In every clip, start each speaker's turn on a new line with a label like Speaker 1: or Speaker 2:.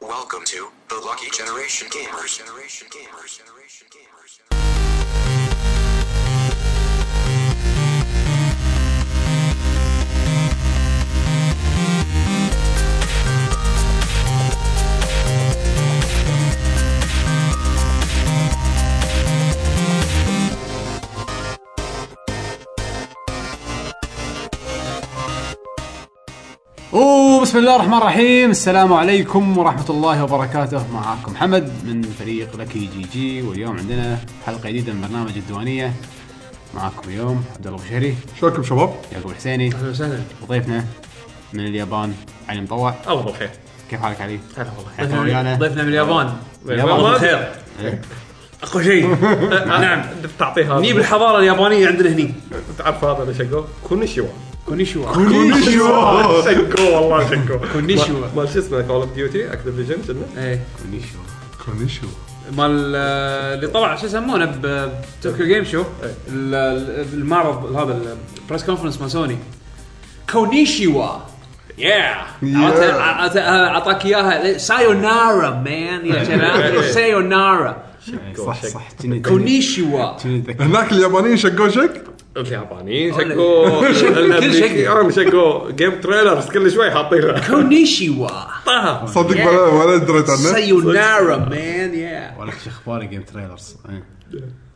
Speaker 1: Welcome to the Lucky Generation Gamers. Generation Gamers. Generation Gamers.
Speaker 2: اوه بسم الله الرحمن الرحيم السلام عليكم ورحمة الله وبركاته معاكم حمد من فريق لكي جي جي واليوم عندنا حلقة جديدة من برنامج الديوانية معاكم اليوم عبد الله بشري
Speaker 3: شلونكم شباب؟
Speaker 2: يعقوب الحسيني
Speaker 4: اهلا وسهلا
Speaker 2: وضيفنا من اليابان علي مطوع
Speaker 4: الله بالخير
Speaker 2: كيف حالك علي؟
Speaker 4: هلا والله
Speaker 2: حياك الله ويانا.
Speaker 4: ضيفنا- ضيفنا من اليابان
Speaker 2: اليابان.
Speaker 4: والله بالخير
Speaker 2: إيه.
Speaker 4: اقوى شيء أه، نعم
Speaker 3: تعطيها
Speaker 4: نجيب الحضاره اليابانيه عندنا هني
Speaker 3: تعرف هذا اللي شقوه؟ كونيشوا
Speaker 4: كونيشوا
Speaker 3: شقوه والله شقوه
Speaker 4: كونيشوا.
Speaker 3: ما- مال شو اسمه كول اوف ديوتي اكتيفيجن كنا
Speaker 4: ايه
Speaker 2: كونيشوا.
Speaker 3: كونيشوا
Speaker 4: مال آه، اللي طلع شو يسمونه بتوكيو جيم شو
Speaker 3: إيه.
Speaker 4: ال- ال- المعرض هذا البريس كونفرنس مال سوني كونيشوا يا عرفتها؟ ع- عرفتها؟ آه، اعطاك اياها سايونارا مان يا شباب سايونارا
Speaker 2: صح صح كني-
Speaker 4: كونيشوا
Speaker 2: كني أتذكر.
Speaker 5: هناك اليابانيين شقوا شق
Speaker 3: اليابانيين شقوه الامريكيين شقوه جيم تريلرز كل شوي حاطين له
Speaker 4: كونيشوا
Speaker 3: طه
Speaker 5: صدق
Speaker 4: Yeah.
Speaker 5: ولا ولا دريت عنه
Speaker 4: سايونارا مان يا
Speaker 2: ولك شو اخباري جيم تريلرز إيه.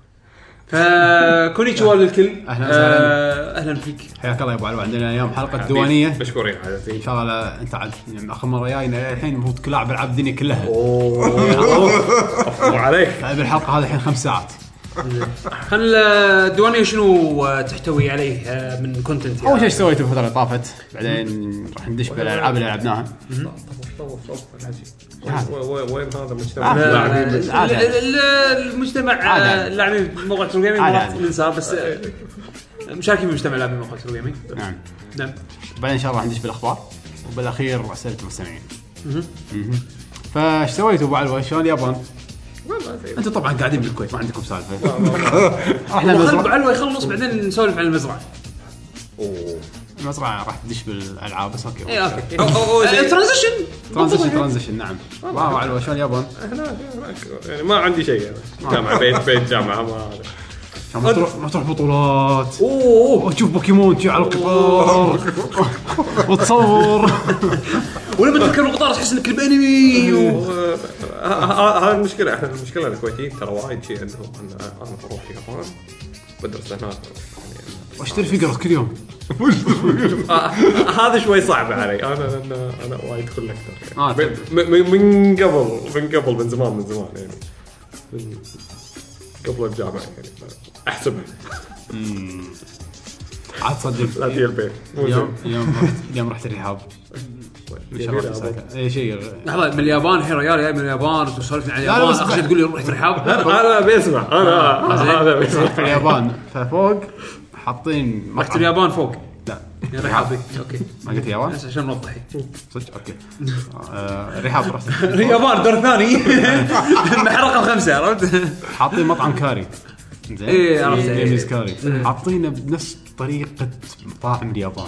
Speaker 4: فكونيتشوا آه، للكل
Speaker 2: أهلاً
Speaker 4: آه، اهلا فيك
Speaker 2: حياك الله يا ابو علو عندنا اليوم حلقة ديوانية
Speaker 3: مشكورين على
Speaker 2: ان
Speaker 3: ذي
Speaker 2: شاء الله لا- انت عاد يعني اخر مره جاينا الحين المفروض كل لاعب العاب الدنيا كلها
Speaker 3: وعليك
Speaker 2: لعب الحلقه هذه الحين خمس ساعات
Speaker 4: خل الديوانيه شنو آه، تحتوي عليه آه، من كونتنت
Speaker 2: اول شيء ايش سويت الفتره اللي طافت بعدين راح ندش بالالعاب اللي لعبناها
Speaker 3: وين هذا
Speaker 2: آه.
Speaker 3: مجتمع
Speaker 2: لاعبين بس. عادة.
Speaker 4: المجتمع آه،
Speaker 2: عادة.
Speaker 4: اللاعبين بموقع ترو جيمنج
Speaker 2: عادة،
Speaker 4: مرات
Speaker 2: عادة.
Speaker 4: ننساه بس آه، مشاركين بمجتمع اللاعبين بموقع ترو جيمنج
Speaker 2: نعم
Speaker 4: نعم
Speaker 2: بعدين ان شاء الله راح ندش بالاخبار وبالاخير اسئله المستمعين مهم. فايش سويتوا ابو علوه شلون اليابان؟ انتم طبعا قاعدين بالكويت ما عندكم سالفه احنا
Speaker 4: خل
Speaker 2: المزرعه
Speaker 4: علوه يخلص بعدين نسولف عن المزرعه
Speaker 2: المزرعه راح تدش بالالعاب بس اوكي
Speaker 4: اي اوكي ترانزيشن
Speaker 2: ترانزيشن ترانزيشن نعم واو ابو علوه شلون اليابان؟
Speaker 3: يعني ما عندي شيء انا جامعه بيت بيت جامعه ما هذا
Speaker 2: شلون ما تروح ما تروح بطولات
Speaker 4: اوه
Speaker 2: وتشوف بوكيمون تجي على القطار وتصور
Speaker 4: ولما تركب القطار تحس انك بانمي و-
Speaker 3: هذه المشكله احنا المشكله الكويتيين ترى وايد شيء عندهم انا انا بروح اليابان بدرس هناك
Speaker 2: واشتري فيجرز كل يوم
Speaker 3: آه، هذا شوي صعب علي انا لان انا وايد كولكتر
Speaker 2: آه،
Speaker 3: يعني ب- م- م- من قبل من قبل من زمان من زمان يعني من قبل الجامعه يعني احسبها
Speaker 2: عاد تصدق
Speaker 3: لا تجي البيت مو
Speaker 2: يوم
Speaker 3: زين.
Speaker 2: يوم رحت يوم رحت الرحاب شرفت ساكا. اي إيه، شيء
Speaker 4: لحظه من اليابان الحين ريال جاي من اليابان وسولفنا عن
Speaker 2: لا،
Speaker 4: اليابان
Speaker 2: بس-
Speaker 4: اخر شيء تقول لي روح ترحاب
Speaker 3: انا بسمع
Speaker 4: آه،
Speaker 3: انا هذا
Speaker 2: في
Speaker 3: بسمع
Speaker 2: اليابان ففوق حاطين
Speaker 4: رحت اليابان فوق
Speaker 2: لا
Speaker 4: يا رحاب إي، اوكي
Speaker 2: ما قلت اليابان
Speaker 4: بس عشان نوضح إي.
Speaker 2: صدق اوكي آه، الرحاب رحت
Speaker 4: اليابان دور ثاني محرقه خمسه عرفت؟
Speaker 2: حاطين مطعم كاري زين
Speaker 4: إيه، عرفت.
Speaker 2: جيميز كاري حاطينه بنفس طريقه مطاعم اليابان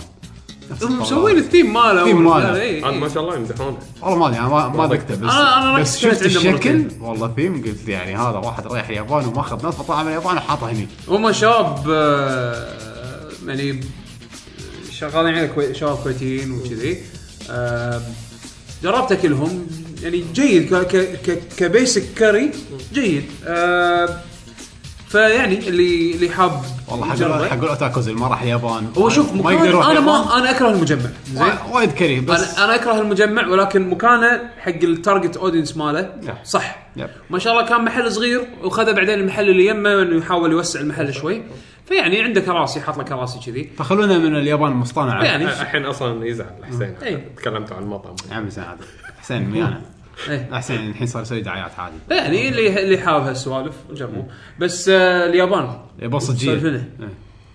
Speaker 2: نفس
Speaker 4: هم
Speaker 2: الطبق.
Speaker 4: مسوين الثيم ماله إيه،
Speaker 2: الثيم ماله.
Speaker 4: إي، إي.
Speaker 3: عاد ما شاء الله يمدحونه
Speaker 2: والله ما ادري أنا ما ما ذقته بس
Speaker 4: أنا- أنا
Speaker 2: بس
Speaker 4: رحت
Speaker 2: شفت
Speaker 4: اشتريت عنده
Speaker 2: الشكل والله ثيم قلت يعني هذا واحد رايح اليابان وماخذ ناس مطاعم اليابان وحاطه هني
Speaker 4: هم شباب آه، يعني شغالين على كوي... شباب كويتيين وكذي آه، جربت اكلهم يعني جيد ك... ك... ك... كبيسك كاري جيد آه، فيعني اللي اللي حاب
Speaker 2: والله حق
Speaker 4: يجربه.
Speaker 2: حق الاوتاكوز اللي ما راح اليابان
Speaker 4: هو شوف
Speaker 2: ما يقدر
Speaker 4: مكان
Speaker 2: يروح
Speaker 4: انا
Speaker 2: اليابان.
Speaker 4: ما انا اكره المجمع زين
Speaker 2: وا- وايد كريه بس
Speaker 4: انا انا اكره المجمع ولكن مكانه حق التارجت اودينس ماله
Speaker 2: نعم.
Speaker 4: صح
Speaker 2: نعم.
Speaker 4: ما شاء الله كان محل صغير وخذ بعدين المحل اللي يمه انه يحاول يوسع المحل شوي فيعني عنده كراسي حاط له كراسي كذي
Speaker 2: فخلونا من اليابان المصطنعه
Speaker 4: يعني
Speaker 3: الحين اصلا يزعل حسين
Speaker 4: إيه.
Speaker 3: تكلمت عن المطعم
Speaker 2: يا عمي سعد حسين ويانا
Speaker 4: إيه.
Speaker 2: حسين الحين صار يسوي دعايات عادي
Speaker 4: يعني اللي اللي حاب هالسوالف جربوا بس آه اليابان
Speaker 2: يبون صجيه
Speaker 4: سالفنا.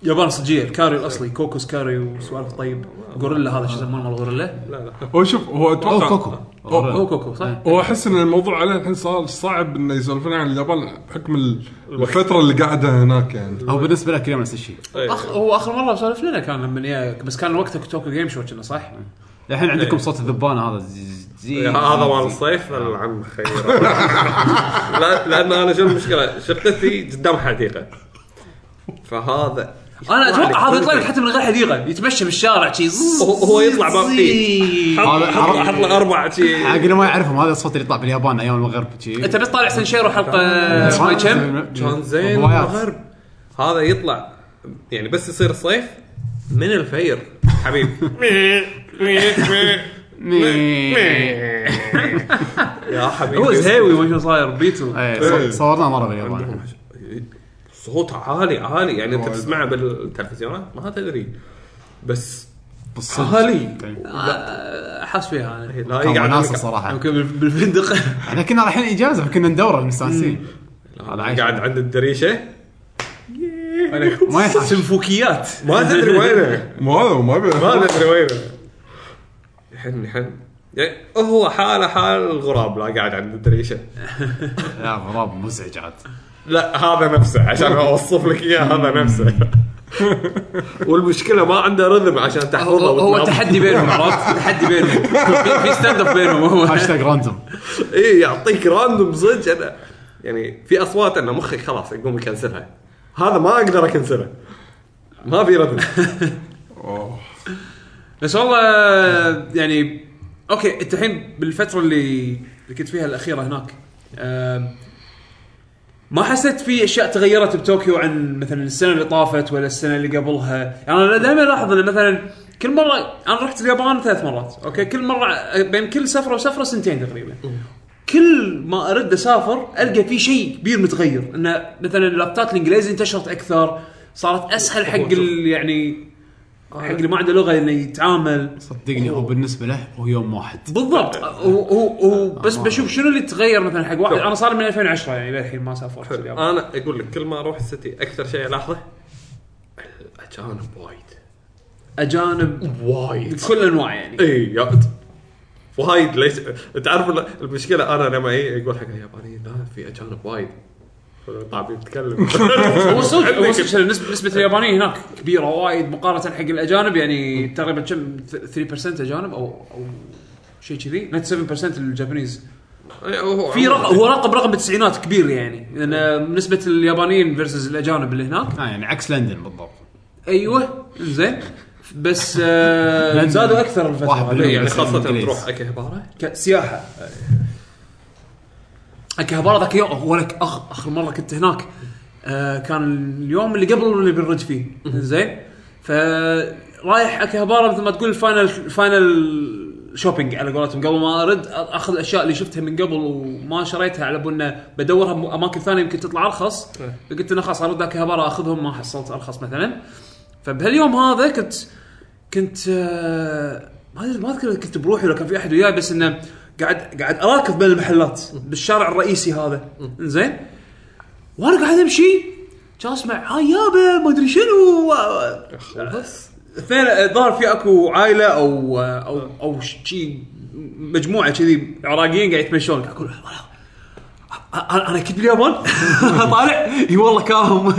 Speaker 4: يابان صجيه الكاري الاصلي كوكوس كاري وسوالف طيب غوريلا هذا شو يسمونه مال غوريلا
Speaker 3: لا لا
Speaker 5: هو شوف هو
Speaker 2: او
Speaker 5: اتوقع
Speaker 2: كوكو
Speaker 5: أو-
Speaker 4: هو كوكو صح؟
Speaker 5: هو احس ان الموضوع عليه الحين صار صعب انه يسولفون عن اليابان بحكم ال- الفتره اللي قاعده هناك يعني
Speaker 2: او بالنسبه لك اليوم نفس الشيء
Speaker 3: إيه.
Speaker 4: أخ... هو اخر مره سولف لنا كان لما يا... بس كان وقتها طوكيو جيم شو كنا صح؟
Speaker 2: الحين عندكم صوت الذبانه هذا زي- زي-
Speaker 3: إيه. هذا مال الصيف العم خير لا لان انا شنو المشكله شقتي قدام حديقه فهذا
Speaker 4: انا اتوقع هذا يطلع لك حتى من غير حديقه يتمشى بالشارع شي زز-
Speaker 3: هو- هو يطلع باب
Speaker 4: زي-
Speaker 3: حط- حط حط له اربع شي
Speaker 2: حق اللي ما يعرفهم هذا الصوت اللي يطلع باليابان ايام الغرب شي إيه.
Speaker 4: انت بس طالع سنشيرو حلقه ما إيه، كم
Speaker 3: كان زين
Speaker 2: ربايات.
Speaker 3: الغرب هذا يطلع يعني بس يصير الصيف من الفير حبيب
Speaker 2: إيه،
Speaker 3: يا حبيبي
Speaker 4: هو زهيوي وين شو صاير بيتو
Speaker 2: إيه، صور- صورناه مره باليابان
Speaker 3: صوت عالي عالي يعني انت تسمعه بالتلفزيونات ما تدري بس
Speaker 2: بالصدق.
Speaker 3: عالي
Speaker 4: آه، احس فيها انا
Speaker 3: لا
Speaker 2: كان
Speaker 3: يقعد
Speaker 2: وناسه
Speaker 3: عندك-
Speaker 2: صراحه
Speaker 4: آه. يمكن بال- بالفندق
Speaker 2: احنا كنا رايحين اجازه فكنا ندوره مستانسين
Speaker 3: إيه.
Speaker 2: هذا عايش.
Speaker 3: قاعد عند الدريشه
Speaker 2: ما ينفع
Speaker 4: سنفوكيات
Speaker 3: ما تدري وينه
Speaker 5: مو هذا ما ابي
Speaker 3: ما تدري وينه يحن يحن يعني هو حاله حال الغراب لا قاعد عند الدريشه
Speaker 2: لا غراب مزعج عاد
Speaker 3: لا هذا نفسه عشان اوصف لك اياه هذا نفسه والمشكله ما عنده رذم عشان تحفظه
Speaker 4: هو هو
Speaker 3: وتنام.
Speaker 4: تحدي بينهم عرفت تحدي بينهم في- في ستاند اب بينهم هو
Speaker 2: هاشتاج راندوم
Speaker 3: اي يعطيك راندوم صدق انا يعني في اصوات انا مخي خلاص يقوم يكنسلها هذا ما اقدر اكنسله ما في رذم
Speaker 4: بس والله يعني اوكي انت الحين بالفتره اللي اللي كنت فيها الاخيره هناك آم، ما حسيت في اشياء تغيرت بطوكيو عن مثلا السنه اللي طافت ولا السنه اللي قبلها يعني انا دائما الاحظ ان مثلا كل مره انا رحت اليابان ثلاث مرات اوكي كل مره بين كل سفره وسفره سنتين تقريبا كل ما ارد اسافر القى في شيء كبير متغير انه مثلا اللابتات الانجليزي انتشرت اكثر صارت اسهل حق ال- يعني حق اللي ما عنده لغه انه يتعامل
Speaker 2: صدقني هو بالنسبه له هو يوم واحد
Speaker 4: بالضبط هو هو, هو بس بشوف شنو اللي تغير مثلا حق واحد انا صار من 2010 يعني للحين ما سافرت اليابان
Speaker 3: انا اقول لك كل ما اروح السيتي اكثر شيء الاحظه الاجانب وايد
Speaker 4: اجانب
Speaker 3: وايد
Speaker 4: بكل انواع يعني
Speaker 3: اي إيه، يا وايد ليس تعرف ال- المشكله انا لما اي اقول حق اليابانيين لا في اجانب وايد طيب، طبعا بيتكلم
Speaker 4: هو صدق هو صدق شنو نسبه نسبه اليابانيين هناك كبيره وايد مقارنه حق الاجانب يعني تقريبا كم 3% اجانب او او شيء كذي نت 7% الجابانيز في رقم هو رقم رقم بالتسعينات كبير يعني لان نسبه اليابانيين فيرسز الاجانب اللي هناك
Speaker 2: آه يعني عكس لندن بالضبط
Speaker 4: ايوه زين بس آه زادوا اكثر
Speaker 2: واحد
Speaker 4: الفتره
Speaker 2: بالمية.
Speaker 4: هذه.
Speaker 3: يعني خاصه
Speaker 2: بالإنجليز.
Speaker 3: تروح اكيهابارا
Speaker 4: كسياحه الكهبارة ذاك اليوم هو لك أخ اخر مره كنت هناك آه كان اليوم اللي قبل اللي بنرج فيه زين فرايح اكهبارة مثل ما تقول فاينل فاينل شوبينج على قولتهم قبل ما ارد اخذ الاشياء اللي شفتها من قبل وما شريتها على بنا بدورها باماكن ثانيه يمكن تطلع ارخص قلت انه خلاص ارد اكهبارة اخذهم ما حصلت ارخص مثلا فبهاليوم هذا كنت كنت آه، ما أدري- ما اذكر إذا كنت بروحي ولا كان في احد وياي بس انه قاعد قاعد اراكض بين المحلات بالشارع الرئيسي هذا زين وانا قاعد امشي كان اسمع هاي يابا ما ادري شنو
Speaker 3: خلاص
Speaker 4: اثنين الظاهر في اكو عائله او او او آه، شي مجموعه كذي عراقيين قاعد يتمشون قاعد اقول والله، أ- أ- انا كنت باليابان طالع اي والله كاهم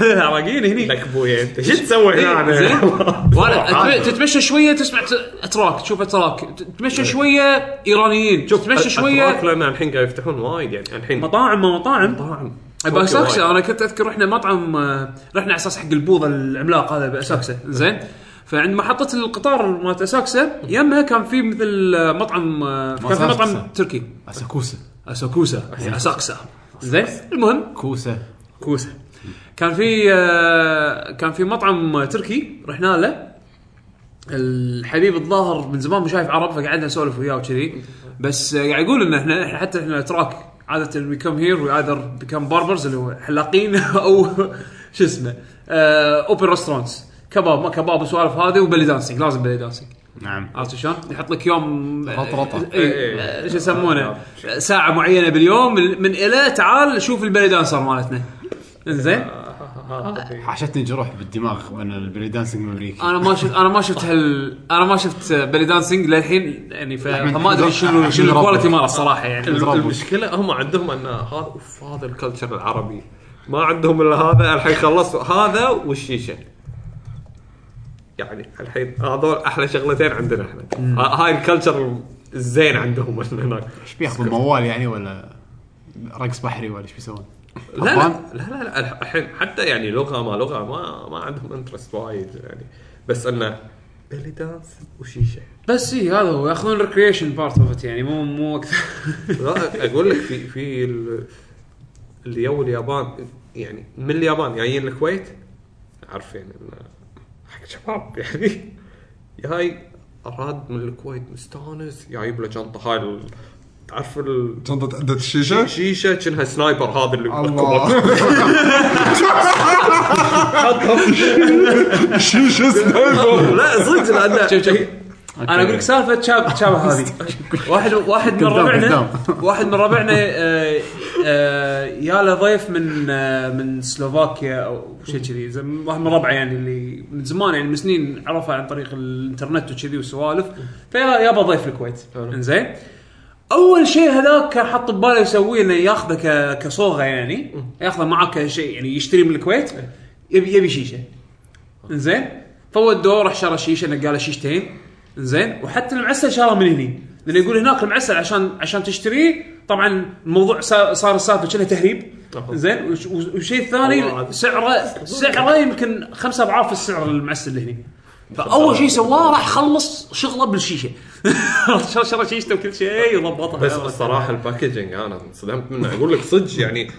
Speaker 4: عراقيين هني
Speaker 3: لك ابويا انت إيه، شو تسوي هنا
Speaker 4: زين
Speaker 3: أنا؟
Speaker 4: وانا أتم- تتمشى شويه تسمع ت- اتراك تشوف اتراك ت- تتمشى شويه ايرانيين شوف تتمشي
Speaker 3: أتراك
Speaker 4: شويه
Speaker 3: لان الحين قاعد يفتحون وايد يعني الحين
Speaker 4: مطاعم ما مطاعم
Speaker 3: مطاعم
Speaker 4: باساكسا انا كنت اذكر رحنا مطعم آه، رحنا على اساس حق البوظه العملاق هذا باساكسا زين فعند محطه القطار مالت اساكسا يمها كان في مثل آه، مطعم آه، كان في
Speaker 2: أساكسا.
Speaker 4: مطعم تركي
Speaker 2: اساكوسه
Speaker 4: اساكوسا اساكسا زين المهم
Speaker 2: كوسه
Speaker 4: كوسه كان في آه، كان في مطعم تركي رحنا له الحبيب الظاهر من زمان مو شايف عرب فقعدنا نسولف وياه وكذي بس آه، قاعد يقول ان احنا احنا حتى احنا اتراك عاده وي كم هير وي ايذر بيكم باربرز اللي هو حلاقين او شو اسمه اوبن ريستورانتس كباب ما كباب وسوالف هذه وبلي دانسينج لازم بلي دانسينج
Speaker 2: نعم
Speaker 4: عرفت شلون؟ يحط لك يوم
Speaker 2: رطرطة.
Speaker 4: إي، إي، شو يسمونه؟ ساعة معينة باليوم من من الى تعال شوف البلي دانسر مالتنا. انزين آه،
Speaker 2: حاشتني جروح بالدماغ من البري دانسينج
Speaker 3: آه.
Speaker 2: الامريكي
Speaker 4: انا ما شفت انا ما شفت هال انا ما شفت بلي دانسينج للحين يعني ف- فما ادري شنو شنو
Speaker 2: ربك.
Speaker 4: الكواليتي ماله الصراحة يعني.
Speaker 3: الم- المشكله هم عندهم ان هذا اوف هذا الكلتشر العربي ما عندهم الا هذا الحين خلصوا هذا والشيشه يعني الحين هذول احلى شغلتين عندنا احنا ه- هاي الكلتشر الزين عندهم هناك
Speaker 2: ايش بياخذون موال يعني ولا رقص بحري ولا ايش بيسوون؟
Speaker 3: لا لا لا لا لا الحين حتى يعني لغه ما لغه ما ما عندهم انترست وايد يعني بس انه بيلي دانس وشيشه
Speaker 4: بس اي هذا هو ياخذون ريكريشن بارت اوف يعني مو مو اكثر
Speaker 3: لا اقول لك في في ال- اللي جو اليابان يعني من اليابان جايين الكويت عارفين انه حق شباب يعني جاي راد من الكويت مستانس جايب له جنطه هاي ال- تعرف ال-
Speaker 5: شنطه عدة الشيشه
Speaker 3: شيشه كأنها سنايبر هذا اللي
Speaker 5: الله شيشه سنايبر
Speaker 3: لا صدق
Speaker 4: شوف شوف
Speaker 3: لانه
Speaker 4: انا اقول لك سالفه شاب شاب هذه واحد واحد من
Speaker 2: قدام-
Speaker 4: ربعنا
Speaker 2: قدام.
Speaker 4: واحد من ربعنا آه، آه، يا له ضيف من آه، من سلوفاكيا او شيء كذي زي- واحد من ربعه يعني اللي من زمان يعني من سنين عرفه عن طريق الانترنت وكذي وسوالف فيا يابا ضيف الكويت انزين اول شيء هذاك كان حاط بباله يسويه انه ياخذه ك- كصوغه يعني ياخذه معاه كشيء يعني يشتري من الكويت يبي يبي شيشه انزين فودوه راح شرى شيشه نقاله شيشتين انزين وحتى المعسل شرى من هني لان يقول هناك المعسل عشان عشان تشتريه طبعا الموضوع سا- صار السالفه كانه تهريب
Speaker 3: طبعاً.
Speaker 4: زين وش- وش- والشيء
Speaker 3: والله
Speaker 4: الثاني
Speaker 3: عاد.
Speaker 4: سعره سعره يمكن خمسة اضعاف السعر المعسل اللي هني فاول شيء سواه راح خلص شغله بالشيشه شرى- شرى شيشته وكل شيء إيه، وضبطها
Speaker 3: بس الصراحه الباكجنج انا انصدمت منه اقول لك صدق يعني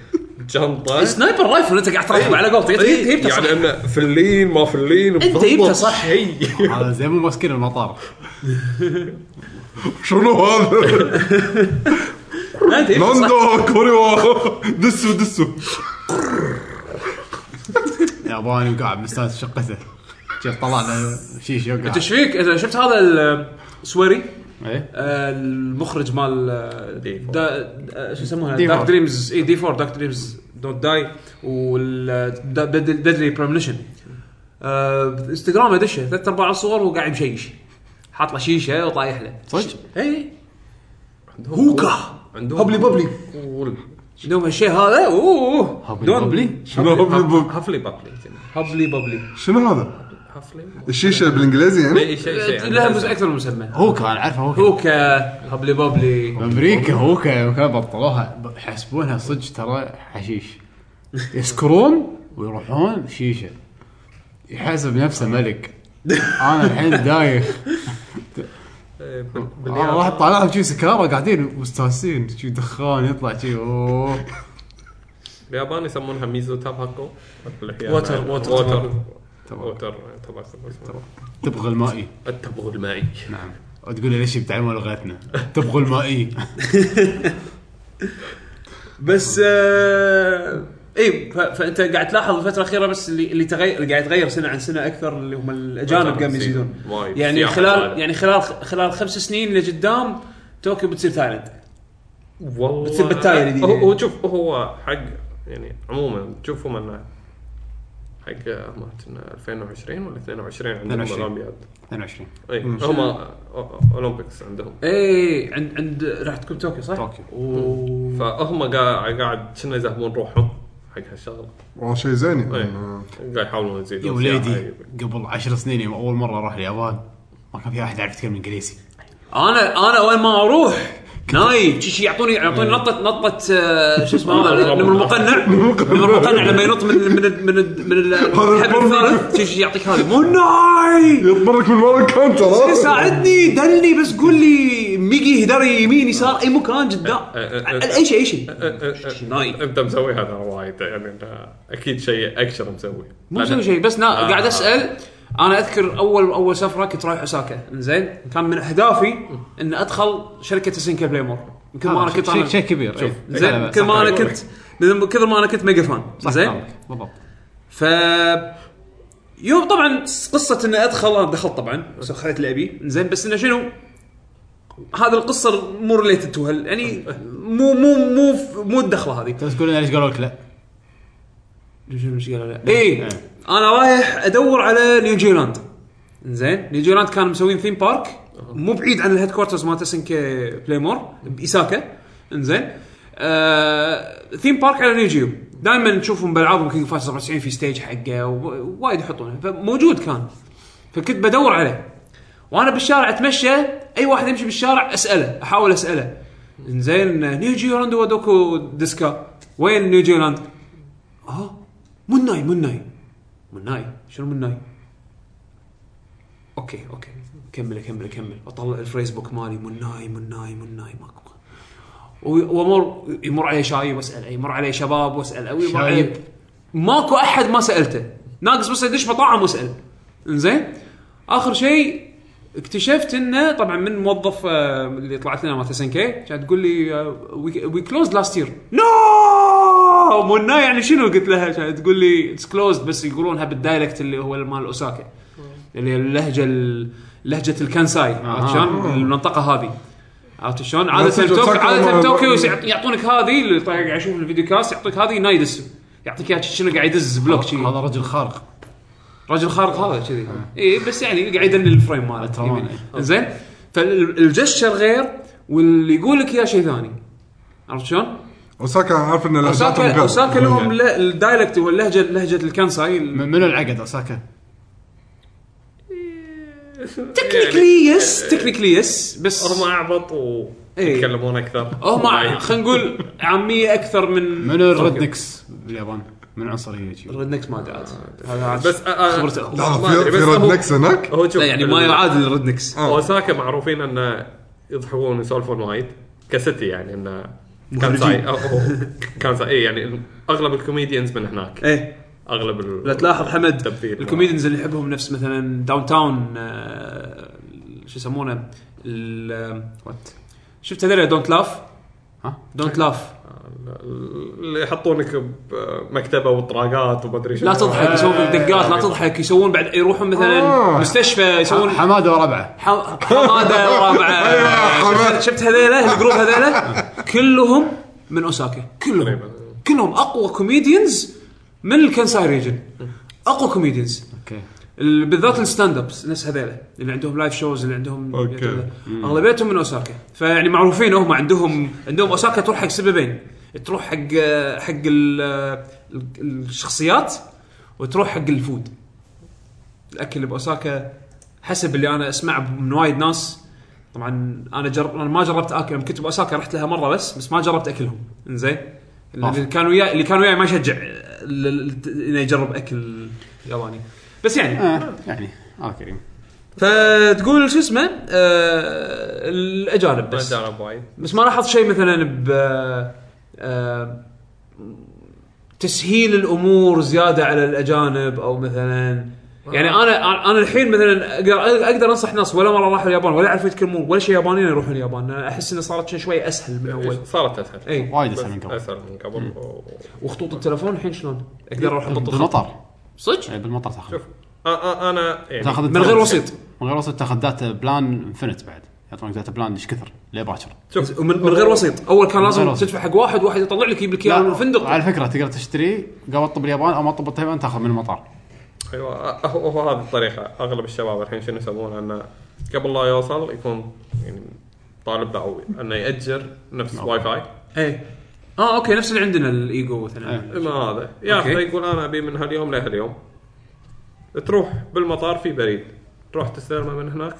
Speaker 3: جنطه
Speaker 4: سنايبر رايفل انت قاعد ترحب على قولتك انت
Speaker 3: إيه،
Speaker 4: جبته صح
Speaker 3: يعني انه في اللين ما في اللين
Speaker 4: انت جبته صح
Speaker 2: هذا زي آه، مو ماسكين المطار
Speaker 5: شنو هذا؟
Speaker 4: لا، انت جبته صح.
Speaker 5: لندو كوريوا دسو دسو
Speaker 2: ياباني وقاعد مستانس في شقته شوف طلع له شيشه
Speaker 4: انت
Speaker 2: وقاعد
Speaker 4: ايش فيك؟ إذا شفت هذا السويري
Speaker 2: إيه؟
Speaker 4: آه، المخرج مال
Speaker 3: دي فور.
Speaker 4: دا- آه، شو يسمونها
Speaker 2: دي
Speaker 4: دارك
Speaker 2: فور.
Speaker 4: دريمز اي دي 4 دارك دريمز دونت داي والديدلي بريمنيشن انستغرام ادشه آه، ثلاث ارباع الصور وهو قاعد مشيش حاط له شيشه وطايح له
Speaker 2: صدق؟
Speaker 4: اي هوكا
Speaker 3: عندهم
Speaker 4: هبلي ببلي
Speaker 3: قول.
Speaker 4: عندهم هالشيء هذا اوه
Speaker 2: هبلي
Speaker 4: دون-
Speaker 2: ببلي؟
Speaker 5: شنو هبلي بوب-
Speaker 3: هفلي بابلي
Speaker 4: هبلي ببلي
Speaker 5: شنو هذا؟
Speaker 3: هفلي
Speaker 5: الشيشه بالانجليزي يعني؟
Speaker 3: اي إيه، شيء شيء
Speaker 4: لها مس- اكثر من مسمى
Speaker 2: هو كان عارفه هو كان.
Speaker 4: هوكا هبلي ببلي
Speaker 2: بامريكا هو كان كان بطلوها يحسبونها صدق ترى حشيش يسكرون ويروحون شيشه يحسب نفسه ملك انا الحين دايخ
Speaker 3: إيه، بال-
Speaker 2: آه،
Speaker 3: باليابان.
Speaker 2: واحد طالعهم شي سكاره قاعدين مستانسين شي دخان يطلع شي اوه
Speaker 3: باليابان يسمونها ميزو تاباكو
Speaker 4: ووتر- ووتر
Speaker 3: ووتر
Speaker 2: تبغى-
Speaker 3: ووتر تاباكو اسمه.
Speaker 2: تبغى المائي
Speaker 3: التبغ المائي
Speaker 2: نعم وتقول لي ليش بتعلمون لغتنا تبغى المائي
Speaker 4: بس آه اي ف- فانت قاعد تلاحظ الفتره الاخيره بس اللي اللي تغير قاعد يتغير سنه عن سنه اكثر اللي هم الاجانب قام يزيدون
Speaker 3: إيه، وايد.
Speaker 4: يعني
Speaker 3: سياحة
Speaker 4: خلال
Speaker 3: وايد.
Speaker 4: يعني خلال خلال خمس سنين لقدام طوكيو بتصير تايلاند
Speaker 3: والله
Speaker 4: بتصير بتاية جديدة.
Speaker 3: هو هو شوف هو حق يعني عموما تشوفهم انه حق مالت إنه 2020 ولا 22 عندهم
Speaker 2: 22.
Speaker 3: الاولمبياد
Speaker 2: 22
Speaker 3: اي إيه، هم اولمبيكس عندهم
Speaker 4: إيه. اي عند عند راح تكون طوكيو صح؟
Speaker 2: طوكيو.
Speaker 4: و-
Speaker 3: فهم قاعد قاعد كنا يزهمون روحهم حق هالشغله
Speaker 5: والله شيء زين
Speaker 3: إيه.
Speaker 5: يعني
Speaker 3: قاعد يحاولون يزيدون
Speaker 2: يا
Speaker 3: سياحة.
Speaker 2: وليدي قبل عشر سنين يوم اول مره اروح اليابان ما كان في احد يعرف يتكلم انجليزي
Speaker 4: انا انا وين ما اروح نايم شي شي يعطوني يعطوني نطه نطه آه، شو اسمه هذا نمر المقنع نمر المقنع لما ينط من من من من الحبل الثالث شي شي يعطيك هذه مو ناي
Speaker 5: يضمرك من ورا الكونتر
Speaker 4: ساعدني دلني بس قول لي ميجي هداري إيه، يمين يسار اي مكان قدام على اي شيء اي شيء
Speaker 3: إيه. أه،
Speaker 4: ناي
Speaker 3: انت مسوي هذا وايد يعني انت اكيد شيء اكشن مسوي
Speaker 4: مو مسوي شيء بس نا
Speaker 3: آه.
Speaker 4: قاعد اسال انا اذكر اول اول سفره كنت رايح اوساكا زين كان من اهدافي ان ادخل شركه سينكا بليمور يمكن ما انا كنت
Speaker 2: آه، شيء
Speaker 4: أنا-
Speaker 2: شيء كبير إيه. شوف
Speaker 4: زين كثر ما انا كنت من كثر ما انا كنت ميجا فان زين
Speaker 2: بالضبط
Speaker 4: ف يوم طبعا قصه اني ادخل انا دخلت طبعا بس خذيت اللي ابي زين بس انه شنو هذه القصه مو ريليتد تو يعني مو مو مو مو الدخله هذه
Speaker 2: بس تقول لنا ليش قالوا لك لا
Speaker 4: اي انا إيه. رايح ادور على نيوجيلاند زين نيوجيلاند كانوا مسوين ثيم بارك مو بعيد عن الهيد كوارترز مالت سنكي بلايمور بايساكا انزين آه، ثيم بارك على نيوجيو دائما نشوفهم بالعابهم كينج فايترز 94 في ستيج حقه و- ووايد يحطونه فموجود كان فكنت بدور عليه وانا بالشارع اتمشى اي واحد يمشي بالشارع اساله احاول اساله زين نيو جيلاند ودوكو ديسكا وين نيو جيلاند؟ اه مناي مناي مناي شنو مناي؟ اوكي اوكي كمل كمل كمل اطلع الفريز بوك مالي مناي مناي مناي ماكو و- وامر يمر علي شايب واساله يمر علي شباب واساله ويمر علي
Speaker 2: شايب.
Speaker 4: ماكو احد ما سالته ناقص بس ادش مطاعم واسال انزين اخر شيء اكتشفت انه طبعا من موظف آه، اللي طلعت لنا مالت اس ان كي كانت تقول لي آه، وي كلوز لاست يير نو منا يعني شنو قلت لها كانت تقول لي اتس كلوزد بس يقولونها بالدايلكت اللي هو مال اوساكا اللي هي اللهجه ال- لهجه الكانساي عرفت شلون؟ المنطقه هذه عرفت شلون؟ عاده
Speaker 5: مسج
Speaker 4: توك-
Speaker 5: أوساكا
Speaker 4: عاده
Speaker 5: ما-
Speaker 4: طوكيو
Speaker 5: ما-
Speaker 4: يعط- يعطونك هذه اللي طالع قاعد اشوف الفيديو كاست يعطيك هذه نايدس يعطيك اياها شنو قاعد يدز بلوك شي.
Speaker 2: هذا رجل خارق
Speaker 4: رجل خارق هذا كذي اي بس يعني قاعد يدني الفريم ماله يعني
Speaker 2: الترون.
Speaker 4: زين فالجشر غير واللي يقول لك اياه شيء ثاني عرفت شلون؟
Speaker 5: اوساكا عارف ان لهجاتهم
Speaker 4: اوساكا
Speaker 5: غير
Speaker 4: اوساكا
Speaker 5: يعني.
Speaker 4: لهم ل- الدايلكت هو اللهجه لهجه الكانساي ال-
Speaker 2: من- منو العقد اوساكا؟
Speaker 4: تكنيكلي يس تكنيكلي يس بس
Speaker 3: هم اعبط ويتكلمون اكثر
Speaker 4: إيه. هم خلينا نقول عاميه اكثر من
Speaker 2: منو الردنكس باليابان؟ من عنصريه شي.
Speaker 4: الردنكس ما ادري عاد. هذا عاد
Speaker 3: بس آه، آه،
Speaker 4: خبرته أخوه.
Speaker 5: لحظه
Speaker 3: ما
Speaker 5: في
Speaker 3: أدري،
Speaker 5: في
Speaker 3: بس
Speaker 5: ريد
Speaker 3: هو-
Speaker 5: نكس هناك
Speaker 3: هو شوف
Speaker 4: لا يعني ما
Speaker 3: ال-
Speaker 4: يعادل الردنكس
Speaker 5: آه.
Speaker 3: اوساكا معروفين انه يضحكون ويسولفون وايد كستي يعني انه كان
Speaker 4: مخرجين.
Speaker 3: ساي كان ساي إيه، يعني اغلب الكوميديانز من هناك
Speaker 4: ايه
Speaker 3: اغلب ال-
Speaker 4: لا تلاحظ حمد
Speaker 3: التبذير.
Speaker 4: الكوميديانز اللي يحبهم نفس مثلا داون تاون آه، شو يسمونه ال- آه، وات شفت هذول دونت لاف
Speaker 2: ها؟
Speaker 4: دونت لاف
Speaker 3: اللي يحطونك بمكتبه وطراقات ومدري شنو
Speaker 4: لا تضحك يسوون فيك دقات لا تضحك يسوون بعد يروحون مثلا
Speaker 5: آه.
Speaker 4: مستشفى يسوون
Speaker 2: حماده وربعه
Speaker 4: ح- حماده ورابعه
Speaker 5: حمادة.
Speaker 4: شفت هذيلا الجروب هذيلا كلهم من اوساكا كلهم كلهم اقوى كوميديانز من الكنساي ريجن اقوى كوميديانز
Speaker 2: اوكي
Speaker 4: ال- بالذات الستاند ابس الناس هذيلا اللي عندهم لايف شوز اللي عندهم
Speaker 5: أوكي.
Speaker 4: اغلبيتهم من اوساكا فيعني معروفين هم عندهم عندهم اوساكا تروح حق سببين تروح حق حق ال- ال- الشخصيات وتروح حق الفود الاكل باوساكا حسب اللي انا اسمع من وايد ناس طبعا انا جرب انا ما جربت اكل يوم كنت باوساكا رحت لها مره بس بس ما جربت اكلهم انزين اللي كانوا وياي اللي كانوا وياي ما يشجع ال- ال- انه يجرب اكل ياباني بس يعني
Speaker 2: آه، يعني الله كريم
Speaker 4: فتقول شو اسمه آه الاجانب
Speaker 3: ما
Speaker 4: بس
Speaker 3: جرب وايد
Speaker 4: بس ما لاحظت شيء مثلا ب آه، تسهيل الامور زياده على الاجانب او مثلا يعني انا انا الحين مثلا اقدر اقدر انصح ناس ولا مره راحوا اليابان ولا يعرفوا يتكلمون ولا شيء ياباني يروحون اليابان أنا احس انه صارت شي- شوي اسهل من اول
Speaker 3: صارت اسهل
Speaker 4: اي
Speaker 2: وايد
Speaker 3: بس
Speaker 2: اسهل من قبل
Speaker 3: اسهل من قبل و-
Speaker 4: وخطوط التلفون الحين شلون؟ اقدر
Speaker 2: إيه.
Speaker 4: اروح احط الخط.
Speaker 2: بالمطر
Speaker 4: صدق؟
Speaker 2: إيه، بالمطر تاخذ
Speaker 3: شوف آ- آ- انا
Speaker 2: تاخذ
Speaker 3: يعني
Speaker 4: من غير
Speaker 2: الدرجة.
Speaker 4: وسيط
Speaker 2: من غير وسط تاخذ داتا بلان انفنت بعد يعطونك داتا بلان ايش كثر ليه باكر
Speaker 3: شوف
Speaker 4: ومن من غير وسيط اول كان
Speaker 2: غير
Speaker 4: لازم
Speaker 2: وسيط.
Speaker 4: تدفع حق واحد واحد يطلع لك يجيب لك اياه من الفندق
Speaker 2: على فكره تقدر تشتري قبل طب اليابان او ما طب التايوان تاخذ من المطار
Speaker 3: ايوه آ- هو هو هذه الطريقه اغلب الشباب الحين شنو يسوون انه قبل لا يوصل يكون يعني طالب او انه ياجر نفس واي فاي
Speaker 4: ايه اه اوكي نفس اللي عندنا الايجو مثلا
Speaker 2: إيه.
Speaker 3: ما هذا ياخذه يقول انا ابي من هاليوم لهاليوم تروح بالمطار في بريد تروح تستلمه من هناك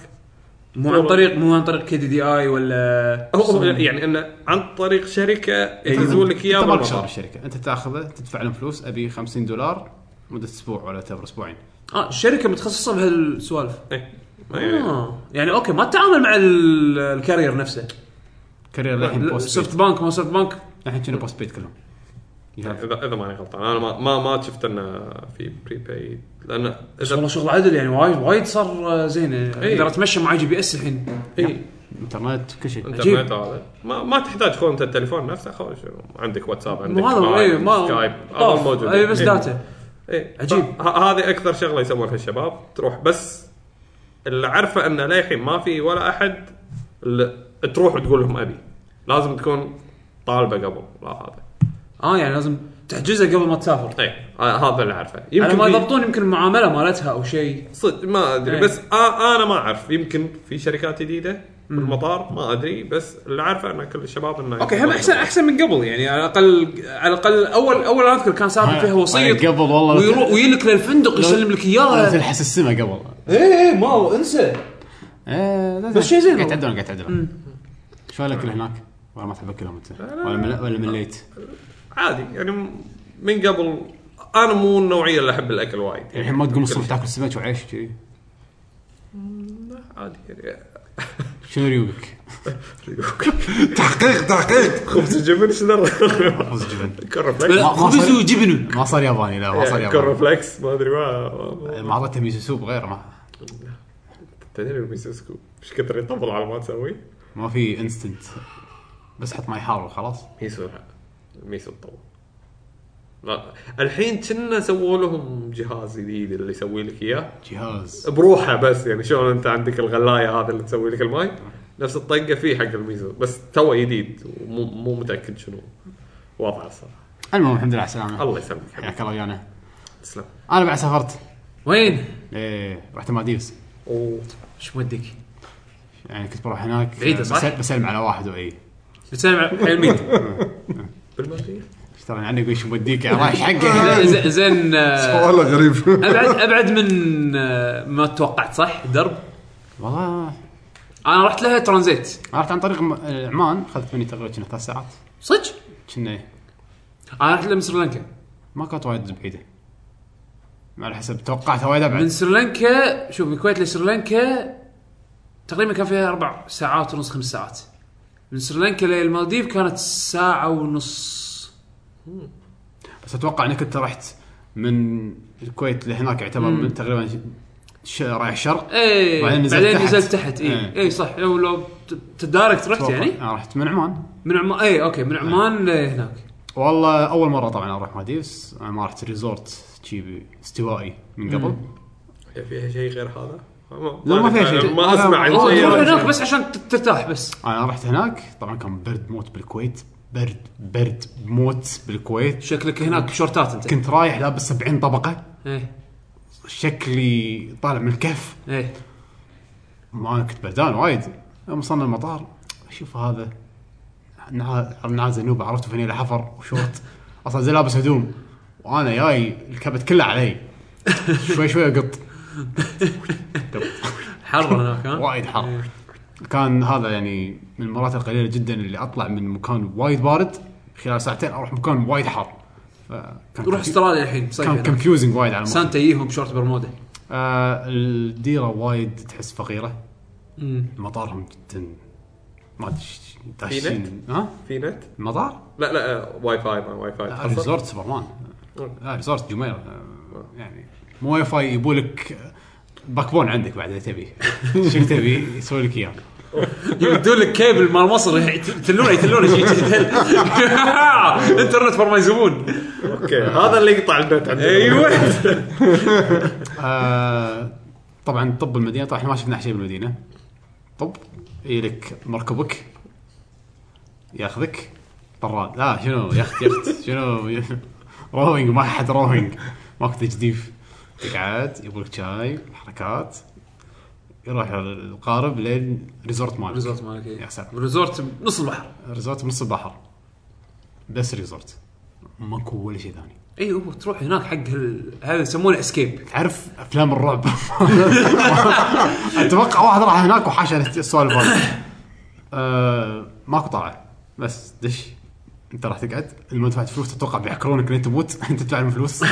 Speaker 4: مو عن طريق مو عن طريق كي دي دي اي ولا
Speaker 3: هو- هو يعني انه عن طريق شركه
Speaker 4: إيه،
Speaker 2: أيوة.
Speaker 3: ينزلون لك اياه
Speaker 2: انت مالك شغل
Speaker 3: بالمطار
Speaker 2: الشركه انت تاخذه تدفع لهم فلوس ابي 50 دولار مده اسبوع ولا تبر اسبوعين
Speaker 4: اه الشركه متخصصه بهالسوالف
Speaker 3: إيه. ما يعني-
Speaker 4: اه يعني اوكي ما تتعامل مع ال- الكارير نفسه
Speaker 2: كارير الحين بوست
Speaker 4: سوفت
Speaker 2: بيد
Speaker 4: بانك ما سوفت بانك
Speaker 2: الحين كنا بوست بيد كلهم
Speaker 3: اذا اذا ماني غلطان انا ما ما, ما شفت انه في بري بايد لان
Speaker 4: بس
Speaker 3: اذا
Speaker 4: والله شغل عدل يعني وايد وايد صار آه، زين يعني
Speaker 3: إيه.
Speaker 4: اقدر اتمشى معي جي بي اس الحين
Speaker 3: اي
Speaker 2: انترنت كل شيء
Speaker 3: انترنت هذا ما, ما تحتاج خو انت التليفون نفسه خو شو- عندك واتساب عندك
Speaker 4: مو هذا اي ما
Speaker 3: سكايب
Speaker 4: طاف.
Speaker 3: هذا موجود
Speaker 4: اي بس
Speaker 3: إيه.
Speaker 4: داتا
Speaker 3: إيه.
Speaker 4: عجيب.
Speaker 3: ه- هذه اكثر شغله يسوونها الشباب تروح بس اللي عارفه انه للحين ما في ولا احد اللي تروح وتقول لهم ابي لازم تكون طالبه قبل لا هذا
Speaker 4: اه يعني لازم تحجزها قبل ما تسافر
Speaker 3: اي هذا اللي عارفه
Speaker 4: على ما
Speaker 3: في-
Speaker 4: يضبطون يمكن المعامله مالتها او شيء
Speaker 3: صدق ما ادري
Speaker 4: إيه.
Speaker 3: بس آه انا ما اعرف يمكن في شركات جديده بالمطار ما ادري بس اللي عارفه ان كل الشباب انه
Speaker 4: اوكي هم احسن احسن من قبل يعني على الاقل على الاقل اول اول انا اذكر كان سابق
Speaker 2: ها- يعني
Speaker 4: فيها وسيط
Speaker 2: قبل والله
Speaker 4: ويروح ويلك للفندق يسلم لك
Speaker 2: لازم
Speaker 4: اياها
Speaker 2: تلحس السما قبل
Speaker 6: ايه ايه ما انسى
Speaker 2: ايه لازم.
Speaker 4: بس شيء زين
Speaker 2: قاعد
Speaker 4: والله.
Speaker 2: تعدلون قاعد تعدلون شو الاكل هناك؟ ولا ما تحب اكلهم انت؟ ولا مل- ولا مليت؟
Speaker 3: عادي يعني م- من قبل انا مو النوعيه اللي احب الاكل وايد يعني
Speaker 2: الحين ما تقوم الصبح تاكل سمك وعيش كذي
Speaker 3: عادي يعني
Speaker 2: شنو ريوقك؟
Speaker 5: تحقيق تحقيق
Speaker 3: خبز جبن شنو
Speaker 2: خبز جبن
Speaker 3: كره فليكس
Speaker 2: ما- ما
Speaker 4: خبز
Speaker 2: صار-
Speaker 4: وجبن
Speaker 2: ما صار ياباني لا ما صار
Speaker 3: كره
Speaker 2: ياباني
Speaker 3: فليكس يعني ما ادري ما ما-
Speaker 2: ما اعطيته ميسو سوب غيره ما
Speaker 3: تدري ميسوسكو ايش كثر يطبل على ما تسوي
Speaker 2: ما في انستنت بس حط ماي حار وخلاص
Speaker 3: ميسو ميسو تطول لا الحين كنا سووا لهم جهاز جديد اللي يسوي لك اياه
Speaker 2: جهاز
Speaker 3: بروحه بس يعني شلون انت عندك الغلايه هذا اللي تسوي لك الماي نفس الطقه فيه حق الميزو بس تو جديد ومو مو متاكد شنو وضعه الصراحه
Speaker 2: المهم الحمد لله على السلامه
Speaker 3: الله يسلمك حبيبي
Speaker 2: حياك الله ويانا
Speaker 3: تسلم
Speaker 2: انا بعد سافرت
Speaker 4: وين؟
Speaker 2: ايه رحت المالديفز
Speaker 3: أوه.
Speaker 4: ايش مودك؟
Speaker 2: يعني كنت بروح هناك
Speaker 4: بعيدة صح؟
Speaker 2: بسلم- بسلم على واحد واي
Speaker 4: بتسلم على حي الميت
Speaker 3: بالمالديف
Speaker 2: ايش ترى عني يقول شو بوديك يا رايح حقه
Speaker 4: زين- زين آه،
Speaker 5: والله غريب
Speaker 4: ابعد ابعد من آه، ما توقعت صح درب
Speaker 2: والله
Speaker 4: انا رحت لها ترانزيت
Speaker 2: رحت عن طريق م- عمان اخذت مني تقريبا كنا ثلاث ساعات
Speaker 4: صدق
Speaker 2: كنا
Speaker 4: انا رحت لها من سريلانكا
Speaker 2: ما كانت وايد بعيده على حسب توقعتها وايد
Speaker 4: من
Speaker 2: ابعد
Speaker 4: سريلانكا شوف من الكويت لسريلانكا تقريبا كان فيها اربع ساعات ونص خمس ساعات من سريلانكا للمالديف كانت ساعة ونص
Speaker 2: بس اتوقع انك انت رحت من الكويت لهناك يعتبر من تقريبا ش- ش... رايح شرق
Speaker 4: اي
Speaker 2: بعدين
Speaker 4: إيه، بعدين
Speaker 2: نزلت تحت.
Speaker 4: نزلت تحت اي
Speaker 2: إيه.
Speaker 4: اي صح لو لو ت- تداركت رحت
Speaker 2: أتوقع.
Speaker 4: يعني
Speaker 2: أنا رحت من عمان
Speaker 4: من عمان اي اوكي من عمان لهناك
Speaker 2: والله اول مره طبعا اروح مالديفز انا ما رحت ريزورت شي استوائي من قبل
Speaker 3: إيه، فيها شيء غير هذا ما-
Speaker 2: لا، ما فيها شيء.
Speaker 3: ما اسمع عن
Speaker 2: أوه،
Speaker 4: أوه،
Speaker 3: شيء
Speaker 4: تروح
Speaker 3: غير
Speaker 2: إيه.
Speaker 4: هناك
Speaker 3: شيء.
Speaker 4: بس عشان ت- ترتاح بس
Speaker 2: انا آه، رحت هناك طبعا كان برد موت بالكويت برد برد موت بالكويت
Speaker 4: شكلك هناك شورتات انت
Speaker 2: كنت رايح لابس 70 طبقه
Speaker 4: ايه
Speaker 2: شكلي طالع من الكهف
Speaker 4: ايه
Speaker 2: ما انا كنت بردان وايد يوم وصلنا المطار اشوف هذا نع- نعال زنوب عرفته فنيلة حفر وشورت اصلا زي لابس هدوم وانا جاي الكبت كله علي شوي شوي اقط
Speaker 4: حر هناك ها
Speaker 2: وايد حر كان هذا يعني من المرات القليله جدا اللي اطلع من مكان وايد بارد خلال ساعتين اروح مكان وايد حار فكان
Speaker 4: روح
Speaker 2: كونفي-
Speaker 4: استراليا الحين صيف
Speaker 2: كان
Speaker 4: هناك.
Speaker 2: كونفيوزنج وايد على المخ.
Speaker 4: سانتا يجيهم بشورت برمودا
Speaker 2: آه الديره وايد تحس فقيره مطارهم جدا ما ادري ش- داشين ها
Speaker 3: في نت
Speaker 2: المطار؟
Speaker 3: لا لا واي فاي ما واي فاي
Speaker 2: لا،
Speaker 3: تحصل.
Speaker 2: ريزورت سوبرمان آه ريزورت جميل آه، يعني مو واي فاي يبوا لك باكبون عندك بعد اذا تبي شو تبي يسوي لك اياه
Speaker 4: يمدون لك كيبل مال مصر يتلونه يتلونه شي- شي- شي- انترنت فور ما يزومون
Speaker 3: اوكي هذا اللي يقطع النت عندنا
Speaker 2: أيوة.
Speaker 4: ايوه
Speaker 2: آه، طبعا طب المدينه طبعا احنا ما شفنا شيء بالمدينه طب يلك مركبك ياخذك طراد لا شنو يخت يخت شنو روينج ما حد روينج ماكو تجديف تقعد يبوا لك شاي حركات يروح القارب لين ريزورت مالك
Speaker 4: ريزورت مالك
Speaker 2: يا
Speaker 4: إيه.
Speaker 2: سلام
Speaker 4: ريزورت بنص البحر
Speaker 2: ريزورت بنص البحر بس ريزورت ماكو ولا شيء ثاني
Speaker 4: اي هو تروح هناك حق ال- هذا يسمونه اسكيب
Speaker 2: تعرف افلام الرعب اتوقع واحد راح هناك وحاشا السوالف هذه آه، ماكو طلعه بس دش انت راح تقعد لما دفعت فلوس تتوقع بيحكرونك لين تموت انت تدفع لهم فلوس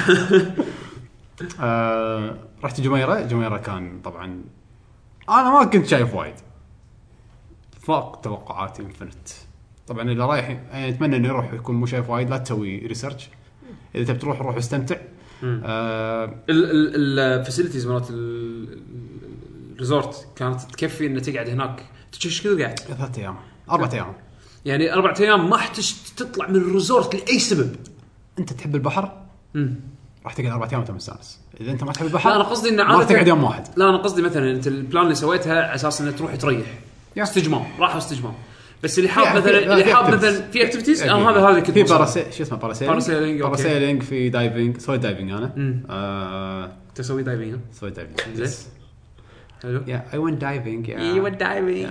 Speaker 2: آه، رحت جميره جميره كان طبعا انا ما كنت شايف وايد فاق توقعاتي انفنت طبعا اللي رايح أنا اتمنى انه يروح يكون مو شايف وايد لا تسوي ريسيرش اذا تبي تروح روح واستمتع آه،
Speaker 4: الفاسيلتيز مالت ال- ال- الريزورت كانت تكفي انه تقعد هناك تش- ايش كذا قاعد
Speaker 2: ثلاث ايام اربع ايام
Speaker 4: يعني اربع ايام ما احتج تطلع من الريزورت لاي سبب
Speaker 2: انت تحب البحر
Speaker 4: مم.
Speaker 2: راح تقعد اربع ايام وانت مستانس اذا انت ما تحب البحر
Speaker 4: لا انا قصدي انه
Speaker 2: ما راح تقعد يوم واحد
Speaker 4: لا انا قصدي مثلا انت البلان اللي سويتها على اساس انه تروح تريح استجمام راحه استجمام بس اللي حاب
Speaker 2: في-
Speaker 4: مثلا
Speaker 2: لا،
Speaker 4: اللي
Speaker 2: في
Speaker 4: حاب
Speaker 2: activities.
Speaker 4: مثلا في اكتيفيتيز
Speaker 2: أكيد.
Speaker 4: انا هذا هذا كنت
Speaker 2: في
Speaker 4: بوصله.
Speaker 2: باراسي شو اسمه باراسيلينج
Speaker 4: باراسيلينج، أوكي.
Speaker 2: باراسيلينج في دايفنج سويت دايفنج انا
Speaker 4: مم.
Speaker 2: آه،
Speaker 4: تسوي دايفنج ها؟
Speaker 2: سويت دايفنج
Speaker 4: زين. حلو إيه،
Speaker 2: Yeah, I went diving. Yeah.
Speaker 4: دايفنج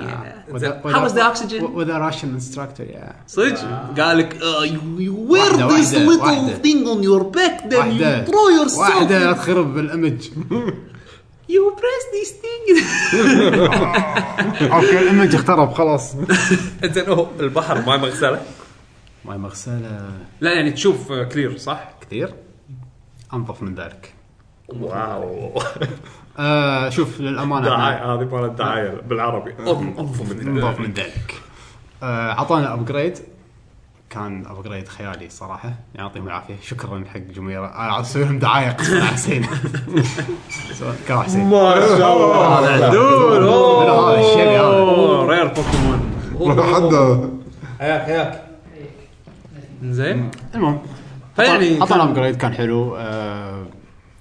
Speaker 2: With a- with
Speaker 4: إيه. How
Speaker 2: a-
Speaker 4: was the oxygen?
Speaker 2: With a Russian instructor, yeah.
Speaker 4: صدق
Speaker 2: آه.
Speaker 4: قال لك "Uh, you you wear
Speaker 2: واحدة-
Speaker 4: this
Speaker 2: واحدة-
Speaker 4: little
Speaker 2: واحدة.
Speaker 4: thing on your back then you
Speaker 2: واحدة
Speaker 4: throw yourself
Speaker 2: واحدة لا تخرب بالامج.
Speaker 4: you يو بريس ذيس ثينج
Speaker 2: اوكي الايمج اخترب خلاص
Speaker 3: انزين هو البحر ما مغسله
Speaker 2: ماي مغسله
Speaker 4: لا يعني تشوف كلير صح؟
Speaker 2: كثير انظف من ذلك
Speaker 3: واو
Speaker 2: آه شوف للامانه
Speaker 3: دعايه
Speaker 2: إحنا
Speaker 3: هذه مالت دعايه بالعربي انظف
Speaker 2: انظف من ذلك آه عطانا ابجريد كان ابجريد خيالي صراحه يعطيهم العافيه شكرا حق جميره آه عاد اسوي لهم دعايه قسم على حسين كان حسين
Speaker 3: ما شاء الله دول
Speaker 2: لا، هذا الشيء هذا
Speaker 4: اوه رير بوكيمون
Speaker 5: حدا
Speaker 4: حياك حياك زين
Speaker 2: المهم
Speaker 4: فيعني
Speaker 2: عطانا
Speaker 4: كان-
Speaker 2: ابجريد كان حلو آه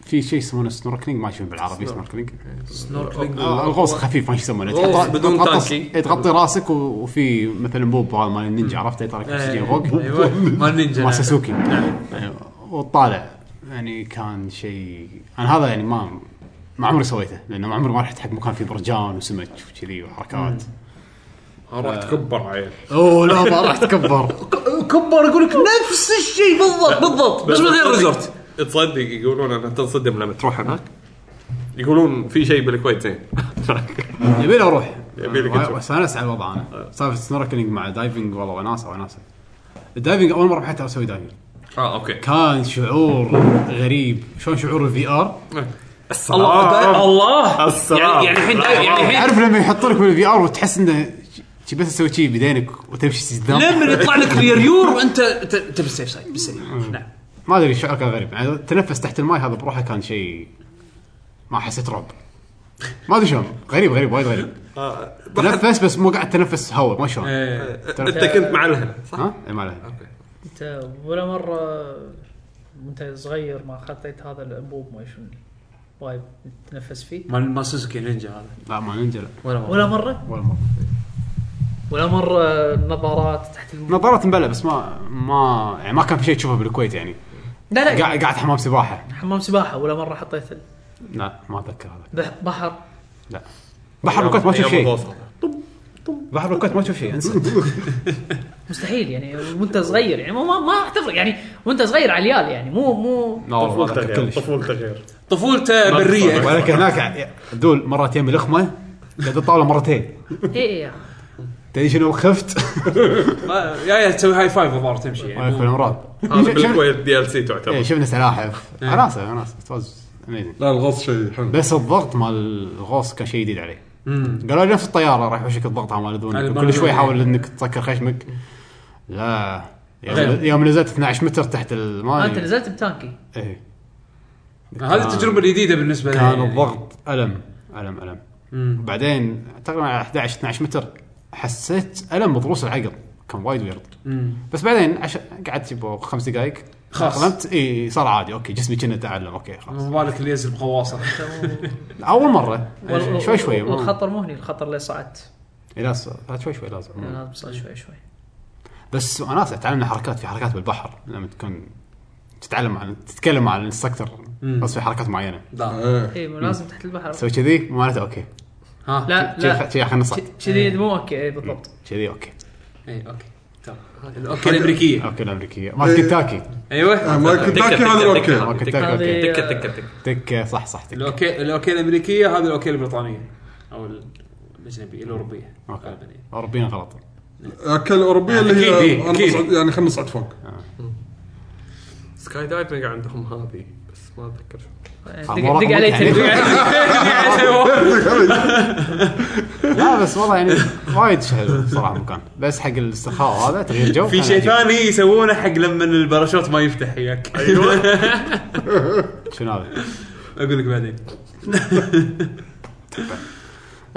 Speaker 2: في شيء يسمونه سنوركلينج ما شنو بالعربي سنوركلينج
Speaker 4: سنوركلينج
Speaker 2: آه، الغوص الخفيف ما شو يسمونه
Speaker 3: غوص
Speaker 2: تحط-
Speaker 3: بدون
Speaker 2: تحط-
Speaker 3: تانكي.
Speaker 2: إيه، تغطي راسك و- وفي مثلا بوب هذا مال النينجا عرفته يطلع لك اكسجين فوق
Speaker 4: ايوه مال نينجا
Speaker 2: مال ساسوكي أيوة. وطالع يعني كان شيء انا هذا يعني ما ما عمري سويته لانه ما عمري ما رحت حق مكان فيه برجان وسمك وكذي وحركات
Speaker 3: راح تكبر عيل
Speaker 2: اوه لا ما راح تكبر
Speaker 4: كبر يقول لك نفس الشيء بالضبط بالضبط بس من غير ريزورت
Speaker 3: تصدق يقولون انا تنصدم لما تروح هناك يقولون في شيء بالكويت زين
Speaker 2: يبي آه. لي اروح
Speaker 3: يبي لك
Speaker 2: أنا
Speaker 3: تروح.
Speaker 2: استانس على الوضع انا سالفه سنوركلينج مع دايفنج والله وناسه وناسه الدايفنج اول مره بحياتي اسوي دايفنج
Speaker 4: آه،
Speaker 3: اه اوكي
Speaker 2: كان شعور غريب شلون شعور الفي ار
Speaker 4: الله
Speaker 3: آه.
Speaker 4: الله
Speaker 3: السلام.
Speaker 4: يعني يعني الحين يعني الحين
Speaker 2: تعرف لما يحط لك بالفي ار وتحس انه شي بس تسوي شي بدينك وتمشي قدام
Speaker 4: لما يطلع لك رير يور انت انت أنت بالسيف سايد بالسيف نعم
Speaker 2: ما ادري الشعور كان غريب يعني تنفس تحت الماي هذا بروحه كان شيء ما حسيت رعب ما ادري شلون غريب غريب وايد غريب
Speaker 3: آه، بحث-
Speaker 2: تنفس بس مو قاعد تنفس هواء ما شلون
Speaker 3: انت كنت مع الهنا إيه. صح؟
Speaker 2: ها؟ اي ما عليه
Speaker 7: انت ولا مره وانت صغير ما خطيت هذا الانبوب ما شنو وايب تتنفس فيه
Speaker 4: مال ما سوسكي نينجا هذا
Speaker 2: لا ما ننجا لا
Speaker 4: ولا مرة.
Speaker 7: ولا مره
Speaker 2: ولا مره
Speaker 7: ولا مره نظارات تحت الماء
Speaker 2: نظارة مبلى بس ما ما يعني ما كان في شيء تشوفه بالكويت يعني
Speaker 3: إيه.
Speaker 7: لا لا
Speaker 2: قاعد قاعد حمام سباحه
Speaker 7: حمام سباحه ولا مره حطيت ال-
Speaker 2: لا ما اتذكر هذا
Speaker 7: بح- بحر
Speaker 2: لا بحر بالكويت ما تشوف
Speaker 3: أيام
Speaker 2: شيء
Speaker 3: الغوص.
Speaker 2: بحر بالكويت ما تشوف شيء انسى
Speaker 7: مستحيل يعني وانت صغير يعني ما- ما ما راح تفرق يعني وانت صغير عيال يعني مو مو
Speaker 2: لا والله ما
Speaker 3: طفولته
Speaker 2: أتذكر
Speaker 3: غير
Speaker 2: كلش
Speaker 3: طفولته غير
Speaker 4: طفولته بريه
Speaker 2: ولكن هناك دول مرتين بالخمه قد الطاوله مرتين
Speaker 7: اي اي
Speaker 2: تدري شنو خفت
Speaker 3: إيه.
Speaker 4: ما- يا يا تسوي هاي فايف الظاهر تمشي
Speaker 2: ما
Speaker 4: يعني
Speaker 2: يكون امراض
Speaker 3: هذا بالكويت دي ال سي تعتبر
Speaker 2: إيه، شفنا سلاحف وناسه وناسه It was amazing.
Speaker 5: لا الغص شيء حلو
Speaker 2: بس الضغط مال الغوص كان شيء جديد عليه قالوا لي نفس الطياره راح يحوشك الضغط على
Speaker 4: على
Speaker 2: مال
Speaker 4: المال
Speaker 2: كل شوي
Speaker 4: الذوني.
Speaker 2: حاول انك تسكر خشمك لا يوم-
Speaker 4: غير.
Speaker 2: يوم نزلت 12 متر تحت الماء
Speaker 7: انت نزلت بتانكي
Speaker 2: إيه.
Speaker 4: هذه التجربه الجديده بالنسبه لي
Speaker 2: كان
Speaker 4: يعني.
Speaker 2: الضغط الم الم الم بعدين تقريبا على 11 12 متر حسيت الم بضروس العقل كان وايد ويرد بس بعدين عش... قعدت يبو خمس دقائق
Speaker 4: خلاص.
Speaker 2: خلاص اي صار عادي اوكي جسمي كنا تعلم اوكي خلاص
Speaker 4: ما بالك اللي ينزل بغواصه
Speaker 2: اول مره شوي شوي ما-
Speaker 7: والخطر مو هني الخطر اللي صعدت
Speaker 2: إي، لا ص- شوي شوي لازم
Speaker 7: يعني لازم تصعد شوي شوي
Speaker 2: بس انا تعلمنا حركات في حركات بالبحر لما تكون تتعلم عن تتكلم مع الانستكتر بس في حركات معينه
Speaker 4: لا
Speaker 5: إيه.
Speaker 7: اي لازم تحت البحر
Speaker 2: تسوي كذي معناته اوكي
Speaker 4: ها
Speaker 7: لا لا
Speaker 2: كذي خلينا نصعد
Speaker 7: كذي مو اوكي إي، بالضبط
Speaker 2: كذي اوكي
Speaker 4: اي اوكي إيه، تمام. اوكي الامريكيه
Speaker 2: اوكي الامريكيه مال كنتاكي
Speaker 4: ايوه
Speaker 5: آه، ما كنت تاكي هذا اوكي
Speaker 2: مال كنتاكي اوكي
Speaker 7: هذه-
Speaker 3: تكه تكه تكه
Speaker 2: تك صح صح تك
Speaker 4: الاوكي الاوكي الامريكيه هذه الاوكي البريطانيه او ال- يعني؟ الاجنبيه الاوروبيه غالباً يعني.
Speaker 2: اوروبيين غلط
Speaker 5: اكل الاوروبيه آه، اللي هي
Speaker 4: أكيد،
Speaker 5: أنا
Speaker 4: أكيد.
Speaker 5: بصعد- يعني خلينا نصعد فوق
Speaker 3: سكاي دايفنج عندهم هذه بس ما اتذكر شو
Speaker 7: دق
Speaker 2: مرة
Speaker 7: دق علي
Speaker 2: ممتع.
Speaker 7: تلفزيون.
Speaker 2: لا بس والله يعني وايد حلو صراحه المكان بس حق الاسترخاء هذا تغيير جو
Speaker 4: في
Speaker 2: كان
Speaker 4: شيء
Speaker 2: عجيب.
Speaker 4: ثاني يسوونه حق لما الباراشوت ما يفتح وياك
Speaker 3: أيوة.
Speaker 2: شنو هذا؟
Speaker 4: اقول لك بعدين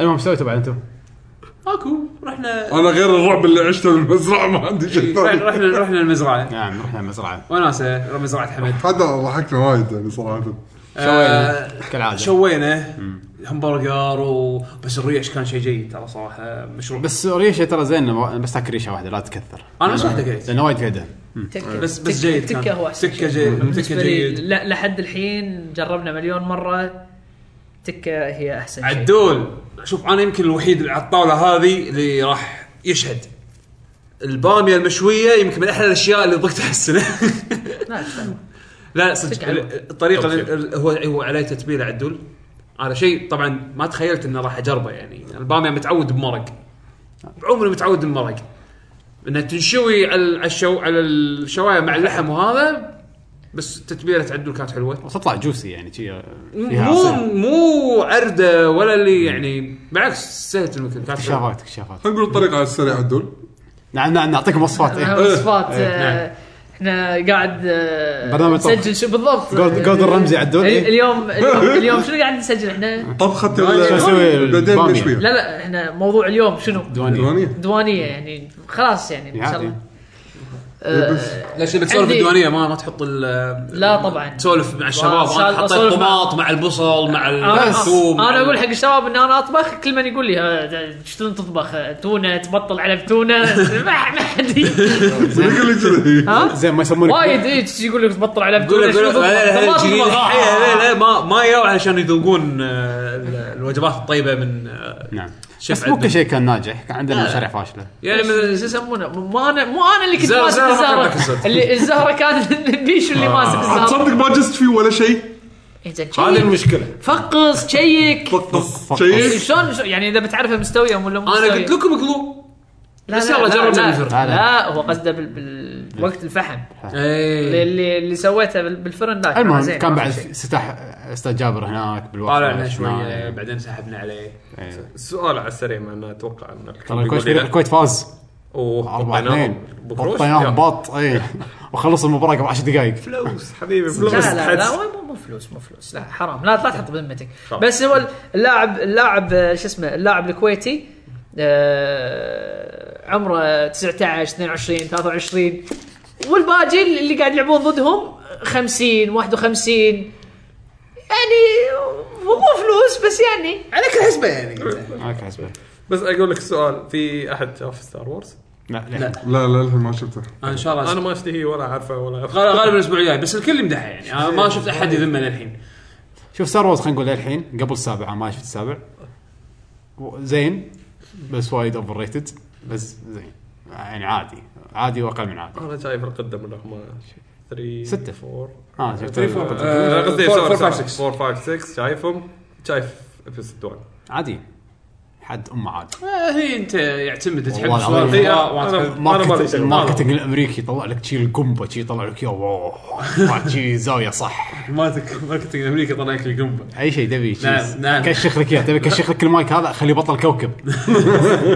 Speaker 2: المهم سويته بعد انتم
Speaker 4: اكو رحنا
Speaker 5: انا غير الرعب اللي عشته بالمزرعه ما عندي شيء ثاني
Speaker 4: رحنا رحنا المزرعه
Speaker 2: نعم رحنا المزرعه
Speaker 4: وناسه مزرعه حمد
Speaker 5: هذا ضحكنا وايد يعني صراحه
Speaker 2: شوينا
Speaker 4: آه،
Speaker 2: كالعاده
Speaker 4: شوينا همبرجر و... بس الريش كان شيء جيد ترى صراحه مشروع بس
Speaker 2: بس ريشه ترى زين لما- بس تاكل ريشه واحده لا تكثر
Speaker 4: انا بس واحده قريت
Speaker 2: لانه وايد فيها دهن
Speaker 7: تكة.
Speaker 4: بس بس
Speaker 7: تكة-
Speaker 4: جيد كان.
Speaker 7: تكه هو احسن
Speaker 4: تكه
Speaker 7: شيء.
Speaker 4: جيد
Speaker 7: بالنسبه
Speaker 4: تكه
Speaker 7: لي
Speaker 4: جيد
Speaker 7: لا لحد الحين جربنا مليون مره تكه هي احسن شيء
Speaker 4: عدول شوف انا يمكن الوحيد اللي على الطاوله هذه اللي راح يشهد الباميه المشويه يمكن من احلى الاشياء اللي ضقتها السنه
Speaker 7: لا، إيش دعوة.
Speaker 4: لا
Speaker 7: صدق
Speaker 4: صدق
Speaker 7: حلو.
Speaker 4: الطريقه ال- ال- هو هو عليه تتبيله عدول هذا شيء طبعا ما تخيلت انه راح اجربه يعني أنا الباميه متعود بمرق عمري متعود بمرق انها تنشوي على على الشو على الشوايه مع اللحم وهذا بس تتبيله عدل كانت حلوه
Speaker 2: وتطلع جوسي يعني شي آه، فيها
Speaker 4: مو
Speaker 2: عصير.
Speaker 4: مو عرده ولا اللي يعني بالعكس سهلت المكان كانت حلوة.
Speaker 2: اكتشافات اكتشافات
Speaker 5: خلينا نقول الطريقه على السريع عدول
Speaker 2: نعم نعم نعطيكم وصفات إيه.
Speaker 7: وصفات
Speaker 4: إيه،
Speaker 7: آه، احنا قاعد آه،
Speaker 2: برنامج طبخ.
Speaker 7: نسجل شو بالضبط يعني
Speaker 2: جولد- جولد الرمزي عدول،
Speaker 7: ال-
Speaker 2: إيه. طيب.
Speaker 7: اليوم اليوم اليوم شنو قاعد نسجل احنا؟
Speaker 5: طبخه
Speaker 2: شو أسوي؟
Speaker 5: ال- بعدين
Speaker 2: البامية.
Speaker 5: مشويه
Speaker 7: لا لا احنا موضوع اليوم شنو؟
Speaker 2: ديوانية
Speaker 5: ديوانية.
Speaker 7: دوانية يعني خلاص يعني ان شاء
Speaker 2: عادي.
Speaker 7: الله آه،
Speaker 4: ليش اللي بتسولف
Speaker 7: عندي-
Speaker 4: بالديوانيه ما ما تحط ال
Speaker 7: لا طبعا
Speaker 4: تسولف مع الشباب
Speaker 7: وأسال-
Speaker 4: انا حطيت
Speaker 7: أسولف مع-
Speaker 4: طماط مع البصل مع
Speaker 7: انا
Speaker 4: الثوم
Speaker 7: آه، أنا اقول حق الشباب ان انا اطبخ كل من يقول لي "آه، شلون تطبخ آه، تونه تبطل علب تونه ما ما حد ي-
Speaker 5: يقول لي كذي
Speaker 7: ها
Speaker 2: زين ما يسمونك
Speaker 7: وايد اي يقول لك تبطل علب
Speaker 4: قول
Speaker 7: تونه شلون
Speaker 4: قول
Speaker 7: تطبخ؟
Speaker 4: إيه،
Speaker 7: ما تطبخ.
Speaker 4: لا ما ما يو علشان يذوقون آه، ال- الوجبات الطيبه من آه،
Speaker 2: نعم
Speaker 4: شيف
Speaker 2: بس مو
Speaker 4: عدل.
Speaker 2: كل شيء كان ناجح كان عندنا
Speaker 4: لا.
Speaker 2: مشاريع فاشله
Speaker 4: يعني
Speaker 7: شو
Speaker 4: من
Speaker 7: يسمونه مو انا مو انا اللي كنت
Speaker 4: زهرة-
Speaker 7: ماسك
Speaker 4: زهرة آه.
Speaker 7: الزهره
Speaker 4: كنت ماسك.
Speaker 7: اللي الزهره كان بيشو اللي ماسك الزهره
Speaker 5: تصدق ما جزت فيه ولا شيء
Speaker 7: إنزين،
Speaker 4: هذه
Speaker 7: شيك.
Speaker 4: المشكله
Speaker 7: فقص شيك
Speaker 2: فقط.
Speaker 5: شيء
Speaker 7: شلون شلون- يعني اذا بتعرفه مستويه ولا مو
Speaker 4: انا
Speaker 7: مستوية.
Speaker 4: قلت لكم اكلوا
Speaker 7: لا
Speaker 4: بس
Speaker 7: لا
Speaker 4: يلا
Speaker 7: لا
Speaker 4: جرب
Speaker 7: لا,
Speaker 4: الفرن. إيه.
Speaker 7: لا, لا هو قصده بال- بال- بالوقت الفحم
Speaker 2: طيب.
Speaker 7: اللي
Speaker 4: اي
Speaker 7: اللي, اللي سويته بال- بالفرن لا
Speaker 2: المهم
Speaker 7: زين،
Speaker 2: كان
Speaker 7: ما في
Speaker 2: بعد
Speaker 7: شيء.
Speaker 2: استفتاح استاذ جابر هناك بالوقت
Speaker 4: طالعنا شويه
Speaker 2: هناك.
Speaker 4: بعدين سحبنا عليه
Speaker 2: إيه.
Speaker 3: سؤال على السريع مع انه اتوقع ان
Speaker 2: ترى الكويت الكويت فاز 4
Speaker 3: نعم.
Speaker 2: 2 بطيناهم بط اي إيه. وخلص المباراه قبل 10 دقائق
Speaker 3: فلوس حبيبي فلوس
Speaker 7: لا لا لا
Speaker 3: حدس.
Speaker 7: هو مو- مو فلوس مو فلوس لا حرام لا لا تحط بذمتك بس هو اللاعب اللاعب آه، شو اسمه اللاعب الكويتي آه، عمره 19 22 23 والباقي اللي قاعد يلعبون ضدهم 50 51 يعني مو فلوس بس يعني
Speaker 4: على كل حسبه يعني
Speaker 2: معك حسبه
Speaker 3: بس اقول لك سؤال في احد شاف ستار وورز؟
Speaker 2: لا لا
Speaker 5: لا لا الحين ما شفته
Speaker 4: أنا ان شاء الله
Speaker 3: انا ما اشتهي ولا اعرفه ولا أعرفه.
Speaker 4: غال- غالبا الاسبوع الجاي بس الكل يمدحها يعني انا
Speaker 2: إيه.
Speaker 4: ما شفت احد يذمه للحين
Speaker 2: شوف ستار وورز خلينا نقول للحين قبل السابع أنا ما شفت السابع و- زين بس وايد اوفر ريتد بس زين يعني عادي عادي واقل من عادي
Speaker 3: انا شايف القدم رقم 3
Speaker 2: ستة.
Speaker 3: 4
Speaker 2: اه شفت
Speaker 3: 3
Speaker 4: آه،
Speaker 3: 4 قصدي
Speaker 4: four- four,
Speaker 3: 4
Speaker 4: five,
Speaker 3: 5 6 4 5 6 شايفهم شايف ابيسود 1
Speaker 2: عادي حد امه عادي
Speaker 4: آه، هي انت يعتمد تحب
Speaker 2: والله
Speaker 4: السؤال
Speaker 2: العظيم.
Speaker 4: إيه، آه، ما تحب.
Speaker 2: ماركت
Speaker 3: أدري. ما أدري.
Speaker 2: الماركتنج الامريكي يطلع لك شي القنبه شي يطلع لك يا واو شي زاويه صح
Speaker 4: مالتك ماركتنج الامريكي طلع لك القنبه
Speaker 2: اي شيء تبي شي
Speaker 4: نعم، نعم.
Speaker 2: كشخ لك اياه تبي كشخ لك المايك هذا خليه بطل كوكب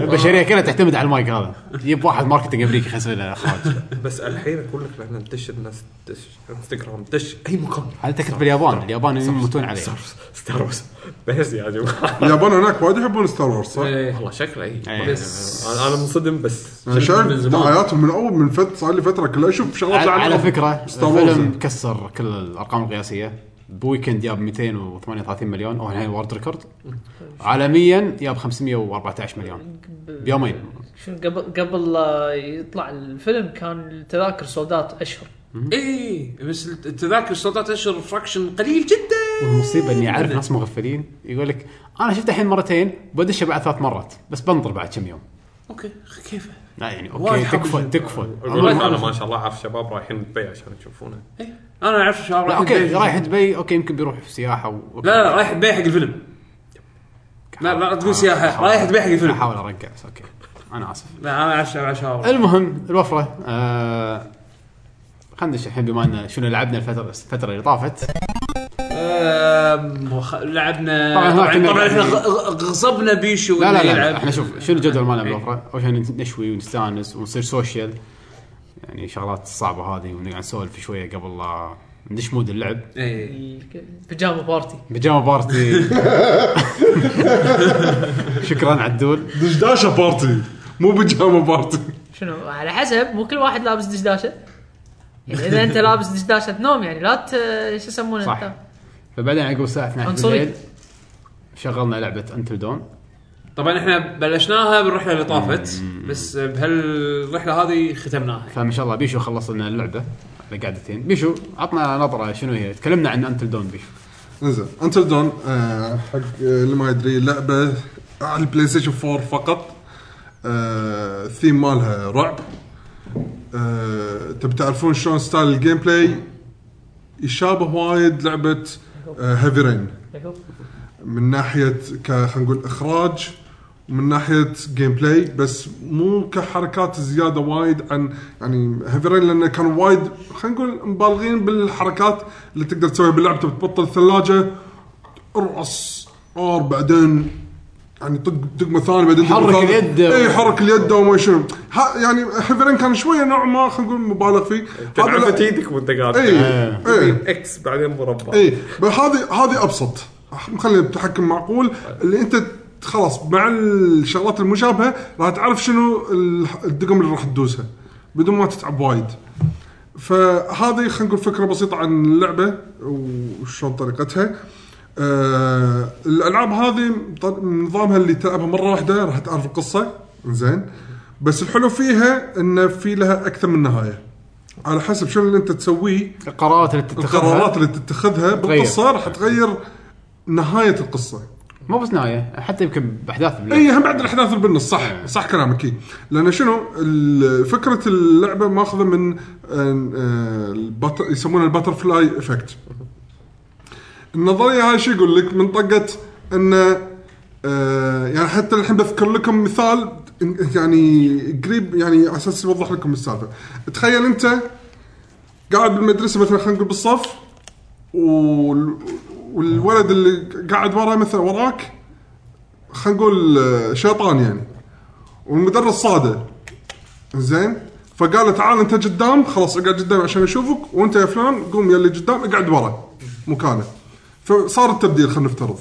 Speaker 2: البشريه كلها تعتمد على المايك هذا جيب واحد ماركتنج امريكي خلينا نسوي له اخراج
Speaker 3: بس الحين اقول لك لان ندش الناس دش انستغرام دش اي مكان
Speaker 2: هذا تكت باليابان اليابان يموتون عليه
Speaker 3: ستار وورز ستار وورز بس يا جماعه
Speaker 5: اليابان هناك وايد يحبون ستار وورز صح؟
Speaker 4: إيه.
Speaker 3: والله شكله اي
Speaker 2: إيه.
Speaker 3: بس انا أنا منصدم بس
Speaker 5: انا
Speaker 4: من
Speaker 5: شايف
Speaker 4: زمان.
Speaker 5: دعاياتهم من اول من فت صار لي فتره كلها اشوف شغلات
Speaker 2: على,
Speaker 5: لعنة.
Speaker 2: على فكره
Speaker 5: ستار وورز
Speaker 2: الفيلم كسر كل الارقام القياسيه بويكند جاب 238 مليون او هاي وورد ريكورد عالميا جاب 514 مليون بيومين
Speaker 7: شنو قبل قبل لا يطلع الفيلم كان التذاكر سودات اشهر
Speaker 4: اي إيه. بس التذاكر سلطات اشهر فراكشن قليل جدا
Speaker 2: والمصيبه اني اعرف ناس مغفلين يقول لك انا شفت الحين مرتين بدش بعد ثلاث مرات بس بنطر بعد كم يوم
Speaker 4: اوكي كيفه
Speaker 2: لا يعني اوكي
Speaker 4: وايد حب
Speaker 2: تكفى
Speaker 4: الجن.
Speaker 2: تكفى
Speaker 3: اقول لك
Speaker 2: أما-
Speaker 3: انا ما شاء الله اعرف شباب رايحين دبي عشان يشوفونه
Speaker 4: إيه. انا اعرف شباب
Speaker 2: لا
Speaker 4: رايح
Speaker 2: اوكي
Speaker 4: دبي.
Speaker 2: رايح دبي اوكي يمكن بيروح في سياحه و...
Speaker 4: لا لا رايح دبي حق الفيلم لا لا تقول سياحه رايح دبي حق الفيلم
Speaker 2: احاول ارجع بس اوكي انا اسف
Speaker 4: لا انا اعرف شباب
Speaker 2: إيه.
Speaker 4: شباب
Speaker 2: المهم الوفره آه خلينا ندش الحين بما ان شنو لعبنا الفتره الفتره اللي طافت
Speaker 4: آم، وخ- لعبنا
Speaker 2: طبعاً
Speaker 4: طبعا
Speaker 2: هناك كنا-
Speaker 4: طبعا احنا غ- غ- غصبنا بيشو
Speaker 2: لا
Speaker 4: إنه
Speaker 2: لا لا
Speaker 4: يلعب.
Speaker 2: احنا شوف شنو الجدول مالنا
Speaker 4: إيه.
Speaker 2: بالوفره اول شيء نشوي ونستانس ونصير سوشيال يعني شغلات صعبه هذه ونقعد نسولف شويه قبل لا ندش مود اللعب
Speaker 4: إيه.
Speaker 7: بيجاما بارتي
Speaker 2: بيجاما بارتي شكرا عدول
Speaker 5: دشداشه بارتي مو بيجاما بارتي
Speaker 7: شنو على حسب مو كل واحد لابس دشداشه يعني اذا انت لابس دشداشه نوم يعني لا ت- شو يسمونه
Speaker 2: صح.
Speaker 7: انت؟
Speaker 2: فبعدين عقب الساعه 12
Speaker 7: عنصري.
Speaker 2: بالليل شغلنا لعبه انتل دون
Speaker 4: طبعا احنا بلشناها بالرحله اللي طافت بس بهالرحله هذه ختمناها
Speaker 2: فما شاء الله بيشو خلص لنا اللعبه على قعدتين بيشو عطنا نظره شنو هي تكلمنا عن انتل دون بيشو
Speaker 5: انزين انتل دون آه، حق آه، اللي ما يدري لعبه على البلاي ستيشن 4 فقط آه، الثيم مالها رعب آه، تبي تعرفون شلون ستايل الجيم e, بلاي يشابه وايد لعبه هيفي رين من ناحيه ك- خلينا نقول اخراج ومن ناحيه جيم بلاي بس مو كحركات زياده وايد عن يعني هيفي رين لانه كان وايد خلينا نقول مبالغين بالحركات اللي تقدر تسويها بلعبته بتبطل الثلاجه ارقص ار بعدين يعني طق دقمه ثانيه بعدين دقمة
Speaker 2: حرك
Speaker 5: ثانية.
Speaker 2: اليد.
Speaker 5: اي حرك اليد وما شنو ها- يعني هيفرين كان شويه نوع ما خلينا نقول مبالغ فيه هذا لا. إيه،
Speaker 3: تنعفت ايدك وانت قاعد
Speaker 5: اي
Speaker 2: آه.
Speaker 5: اي
Speaker 3: اكس بعدين مربع
Speaker 5: اي بس هذه هذه ابسط مخلي التحكم معقول اللي انت خلاص مع الشغلات المشابهه راح تعرف شنو ال- الدقم اللي راح تدوسها بدون ما تتعب وايد فهذه خلينا نقول فكره بسيطه عن اللعبه وشلون طريقتها آه الالعاب هذه ط- نظامها اللي تلعبها مره واحده راح تعرف القصه زين بس الحلو فيها ان في لها اكثر من نهايه على حسب شنو اللي انت تسويه
Speaker 2: القرارات اللي تتخذها
Speaker 5: القرارات اللي تتخذها بالقصه راح تغير نهايه القصه
Speaker 2: مو بس نهايه حتى يمكن باحداث باللعبة.
Speaker 5: اي إيه، هم بعد الاحداث اللي بالنص صح صح كلامك إي. لان شنو ال- فكره اللعبه ماخذه من آه، آه، البط- يسمونها الباتر فلاي افكت النظريه هاي شو يقول لك من طقه ان آه، يعني حتى الحين بذكر لكم مثال يعني قريب يعني على اساس يوضح لكم السالفه تخيل انت قاعد بالمدرسه مثلا خلينا نقول بالصف وال- والولد اللي قاعد ورا مثلا وراك خلينا نقول آه، شيطان يعني والمدرس صاده زين فقال له تعال انت قدام خلاص اقعد قدام عشان اشوفك وانت يا فلان قوم يلي قدام اقعد ورا مكانه فصار التبديل خلينا نفترض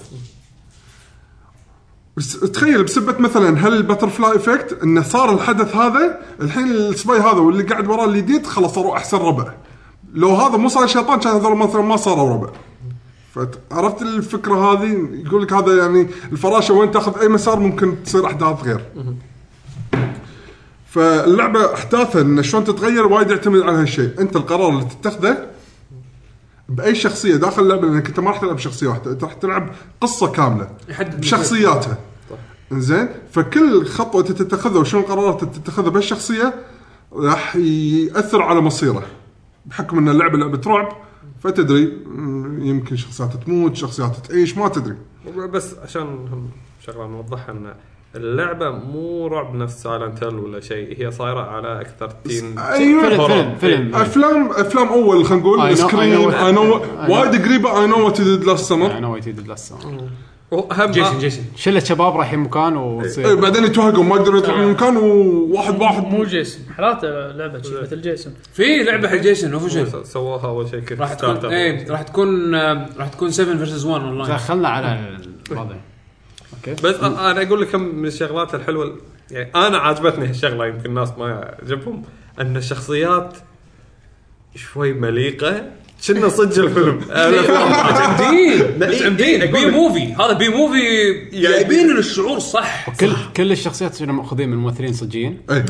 Speaker 5: بس تخيل بسبه مثلا هل البترفلاي افكت انه صار الحدث هذا الحين السباي هذا واللي قاعد وراه اللي جديد خلاص صاروا احسن ربع لو هذا مو صار شيطان كان هذول مثلا ما صاروا ربع فعرفت الفكره هذه يقول لك هذا يعني الفراشه وين تاخذ اي مسار ممكن تصير احداث غير فاللعبه احداثها ان شلون تتغير وايد يعتمد على هالشيء انت القرار اللي تتخذه باي شخصيه داخل اللعبه لانك انت ما راح تلعب شخصيه واحده انت راح تلعب قصه كامله
Speaker 4: يحدد
Speaker 5: بشخصياتها زين فكل خطوه أنت تتخذها وشنو القرارات اللي تتخذها بالشخصيه راح ياثر على مصيره بحكم ان اللعبه لعبه رعب فتدري مم، يمكن شخصيات تموت شخصيات تعيش ما تدري
Speaker 3: بس عشان هم شغله نوضحها ان اللعبه مو رعب نفس سايلنت هيل ولا شيء هي صايره على اكثر تين
Speaker 5: ايوه
Speaker 2: فيلم فيلم
Speaker 3: هورر.
Speaker 2: فيلم
Speaker 5: افلام افلام اول خلينا
Speaker 2: I know- I
Speaker 5: نقول
Speaker 2: know
Speaker 5: سكريم
Speaker 2: what-
Speaker 5: اي نو
Speaker 2: I know.
Speaker 5: وايد قريبه اي نو وات ديد لاست سمر
Speaker 2: انا ويتيد لاست سمر
Speaker 3: وهم
Speaker 4: جيسون جيسون
Speaker 2: شله شباب رايحين مكان وتصير
Speaker 5: إيه، بعدين يتوهقوا ما يقدرون يطلعون من مكان وواحد واحد
Speaker 7: مو جيسون حالات لعبه
Speaker 4: طيب.
Speaker 7: شي مثل جيسون
Speaker 4: في لعبه حق جيسون اوفشل
Speaker 3: آه، سووها اول شيء كيك
Speaker 4: راح تكون ايه راح تكون آه، راح تكون 7 فيرسز 1 اونلاين
Speaker 2: دخلنا على ال- هذا
Speaker 3: بس أ- انا اقول لك هم من الشغلات الحلوه ال- يعني انا عجبتني هالشغله يمكن الناس ما عجبهم ان الشخصيات شوي مليقه كنا صدق الفيلم
Speaker 4: إيه، عمدين
Speaker 3: إيه،
Speaker 4: عمدين
Speaker 3: إيه،
Speaker 4: بي
Speaker 3: أقول- يعني
Speaker 4: موفي هذا بي موفي جايبين الشعور صح
Speaker 2: كل كل الشخصيات كانوا ماخذين من ممثلين صجيين
Speaker 5: إيه.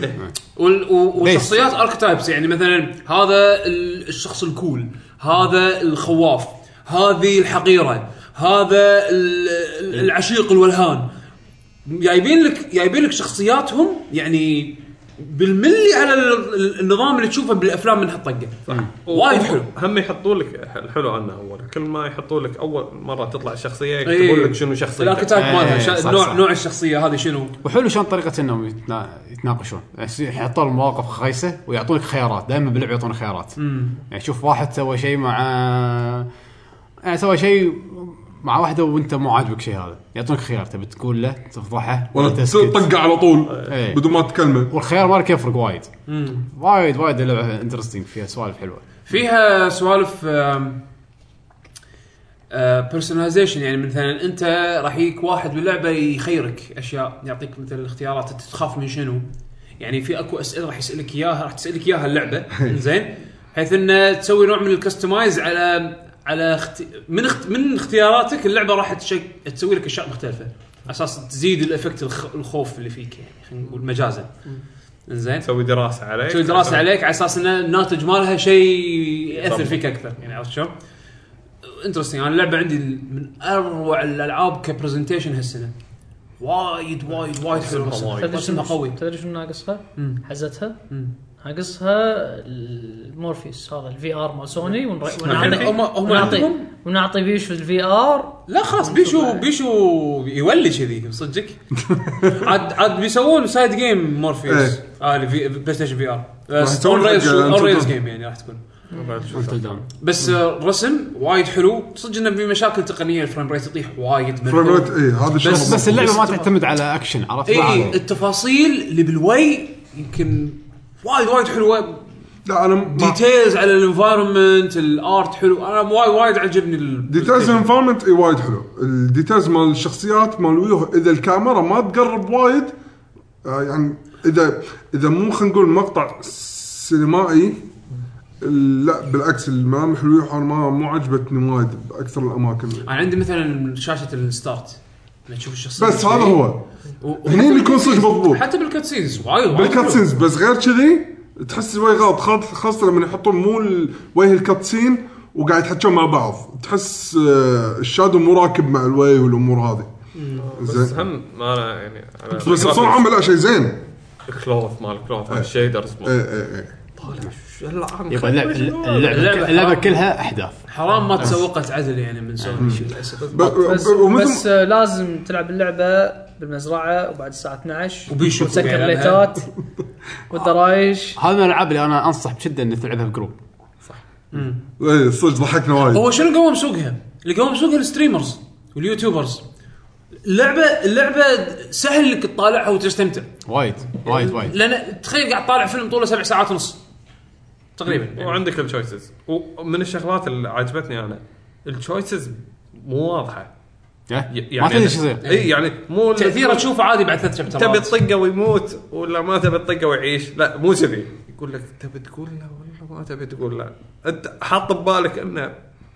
Speaker 4: وال- و- وشخصيات اركتايبس يعني مثلا هذا ال- الشخص الكول هذا الخواف هذه الحقيره هذا ال- ال-
Speaker 2: إيه.
Speaker 4: العشيق الولهان جايبين لك جايبين لك شخصياتهم يعني بالملي على ال- ال- النظام اللي تشوفه بالافلام من هالطقه وايد حلو
Speaker 3: هم يحطوا لك الحلو عنه اول كل ما يحطوا لك اول مره تطلع شخصيه
Speaker 4: إيه.
Speaker 3: يكتبون لك شنو شخصيتك
Speaker 4: الاركتايب مالها
Speaker 2: إيه،
Speaker 4: شا-
Speaker 2: صح،
Speaker 4: نوع
Speaker 2: صح.
Speaker 4: نوع الشخصيه هذه شنو
Speaker 2: وحلو شلون طريقه انهم يتنا- يتناقشون يعني يحطون مواقف خايسه ويعطونك خيارات دائما باللعبه يعطون خيارات يعني شوف واحد سوى شيء مع يعني سوى شيء مع واحده وانت مو عاجبك شيء هذا يعطونك خيار تبي تقول له تفضحه
Speaker 5: ولا
Speaker 2: تسكت
Speaker 5: تطق على طول
Speaker 2: إيه.
Speaker 5: بدون ما تتكلمه
Speaker 2: والخيار مالك يفرق وايد وايد وايد اللعبه انترستنج فيها سوالف حلوه
Speaker 4: فيها سوالف بيرسوناليزيشن يعني مثلا انت راح يجيك واحد باللعبه يخيرك اشياء يعطيك مثل الاختيارات انت تخاف من شنو يعني في اكو اسئله راح يسالك اياها راح تسالك اياها اللعبه زين بحيث انه تسوي نوع من الكستمايز على على اخت... من اخت... من اختياراتك اللعبه راح تشك... تسوي لك اشياء مختلفه على اساس تزيد الافكت الخ... الخوف اللي فيك يعني خلينا نقول مجازا زين
Speaker 3: تسوي دراسه عليك
Speaker 4: تسوي دراسه عليك على اساس ان الناتج مالها شيء ياثر فيك اكثر يعني عرفت شلون؟ انترستنج انا اللعبه عندي من اروع الالعاب كبرزنتيشن هالسنه وايد وايد وايد حلو
Speaker 3: رسمها وايد.
Speaker 4: رسمها طيب. قوي
Speaker 7: تدري شنو ناقصها؟ حزتها؟ ناقصها المورفيس هذا الفي ار مال سوني ونر-
Speaker 3: الحين
Speaker 7: ونعطي
Speaker 4: هم هم
Speaker 7: ونعطي
Speaker 4: عندهم
Speaker 7: ونعطي بيشو الفي ار
Speaker 4: لا خلاص بيشو بيشو يولي كذي صدقك عاد عاد بيسوون سايد جيم مورفيوس
Speaker 5: إيه.
Speaker 4: اه اللي في بلاي ستيشن في ار
Speaker 5: راح
Speaker 4: بس
Speaker 5: يسوون
Speaker 4: اون ريلز
Speaker 5: حق
Speaker 4: اون ريلز
Speaker 5: Until Dawn.
Speaker 4: جيم يعني راح تكون
Speaker 3: بعد شوف.
Speaker 2: انتل داون
Speaker 4: بس آه، رسم وايد حلو صدق انه في مشاكل تقنيه الفريم ريت يطيح وايد منهم.
Speaker 5: فريم ريت اي إيه، هذا الشغل
Speaker 4: بس-
Speaker 2: بس اللعبه ما تعتمد على اكشن عرفت؟
Speaker 4: اي إيه، التفاصيل اللي بالوي يمكن وايد وايد حلوه
Speaker 5: لا انا ما-
Speaker 4: ديتيلز على الانفايرمنت الارت حلو انا وايد وايد عجبني ال-
Speaker 5: ديتيلز انفايرمنت اي وايد حلو الديتيلز مال الشخصيات مال ويوه اذا الكاميرا ما تقرب وايد آه، يعني اذا اذا مو خلينا نقول مقطع سينمائي لا بالعكس الملامح الويوه أنا ما مو عجبتني وايد باكثر الاماكن
Speaker 4: انا عندي مثلا شاشه الستارت إنه تشوف الشخصيه
Speaker 5: بس هذا هو
Speaker 4: و-
Speaker 5: هني اللي يكون صدق مضبوط.
Speaker 4: حتى بالكاتسينز وايد وايد
Speaker 5: بالكاتسينز بس غير كذي تحس الوجه غلط خاص- خاصه لما يحطون مو الوجه الكاتسين وقاعد يتحكون مع بعض تحس آه، الشادو مو راكب مع الوجه والامور هذه
Speaker 3: بس
Speaker 5: زين
Speaker 3: هم ما انا يعني انا
Speaker 5: بس بصراحه عم لا شيء زين
Speaker 3: الكلوث مال الكلوث الشيدرز مال
Speaker 5: ايه ايه ايه
Speaker 2: يبقى اللعبه اللعبه,
Speaker 4: اللعبة
Speaker 2: اللعبة
Speaker 4: حرام.
Speaker 2: كلها احداث
Speaker 4: حرام ما تسوقت عدل يعني من سوني للاسف
Speaker 5: ب-
Speaker 7: بس,
Speaker 5: ب- آه، ومثل-
Speaker 7: بس آه، لازم تلعب اللعبه بالمزرعه وبعد الساعه 12
Speaker 4: وبيشوف
Speaker 7: وتسكر
Speaker 4: يلعبها.
Speaker 7: الليتات والدرايش
Speaker 2: هذا من الالعاب اللي انا انصح بشده انك تلعبها بجروب
Speaker 5: ايه صدق ضحكنا وايد
Speaker 4: هو شنو قوم سوقها؟ اللي قوم سوقها الستريمرز واليوتيوبرز اللعبه اللعبه سهل انك تطالعها وتستمتع
Speaker 2: وايد وايد وايد
Speaker 4: لان تخيل قاعد تطالع فيلم طوله سبع ساعات ونص تقريبا يعني.
Speaker 3: وعندك التشويسز ومن الشغلات اللي عجبتني انا التشويسز مو واضحه
Speaker 2: إيه؟
Speaker 3: ي- يعني
Speaker 2: ما تدري شو يصير
Speaker 3: اي يعني مو
Speaker 4: تاثيره تشوفه عادي بعد ثلاث
Speaker 3: تبي
Speaker 4: شابترات
Speaker 3: تطقه ويموت ولا ما تبي تطقه ويعيش لا مو كذي يقول لك تبي تقول لا ولا ما تبي تقول لا انت حاط ببالك انه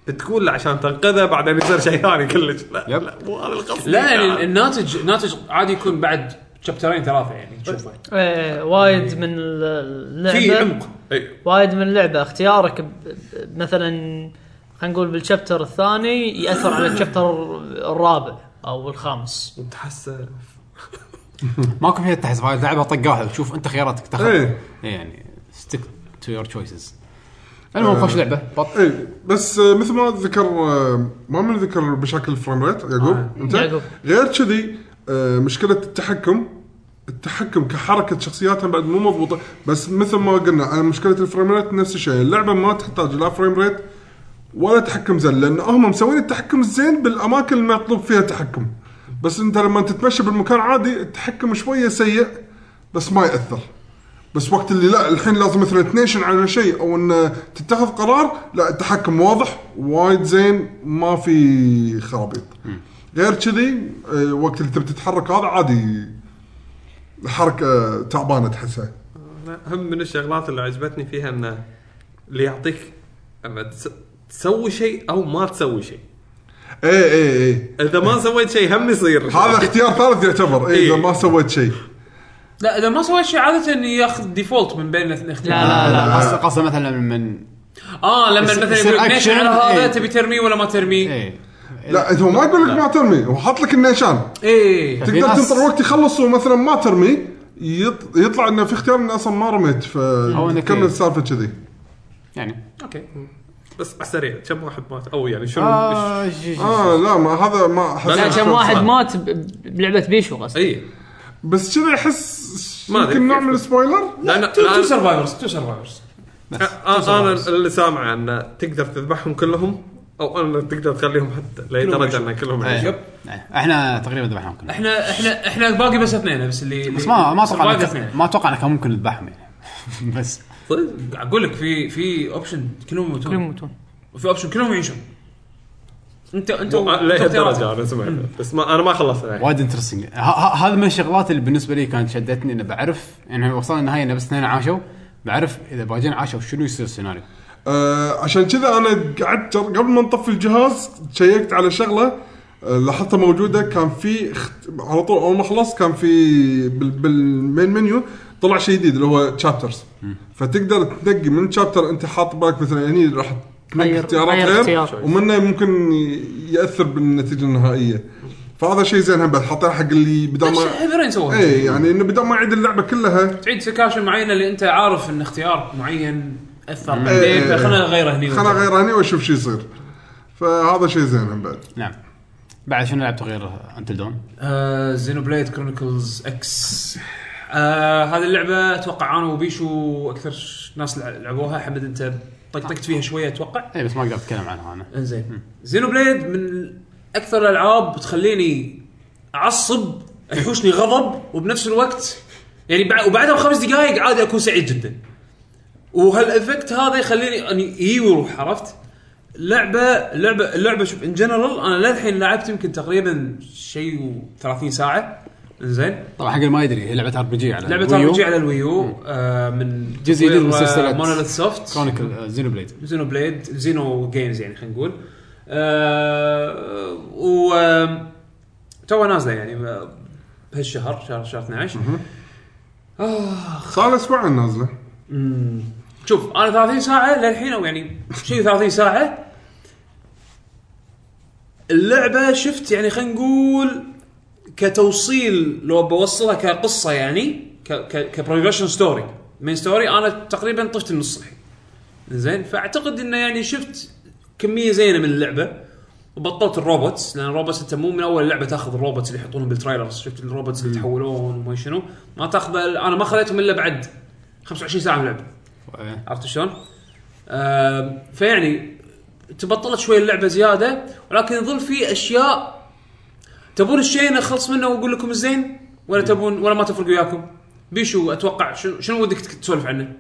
Speaker 3: بتقول له عشان تنقذه بعدين يصير شيء ثاني كلش لا
Speaker 2: يب.
Speaker 3: لا مو هذا القصد
Speaker 4: لا يعني الناتج ناتج عادي يكون بعد شابترين ثلاثه يعني تشوفه
Speaker 7: ايه
Speaker 4: إيه.
Speaker 7: وايد من
Speaker 4: في
Speaker 7: اللعبه
Speaker 4: عمق
Speaker 3: اي
Speaker 7: وايد من اللعبه اختيارك ب- ب- مثلا خلينا نقول بالشابتر الثاني ياثر على الشابتر الرابع او الخامس
Speaker 3: تحسه
Speaker 2: ماكو فيها تحس هاي اللعبه طقه واحده شوف انت خياراتك تاخذ
Speaker 5: إيه.
Speaker 2: يعني ستيك تو يور تشويسز المهم خوش لعبه بط
Speaker 5: ايه بس آه، مثل ما ذكر آه، ما من ذكر مشاكل الفريم ريت يعقوب انت
Speaker 7: يعقوب.
Speaker 5: غير كذي آه، مشكله التحكم التحكم كحركه شخصياتها بعد مو مضبوطه بس مثل ما قلنا على مشكله الفريم ريت نفس الشيء اللعبه ما تحتاج لا فريم ريت ولا تحكم زين لان هم مسوين التحكم الزين بالاماكن اللي مطلوب فيها تحكم بس انت لما تتمشى بالمكان عادي التحكم شويه سيء بس ما ياثر بس وقت اللي لا الحين لازم مثلا تنيشن على شيء او ان تتخذ قرار لا التحكم واضح وايد زين ما في خرابيط غير كذي آه، وقت اللي تبي تتحرك هذا عادي حركه تعبانه تحسها
Speaker 3: لا، هم من الشغلات اللي عجبتني فيها انه اللي يعطيك اما تس- تسوي شيء او ما تسوي شيء
Speaker 5: اي اي اي
Speaker 3: اذا ما سويت شيء هم يصير
Speaker 5: إيه، هذا اختيار ثالث يعتبر اي اذا
Speaker 3: إيه.
Speaker 5: ما سويت شيء
Speaker 4: لا اذا ما سويت شيء عاده ياخذ ديفولت من بين الاثنين
Speaker 7: لا لا لا
Speaker 2: قصة قصة مثلا من
Speaker 4: اه لما
Speaker 2: يصير-
Speaker 4: مثلا
Speaker 2: يصير
Speaker 4: يقول لك نيشن
Speaker 2: أكشن،
Speaker 4: على هذا
Speaker 2: إيه.
Speaker 4: تبي ترميه ولا ما ترميه؟
Speaker 2: ايه
Speaker 5: لا انت هو ما يقول لك ما ترمي هو حاط لك النيشان
Speaker 4: ايه
Speaker 2: في
Speaker 5: تقدر
Speaker 2: ناس-
Speaker 5: تنطر وقت يخلص ومثلا ما ترمي يط- يطلع انه في اختيار انه اصلا ما رميت
Speaker 2: إنك-
Speaker 5: فتكمل السالفه كذي
Speaker 2: يعني
Speaker 4: اوكي
Speaker 3: بس على السريع كم واحد مات او يعني شنو إيش-
Speaker 2: آه، ش- ش-
Speaker 5: اه لا ما هذا ما أحس-
Speaker 3: لا،
Speaker 7: لا كم
Speaker 3: شلون
Speaker 7: واحد
Speaker 3: صار؟
Speaker 7: مات ب- بلعبه بيشو قصدي
Speaker 3: اي
Speaker 5: بس كذا احس
Speaker 3: ما أدري
Speaker 5: يمكن نوع
Speaker 3: كيف.
Speaker 5: من السبويلر
Speaker 3: لان
Speaker 4: تو تو
Speaker 3: لأن-
Speaker 4: سرفايفرز تو سرفايفرز
Speaker 3: انا أنا اللي سامع ان تقدر تذبحهم كلهم او انا تقدر تخليهم حتى لدرجه ان كلهم
Speaker 2: إيه.
Speaker 3: يعيشون
Speaker 2: إيه. احنا تقريبا ذبحناهم كلهم
Speaker 4: احنا احنا احنا باقي بس اثنين بس اللي
Speaker 2: بس ما ما اتوقع
Speaker 4: survivors
Speaker 2: إنك-
Speaker 4: اثنين
Speaker 2: ما اتوقع انه كان ممكن نذبحهم يعني بس
Speaker 3: صدق
Speaker 4: قاعد اقول طيب، لك في في اوبشن كلهم
Speaker 7: كلهم
Speaker 4: يموتون
Speaker 7: يموتون
Speaker 4: وفي اوبشن كلهم يعيشون انت انت
Speaker 3: لهالدرجه انا سمعت بس ما انا ما خلصت الحين
Speaker 2: وايد انترستنج هذا من الشغلات اللي بالنسبه لي كانت شدتني انه بعرف يعني وصلنا النهايه انه بس اثنين عاشوا بعرف اذا باجين عاشوا شنو يصير السيناريو
Speaker 5: آه عشان كذا انا قعدت قبل ما نطفي الجهاز شيكت على شغله آه، لاحظتها موجوده كان في اخت... على طول اول ما خلصت كان في بال... بالمين منيو طلع شيء جديد اللي هو تشابترز فتقدر تنقي من تشابتر انت حاط بالك مثلا هني راح تنقي
Speaker 7: غير-
Speaker 5: اختيارات
Speaker 7: غير
Speaker 5: غير
Speaker 7: اختيار.
Speaker 5: ومنه ممكن ي- ياثر بالنتيجه النهائيه فهذا شيء زين هم بعد حاطينه حق اللي بدل
Speaker 4: نفس
Speaker 5: ما
Speaker 4: هيفي رين سووها
Speaker 5: اي يعني انه بدل ما يعيد اللعبه كلها
Speaker 4: تعيد سكاشن معينه اللي انت عارف ان اختيار معين اثر
Speaker 5: إيه،
Speaker 4: بعدين
Speaker 5: إيه، إيه.
Speaker 4: فخلنا نغيره هني
Speaker 5: خلنا غيره هني واشوف شو يصير فهذا شيء زين هم بعد
Speaker 2: نعم بعد شنو لعبت غير انتل دون؟
Speaker 4: زينو بليد كرونيكلز اكس آه، هذه اللعبه اتوقع انا وبيشو اكثر ش- ناس لع- لعبوها حمد انت طقطقت فيها شويه اتوقع
Speaker 2: اي إيه، بس ما اقدر اتكلم عنها انا
Speaker 4: انزين زينو بليد من اكثر الالعاب تخليني اعصب يحوشني غضب وبنفس الوقت يعني بع- وبعدها بخمس دقائق عادي اكون سعيد جدا وهالافكت هذا يخليني اني يجي ويروح عرفت؟ لعبه اللعبه اللعبه شوف ان جنرال انا للحين لعبت يمكن تقريبا شيء و 30 ساعه انزين
Speaker 2: طبعا حق اللي ما يدري هي لعبه ار بي جي على
Speaker 4: لعبه ار على الويو آه من آه،
Speaker 2: جزء جديد من سلسلة
Speaker 4: مونوليث سوفت
Speaker 2: كرونيكل زينو بليد
Speaker 4: زينو بليد زينو جيمز يعني خلينا نقول آه و آم، توها نازله يعني ب- بهالشهر شهر شهر 12
Speaker 5: صار اسبوع نازله
Speaker 4: شوف انا 30 ساعه للحين او يعني شيء 30 ساعه اللعبه شفت يعني خلينا نقول كتوصيل لو بوصلها كقصه يعني كبروجريشن ستوري مين ستوري انا تقريبا طفت النص الحين زين فاعتقد انه يعني شفت كميه زينه من اللعبه وبطلت الروبوتس لان الروبوتس انت مو من اول لعبه تاخذ الروبوتس اللي يحطونهم بالتريلرز شفت الروبوتس اللي يتحولون وما شنو ما تاخذ انا ما خليتهم الا بعد 25 ساعه من اللعبه عرفت شلون؟ آم، فيعني تبطلت شوي اللعبه زياده ولكن يظل في اشياء تبون الشيء نخلص منه واقول لكم الزين ولا تبون ولا ما تفرق وياكم؟ بيشو اتوقع شنو شنو ودك تك- تسولف عنه؟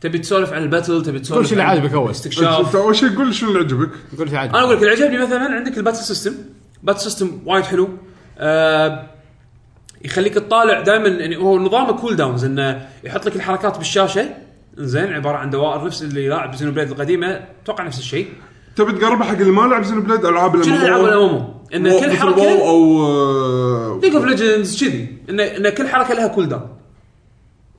Speaker 4: تبي تسولف عن الباتل تبي تسولف
Speaker 2: قول شو اللي
Speaker 4: عن
Speaker 2: عاجبك اول
Speaker 5: انت
Speaker 4: استكشاف
Speaker 5: اول شيء قول شنو اللي عجبك
Speaker 2: قول شو عاجبك
Speaker 4: انا اقول لك اللي عجبني مثلا عندك الباتل سيستم باتل سيستم وايد حلو آه يخليك تطالع دائما يعني هو نظامه كول داونز انه يحط لك الحركات بالشاشه زين عباره عن دوائر نفس اللي لاعب زينو بليد القديمه اتوقع نفس الشيء
Speaker 5: تبي تقربها حق اللي ما لعب زين بليد العاب
Speaker 4: شنو الالعاب
Speaker 5: الام
Speaker 4: الامامو ان كل
Speaker 5: او
Speaker 4: حركه
Speaker 5: او
Speaker 4: ليج اوف ليجندز كذي ان ان كل حركه لها كول داون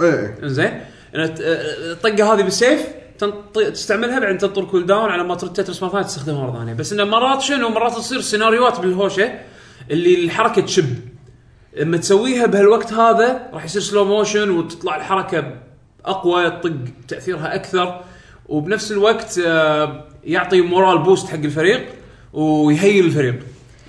Speaker 5: ايه
Speaker 4: زين ان ت- الطقه هذه بالسيف تنط- تستعملها بعدين تنطر كول داون على ما ترد تترس مره ثانيه تستخدمها مره ثانيه بس انه مرات شنو مرات تصير سيناريوهات بالهوشه اللي الحركه تشب لما تسويها بهالوقت هذا راح يصير سلو موشن وتطلع الحركه اقوى تطق تاثيرها اكثر وبنفس الوقت آه، يعطي مورال بوست حق الفريق ويهيئ الفريق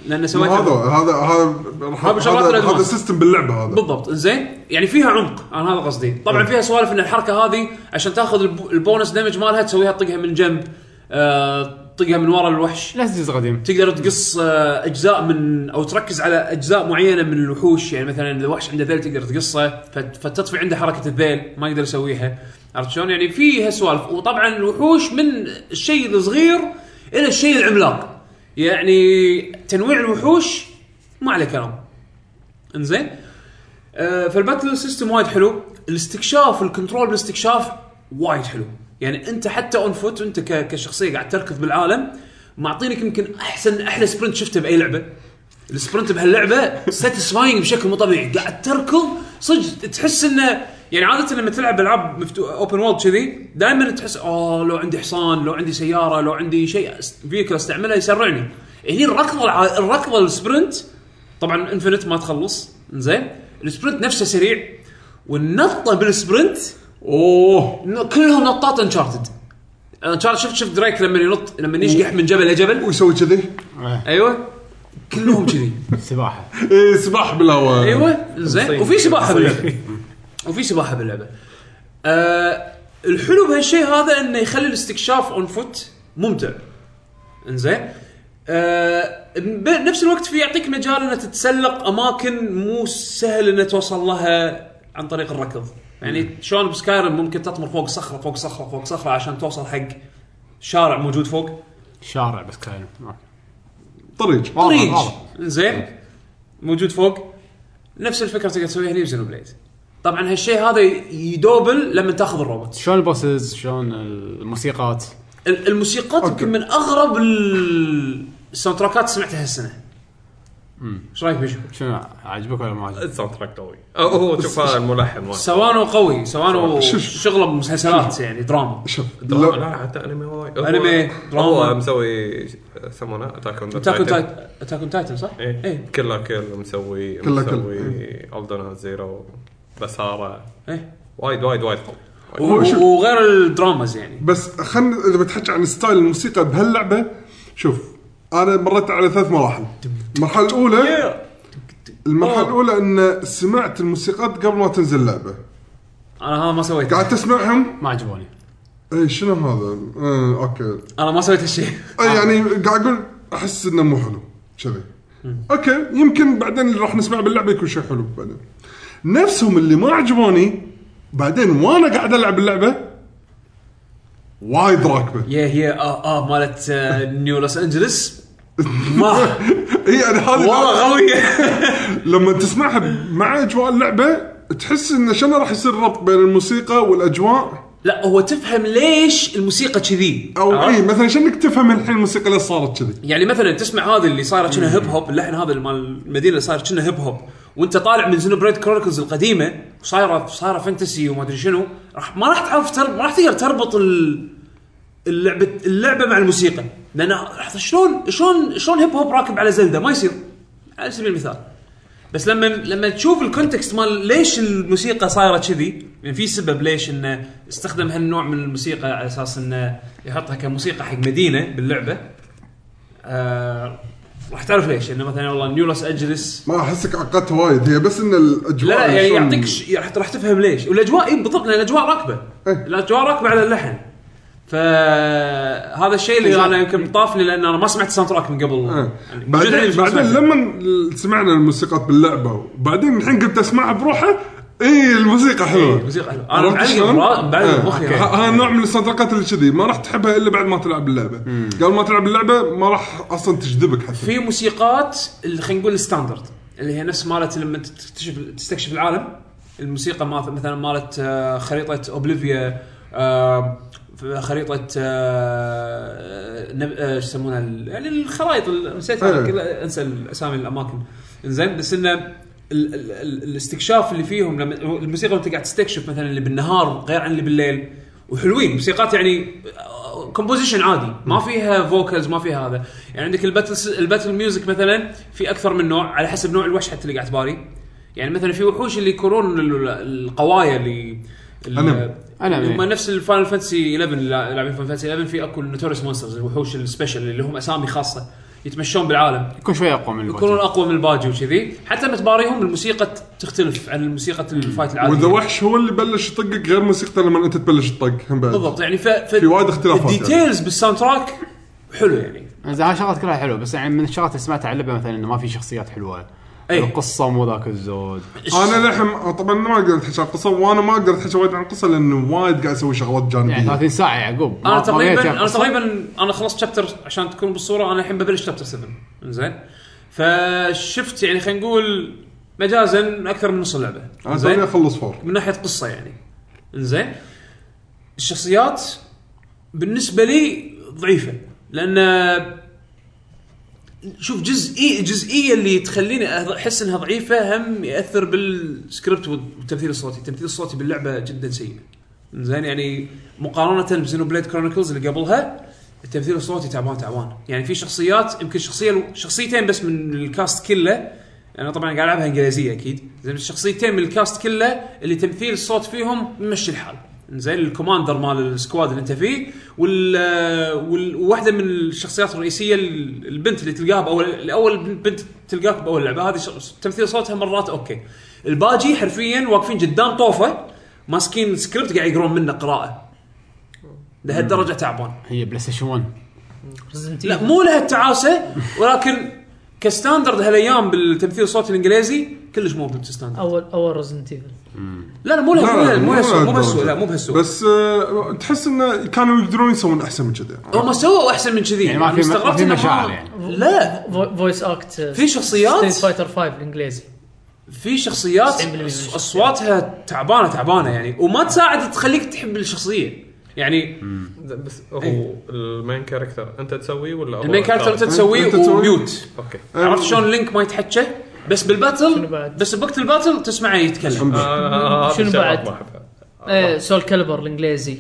Speaker 4: لان
Speaker 5: هذا
Speaker 4: سويتها
Speaker 5: هذا هذا
Speaker 4: هذا شغلات
Speaker 5: هذا-
Speaker 4: الأدمان.
Speaker 5: هذا سيستم باللعبه هذا
Speaker 4: بالضبط زين يعني فيها عمق انا هذا قصدي طبعا فيها سوالف ان الحركه هذه عشان تاخذ الب- البونس دمج مالها تسويها تطقها من جنب آه، تطقها من ورا الوحش
Speaker 2: لا جزء قديم
Speaker 4: تقدر تقص آه، اجزاء من او تركز على اجزاء معينه من الوحوش يعني مثلا إذا الوحش عنده ذيل تقدر تقصه فت- فتطفي عنده حركه الذيل ما يقدر يسويها عرفت شلون يعني في هالسوالف وطبعا الوحوش من الشيء الصغير الى الشيء العملاق يعني تنويع الوحوش ما عليه كلام انزين آه، فالباتل سيستم وايد حلو الاستكشاف الكنترول بالاستكشاف وايد حلو يعني انت حتى اون فوت انت ك- كشخصيه قاعد تركض بالعالم معطينك يمكن احسن احلى سبرنت شفته باي لعبه السبرنت بهاللعبه ساتيسفاينج بشكل مو طبيعي قاعد تركض صدق تحس انه يعني عاده لما تلعب العاب مفتوح اوبن وورلد كذي دائما تحس اه لو عندي حصان لو عندي سياره لو عندي شيء فيكل استعمله يسرعني هني يعني الركضه الع- الركضه السبرنت طبعا انفنت ما تخلص زين السبرنت نفسه سريع والنطه بالسبرنت
Speaker 5: اوه
Speaker 4: ن- كلهم نطات انشارتد انشارتد شفت شفت دريك لما ينط لما يشقح من جبل لجبل
Speaker 5: ويسوي كذي
Speaker 4: ايوه كلهم كذي
Speaker 2: سباحه
Speaker 5: إيه، سباح بالهواء
Speaker 4: ايوه زين وفي سباحه باللعبه وفي سباحه باللعبه آه الحلو بهالشيء هذا انه يخلي الاستكشاف اون فوت ممتع انزين آه بنفس الوقت في يعطيك مجال انه تتسلق اماكن مو سهل انه توصل لها عن طريق الركض يعني شلون بسكايرم ممكن تطمر فوق صخره فوق صخره فوق صخره عشان توصل حق شارع موجود فوق
Speaker 2: شارع بس كان أوكي.
Speaker 5: طريق
Speaker 4: طريج
Speaker 2: واضح.
Speaker 4: زين موجود فوق نفس الفكره تقدر تسويها هنا بزينو بليد طبعا هالشيء هذا يدوبل لما تاخذ الروبوت
Speaker 2: شلون البوسز شلون الموسيقات
Speaker 4: ال- الموسيقات يمكن من اغرب ال- الساوند تراكات سمعتها هالسنه ايش رايك بشو؟
Speaker 2: شنو عاجبك ولا ما عاجبك؟
Speaker 3: الساوند تراك قوي أو هو شوف هذا الملحن واحد
Speaker 4: سوانو قوي سوانو
Speaker 5: شوف.
Speaker 4: شغله بمسلسلات يعني دراما
Speaker 5: شوف
Speaker 3: دراما.
Speaker 5: لا-
Speaker 3: لا لا حتى انمي وايد هو-
Speaker 4: أنمي، دراما.
Speaker 3: هو مسوي آه، يسمونه اتاك اون
Speaker 4: اتاك اون تايتن اتاك اون تايتن صح؟
Speaker 5: إيه.
Speaker 3: ايه
Speaker 4: ايه
Speaker 3: كلا كل مسوي
Speaker 5: كلا كل،
Speaker 3: مسوي
Speaker 4: إيه.
Speaker 3: الدون زيرو بساره
Speaker 4: ايه
Speaker 3: وايد وايد وايد قوي
Speaker 4: و-
Speaker 5: شوف.
Speaker 4: وغير الدرامز يعني
Speaker 5: بس خلنا اذا بتحكي عن ستايل الموسيقى بهاللعبه شوف انا مريت على ثلاث مراحل المرحله الاولى المرحله الاولى ان سمعت الموسيقات قبل ما تنزل اللعبه
Speaker 4: انا هذا ما سويته
Speaker 5: قاعد تسمعهم
Speaker 2: ما عجبوني
Speaker 5: اي شنو هذا آه اوكي
Speaker 4: انا ما سويت هالشيء
Speaker 5: اي يعني قاعد اقول احس انه مو حلو كذي اوكي يمكن بعدين اللي راح نسمعه باللعبه يكون شيء حلو بعدين نفسهم اللي ما عجبوني بعدين وانا قاعد العب اللعبه وايد راكبه
Speaker 4: يا هي اه اه مالت آه، نيو لوس انجلس ما
Speaker 5: اي انا هذه
Speaker 4: والله قويه
Speaker 5: لما تسمعها مع اجواء اللعبه تحس انه شنو راح يصير ربط بين الموسيقى والاجواء
Speaker 4: لا هو تفهم ليش الموسيقى كذي
Speaker 5: او
Speaker 4: عرفت؟
Speaker 5: اي مثلا إيه، شنك تفهم الحين الموسيقى ليش صارت كذي
Speaker 4: يعني مثلا تسمع هذا اللي صايره كنا هيب هوب اللحن هذا اللي مال المدينه اللي صاير كنا هيب هوب وانت طالع من زينو بريد كرونيكلز القديمه وصايره صايره فانتسي وما ادري شنو راح ما راح تعرف ترب ما راح تقدر تربط ال- اللعبه اللعبه مع الموسيقى لان لحظة، شلون شلون شلون هيب هوب راكب على زلده ما يصير على سبيل المثال بس لما لما تشوف الكونتكست مال ليش الموسيقى صايره كذي يعني في سبب ليش انه استخدم هالنوع من الموسيقى على اساس انه يحطها كموسيقى حق مدينه باللعبه آه راح تعرف ليش انه مثلا والله نيو لوس انجلس
Speaker 5: ما احسك عقدتها وايد هي بس ان الاجواء
Speaker 4: لا لا يعني
Speaker 5: شلون-
Speaker 4: يعطيك ش... راح راح تفهم ليش والاجواء اي بالضبط لان الاجواء راكبه
Speaker 5: إيه.
Speaker 4: الاجواء راكبه على اللحن فهذا الشيء
Speaker 5: إيه.
Speaker 4: اللي انا يمكن طافني لان انا ما سمعت الساوند تراك من قبل
Speaker 5: آه.
Speaker 4: يعني موجود عندي بس
Speaker 5: بعدين
Speaker 4: ما
Speaker 5: بعدين
Speaker 4: سمعته.
Speaker 5: لما سمعنا الموسيقات باللعبه وبعدين الحين قمت اسمعها بروحه اي الموسيقى حلوه
Speaker 4: إيه، الموسيقى حلوة. أنا
Speaker 5: عرفت
Speaker 4: معلق
Speaker 5: شلون؟
Speaker 4: برا- معلق
Speaker 5: آه،
Speaker 4: بمخي. يعني.
Speaker 5: أوكي. ه- هذا النوع من الصداقات اللي كذي ما راح تحبها الا بعد ما تلعب اللعبه قبل ما تلعب اللعبه ما راح اصلا تجذبك حتى
Speaker 4: في موسيقات اللي خلينا نقول الستاندرد اللي هي نفس مالت لما تكتشف تستكشف العالم الموسيقى مالت مثلا مالت آه، خريطه اوبليفيا آه، خريطه آه، نب- آه، شو يسمونها ال- يعني الخرائط ال- نسيت
Speaker 5: أيوة.
Speaker 4: هذا كله، انسى الاسامي الاماكن زين بس انه ال- ال- ال- الاستكشاف اللي فيهم لما الموسيقى وانت قاعد تستكشف مثلا اللي بالنهار غير عن اللي بالليل وحلوين موسيقات يعني كومبوزيشن عادي ما فيها فوكلز ما فيها هذا يعني عندك الباتل الباتل ميوزك مثلا في اكثر من نوع على حسب نوع الوحش حتى اللي قاعد تباري يعني مثلا في وحوش اللي يكونون ال- القوايا اللي ال-
Speaker 5: أنم.
Speaker 2: أنم،
Speaker 4: يعني هم
Speaker 2: إيه.
Speaker 4: نفس الفاينل فانتسي 11 لا- لاعبين فاينل فانتسي 11 في اكو نوتوريس مونسترز الوحوش السبيشل اللي لهم اسامي خاصه يتمشون بالعالم
Speaker 2: يكون شوي اقوى من
Speaker 4: يكونون
Speaker 2: الباجي.
Speaker 4: اقوى من الباجي وكذي حتى لما تباريهم الموسيقى ت- تختلف عن الموسيقى الفايت العاديه
Speaker 5: واذا وحش هو اللي بلش يطقك غير موسيقته لما انت تبلش تطق هم بعد
Speaker 4: بالضبط يعني ف... ف...
Speaker 5: في وايد اختلافات يعني.
Speaker 4: الديتيلز بالساوند تراك حلو يعني
Speaker 2: زين هاي شغلات كلها حلوه بس يعني من الشغلات اللي سمعتها على اللعبه مثلا انه ما في شخصيات حلوه
Speaker 4: أي.
Speaker 2: القصه مو ذاك الزود
Speaker 5: انا لحم طبعا ما اقدر احكي عن القصه وانا ما اقدر احكي وايد عن القصه لانه وايد قاعد اسوي شغلات جانبيه
Speaker 2: يعني 30 ساعه يعقوب ما-
Speaker 4: انا
Speaker 2: ما
Speaker 4: تقريبا
Speaker 2: بيت
Speaker 4: انا
Speaker 2: يقص.
Speaker 4: تقريبا انا خلصت شابتر عشان تكون بالصوره انا الحين ببلش شابتر 7 زين فشفت يعني خلينا نقول مجازا اكثر من نص اللعبه
Speaker 5: انا
Speaker 4: زين؟
Speaker 5: توني اخلص فور
Speaker 4: من ناحيه قصه يعني انزين الشخصيات بالنسبه لي ضعيفه لان شوف جزئي الجزئيه اللي تخليني أه- احس انها ضعيفه هم ياثر بالسكريبت والتمثيل الصوتي، التمثيل الصوتي باللعبه جدا سيء. زين يعني مقارنه بزينو بليد كرونيكلز اللي قبلها التمثيل الصوتي تعبان تعبان، يعني في شخصيات يمكن شخصيه شخصيتين بس من الكاست كله انا طبعا قاعد العبها انجليزيه اكيد، زين الشخصيتين من الكاست كله اللي تمثيل الصوت فيهم ممشي الحال. زين الكوماندر مال السكواد اللي انت فيه وال وال- وواحده من الشخصيات الرئيسيه ال- البنت اللي تلقاها باول اول بنت تلقاك باول لعبه هذه ش- تمثيل صوتها مرات اوكي الباجي حرفيا واقفين قدام طوفه ماسكين سكريبت قاعد يقرون منه قراءه لهالدرجه تعبان
Speaker 2: هي بلاي ستيشن 1
Speaker 7: Resident
Speaker 4: لا
Speaker 7: Evil.
Speaker 4: مو لها التعاسه ولكن كستاندرد هالايام بالتمثيل الصوتي الانجليزي كلش مو بستاندرد
Speaker 7: اول اول ريزنت ايفل
Speaker 4: لا لا مو لها مو لها- مو لها- مو
Speaker 5: هالدرجة.
Speaker 4: بهالسوء لا مو بهالسوء
Speaker 5: بس آه، تحس انه كانوا يقدرون يسوون احسن من كذا
Speaker 4: هم سووا احسن من كذي
Speaker 2: يعني ما
Speaker 4: أنا
Speaker 2: في- ما
Speaker 4: استغربت
Speaker 2: في
Speaker 4: إنه
Speaker 2: مشاعر
Speaker 4: ما-
Speaker 2: يعني.
Speaker 4: لا
Speaker 7: فويس اكت
Speaker 4: في شخصيات-
Speaker 7: ستيت فايتر 5 الانجليزي
Speaker 4: في شخصيات
Speaker 7: 90% من الشخصيات.
Speaker 4: اصواتها تعبانه تعبانه يعني وما تساعد تخليك تحب الشخصيه يعني
Speaker 3: بس
Speaker 4: إيه.
Speaker 3: هو المين كاركتر انت تسويه ولا هو
Speaker 4: المين كاركتر انت
Speaker 3: الثالث؟
Speaker 4: تسويه
Speaker 5: أنت تسويه.
Speaker 4: وميوت
Speaker 3: اوكي
Speaker 4: عرفت شلون لينك ما يتحكى بس بالباتل
Speaker 7: شنو بعد؟
Speaker 4: بس بوقت الباتل تسمعه يتكلم
Speaker 3: آه، آه، آه،
Speaker 7: شنو
Speaker 3: هذه
Speaker 7: بعد؟
Speaker 3: الشغلات ما أحبها.
Speaker 7: ايه سول كالبر الانجليزي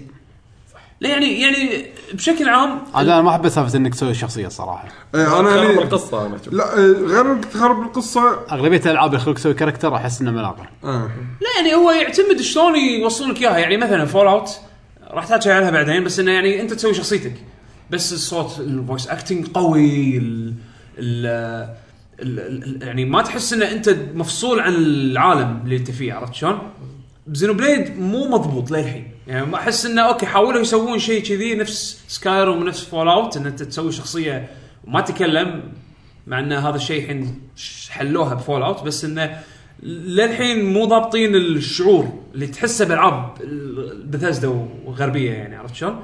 Speaker 4: لا يعني يعني بشكل عام
Speaker 2: عاد انا ما حبيت سالفه انك تسوي الشخصيه الصراحه
Speaker 5: إيه، انا
Speaker 3: خرب
Speaker 5: يعني
Speaker 3: القصه انا أشوف.
Speaker 5: لا إيه، غير انك تخرب القصه
Speaker 2: اغلبيه الالعاب يخلوك تسوي كاركتر احس انه ملاقر
Speaker 5: آه.
Speaker 4: لا يعني هو يعتمد شلون يوصل لك اياها يعني مثلا فول اوت راح تحكي عنها بعدين بس انه يعني انت تسوي شخصيتك بس الصوت الفويس اكتنج قوي ال ال ال- ال- يعني ما تحس ان انت مفصول عن العالم اللي انت فيه عرفت شلون؟ بزينو بليد مو مضبوط للحين يعني ما احس انه اوكي حاولوا يسوون شيء كذي نفس سكايروم ونفس فول اوت ان انت تسوي شخصيه وما تتكلم مع ان هذا الشيء الحين ش- حلوها بفول اوت بس انه للحين مو ضابطين الشعور اللي تحسه بالعاب بثزدا وغربيه يعني عرفت شلون؟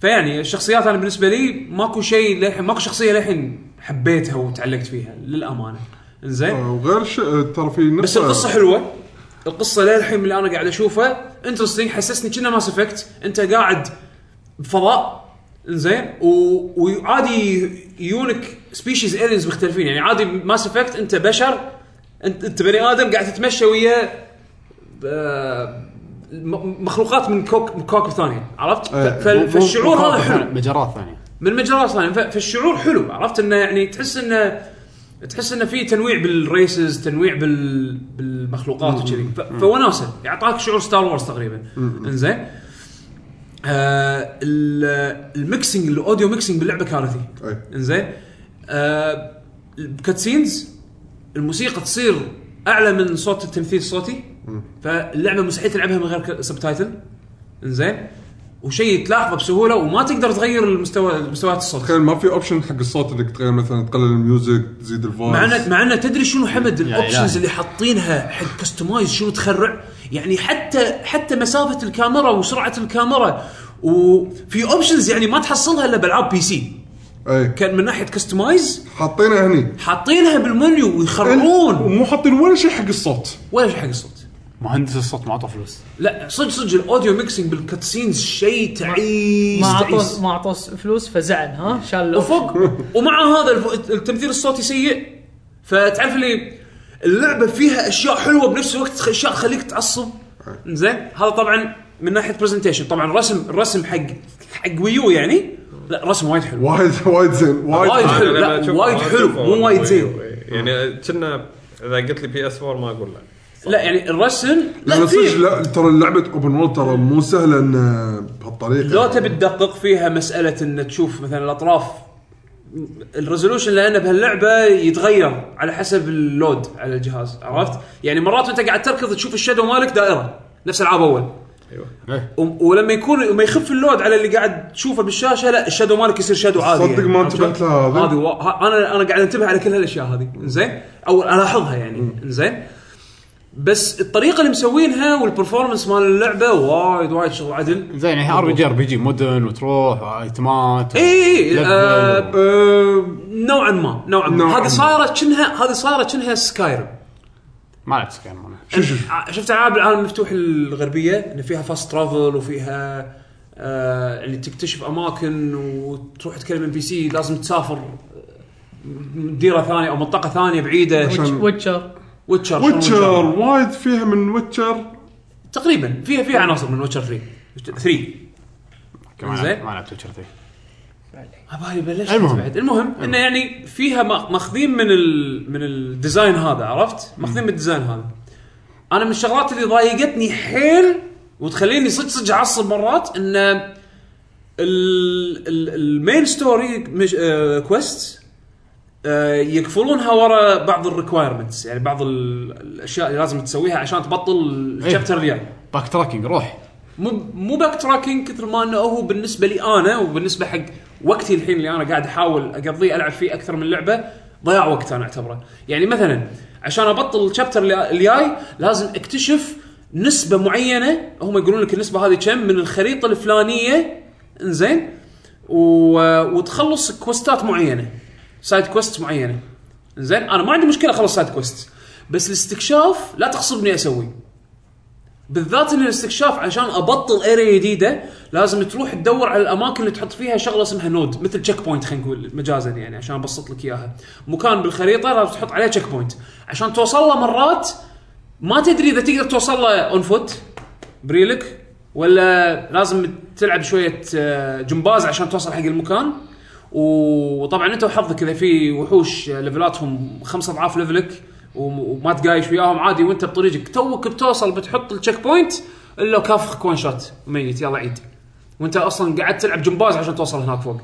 Speaker 4: فيعني الشخصيات انا بالنسبه لي ماكو شيء للحين ماكو شخصيه للحين حبيتها وتعلقت فيها للامانه
Speaker 5: آه،
Speaker 4: زين
Speaker 5: وغير ش... ترى في نقطة-
Speaker 4: بس القصه حلوه القصه للحين من اللي انا قاعد اشوفه انترستنج حسسني كنا ماس افكت انت قاعد بفضاء زين و- وعادي يونك سبيشيز الينز مختلفين يعني عادي ماس افكت انت بشر انت, انت بني ادم قاعد تتمشى ويا آه، م- مخلوقات من كوك من كوكب ثانيه عرفت؟ ف-
Speaker 5: إيه.
Speaker 4: فال- فالشعور هذا
Speaker 2: مقاطع
Speaker 4: حلو
Speaker 2: مجرات ثانيه
Speaker 4: من مجرات ثانيه ف- فالشعور حلو عرفت انه يعني تحس انه تحس انه في تنويع بالريسز تنويع بال بالمخلوقات وكذي ف- فوناسه يعطاك شعور ستار وورز تقريبا انزين آه ال- الميكسنج الاوديو ميكسنج باللعبه كارثي
Speaker 5: أي.
Speaker 4: انزين آه الكاتسينز الموسيقى تصير اعلى من صوت التمثيل الصوتي فاللعبه مستحيل تلعبها من غير سبتايتل انزين وشيء تلاحظه بسهوله وما تقدر تغير المستوى مستويات الصوت
Speaker 5: تخيل ما في اوبشن حق الصوت انك تغير مثلا تقلل الميوزك تزيد الفويس
Speaker 4: مع ان مع ان تدري شنو حمد
Speaker 2: إلهي.
Speaker 4: الاوبشنز اللي حاطينها حق كستمايز شنو تخرع يعني حتى حتى مسافه الكاميرا وسرعه الكاميرا وفي اوبشنز يعني ما تحصلها الا بالعاب بي سي
Speaker 5: اي
Speaker 4: كان من ناحيه كستمايز
Speaker 5: حاطينها إيه، هني
Speaker 4: حاطينها بالمنيو ويخرعون
Speaker 5: ومو حاطين ولا شيء حق الصوت
Speaker 4: ولا شيء حق الصوت
Speaker 2: مهندس الصوت ما اعطوه فلوس
Speaker 4: لا صدق صدق الاوديو ميكسينج بالكاتسينز شيء تعيس
Speaker 7: ما
Speaker 4: تعيس.
Speaker 7: اعطوه ما اعطوه فلوس فزعل ها شال الأوبشن.
Speaker 4: وفوق ومع هذا الف- التمثيل الصوتي سيء فتعرف اللي اللعبه فيها اشياء حلوه بنفس الوقت تخ- اشياء تخليك تعصب زين هذا طبعا من ناحيه برزنتيشن طبعا الرسم الرسم حق حق ويو يعني لا رسم وايد حلو
Speaker 5: وايد وايد زين
Speaker 4: وايد
Speaker 5: وايد
Speaker 4: حلو.
Speaker 3: أنا
Speaker 4: لا،
Speaker 3: لما أشوف-
Speaker 4: وايد
Speaker 3: أنا
Speaker 4: حلو،
Speaker 3: أشوفه
Speaker 4: مو وايد زين.
Speaker 3: يعني كنا اذا قلت لي بي اس 4 ما اقول لا
Speaker 4: لا يعني الرسم
Speaker 5: لا
Speaker 4: لا
Speaker 5: صدق
Speaker 4: فيه-
Speaker 5: لا ترى لعبه اوبن وورلد ترى مو آه، سهله ان بهالطريقه
Speaker 4: لو تبي تدقق فيها مساله ان تشوف مثلا الاطراف الريزولوشن لانه بهاللعبه يتغير على حسب اللود على الجهاز عرفت؟ يعني مرات وانت قاعد تركض تشوف الشادو مالك دائره نفس العاب اول
Speaker 3: ايوه
Speaker 5: أيوة.
Speaker 4: و- ولما يكون لما يخف اللود على اللي قاعد تشوفه بالشاشه لا الشادو مالك يصير شادو عادي يعني،
Speaker 5: صدق ما انتبهت لها هذه.
Speaker 4: هذه وا- ها- انا انا قاعد انتبه على كل هالاشياء هذه زين او الاحظها يعني زين بس الطريقه اللي مسوينها والبرفورمانس مال اللعبه وايد وايد شغل عدل
Speaker 2: زين يعني ار بي جي ار بي جي مدن وتروح وايتمات
Speaker 4: إي إي إي، إيه، آه،
Speaker 5: أه،
Speaker 4: نوعا ما نوعا ما
Speaker 5: نوعاً
Speaker 4: هذه
Speaker 5: ما.
Speaker 4: صارت شنها هذه صارت شنها سكايرم
Speaker 2: ما لعبت سكايرم انا
Speaker 5: شوف شوف
Speaker 4: شفت العاب العالم المفتوح الغربيه ان فيها فاست ترافل وفيها آه اللي تكتشف اماكن وتروح تكلم ام بي سي لازم تسافر آه، مديره ثانيه او منطقه ثانيه بعيده
Speaker 5: عشان-
Speaker 7: ويتشر
Speaker 4: ويتشر شلون
Speaker 5: ويتشر وايد فيها من ويتشر
Speaker 4: تقريبا فيها فيها عناصر من ويتشر 3 3
Speaker 2: أوكي، ما لعبت
Speaker 4: زين.
Speaker 2: ما لعبت ويتشر 3
Speaker 4: عبالي بلشت
Speaker 2: المهم.
Speaker 4: المهم بعد المهم انه يعني فيها ما- ماخذين من ال... من الديزاين هذا عرفت؟ ماخذين من الديزاين هذا. انا من الشغلات اللي ضايقتني حيل وتخليني صدق صدق اعصب مرات انه ال... ال... المين ستوري مش... آه... كويست آه... يقفلونها ورا بعض الريكوايرمنتس يعني بعض ال... الاشياء اللي لازم تسويها عشان تبطل الشابتر الجاي.
Speaker 2: باك تراكنج روح
Speaker 4: مو مو باك تراكنج كثر ما انه هو بالنسبه لي انا وبالنسبه حق وقتي الحين اللي انا قاعد احاول اقضيه العب فيه اكثر من لعبه ضياع وقت انا اعتبره يعني مثلا عشان ابطل الشابتر اللي- الجاي لازم اكتشف نسبه معينه هم يقولون لك النسبه هذه كم من الخريطه الفلانيه انزين و... وتخلص كوستات معينه سايد كوست معينه زين انا ما عندي مشكله اخلص سايد كوست بس الاستكشاف لا تغصبني اسويه بالذات ان الاستكشاف عشان ابطل اريا جديده لازم تروح تدور على الاماكن اللي تحط فيها شغله اسمها نود مثل تشيك بوينت خلينا نقول مجازا يعني عشان ابسط لك اياها مكان بالخريطه لازم تحط عليه تشيك بوينت عشان توصل له مرات ما تدري اذا تقدر توصل له اون فوت بريلك ولا لازم تلعب شويه آه، جمباز عشان توصل حق المكان وطبعا انت وحظك اذا في وحوش آه، ليفلاتهم خمس اضعاف ليفلك وم- وما تقايش وياهم عادي وانت بطريقك توك بتوصل بتحط التشيك بوينت الا كافخ وان شوت ميت يلا عيد وانت اصلا قاعد تلعب جمباز عشان توصل هناك فوق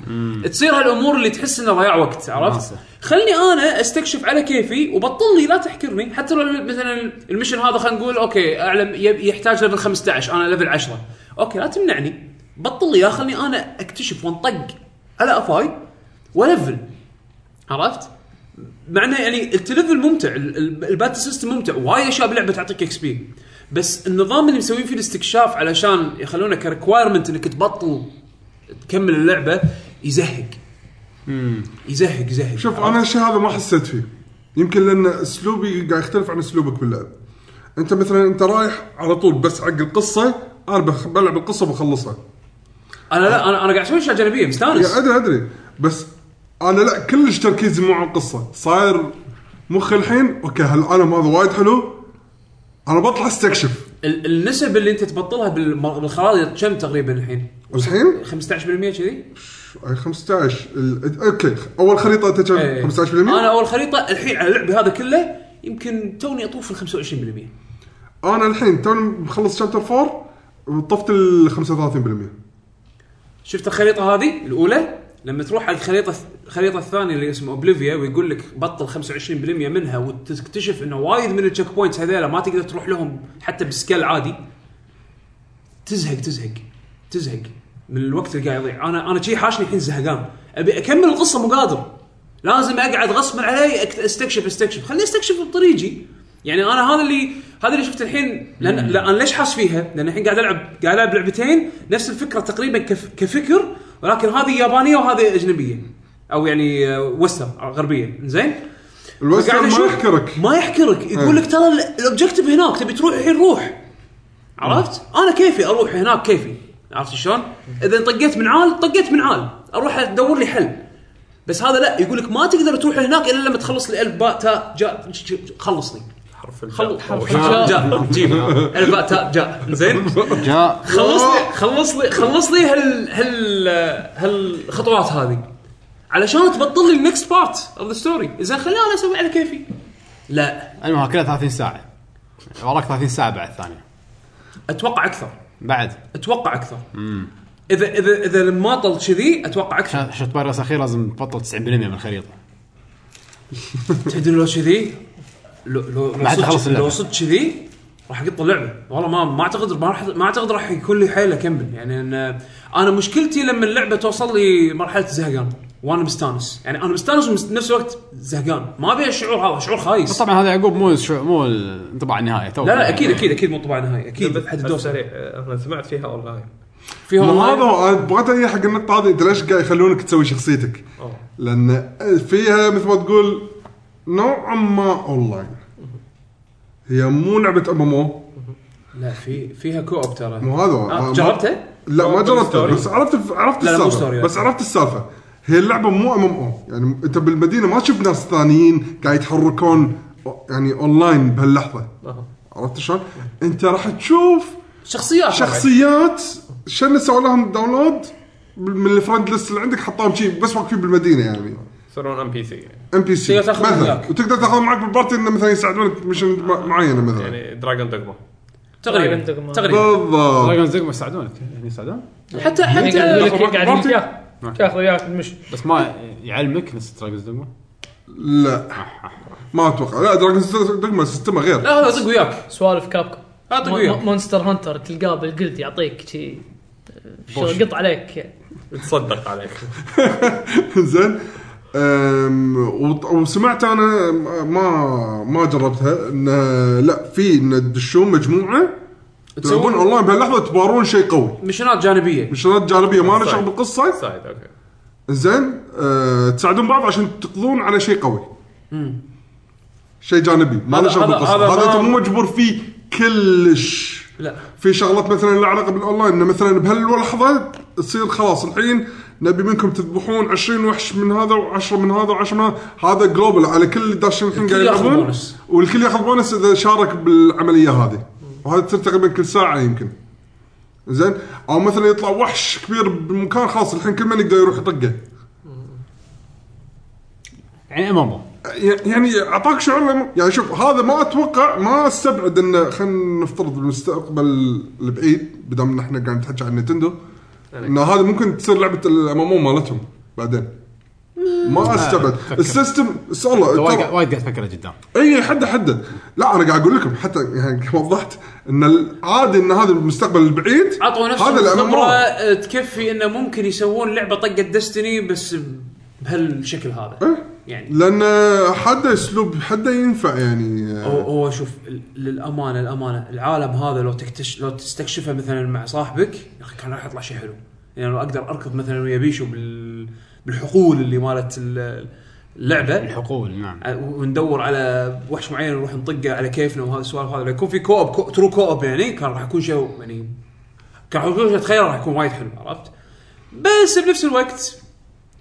Speaker 4: تصير هالامور اللي تحس انه ضياع وقت عرفت
Speaker 2: ناسة.
Speaker 4: خلني انا استكشف على كيفي وبطل لي لا تحكرني حتى لو مثلا المشن هذا خلينا نقول اوكي اعلم يب- يحتاج ليفل 15 انا ليفل 10 اوكي لا تمنعني بطل لي يا خلني انا اكتشف وانطق على افاي والفل عرفت؟ معنى يعني التلفل ممتع ال- ال- الباتل سيستم ممتع وايد اشياء باللعبه تعطيك اكس بي بس النظام اللي مسوين فيه الاستكشاف علشان يخلونه كريكوايرمنت انك تبطل تكمل اللعبه يزهق يزهق يزهق
Speaker 5: شوف انا الشيء هذا ما حسيت فيه يمكن لان اسلوبي قاعد يختلف عن اسلوبك باللعب انت مثلا انت رايح على طول بس حق القصه انا بخ- بلعب القصه وبخلصها
Speaker 4: انا لا انا انا قاعد اسوي اشياء جانبيه مستانس
Speaker 5: يا ادري ادري بس انا لا كلش تركيزي مو على القصه صاير مخي الحين اوكي هالعالم هذا وايد حلو انا بطلع استكشف
Speaker 4: ال- النسب اللي انت تبطلها بالم- بالخرائط كم تقريبا الحين؟
Speaker 5: والحين
Speaker 4: 15% كذي؟
Speaker 5: أي 15 ال- اوكي اول خريطه انت
Speaker 4: إيه.
Speaker 5: كم 15%
Speaker 4: انا اول خريطه الحين على اللعب هذا كله يمكن توني اطوف ال 25%
Speaker 5: انا الحين توني مخلص شابتر 4 وطفت ال 35%
Speaker 4: شفت الخريطه هذه الاولى لما تروح على الخريطه الخريطه الثانيه اللي اسمها اوبليفيا ويقول لك بطل 25% منها وتكتشف انه وايد من التشيك بوينتس هذيلا ما تقدر تروح لهم حتى بسكيل عادي تزهق تزهق تزهق من الوقت اللي قاعد يضيع انا انا شي حاشني الحين زهقان ابي اكمل القصه مو قادر لازم اقعد غصبا علي أكت- استكشف استكشف خليني استكشف بطريقي يعني انا هذا اللي هذا اللي شفت الحين لان لا انا ليش حاس فيها؟ لان الحين قاعد العب قاعد العب لعبتين نفس الفكره تقريبا كف كفكر ولكن هذه يابانيه وهذه اجنبيه او يعني وستر غربيه زين
Speaker 5: الوسط
Speaker 4: فقاعد
Speaker 5: ما
Speaker 4: أشوف-
Speaker 5: يحكرك إيه.
Speaker 4: ما يحكرك يقول لك ترى ال- الاوبجيكتيف هناك تبي تروح الحين روح عرفت؟ انا كيفي اروح هناك كيفي عرفت شلون؟ اذا طقيت من عال طقيت من عال اروح ادور لي حل بس هذا لا يقول لك ما تقدر تروح هناك الا لما تخلص الالف باء تاء جاء ج- ج- خلص لي
Speaker 3: حرف الجاء.
Speaker 4: خلص
Speaker 3: أو
Speaker 4: حرف
Speaker 3: شيء.
Speaker 4: جاء جيب الف باء تاء جاء زين
Speaker 2: جاء
Speaker 4: خلص لي خلص لي خلص لي هال هال هالخطوات هذه علشان تبطل لي النكست بارت اوف ذا ستوري زين خليني انا اسوي على كيفي لا
Speaker 2: المهم كلها 30 ساعه وراك 30 ساعه بعد ثانيه
Speaker 4: اتوقع اكثر
Speaker 2: بعد
Speaker 4: اتوقع اكثر اذا اذا اذا لما طل كذي اتوقع اكثر
Speaker 2: عشان عشان تباري راس اخير لازم تبطل 90% من الخريطه
Speaker 4: تدري لو كذي لو لو لو
Speaker 2: بعد خلص
Speaker 4: صدق
Speaker 2: اللعبة.
Speaker 4: لو صدق كذي راح اقط اللعبه والله ما ما اعتقد ما راح ما اعتقد راح يكون لي حيل اكمل يعني أنا, انا مشكلتي لما اللعبه توصل لي مرحله زهقان وانا مستانس يعني انا مستانس ومس- نفس الوقت زهقان ما ابي الشعور هذا شعور
Speaker 2: بس
Speaker 4: خايس
Speaker 2: طبعا هذا عقب مو الشو- مو الانطباع النهائي تو
Speaker 4: لا لا اكيد اكيد اكيد مو طبعا نهائي اكيد
Speaker 3: بس
Speaker 4: حد
Speaker 3: بس
Speaker 4: الدوس
Speaker 3: سريع آه، انا سمعت فيها اونلاين
Speaker 4: فيها
Speaker 5: ما هذا
Speaker 4: أونلاين.
Speaker 5: هو، أنا بغيت اجي حق النقطه هذه انت ليش قاعد يخلونك تسوي شخصيتك؟
Speaker 3: أوه.
Speaker 5: لان فيها مثل ما تقول نوعا ما اونلاين هي مو لعبه ام ام او
Speaker 4: لا في فيها كو اوب ترى
Speaker 5: مو هذا هو.
Speaker 4: آه،
Speaker 5: ما-
Speaker 4: جربته؟
Speaker 5: لا ما
Speaker 3: أو
Speaker 5: جربته
Speaker 3: ستوري.
Speaker 5: بس عرفت الف- عرفت
Speaker 4: لا، لا، مو
Speaker 5: السالفه
Speaker 4: ستوري.
Speaker 5: بس عرفت السالفه هي اللعبه مو ام ام او يعني انت بالمدينه ما تشوف ناس ثانيين قاعد يتحركون يعني اونلاين بهاللحظه
Speaker 3: أها.
Speaker 5: عرفت شلون؟ انت راح تشوف
Speaker 4: شخصيات
Speaker 5: شخصيات شنو سووا لهم داونلود من الفرند ليست اللي عندك حطاهم شي بس واقفين بالمدينه يعني
Speaker 3: يصيرون ام بي سي
Speaker 5: ام بي سي
Speaker 4: تقدر تاخذهم
Speaker 5: مثلا
Speaker 4: وياك.
Speaker 5: وتقدر تاخذهم معك بالبارتي انه مثلا يساعدونك مشن مع- معينه مثلا
Speaker 3: يعني دراجون دوغما
Speaker 4: تقريبا
Speaker 7: تقريباً.
Speaker 4: تقريبا
Speaker 5: بالضبط
Speaker 2: دراجون زيجما يساعدونك يعني يساعدون
Speaker 4: حتى
Speaker 7: يعني قاعد يقول
Speaker 4: حتى
Speaker 7: لك قاعد يقول لك ياك
Speaker 2: نعم.
Speaker 7: تاخذ وياك المش
Speaker 2: بس ما يعلمك نفس دراجون زيجما
Speaker 5: لا ما اتوقع لا دراجون دوغما سيستمها غير
Speaker 4: لا لا زق وياك
Speaker 7: سوالف كاب
Speaker 4: اعطيك وياك
Speaker 7: مونستر هانتر تلقاه بالجلد يعطيك شي
Speaker 2: بوش.
Speaker 7: شو- قط عليك
Speaker 3: يتصدق عليك
Speaker 5: زين أم، وط- وسمعت انا ما ما جربتها انه لا في ان تدشون مجموعه تلعبون
Speaker 4: تسوون
Speaker 5: اونلاين بهاللحظه تبارون شيء قوي
Speaker 4: مشنات جانبيه
Speaker 5: مشارات جانبيه ما لها
Speaker 3: صحيح.
Speaker 5: شغل بالقصه
Speaker 3: سايد اوكي
Speaker 5: زين أه تساعدون بعض عشان تقضون على شيء قوي شيء جانبي ما له
Speaker 4: هذا-
Speaker 5: شغل
Speaker 4: هذا-
Speaker 5: بالقصه
Speaker 4: هذا
Speaker 5: هذا انت
Speaker 4: ما-
Speaker 5: مو مجبور فيه كلش
Speaker 3: لا
Speaker 5: في شغلات مثلا لها علاقه بالاونلاين انه مثلا بهاللحظه تصير خلاص الحين نبي منكم تذبحون 20 وحش من هذا و10 من هذا و10 من هذا هذا جلوبال على كل اللي داشين الحين قاعد
Speaker 3: ياخذ
Speaker 5: يلعبون
Speaker 3: بونس.
Speaker 5: والكل ياخذ بونس اذا شارك بالعمليه هذه وهذا تصير تقريبا كل ساعه يمكن زين او مثلا يطلع وحش كبير بمكان خاص الحين كل من يقدر يروح يطقه
Speaker 2: يعني ام ام
Speaker 5: يعني اعطاك شعور لما- يعني شوف هذا ما اتوقع ما استبعد انه خلينا نفترض بالمستقبل البعيد بدام ان احنا قاعد نتحكي عن نينتندو ان هذا ممكن تصير لعبه الامامو مالتهم بعدين ما استبعد السيستم والله
Speaker 2: وايد
Speaker 5: ترى-
Speaker 2: وايد قاعد تفكر لقدام
Speaker 5: اي حد حد لا انا قاعد اقول لكم حتى يعني وضحت ان العادي ان هذا المستقبل البعيد
Speaker 4: عطوا نفسهم
Speaker 5: هذا الامامو
Speaker 4: خبره تكفي انه ممكن يسوون لعبه طقه دستني بس بهالشكل هذا
Speaker 5: إيه؟
Speaker 4: يعني
Speaker 5: لان حتى اسلوب حتى ينفع يعني
Speaker 4: هو هو شوف ال- للامانه الامانه العالم هذا لو تكتش لو تستكشفه مثلا مع صاحبك يا اخي كان راح يطلع شيء حلو يعني لو اقدر اركض مثلا ويا بيشو بال بالحقول اللي مالت ال- اللعبه
Speaker 2: الحقول نعم
Speaker 4: ع- أه، وندور على وحش معين نروح نطقه على كيفنا وهذا السوالف هذا لو يكون في كوب كو ترو كوب يعني كان راح يكون شيء يعني كان راح يكون شيء اتخيل راح يكون وايد حلو عرفت؟ بس بنفس الوقت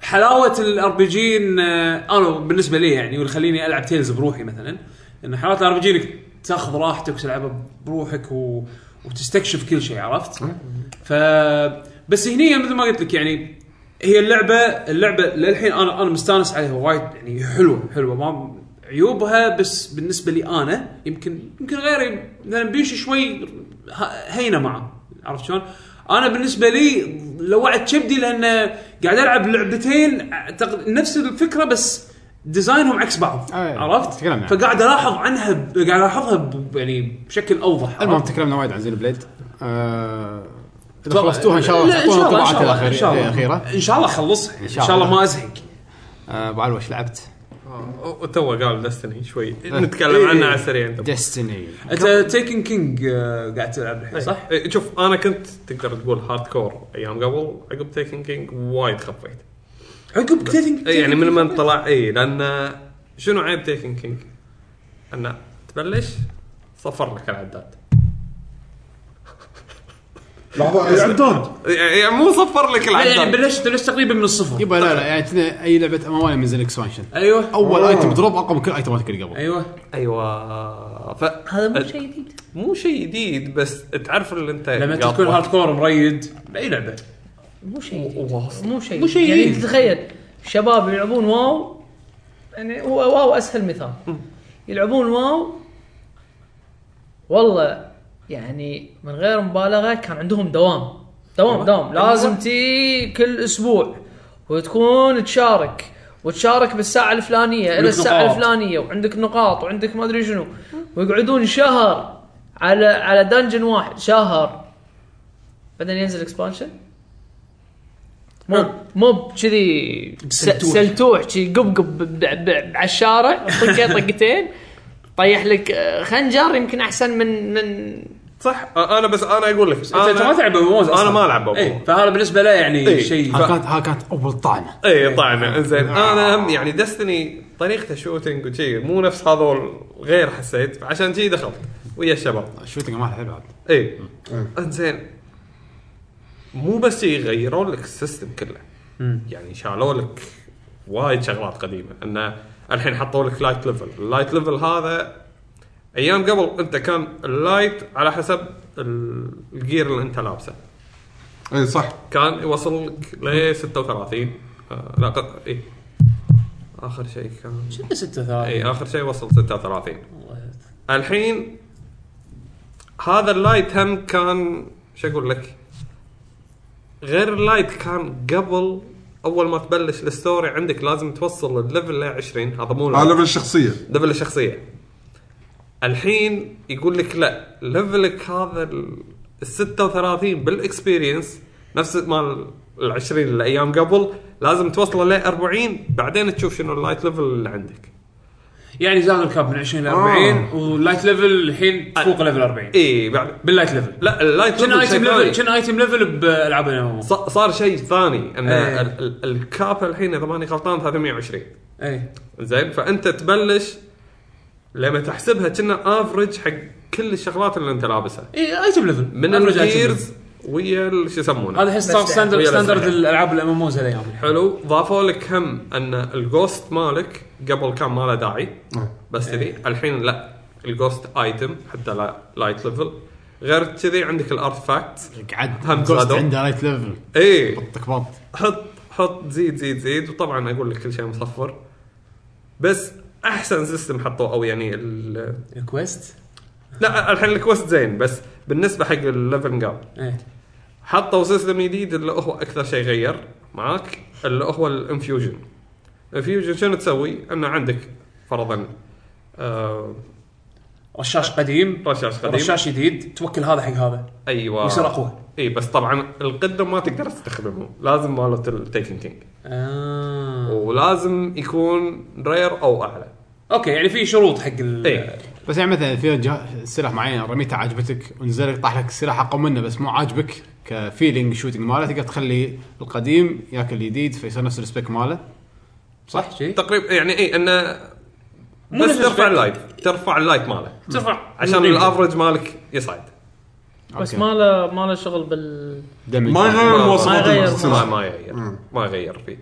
Speaker 4: حلاوه الار بي جي انا بالنسبه آه، لي يعني واللي خليني العب تيلز بروحي مثلا ان حلاوه الار بي جي انك تاخذ راحتك وتلعبها بروحك و... وتستكشف كل شيء عرفت؟ ف بس هني مثل ما قلت لك يعني هي اللعبه اللعبه للحين انا انا مستانس عليها وايد يعني حلوه حلوه ما عيوبها بس بالنسبه لي انا يمكن يمكن غيري مثلا بيش شوي ه- هينه معه عرفت شلون؟ انا بالنسبه لي لوعت كبدي لان قاعد العب لعبتين أعتقد نفس الفكره بس ديزاينهم عكس بعض
Speaker 2: أي،
Speaker 4: عرفت؟
Speaker 2: تكلمنا عنها.
Speaker 4: فقاعد الاحظ عنها ب- قاعد الاحظها ب- يعني بشكل اوضح
Speaker 2: المهم
Speaker 4: عرفت؟
Speaker 2: تكلمنا وايد عن زين بليد آه، اذا
Speaker 4: طبعاً.
Speaker 2: خلصتوها ان شاء الله
Speaker 4: لا، إن شاء
Speaker 2: تعطونا
Speaker 4: الله، إن شاء
Speaker 2: انطباعاتها
Speaker 4: الله، إن شاء
Speaker 2: الأخير-
Speaker 4: الله.
Speaker 2: الاخيره
Speaker 4: ان شاء الله اخلصها ان
Speaker 2: شاء
Speaker 4: شاء الله
Speaker 2: الله.
Speaker 4: ما ازهق
Speaker 2: آه، ابو علي وش لعبت؟
Speaker 3: تو قال دستني شوي
Speaker 4: إيه.
Speaker 3: نتكلم عنها على السريع انت
Speaker 2: ديستني
Speaker 4: انت تيكن كينج آه، قاعد تلعب الحين صح؟
Speaker 3: إيه، شوف انا كنت تقدر تقول هارد كور ايام قبل عقب تيكن كينج وايد خفيت
Speaker 4: عقب تيكن
Speaker 3: إيه، يعني من من طلع اي لان شنو عيب تيكن كينج؟ انه تبلش صفر لك العداد
Speaker 5: لحظه أي إيه، عداد
Speaker 3: يعني مو صفر لك
Speaker 4: يعني
Speaker 3: العداد
Speaker 4: بلشت بلشت تقريبا من الصفر
Speaker 2: يبا لا لا يعني كنا اي لعبه اموال من زين اكسبانشن
Speaker 4: ايوه
Speaker 2: اول ايتم دروب اقوى من كل ايتماتك اللي
Speaker 3: إيه.
Speaker 2: قبل
Speaker 4: ايوه
Speaker 3: ايوه ف
Speaker 7: هذا مو شيء جديد
Speaker 3: مو شيء جديد بس تعرف اللي انت
Speaker 4: لما انت
Speaker 3: قاطعه.
Speaker 4: تكون هارد كور مريد باي لعبه
Speaker 7: مو شيء جديد مو شيء
Speaker 4: مو شيء
Speaker 7: جديد. يعني
Speaker 4: جديد.
Speaker 7: تتخيل شباب يلعبون واو يعني هو واو اسهل مثال يلعبون واو والله يعني من غير مبالغه كان عندهم دوام دوام دوام لازم تي كل اسبوع وتكون تشارك وتشارك بالساعه الفلانيه الى
Speaker 4: عندك
Speaker 7: الساعه
Speaker 4: نقاط.
Speaker 7: الفلانيه وعندك نقاط وعندك ما ادري شنو ويقعدون شهر على على دنجن واحد شهر بعدين ينزل نعم. اكسبانشن موب موب كذي س-
Speaker 4: سلتوح.
Speaker 7: سلتوح كذي قبقب ب- ب- ب- على الشارع طقه طقتين طيح لك آه، خنجر يمكن احسن من من
Speaker 3: صح أ- انا بس انا اقول لك
Speaker 4: انت انت ما تلعب موز إيه.
Speaker 3: انا ما العب MMOs.
Speaker 4: فهذا بالنسبه له يعني
Speaker 3: إيه.
Speaker 4: شيء
Speaker 2: ها كانت ها كانت اول طعنه
Speaker 3: اي طعنه إيه، زين انا هم يعني دستني طريقته شوتنج وشي مو نفس هذول غير حسيت عشان شي دخلت ويا الشباب
Speaker 2: الشوتنج ما لها بعد
Speaker 3: اي انزين مو بس شي، غيروا لك السيستم كله يعني شالوا لك وايد شغلات قديمه انه الحين حطوا لك لايت ليفل، اللايت ليفل هذا ايام قبل انت كان اللايت على حسب ال- الجير اللي انت لابسه
Speaker 5: اي إيه، صح
Speaker 3: كان يوصل لك ل 36 آه لا ق- اي اخر شيء كان
Speaker 4: شنو 36
Speaker 3: اي اخر شيء وصل 36 الحين هذا اللايت هم كان شو اقول لك غير اللايت كان قبل اول ما تبلش الستوري عندك لازم توصل الليفل ل 20 هذا مو
Speaker 5: على
Speaker 3: لايت.
Speaker 5: ليفل الشخصيه
Speaker 3: ليفل الشخصيه الحين يقول لك لا ليفلك هذا ال ال 36 بالاكسبيرينس نفس مال ال 20 اللي ايام قبل لازم توصله ل 40 بعدين تشوف شنو اللايت ليفل اللي عندك
Speaker 4: يعني زاد الكاب من 20 ل
Speaker 3: آه.
Speaker 4: 40 واللايت ليفل الحين فوق ليفل 40
Speaker 3: اي بعد
Speaker 4: باللايت ليفل
Speaker 3: لا اللايت
Speaker 4: كنا
Speaker 3: ليفل إيه. شيء
Speaker 4: ايتم ليفل كنا ايتم
Speaker 3: ثاني.
Speaker 4: ليفل بالعاب الام
Speaker 3: ص- صار شيء ثاني ان
Speaker 4: إيه.
Speaker 3: ال- ال- الكاب الحين اذا ماني غلطان 320
Speaker 4: اي
Speaker 3: زين فانت تبلش لما تحسبها كنا افرج حق كل الشغلات اللي انت لابسها
Speaker 4: اي ايتم ليفل
Speaker 3: من
Speaker 4: أفرج آيتم
Speaker 3: الجيرز ويا ال- شو
Speaker 4: ليفل.
Speaker 3: يسمونه
Speaker 4: هذا الحين صار
Speaker 7: بس
Speaker 4: ستاندرد
Speaker 3: ويا
Speaker 4: ستاندرد
Speaker 3: الأسلحة.
Speaker 4: الالعاب الامموز هالايام
Speaker 3: حلو ضافوا لك هم ان الجوست مالك قبل كان ما له داعي بس كذي الحين لا الجوست ايتم حتى لا لايت ليفل غير كذي عندك الارتفاكت
Speaker 2: قعد
Speaker 3: هم
Speaker 2: جوست
Speaker 3: زادوا.
Speaker 2: عنده رايت ليفل
Speaker 3: اي
Speaker 2: بطك بط
Speaker 3: إيه. حط حط زيد زيد زيد وطبعا اقول لك كل شيء مصفر بس احسن سيستم حطوه او يعني ال-
Speaker 4: الكويست
Speaker 3: لا الحين الكوست زين بس بالنسبه حق الليفل جاب
Speaker 4: ايه
Speaker 3: حطوا سيستم جديد اللي هو اكثر شيء غير معاك اللي هو الانفيوجن الانفيوجن شنو تسوي؟ انه عندك فرضا آه
Speaker 4: رشاش قديم
Speaker 3: رشاش قديم
Speaker 4: رشاش جديد توكل هذا حق هذا
Speaker 3: ايوه
Speaker 4: يصير أقوى.
Speaker 3: اي بس طبعا القدم ما تقدر تستخدمه لازم مالت التيكن كينج
Speaker 4: آه.
Speaker 3: ولازم يكون رير او اعلى
Speaker 4: اوكي يعني في شروط حق ال
Speaker 3: اي
Speaker 2: بس يعني مثلا في جه- سلاح معين رميته عجبتك ونزل لك طاح لك سلاح اقوى منه بس مو عاجبك كفيلينج شوتنج ماله تقدر تخلي القديم ياكل الجديد فيصير نفس السبيك ماله
Speaker 4: صح شيء
Speaker 3: تقريبا يعني اي انه
Speaker 4: مو
Speaker 3: بس
Speaker 4: نفس
Speaker 3: ترفع
Speaker 4: الشيء.
Speaker 3: اللايت ترفع اللايت ماله
Speaker 4: ترفع
Speaker 3: عشان الافرج مالك يصعد
Speaker 7: بس
Speaker 2: أوكي.
Speaker 7: ما له ما له شغل بال
Speaker 2: دمج
Speaker 5: ما يغير
Speaker 3: ما-
Speaker 5: مواصفات
Speaker 7: ما يغير.
Speaker 3: ما
Speaker 5: السلاح
Speaker 3: ما يغير ما يغير فيه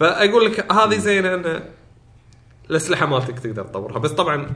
Speaker 3: فاقول لك هذه زينه ان الاسلحه مالتك تقدر تطورها بس طبعا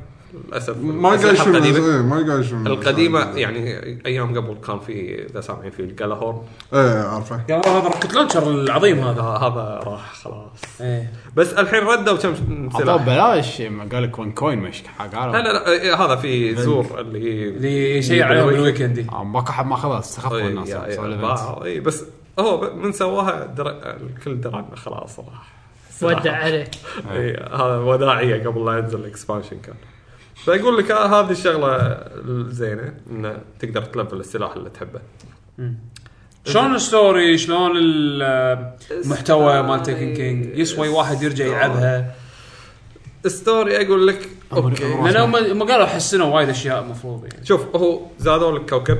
Speaker 3: للاسف
Speaker 5: ما
Speaker 3: الأسلحة
Speaker 5: قاعد يشوف
Speaker 3: القديمه
Speaker 5: إيه، ما إيه، قاعد يشوف
Speaker 3: القديمه يعني ايام قبل كان في اذا سامعين في الجالاهورن
Speaker 5: ايه عارفه
Speaker 4: يا الله، هذا روكت لونشر العظيم
Speaker 3: آه،
Speaker 4: هذا
Speaker 3: هذا راح خلاص
Speaker 4: ايه
Speaker 3: بس الحين ردوا كم
Speaker 2: عطوه
Speaker 3: سلاح
Speaker 2: ببلاش ما قال لك ون كوين مش حق
Speaker 3: لا لا لا إيه، هذا في زور اللي هي
Speaker 4: اللي شيء عليهم الويكند دي
Speaker 2: ماكو احد آه، ما خلاص استخفوا
Speaker 3: إيه،
Speaker 2: الناس
Speaker 3: يا-
Speaker 2: صار
Speaker 3: يا-
Speaker 2: الإيفنت.
Speaker 3: باعوا، إيه، بس هو ب- من سواها در... الكل درى انه خلاص راح
Speaker 7: ودع عليه
Speaker 3: إيه، هذا وداعيه قبل لا ينزل الاكسبانشن كان فاقول لك آه، هذه الشغله الزينه انه تقدر تلفل السلاح اللي تحبه
Speaker 4: شلون الستوري شلون المحتوى مال تيكن كينج يسوى واحد يرجع يلعبها
Speaker 3: ستوري اقول لك اوكي
Speaker 4: لان هم هم قالوا حسنوا وايد اشياء المفروض يعني
Speaker 3: شوف هو زادوا لك كوكب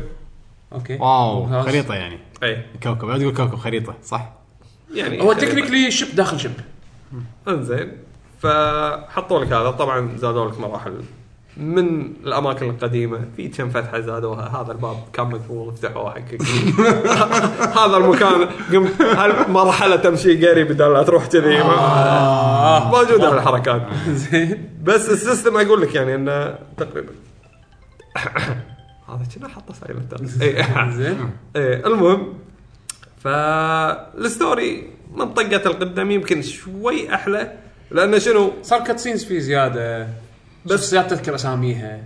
Speaker 4: اوكي
Speaker 2: واو
Speaker 4: ممتاز.
Speaker 2: خريطه يعني
Speaker 3: اي
Speaker 2: كوكب لا تقول كوكب خريطه صح؟
Speaker 3: يعني
Speaker 4: هو
Speaker 3: تقريباً.
Speaker 4: تكنيكلي شب داخل شب
Speaker 3: انزين فحطوا لك هذا طبعا زادوا لك مراحل من الاماكن القديمه في كم فتحه زادوها هذا الباب كان مقفول افتحوه حقك هذا المكان قمت هالمرحله تمشي قري بدل لا تروح كذي ما- موجوده الحركات
Speaker 4: زين
Speaker 3: بس السيستم اقول لك يعني انه تقريبا هذا كنا حاطه سايلنت
Speaker 4: زين
Speaker 3: ايه المهم فالستوري منطقة القدام يمكن شوي احلى لان شنو
Speaker 4: صار كات سينز في زياده شخصيات تذكر اساميها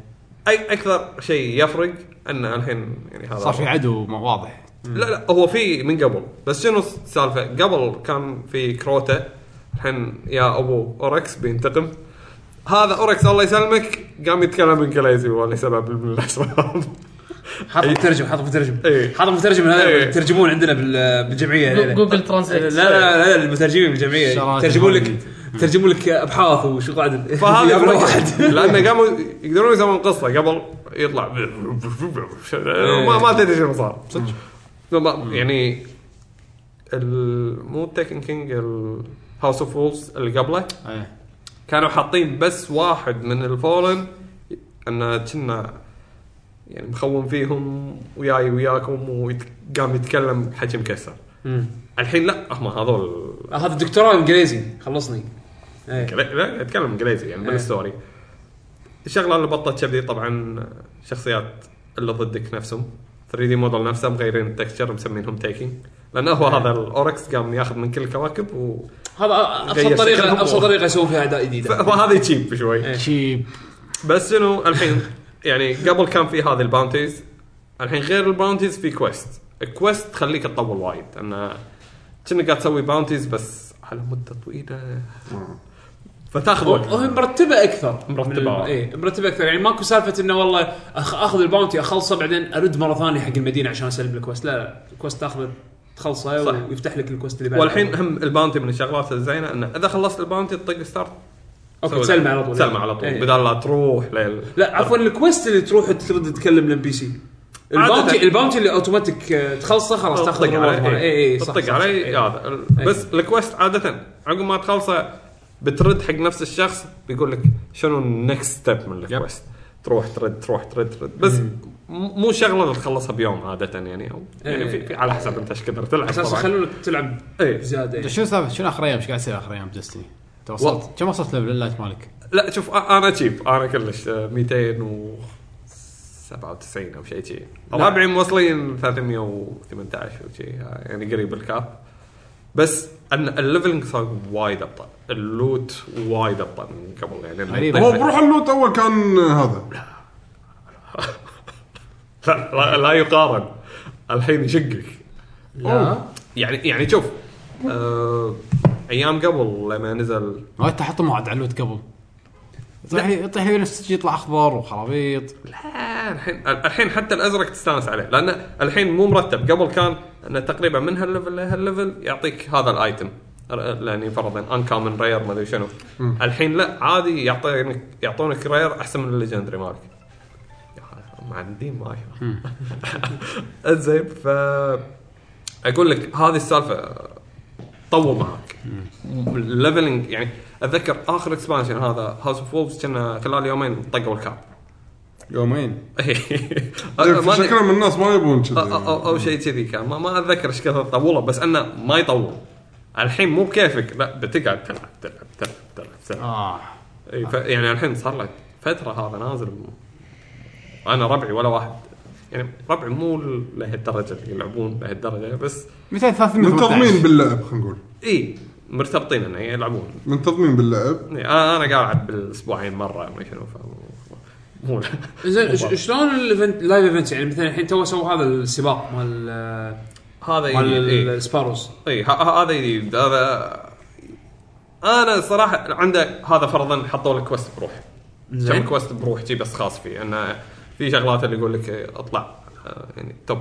Speaker 3: اي اكثر شيء يفرق ان الحين يعني هذا
Speaker 2: صار في عدو ما واضح
Speaker 3: لا لا هو في من قبل بس شنو السالفه قبل كان في كروتا الحين يا ابو اوركس بينتقم هذا اوركس الله يسلمك قام يتكلم انجليزي ولا سبب من الاسباب
Speaker 4: حاط مترجم حاط مترجم
Speaker 3: إيه.
Speaker 4: حاط مترجم
Speaker 3: إيه.
Speaker 4: هذا يترجمون عندنا بال- بالجمعيه
Speaker 7: جو- جوجل ترانسليت
Speaker 4: لا لا لا لا المترجمين بالجمعيه
Speaker 2: شرايط
Speaker 4: يترجمون لك
Speaker 2: الجديد.
Speaker 4: يترجمون لك ابحاث وشغل عدل
Speaker 3: فهذا
Speaker 4: يقابلون
Speaker 3: فرق.
Speaker 4: واحد.
Speaker 3: لانه قاموا يقدرون يسوون قصه قبل يطلع ما ما تدري شنو صار صدق يعني ال- مو تيكن كينج هاوس اوف وولز اللي قبله
Speaker 2: ايه
Speaker 3: كانوا حاطين بس واحد من الفولن انه كنا يعني مخون فيهم وياي وياكم وقام يتكلم بحكي مكسر
Speaker 4: مم.
Speaker 3: الحين لا هم هذول
Speaker 4: آه، هذا الدكتوراه انجليزي خلصني إيه.
Speaker 3: لا- لا اتكلم انجليزي يعني
Speaker 4: إيه.
Speaker 3: بالستوري الشغله اللي بطت كذي طبعا شخصيات اللي ضدك نفسهم 3 دي موديل نفسه مغيرين التكتشر مسمينهم تيكينج لان هو
Speaker 4: إيه.
Speaker 3: هذا الاوركس قام ياخذ من كل الكواكب و...
Speaker 4: هذا ابسط
Speaker 3: غير شكلهم
Speaker 4: طريقه ابسط
Speaker 3: و-
Speaker 4: طريقه يسوون فيها اعداء
Speaker 3: ف-
Speaker 4: جديده
Speaker 3: فهذا يجيب شوي
Speaker 4: إيه.
Speaker 2: شيب
Speaker 3: بس شنو الحين يعني قبل كان في هذه الباونتيز الحين غير الباونتيز في كويست الكويست تخليك تطول وايد انه كأنك قاعد تسوي باونتيز بس على مده طويله فتاخذ
Speaker 4: وهي
Speaker 3: وقت
Speaker 4: مرتبه اكثر
Speaker 3: مرتبة.
Speaker 4: اي مرتبه اكثر يعني ماكو سالفه انه والله أخ اخذ الباونتي اخلصه بعدين ارد مره ثانيه حق المدينه عشان اسلم الكوست لا لا الكوست تاخذه تخلصه
Speaker 3: صح.
Speaker 4: ويفتح لك الكوست اللي بعده
Speaker 3: والحين هم الباونتي من الشغلات الزينه انه اذا خلصت الباونتي تطق ستارت
Speaker 4: اوكي تسلمه على طول
Speaker 3: سلمه على طول
Speaker 4: إيه.
Speaker 3: بدل لا تروح لل
Speaker 4: لا عفوا الكويست اللي تروح ترد تتكلم للبي بي سي
Speaker 3: عادة.
Speaker 4: الباونتي الباونتي اللي اوتوماتيك آه، تخلصه خلاص تاخذ
Speaker 3: تطق
Speaker 4: الريورد ماله.
Speaker 3: عليه
Speaker 4: اي اي صح
Speaker 3: تطق
Speaker 4: صح، صح.
Speaker 3: عليه آه،
Speaker 4: إيه.
Speaker 3: هذا ال- بس الكويست عاده عقب ما تخلصه بترد حق نفس الشخص بيقول لك شنو النكست ستيب من الكويست تروح ترد تروح ترد ترد بس م- مو شغله تخلصها بيوم عاده يعني او يعني
Speaker 8: إيه.
Speaker 3: في في على حسب انت ايش كثر تلعب
Speaker 8: اساسا
Speaker 3: طبعاً.
Speaker 8: يخلونك تلعب
Speaker 3: إيه.
Speaker 8: زياده يعني.
Speaker 2: شنو سالفه شنو اخر ايام ايش قاعد تسوي اخر ايام بدستني؟ انت وصلت كم وصلت ليفل اللايت مالك؟
Speaker 3: لا شوف أ- انا تشيب انا كلش آه، 297 او شيء شي ربعي موصلين 318 وشي آه، يعني قريب الكاب بس أن الليفلنج صار وايد ابطا اللوت وايد ابطا من قبل يعني
Speaker 2: غريب.
Speaker 5: هو بروح اللوت اول كان هذا
Speaker 3: لا, لا, لا يقارن الحين يشقك
Speaker 8: لا
Speaker 3: يعني يعني شوف آه ايام قبل لما نزل
Speaker 2: ما انت حط موعد على اللوت قبل يطيح لي يطيح لي نفس يطلع اخضر وخرابيط
Speaker 3: لا الحين الحين حتى الازرق تستانس عليه لان الحين مو مرتب قبل كان انه تقريبا من هالليفل لهالليفل يعطيك هذا الايتم لاني فرضا ان كامن رير ما ادري شنو الحين لا عادي يعطينك يعطونك رير احسن من الليجندري مالك معندين ما زين ف اقول لك هذه السالفه طول معك الليفلنج يعني اتذكر اخر اكسبانشن هذا هاوس اوف وولفز كنا خلال يومين طقوا الكاب
Speaker 2: يومين
Speaker 3: إيه. ما أدري-
Speaker 5: شكله من إيه، الناس ما يبون
Speaker 3: أو- او
Speaker 5: كذي
Speaker 3: او شيء كذي كان ما, ما اتذكر ايش كثر طوله بس انه ما يطول الحين مو بكيفك لا بتقعد تلعب تلعب تلعب تلعب, تلعب.
Speaker 2: اه
Speaker 3: إي، ف- يعني الحين صار لك فتره هذا نازل م- انا ربعي ولا واحد يعني ربعي مو لهالدرجه اللي يلعبون لهالدرجه بس
Speaker 2: 200
Speaker 5: منتظمين
Speaker 2: 300
Speaker 5: باللعب خلينا نقول
Speaker 3: اي مرتبطين انه يلعبون
Speaker 5: منتظمين باللعب
Speaker 3: إي، انا انا قاعد العب بالاسبوعين مره ما شنو ف مو
Speaker 8: زين ش- شلون الايفنت لايف ايفنتس يعني مثلا الحين تو سووا هذا السباق مال
Speaker 4: آه،
Speaker 3: هذا
Speaker 8: مال
Speaker 3: يعني- إي.
Speaker 8: السباروز
Speaker 3: اي ه- ه- هذا جديد هذا انا صراحه عنده هذا فرضا حطوا لك كويست بروح كم كويست بروح جي بس خاص فيه انه في شغلات اللي يقول لك إيه، اطلع آه، يعني توب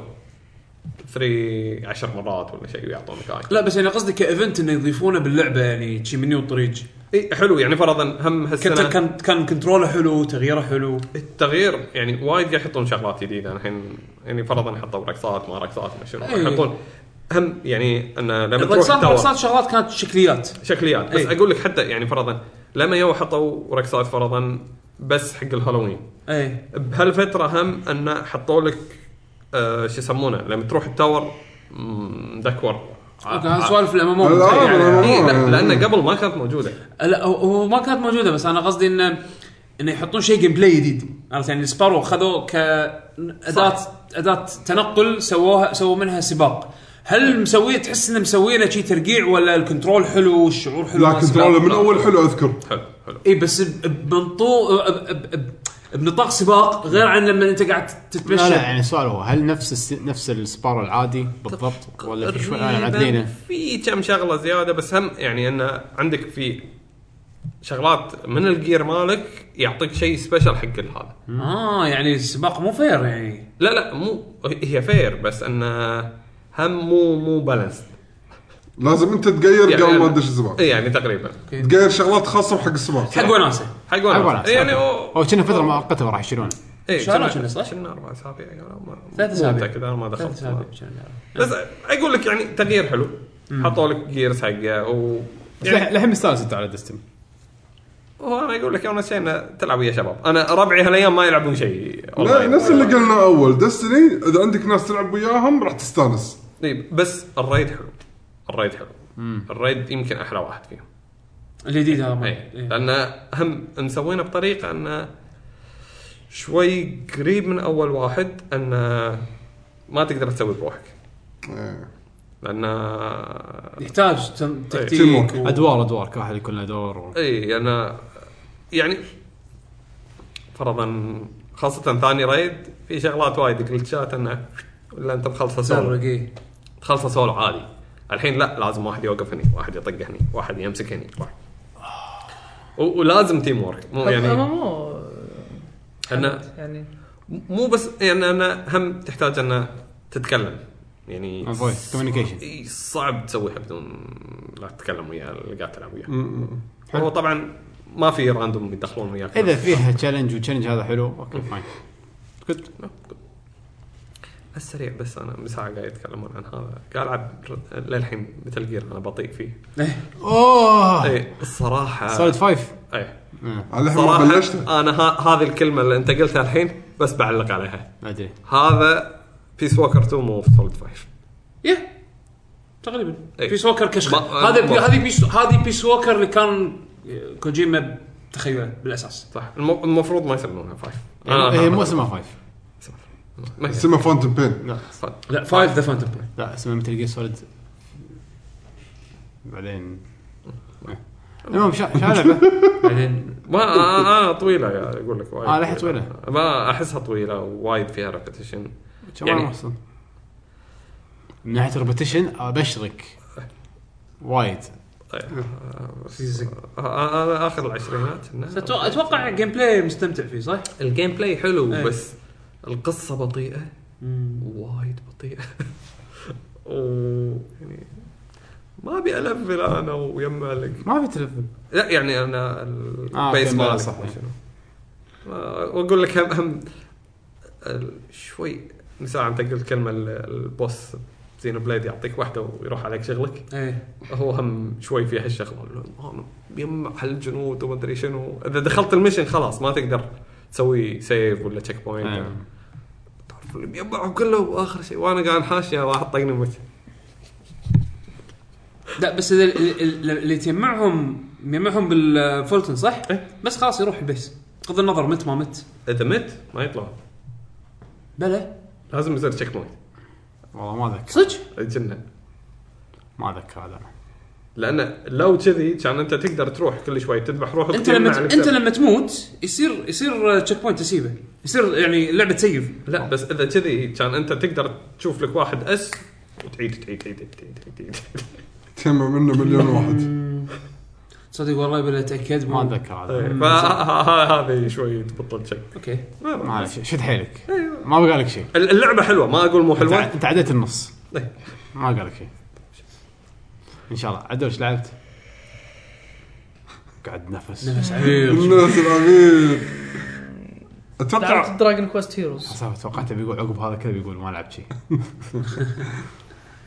Speaker 3: 3 10 مرات ولا شيء ويعطونك اي
Speaker 8: لا بس انا قصدي كايفنت انه يضيفونه باللعبه يعني شي منيو طريق
Speaker 3: اي حلو يعني فرضا هم هالسنه
Speaker 8: كان كان كان كنتروله حلو تغييره حلو
Speaker 3: التغيير يعني وايد قاعد يحطون شغلات جديده الحين يعني فرضا حطوا رقصات ما رقصات ما شنو
Speaker 8: إي.
Speaker 3: يحطون هم يعني انه لما تروح
Speaker 8: الرقصات
Speaker 3: التاور-
Speaker 8: الرقصات طيب، شغلات كانت شكليات
Speaker 3: شكليات بس
Speaker 8: إيه.
Speaker 3: اقول لك حتى يعني فرضا لما يو حطوا رقصات فرضا بس حق الهالوين
Speaker 8: اي
Speaker 3: بهالفتره هم ان حطوا لك آه شو يسمونه لما تروح التاور مم، دكور
Speaker 8: كان سوالف الام ام
Speaker 5: آه،
Speaker 2: آه،
Speaker 5: لا، لا، لا.
Speaker 3: إيه، لا- لان قبل ما كانت موجوده
Speaker 8: لا هو- هو ما كانت موجوده بس انا قصدي انه انه يحطون شيء جيم بلاي جديد عرفت يعني سبارو خذوا ك اداه اداه تنقل سووها سووا منها سباق هل مسويه تحس انه مسوينه شيء ترقيع ولا الكنترول حلو والشعور حلو مع
Speaker 5: لا
Speaker 8: السباق؟
Speaker 5: كنترول من اول حلو اذكر
Speaker 3: حلو حلو
Speaker 8: اي إيه، بس ب- بمنطو ب- ب- ب- بنطاق سباق غير عن لما انت قاعد تتمشى
Speaker 2: لا لا يعني السؤال هو هل نفس الس... نفس السبارو العادي بالضبط ولا في شوي آه، انا معدلينه؟
Speaker 3: في كم شغله زياده بس هم يعني انه عندك في شغلات من الجير مالك يعطيك شيء سبيشل حق هذا
Speaker 8: اه يعني السباق مو فير يعني
Speaker 3: لا لا مو هي فير بس انه هم مو مو بالانس
Speaker 5: لازم انت تغير قبل ما تدش السباق
Speaker 3: يعني تقريبا
Speaker 5: تغير شغلات خاصه حق السباق
Speaker 8: حق وناسه
Speaker 3: حق
Speaker 2: حق
Speaker 3: وناس
Speaker 2: وناس،
Speaker 3: يعني
Speaker 2: أوكي.
Speaker 3: هو
Speaker 2: او كنا فتره مؤقته راح يشيلونه
Speaker 3: ايه
Speaker 8: شهر
Speaker 3: شنو-
Speaker 8: شنو صح؟
Speaker 3: شنو اربع اسابيع يعني ما-
Speaker 8: ثلاث
Speaker 3: مو
Speaker 8: أسابيع.
Speaker 3: متأكد، انا ما
Speaker 8: ثلاث
Speaker 3: دخلت
Speaker 8: أسابيع.
Speaker 3: بس اقول لك يعني تغيير حلو حطوا لك جيرز حقه و يعني
Speaker 2: للحين مستانس انت على دستم
Speaker 3: وانا اقول لك اول شيء انه تلعب ويا شباب انا ربعي هالايام ما يلعبون شيء
Speaker 5: لا
Speaker 3: أونلاين.
Speaker 5: نفس اللي قلنا اول دستني اذا عندك ناس تلعب وياهم راح تستانس
Speaker 3: طيب بس الريد حلو الريد حلو الريد يمكن احلى واحد فيهم
Speaker 8: الجديد هذا ما-
Speaker 3: اي
Speaker 8: إيه.
Speaker 3: لان هم مسوينه بطريقه انه شوي قريب من اول واحد انه ما تقدر تسوي بروحك
Speaker 5: إيه.
Speaker 3: لان
Speaker 8: يحتاج تم-
Speaker 5: تيم
Speaker 8: تكتيك
Speaker 5: وورك.
Speaker 8: و-
Speaker 2: ادوار ادوار كل واحد يكون له دور و...
Speaker 3: اي انا إيه، يعني فرضا خاصة ثاني رايد في شغلات وايد جلتشات انه ولا انت مخلصه سولو
Speaker 8: تسرق إيه.
Speaker 3: تخلصه سولو عادي الحين لا لازم واحد يوقف هني واحد يطق هني واحد يمسك هني واحد و- ولازم تيم ورك مو
Speaker 7: يعني
Speaker 3: يعني
Speaker 7: مو
Speaker 3: انه
Speaker 7: يعني
Speaker 3: مو بس يعني انا هم تحتاج انه تتكلم يعني
Speaker 2: فويس كوميونيكيشن
Speaker 3: إي، صعب تسويها بدون لا تتكلم ويا اللي قاعد تلعب وياه
Speaker 5: م-م.
Speaker 2: حلو.
Speaker 3: هو طبعا ما في راندوم يدخلون وياك
Speaker 2: اذا فيها تشالنج وتشالنج هذا حلو اوكي فاين كنت
Speaker 3: السريع بس انا من ساعه قاعد يتكلمون عن هذا قاعد العب ر- للحين مثل جير انا بطيء فيه
Speaker 8: إيه.
Speaker 2: اوه
Speaker 3: اي الصراحه
Speaker 2: سوليد فايف
Speaker 3: اي
Speaker 5: على الحين ما بلشت
Speaker 3: صراحه انا ها- هذه الكلمه اللي انت قلتها الحين بس بعلق عليها
Speaker 2: ادري
Speaker 3: هذا بيس ووكر 2 مو سوليد 5
Speaker 4: يه تقريبا
Speaker 3: إيه.
Speaker 4: بيس ووكر كشخه
Speaker 3: ما-
Speaker 4: هذا
Speaker 3: ما-
Speaker 4: هذه بيس هذه بيس ووكر اللي كان كوجيما تخيله بالاساس
Speaker 3: صح الم- المفروض ما يسمونها 5
Speaker 2: يعني
Speaker 3: آه.
Speaker 2: هي مو اسمها فايف
Speaker 3: ما هي.
Speaker 5: اسمه فونتن بين
Speaker 2: لا
Speaker 3: صح.
Speaker 4: لا فايف ذا فانتوم برين
Speaker 2: لا اسمها مثل جير سوليد بعدين المهم شا شا لعبه
Speaker 4: بعدين
Speaker 3: ما آه، أنا- انا طويله يا اقول لك وايد
Speaker 2: آه، لحية طويلة.
Speaker 3: ما احسها طويله وايد فيها ريبتيشن
Speaker 2: كم
Speaker 3: يعني-
Speaker 2: يعني محصل من ناحيه ريبتيشن ابشرك وايد
Speaker 3: طيب.
Speaker 2: آه.
Speaker 3: آه، انا اخر آه، العشرينات إنه-
Speaker 4: أتوقع- اتوقع جيم بلاي مستمتع فيه صح؟
Speaker 3: الجيم بلاي حلو
Speaker 4: إيه.
Speaker 3: بس القصه بطيئه وايد بطيئه و يعني ما ابي الفل انا ويم علق
Speaker 2: ما في تلفن
Speaker 3: لا يعني انا
Speaker 2: آه،
Speaker 3: البيس
Speaker 2: أوكي،
Speaker 3: مالك
Speaker 2: صح.
Speaker 3: ما شنو. ما- واقول لك هم هم ال- شوي من ساعه انت قلت كلمه ال- البوس زينو بليد يعطيك واحده ويروح عليك شغلك
Speaker 8: إيه.
Speaker 4: ايه
Speaker 3: هو هم شوي في هالشغله اللي هو أنا بيجمع هالجنود وما ادري شنو اذا دخلت المشن خلاص ما تقدر تسوي سيف ولا تشيك بوينت
Speaker 2: أيوة.
Speaker 3: تعرف اللي بيجمعهم كله واخر شيء وانا قاعد حاشيه واحد طقني بوجهي
Speaker 4: لا بس إذا ال- ال- اللي تجمعهم يجمعهم بالفولتن صح؟
Speaker 3: إيه.
Speaker 4: بس خلاص يروح البيس بغض النظر مت ما مت
Speaker 3: اذا مت ما يطلع
Speaker 4: بلى
Speaker 3: لازم يصير تشيك بوينت
Speaker 2: والله ما اذكر
Speaker 4: صدق
Speaker 3: الجنه
Speaker 2: ما اذكر هذا أنا.
Speaker 3: لان لو كذي كان انت تقدر تروح كل شوي تذبح روحك
Speaker 4: انت
Speaker 3: وتجمع
Speaker 4: لما ت-
Speaker 3: على
Speaker 4: انت
Speaker 3: السيف.
Speaker 4: لما تموت يصير يصير تشيك بوينت تسيبه يصير يعني لعبه تسيف
Speaker 3: لا بس اذا كذي كان انت تقدر تشوف لك واحد اس وتعيد تعيد تعيد تعيد تعيد, تعيد.
Speaker 5: تجمع منه مليون واحد
Speaker 4: صدق والله بلا اتاكد
Speaker 2: ما اتذكر هذا
Speaker 3: طيب. فهذه شوي تبطل شك
Speaker 4: اوكي
Speaker 2: ما اعرف شد حيلك ما بقالك شيء
Speaker 3: ال- اللعبه حلوه ما اقول مو
Speaker 2: انت
Speaker 3: حلوه
Speaker 2: انت عديت النص
Speaker 3: إيه.
Speaker 2: ما قالك شيء ان شاء الله عدو ايش لعبت؟ قعد نفس
Speaker 4: بس عميق
Speaker 5: الناس العبيد اتوقع
Speaker 7: لعبت دراجون كويست هيروز
Speaker 2: حساب توقعته بيقول عقب هذا كذا بيقول ما لعبت شيء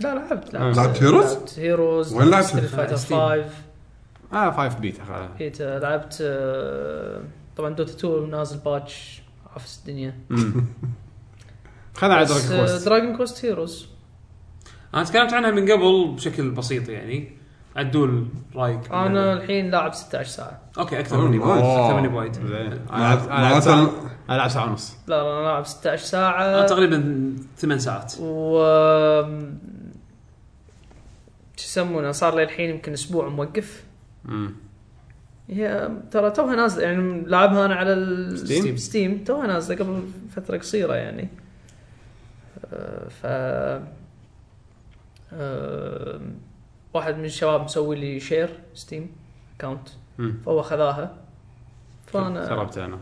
Speaker 7: لا لعبت
Speaker 5: لعبت هيروز؟
Speaker 7: لعبت هيروز
Speaker 5: وين لعبت؟
Speaker 7: ستريت فايتر
Speaker 4: ستيم.
Speaker 7: 5
Speaker 2: اه فايف بيتا خلاص
Speaker 7: بيتا لعبت آه، طبعا دوتا 2 نازل باتش عفس الدنيا
Speaker 2: خلينا على
Speaker 7: بس
Speaker 2: دراجون كويست
Speaker 7: دراجون كويست هيروز
Speaker 4: انا تكلمت عنها من قبل بشكل بسيط يعني عدول رايك
Speaker 7: انا الحين لاعب 16 ساعه
Speaker 4: اوكي اكثر
Speaker 5: أوه،
Speaker 4: مني بوايد
Speaker 5: وايد.
Speaker 4: اكثر مني بوايد
Speaker 2: زين. أنا
Speaker 5: معناته-
Speaker 2: ألعب- ألعب ساعة-
Speaker 5: معناته-
Speaker 2: ألعب ساعه ونص
Speaker 7: لا لا انا لاعب 16
Speaker 4: انا
Speaker 7: ساعه
Speaker 4: تقريبا ثمان ساعات
Speaker 7: و شو يسمونه صار لي الحين يمكن اسبوع موقف
Speaker 2: مم.
Speaker 7: هي ترى توها نازله يعني لعبها انا على الستيم
Speaker 2: ستيم؟
Speaker 7: ستيم توها نازله قبل فتره قصيره يعني آه، ف آه، واحد من الشباب مسوي لي شير ستيم اكونت
Speaker 2: مم.
Speaker 7: فهو خذاها فانا
Speaker 2: جربتها انا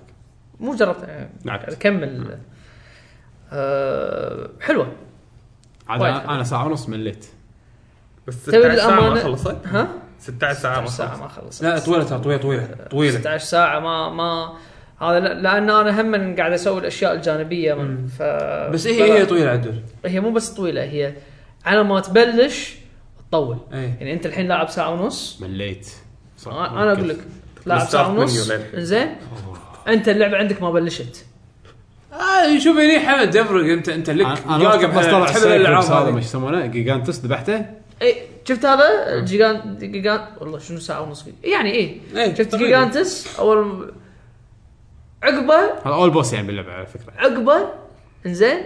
Speaker 7: مو جربت يعني
Speaker 2: لعبت.
Speaker 7: اكمل آه، حلوه
Speaker 2: عاد
Speaker 7: وايد
Speaker 2: انا أنا ساعه ونص مليت
Speaker 3: بس
Speaker 7: تبي
Speaker 3: 16 ساعه ما
Speaker 7: الأمانة-
Speaker 3: خلصت
Speaker 7: ها
Speaker 3: 16 ساعه ما
Speaker 7: 16 ساعه
Speaker 3: خلصت
Speaker 7: ما خلصت
Speaker 4: لا طويله ترى طويله طويله طويله
Speaker 7: 16 ساعه ما ما هذا لا- لان انا هم قاعد اسوي الاشياء الجانبيه من ف
Speaker 4: بس هي هي طويله عدول
Speaker 7: هي مو بس طويله هي على ما تبلش تطول
Speaker 4: ايه
Speaker 7: يعني انت الحين لاعب ساعه ونص
Speaker 2: مليت صح،
Speaker 7: انا أنا اقول لك لاعب ساعه
Speaker 3: من
Speaker 7: ونص
Speaker 3: يولين.
Speaker 7: زين انت اللعبه عندك ما بلشت
Speaker 4: آه شوف هني حمد يفرق انت انت لك
Speaker 2: انا أنا
Speaker 4: جاقة
Speaker 2: بس طلع
Speaker 4: بحب
Speaker 2: السايكلوبس هذا ما
Speaker 4: هذه.
Speaker 2: شو يسمونه جيجانتس ذبحته
Speaker 7: اي شفت هذا جيجان جيجان والله شنو ساعه ونص يعني اي
Speaker 4: إيه،
Speaker 7: شفت
Speaker 4: تقريباً.
Speaker 7: جيجانتس اول عقبه
Speaker 2: هذا اول بوس يعني باللعبه على فكره
Speaker 7: عقبه انزين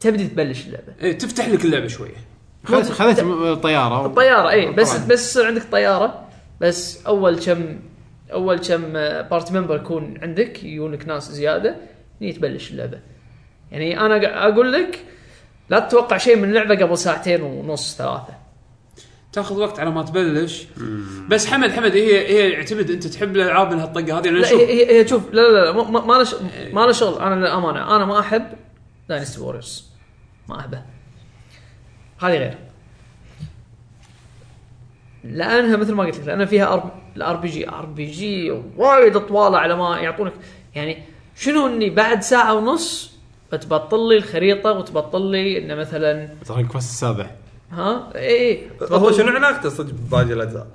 Speaker 7: تبدي تبلش اللعبه
Speaker 4: ايه تفتح لك اللعبه شويه
Speaker 2: خذت خذت الطياره
Speaker 7: الطياره اي إيه، بس
Speaker 2: طبعاً.
Speaker 7: بس يصير عندك طياره بس اول كم اول كم بارتي ممبر يكون عندك يجونك ناس زياده هني تبلش اللعبه يعني انا قا- اقول لك لا تتوقع شيء من اللعبه قبل ساعتين ونص ثلاثه
Speaker 4: تاخذ وقت على ما تبلش بس حمد حمد هي هي يعتمد انت تحب الالعاب من هالطقه هذه لان
Speaker 7: لا
Speaker 4: شوف
Speaker 7: هي هي- هي شوف لا لا لا ما- ما ما له ش- ما له شغل انا للامانه انا ما احب داينستي ووريرز ما احبه هذه غير لانها مثل ما قلت لك لان فيها الار بي جي ار بي جي وايد طواله على ما يعطونك يعني شنو اني بعد ساعه ونص بتبطل لي الخريطه وتبطل لي انه مثلا
Speaker 2: ترى الكوست السابع
Speaker 7: ها إيه، اي
Speaker 4: أه،
Speaker 3: هو شنو علاقته صدق بباقي الاجزاء؟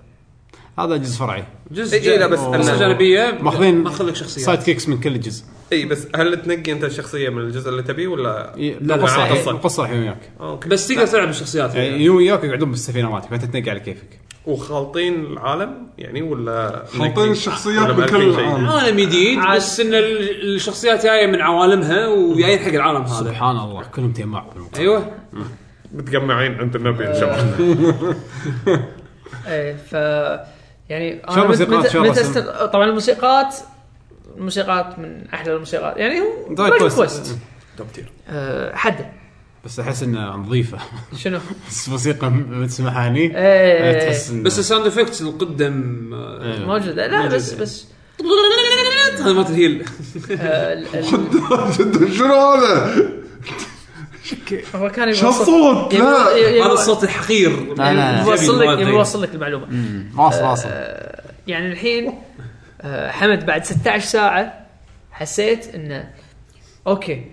Speaker 2: هذا جزء فرعي
Speaker 4: جزء
Speaker 3: اي إي،
Speaker 7: إيه،
Speaker 3: لا بس
Speaker 4: قصه
Speaker 3: أنا
Speaker 4: جانبيه
Speaker 2: ماخذين
Speaker 4: ما خلك شخصيات
Speaker 2: سايد كيكس من كل جزء
Speaker 3: اي بس هل تنقي انت الشخصيه من الجزء اللي تبيه ولا
Speaker 2: لا
Speaker 3: على
Speaker 2: القصه
Speaker 3: القصه
Speaker 2: القصه راح يجون وياك
Speaker 3: آه، اوكي
Speaker 4: بس تقدر تلعب الشخصيات
Speaker 2: يعني
Speaker 4: يعني.
Speaker 2: يجون وياك يقعدون بالسفينه مالتك فانت تنقي على كيفك
Speaker 3: وخالطين العالم يعني ولا
Speaker 5: حاطين الشخصيات
Speaker 3: ولا
Speaker 5: من كل
Speaker 3: مالكين شيء؟
Speaker 5: العالم
Speaker 4: عالم جديد بس ان ال- الشخصيات جايه من عوالمها وجايين حق العالم هذا
Speaker 2: سبحان الله كلهم تيمع
Speaker 4: ايوه
Speaker 3: متجمعين عند النبي ان شاء الله
Speaker 7: ايه ف يعني
Speaker 2: شو الموسيقات؟
Speaker 7: متى-
Speaker 2: شو
Speaker 7: متى
Speaker 2: الرسم؟
Speaker 7: است- طبعا الموسيقات الموسيقات من احلى الموسيقات يعني هو
Speaker 2: درايف
Speaker 7: درايف
Speaker 2: كويست.
Speaker 5: إيه.
Speaker 7: كويست
Speaker 2: توب تير
Speaker 7: أه، حده
Speaker 2: بس احس انها نظيفه
Speaker 7: شنو؟
Speaker 2: بس موسيقى متسمعها هني
Speaker 7: إيه،
Speaker 2: تحس إن-
Speaker 4: بس الساوند افكتس القدم آه،
Speaker 2: إيه.
Speaker 7: موجوده لا
Speaker 4: موجودة.
Speaker 7: بس بس
Speaker 4: هذا مالت الهيل
Speaker 7: آه، ال- ال-
Speaker 5: جدا شنو هذا؟
Speaker 7: هو كان
Speaker 5: شو
Speaker 7: يوصل
Speaker 5: الصوت؟ لا
Speaker 4: هذا الصوت الحقير
Speaker 2: لا، لا.
Speaker 7: أيوة. يعني يوصل لك
Speaker 4: جميل.
Speaker 7: يوصل لك المعلومه
Speaker 2: واصل واصل
Speaker 7: آه، يعني الحين آه، حمد بعد 16 ساعه حسيت انه اوكي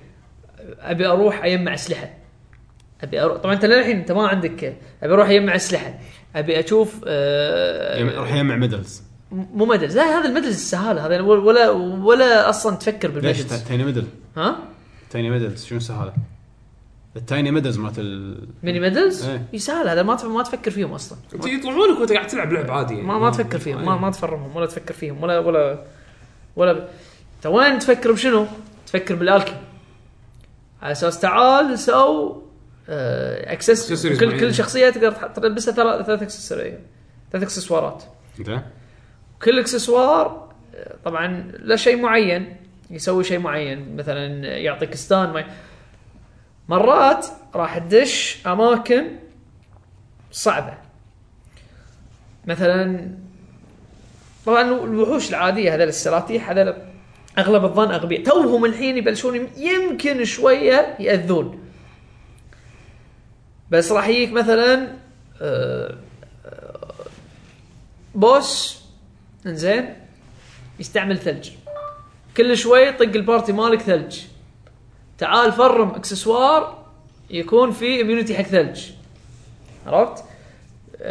Speaker 7: ابي اروح اجمع اسلحه ابي اروح طبعا انت للحين انت ما عندك ابي اروح اجمع اسلحه ابي اشوف آه،
Speaker 2: يم- يعني راح يجمع ميدلز
Speaker 7: مو مدلز لا هذا المدلز السهاله هذا يعني ولا ولا اصلا تفكر
Speaker 2: ليش
Speaker 7: بالمدلز
Speaker 2: تايني ميدل
Speaker 7: ها
Speaker 2: تايني ميدلز شنو سهاله التايني ميدلز مالت ال
Speaker 7: ميني ميدلز
Speaker 2: إيه.
Speaker 7: اي سهل هذا ما تف- ما تفكر فيهم اصلا
Speaker 4: يطلعون لك وانت قاعد تلعب لعب عادي يعني.
Speaker 7: ما ما تفكر فيهم ما ما تفرمهم ولا تفكر فيهم ولا ولا ولا ب... انت وين تفكر بشنو؟ تفكر بالالكي على اساس تعال سو آه، اكسس
Speaker 4: Accessories
Speaker 7: كل
Speaker 4: معينة.
Speaker 7: كل شخصيه تقدر تحط تلبسها ثلاث ثلاث اكسسوارات ثلاث اكسسوارات
Speaker 2: زين
Speaker 7: كل اكسسوار آه، طبعا له شيء معين يسوي شيء معين مثلا يعطيك ستان معين مرات راح تدش اماكن صعبه مثلا طبعا الوحوش العاديه هذول السراتيح هذول اغلب الظن اغبياء توهم الحين يبلشون يم- يمكن شويه ياذون بس راح يجيك مثلا آه، آه، بوس انزين يستعمل ثلج كل شوي طق البارتي مالك ثلج تعال فرم اكسسوار يكون فيه اميونتي حق ثلج عرفت؟ أي-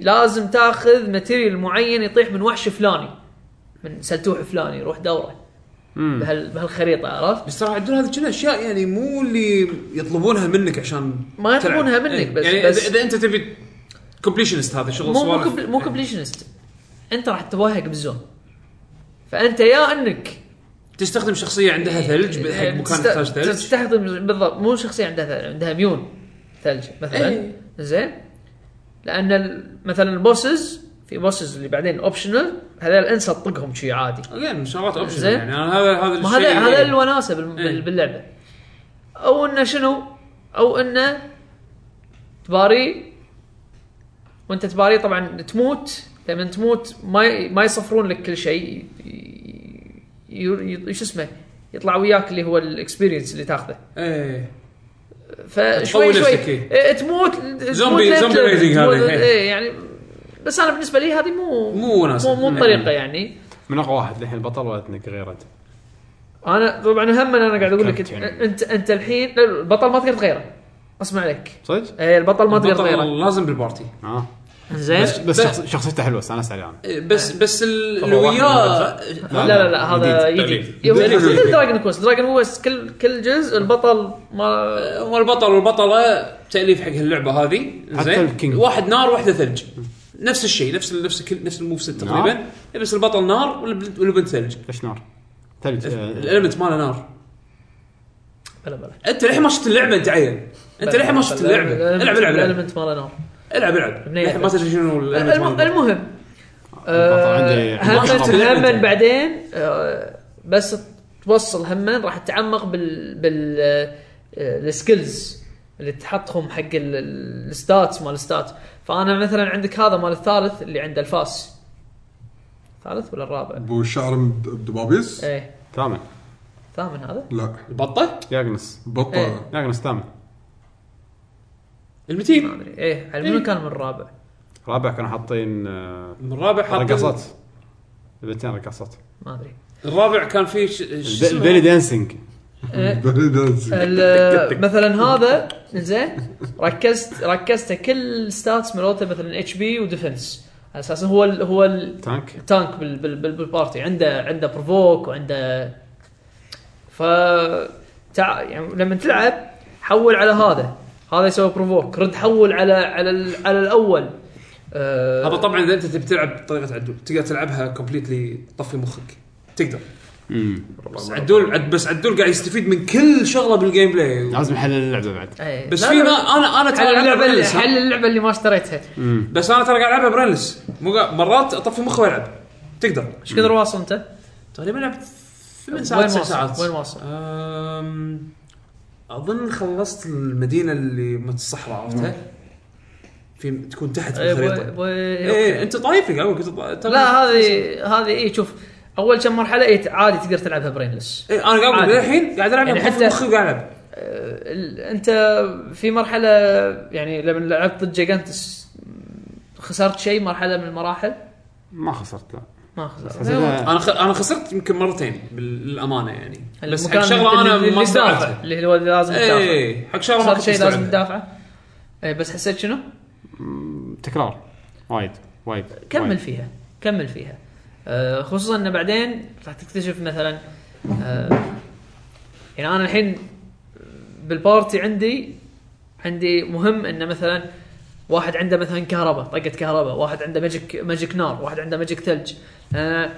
Speaker 7: لازم تاخذ ماتيريال معين يطيح من وحش فلاني من سلتوح فلاني روح دوره بهال بهالخريطه عرفت؟
Speaker 4: بس ترى عدول هذه كنا اشياء يعني مو اللي يطلبونها منك عشان
Speaker 7: ما
Speaker 4: تلعب.
Speaker 7: يطلبونها منك
Speaker 4: إيه.
Speaker 7: بس-
Speaker 4: يعني
Speaker 7: بس-
Speaker 4: إذا- اذا انت تبي كومبليشنست هذا شغل
Speaker 7: مو مو
Speaker 4: سوالف.
Speaker 7: كومبل- مو كومبليشنست انت راح تتوهق بالزون فانت يا انك
Speaker 4: تستخدم شخصيه عندها ثلج حق مكان
Speaker 7: إيه. تست-
Speaker 4: يحتاج ثلج
Speaker 7: تستخدم بالضبط مو شخصيه عندها ثلج عندها ميون ثلج مثلا
Speaker 4: إيه.
Speaker 7: زين لان ال- مثلا البوسز في بوسز اللي بعدين اوبشنال هذول انسى تطقهم شي عادي
Speaker 4: اجين شغلات اوبشن
Speaker 7: زين.
Speaker 4: يعني أنا هذا هذا
Speaker 7: ما هذا
Speaker 4: الشيء-
Speaker 7: هذا الوناسه بال-
Speaker 4: إيه.
Speaker 7: بال- باللعبه او انه شنو او انه تباري وانت تباري طبعا تموت لما تموت ما ي- ما يصفرون لك كل شيء ي- ي- ي- شو اسمه يطلع وياك اللي هو الاكسبيرينس اللي تاخذه
Speaker 4: ايه
Speaker 7: فشوي شوي
Speaker 4: نفسك إيه.
Speaker 7: إيه، تموت تموت
Speaker 4: زومبي-
Speaker 7: ليت-
Speaker 4: زومبي raising
Speaker 7: تموت-
Speaker 4: هذه، إيه.
Speaker 7: إيه، يعني بس انا بالنسبه لي هذه مو
Speaker 4: مو وناسة. إيه.
Speaker 7: مو, مو الطريقه يعني
Speaker 2: من اقوى واحد للحين البطل ولا تنقي غيره انت
Speaker 7: انا طبعا هم انا قاعد اقول لك
Speaker 2: كابتن.
Speaker 7: انت انت الحين لا، البطل ما تقدر تغيره اسمع عليك
Speaker 2: صدق؟
Speaker 7: اي البطل ما تقدر تغيره
Speaker 4: البطل لازم بالبارتي
Speaker 2: اه
Speaker 7: زين
Speaker 2: بس بس يعني.
Speaker 4: بس-
Speaker 2: شخص- شخصيته حلوه استانست عليه انا
Speaker 4: إيه، بس بس ال-
Speaker 3: طبعاً
Speaker 4: اللي
Speaker 3: واحد
Speaker 4: وياه
Speaker 7: لا لا لا هذا جديد
Speaker 3: تأليف.
Speaker 7: يو-
Speaker 5: جديد.
Speaker 7: مثل دراجون كويست دراجون كويست كل كل جزء البطل ما
Speaker 4: هو البطل والبطله تاليف حق اللعبه هذه
Speaker 2: حتى
Speaker 4: زين
Speaker 2: الكينج.
Speaker 4: واحد نار واحده ثلج نفس الشيء نفس ال- نفس ال- نفس الموف ست
Speaker 2: نار؟
Speaker 4: تقريبا إيه، بس البطل نار والبنت والبنت ثلج
Speaker 2: ليش نار؟ ثلج آه،
Speaker 4: الالمنت ماله نار
Speaker 7: بلا بلا
Speaker 4: انت للحين ما شفت اللعبه انت عيل انت للحين ما شفت اللعبه العب العب العب
Speaker 7: الالمنت ماله نار
Speaker 4: العب العب
Speaker 7: بنية.
Speaker 4: للحين ما تدري شنو الالمنت
Speaker 7: الم-
Speaker 4: ماله.
Speaker 7: المهم
Speaker 2: عندي-
Speaker 7: هم
Speaker 4: عندي شغل.
Speaker 7: هم آه، بعدين آه، بس توصل هم راح تتعمق بال بال آه، السكيلز اللي تحطهم حق ال- ال- الستاتس مال الستات فانا مثلا عندك هذا مال الثالث اللي عند الفاس ثالث ولا الرابع؟
Speaker 5: ابو شعر بدبابيس
Speaker 7: ايه
Speaker 2: ثامن
Speaker 7: ثامن هذا
Speaker 5: لا
Speaker 4: البطه
Speaker 2: ياجنس
Speaker 5: بطه
Speaker 7: إيه.
Speaker 2: ياجنس ثامن
Speaker 7: ما
Speaker 4: المتين
Speaker 7: ادري ايه على منو كان من الرابع؟
Speaker 2: رابع كانوا حاطين آه،
Speaker 4: من الرابع حاط
Speaker 2: رقصات البنتين رقصات
Speaker 7: ما ادري
Speaker 4: الرابع كان فيه ش- ش-
Speaker 2: الب- البيلي دانسينج
Speaker 7: إيه.
Speaker 5: بلي دانسينج.
Speaker 7: ال- مثلا هذا زين ركزت ركزت كل ستاتس مالته مثلا اتش بي وديفنس على اساس هو ال هو ال-
Speaker 2: تانك
Speaker 7: تانك بال بال بال بالبارتي عنده عنده بروفوك وعنده ف تع... يعني لما تلعب حول على هذا هذا يسوي بروفوك رد حول على على ال... على الاول آه...
Speaker 4: هذا طبعا اذا انت تبي تلعب بطريقه عدول تقدر تلعبها كومبليتلي طفي مخك تقدر بس عدول عد بس عدول قاعد يستفيد من كل شغله بالجيم بلاي
Speaker 2: لازم احلل اللعبه بعد
Speaker 7: أي.
Speaker 4: بس
Speaker 7: إيه. لا،
Speaker 4: في
Speaker 7: لا،
Speaker 4: نا- انا انا ترى
Speaker 7: حل
Speaker 4: ألعبها
Speaker 7: اللعبه اللي
Speaker 4: برنلس، ها؟
Speaker 7: حل اللعبه اللي ما اشتريتها
Speaker 4: بس انا ترى قاعد العبها برنلس مو قاعد- مرات اطفي مخي والعب تقدر
Speaker 7: ايش كثر واصل انت؟
Speaker 4: تقريبا لعبت ثمان
Speaker 7: وين
Speaker 4: ساعات ست
Speaker 7: واصل؟
Speaker 4: ساعات
Speaker 7: وين واصل؟
Speaker 4: أم، اظن خلصت المدينه اللي من الصحراء عرفتها في تكون تحت
Speaker 7: إيه، بو-
Speaker 4: بالخريطه
Speaker 7: بو-
Speaker 4: ايه انت طايفك اول كنت طا- ترى-
Speaker 7: لا هذه هذه اي شوف اول كم مرحله اي عادي تقدر تلعبها برينلس
Speaker 4: ايه انا قاعد
Speaker 7: عادي.
Speaker 4: للحين قاعد العب
Speaker 7: يعني
Speaker 4: يعني
Speaker 7: حتى-
Speaker 4: حتى مخي وقاعد العب
Speaker 7: آه، ال- انت في مرحله يعني لما لعبت ضد جيجانتس خسرت شيء مرحله من المراحل
Speaker 2: ما خسرت لا
Speaker 7: ما خسرت
Speaker 2: بس أنا-
Speaker 4: انا خ... انا خسرت يمكن مرتين بالامانه يعني بس حق
Speaker 7: المكان
Speaker 4: شغله
Speaker 7: اللي-
Speaker 4: انا
Speaker 7: اللي
Speaker 4: ما
Speaker 7: تدافع
Speaker 4: استوعبتها
Speaker 7: اللي هو اللي لازم تدافع
Speaker 4: اي حق شغله ما
Speaker 7: خسرت
Speaker 4: كنت
Speaker 7: شيء لازم
Speaker 4: مستوعبها.
Speaker 7: تدافعه اي بس حسيت شنو؟
Speaker 2: تكرار وايد وايد
Speaker 7: كمل
Speaker 2: وايد.
Speaker 7: فيها كمل فيها آه، خصوصا انه بعدين راح تكتشف مثلا آه، يعني انا الحين بالبارتي عندي عندي مهم انه مثلا واحد عنده مثلا كهرباء طقه كهرباء واحد عنده ماجيك ماجيك نار واحد عنده ماجيك ثلج آه،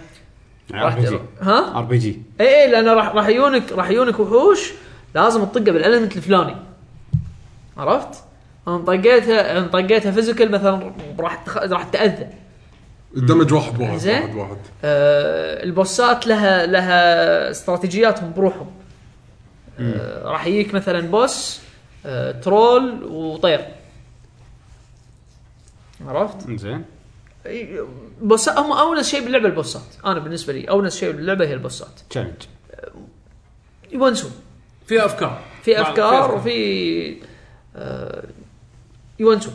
Speaker 2: ار بي جي
Speaker 7: ها
Speaker 2: ار بي جي
Speaker 7: اي اي لانه راح راح يجونك راح يجونك وحوش لازم تطقه بالالمنت الفلاني عرفت؟ ان طقيتها ان طقيتها فيزيكال مثلا راح تخ... راح تاذى
Speaker 5: الدمج واحد واحد
Speaker 7: زين.
Speaker 5: واحد واحد
Speaker 7: آه، البوسات لها لها استراتيجياتهم بروحهم آه، راح يجيك مثلا بوس آه، ترول وطير عرفت؟
Speaker 2: زين
Speaker 7: بوسات هم اونس شيء باللعبه البوسات، انا بالنسبه لي اونس شيء باللعبه هي البوسات،
Speaker 2: تشالنج
Speaker 7: يونسون
Speaker 4: فيها افكار
Speaker 7: في
Speaker 4: مع-
Speaker 7: افكار وفي آه، يونسون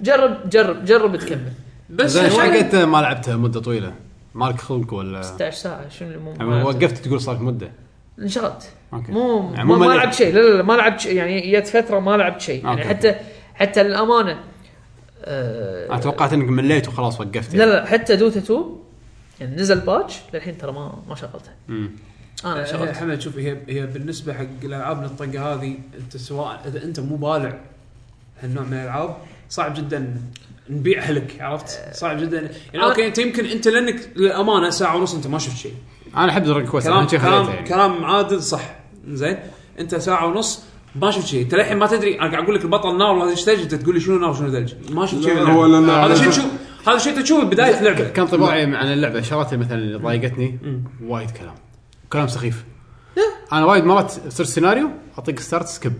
Speaker 7: جرب جرب جرب تكمل
Speaker 4: بس
Speaker 2: زين ايش
Speaker 4: الشغلة-
Speaker 2: حقت ما لعبتها مده طويله؟ مالك خلق ولا
Speaker 7: 16 ساعه شنو اللي مو
Speaker 2: يعني وقفت تقول صار لك مده
Speaker 7: انشغلت
Speaker 2: اوكي
Speaker 7: مو
Speaker 2: يعني
Speaker 7: ما, ما
Speaker 2: مليت.
Speaker 7: لعبت شيء لا لا لا ما لعبت شيء يعني جت فتره ما لعبت شيء يعني
Speaker 2: أوكي. إيه.
Speaker 7: حتى حتى للامانه آه
Speaker 2: انا توقعت انك مليت وخلاص وقفت يعني.
Speaker 7: لا لا حتى دوتا 2 يعني نزل باتش للحين ترى ما ما شغلته
Speaker 2: مم.
Speaker 7: انا
Speaker 4: آه،
Speaker 7: شغلته
Speaker 4: حمد شوف هي هي بالنسبه حق الالعاب للطقه هذه انت سواء اذا انت مو بالع هالنوع من الالعاب صعب جدا نبيعها لك عرفت؟ صعب جدا يعني
Speaker 7: آه.
Speaker 4: اوكي انت يمكن انت لانك للامانه ساعه ونص انت ما شفت شيء
Speaker 2: انا احب دراجون كويست
Speaker 4: كلام
Speaker 2: انا شي
Speaker 4: كلام
Speaker 2: خليته يعني
Speaker 4: كلام عادل صح زين انت ساعه ونص ما شفت شيء انت للحين ما تدري انا قاعد اقول لك البطل نار وهذا ايش ثلج انت تقول لي شنو نار وشنو ثلج ما شفت شيء
Speaker 5: لا،
Speaker 4: باللعبة.
Speaker 5: هو لأن-
Speaker 4: هذا شيء تشوف هذا شيء تشوفه
Speaker 7: إيه،
Speaker 4: بدايه اللعبه
Speaker 2: كان طباعي مع عن اللعبه شريتها مثلا اللي ضايقتني وايد كلام كلام سخيف
Speaker 7: إيه.
Speaker 2: انا وايد مرات صرت سيناريو اطق ستارت سكيب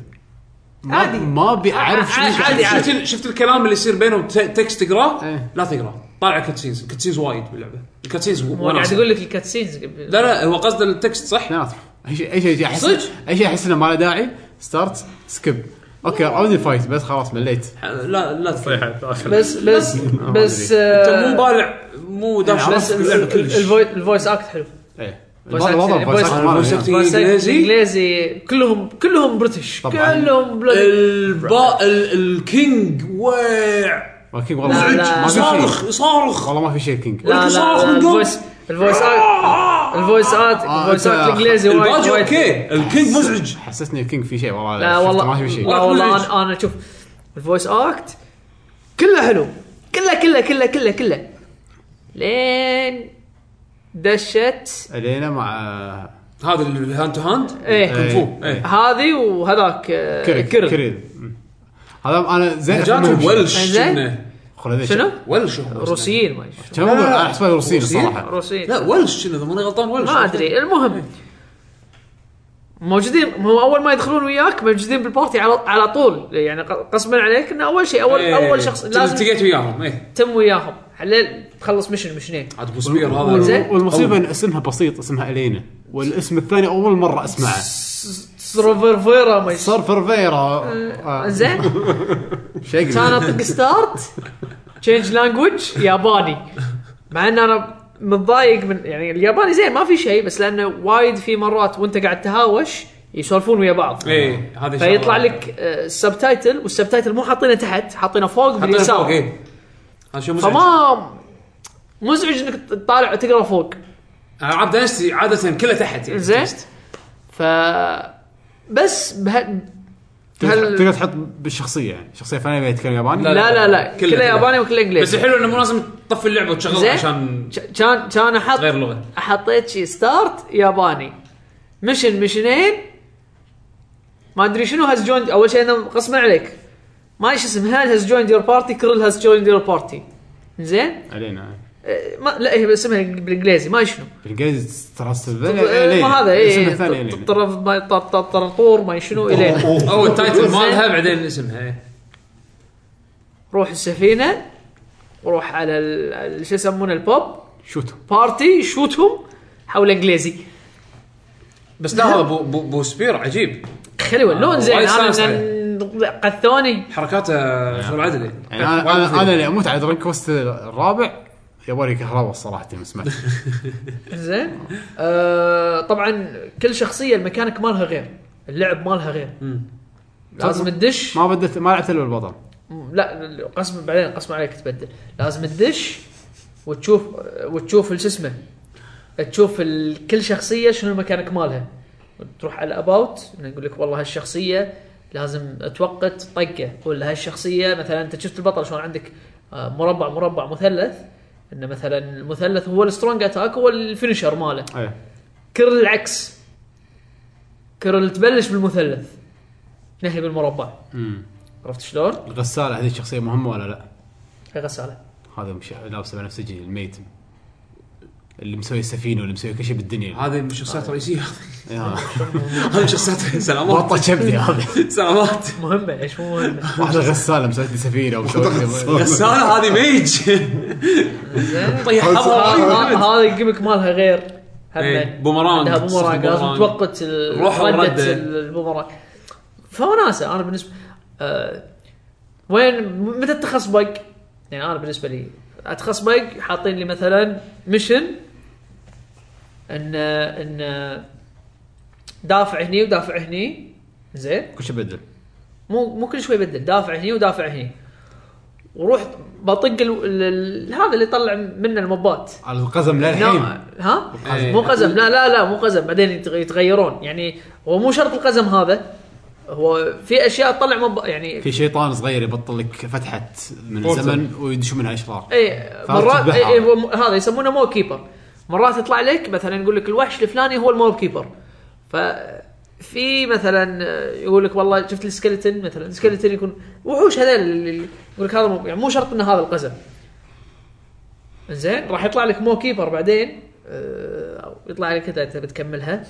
Speaker 2: عادي ما ابي اعرف شنو
Speaker 7: عادي،
Speaker 2: قاعد
Speaker 7: عادي.
Speaker 2: يصير.
Speaker 4: شفت ال- شفت الكلام اللي يصير بينهم ت- تكست تقراه
Speaker 2: إيه.
Speaker 4: لا تقراه طالع كاتسينز كاتسينز وايد باللعبه الكاتسينز
Speaker 7: هو يعني قاعد يقول لك الكاتسينز
Speaker 4: لا لا هو قصده التكست صح؟
Speaker 2: لا أعرف. اي شيء اي شيء احس
Speaker 4: صدق؟
Speaker 2: اي شيء احس انه ما له داعي ستارت سكيب اوكي راوند فايت بس خلاص مليت
Speaker 4: لا لا تصيح
Speaker 7: بس بس بس
Speaker 4: انت
Speaker 7: آه،
Speaker 4: مو بالع مو داش بس
Speaker 7: بس
Speaker 4: اللعبه
Speaker 7: يعني ال- ال-
Speaker 4: كلش
Speaker 7: الفوي- الفويس اكت حلو
Speaker 2: ايه
Speaker 7: فويس
Speaker 2: الوضع- الوضع
Speaker 7: أكتنج-
Speaker 2: فويس
Speaker 7: فويس
Speaker 2: أكتنج
Speaker 7: أكتنج-
Speaker 2: مرة يعني.
Speaker 4: فويس أكتنج.
Speaker 7: فويس أكت
Speaker 4: إنجليزي؟
Speaker 7: انجليزي كلهم كلهم بريتش
Speaker 2: طبعاً.
Speaker 7: كلهم بلودي
Speaker 4: البا ال- الكينج واع
Speaker 2: اوكي
Speaker 7: لا،
Speaker 2: والله
Speaker 7: لا.
Speaker 2: ما في
Speaker 4: يصارخ
Speaker 2: شيء
Speaker 4: يصارخ
Speaker 2: والله ما في شيء كينج
Speaker 7: لا
Speaker 4: صاخ
Speaker 7: لا
Speaker 4: من
Speaker 7: الفويس الفويس آكت- الفويس آت
Speaker 2: آه،
Speaker 7: الفويس
Speaker 2: أنت-
Speaker 7: آت الانجليزي وايد
Speaker 4: الباجي
Speaker 7: وايد
Speaker 4: اوكي الكينج مزعج
Speaker 2: حسسني الكينج في شيء والله
Speaker 7: لا
Speaker 2: شفته
Speaker 7: والله
Speaker 2: ما في شيء
Speaker 7: لا والله
Speaker 4: مزعج.
Speaker 7: انا انا شوف الفويس اكت كله حلو كله كله كله كله كله لين دشت
Speaker 2: الينا مع
Speaker 4: هذا الهاند تو هاند
Speaker 7: ايه
Speaker 4: كونفو
Speaker 2: إيه.
Speaker 7: هذه وهذاك آه،
Speaker 2: كريد
Speaker 7: كرل
Speaker 2: كريد مم. هذا انا زين
Speaker 4: جاتهم ولش
Speaker 7: زين.
Speaker 4: كنا.
Speaker 2: خليني
Speaker 7: شنو؟
Speaker 4: ولش
Speaker 7: روسيين ما أدري.
Speaker 2: كم انا احسب روسيين
Speaker 4: روسيين؟
Speaker 2: الصراحه
Speaker 7: روسيين
Speaker 4: لا ولش كنا، اذا ماني غلطان إيه. ولش
Speaker 7: ما ادري المهم موجودين هو اول ما يدخلون وياك موجودين بالبارتي على على طول يعني ق- قسما عليك انه اول شيء اول
Speaker 4: إيه.
Speaker 7: اول شخص لازم
Speaker 4: التقيت وياهم ايه
Speaker 7: تم وياهم حليل تخلص مشن مشنين
Speaker 4: عاد ابو سبير هذا
Speaker 7: زين.
Speaker 2: وال- والمصيبه ان اسمها بسيط اسمها الينا والاسم الثاني اول مره اسمعه
Speaker 7: سرفرفيرا ما يصير
Speaker 2: صار فرفيرا آه.
Speaker 7: زين كان
Speaker 2: شقلي
Speaker 7: اطق ستارت تشينج لانجوج ياباني مع ان انا متضايق من يعني الياباني زين ما في شيء بس لانه وايد في مرات وانت قاعد تهاوش يسولفون ويا بعض
Speaker 4: ايه هذا
Speaker 7: فيطلع لك آه، السبتايتل والسبتايتل مو حاطينه تحت حاطينه فوق
Speaker 4: حطينا فوق
Speaker 7: باليسار
Speaker 4: ايه إيه. هذا شيء مزعج
Speaker 7: فما مزعج انك تطالع وتقرا فوق
Speaker 4: العاب داينستي عاده كلها تحت يعني
Speaker 7: زين ف بس بهال
Speaker 2: تقدر
Speaker 7: هل-
Speaker 2: تقدر تحط بالشخصيه يعني شخصيه ثانيه قاعد يتكلم ياباني
Speaker 7: لا لا لا
Speaker 4: كله-
Speaker 7: كله ياباني وكله
Speaker 4: بس
Speaker 7: انجليزي
Speaker 4: الحلو انه مو لازم تطفي اللعبه وتشغلها
Speaker 7: زين.
Speaker 4: عشان
Speaker 7: ش- كان كان احط
Speaker 4: غير لغه
Speaker 7: حطيت شي ستارت ياباني مشن مشنين ما ادري شنو هاز جويند اول شيء انا غصبا عليك ما ايش اسمها هاز جويند يور بارتي كرل هاز جويند يور بارتي زين
Speaker 2: علينا
Speaker 7: أه، ما لا هي اسمها بالانجليزي ما أدري شنو
Speaker 2: بالانجليزي تراسلفيل
Speaker 7: أه، ما هذا
Speaker 2: اسمه
Speaker 7: اي
Speaker 2: الثاني علينا.
Speaker 7: طرف ما- طر- طر- طرنطور ما أدري شنو الينا
Speaker 4: او التايتل
Speaker 7: زين.
Speaker 4: مالها بعدين اسمها إيه.
Speaker 7: روح السفينه وروح على ال- ال- شو يسمونه البوب
Speaker 2: شوتو
Speaker 7: بارتي شوتهم حول انجليزي
Speaker 4: بس لا هذا بو, بو, بو سبير عجيب
Speaker 7: حلو اللون زين
Speaker 4: وايد
Speaker 7: انا
Speaker 4: سلس
Speaker 7: أنا- قثوني
Speaker 4: حركاته شغل عدل يعني.
Speaker 2: يعني انا انا انا اللي اموت على درين كوست الرابع يبالي كهرباء الصراحه ما سمعت
Speaker 7: زين آه طبعا كل شخصيه الميكانيك مالها غير اللعب مالها غير لازم تدش
Speaker 2: ما بدت ما لعبت الا بالبطل
Speaker 7: لا قسم بعدين قسم عليك تبدل لازم تدش وتشوف وتشوف شو اسمه تشوف ال- كل شخصيه شنو الميكانيك مالها تروح على اباوت يقول لك والله هالشخصيه لازم توقت طقه ولا هالشخصيه مثلا انت شفت البطل شلون عندك آه، مربع مربع مثلث انه مثلا المثلث هو السترونج اتاك هو الفينشر ماله
Speaker 2: ايه
Speaker 7: كرل العكس كرل تبلش بالمثلث نهي بالمربع
Speaker 2: أمم.
Speaker 7: عرفت شلون؟
Speaker 2: الغساله هذه الشخصيه مهمه ولا لا؟
Speaker 7: هي غساله
Speaker 2: هذا مش لابسه بنفسجي الميت اللي مسوي السفينه واللي مسوي كل شيء بالدنيا
Speaker 4: هذه من الشخصيات الرئيسيه
Speaker 2: يا،
Speaker 4: هذه شخصيات سلامات
Speaker 2: بطه كبدي هذا
Speaker 4: سلامات
Speaker 7: مهمه ليش مو مهمه؟
Speaker 2: واحده غساله مسويت لي سفينه ومسويت
Speaker 4: غساله هذه ميج طيح
Speaker 7: هذا-
Speaker 4: حظها
Speaker 7: هذا الجيمك مالها غير
Speaker 4: إيه،
Speaker 7: هم
Speaker 4: بومرانج،
Speaker 7: عندها بومرانج لازم
Speaker 4: بومرانج.
Speaker 7: توقت ال-
Speaker 4: روح
Speaker 7: ردة
Speaker 4: وردة.
Speaker 7: ال- البومرانج فوناسه انا بالنسبه آه وين متى اتخص بق؟ يعني انا بالنسبه لي اتخص بق حاطين لي مثلا ميشن ان ان دافع هني ودافع هني زين
Speaker 2: كل شيء بدل
Speaker 7: مو مو كل شوي بدل دافع هني ودافع هني وروح بطق ال- ال- ال- هذا اللي يطلع منه المبات
Speaker 2: على القزم للحين
Speaker 7: لا ها مو قزم لا لا لا مو قزم بعدين يتغ- يتغيرون يعني هو مو شرط القزم هذا هو في اشياء تطلع مب... يعني
Speaker 2: في شيطان صغير يبطل لك فتحه من الزمن ويدش منها اشرار
Speaker 7: اي
Speaker 2: فهذا
Speaker 7: إيه، مرات
Speaker 2: تذبحها.
Speaker 7: اي اي هو م- هذا يسمونه مور كيبر مرات يطلع لك مثلا يقول لك الوحش الفلاني هو المور كيبر ف في مثلا آه، يقول لك والله شفت السكلتن مثلا سكلتن يكون وحوش هذول اللي اللي يقول لك هذا مو- يعني مو شرط ان هذا القزم زين راح يطلع لك مو كيبر بعدين آه، أو يطلع لك إذا انت بتكملها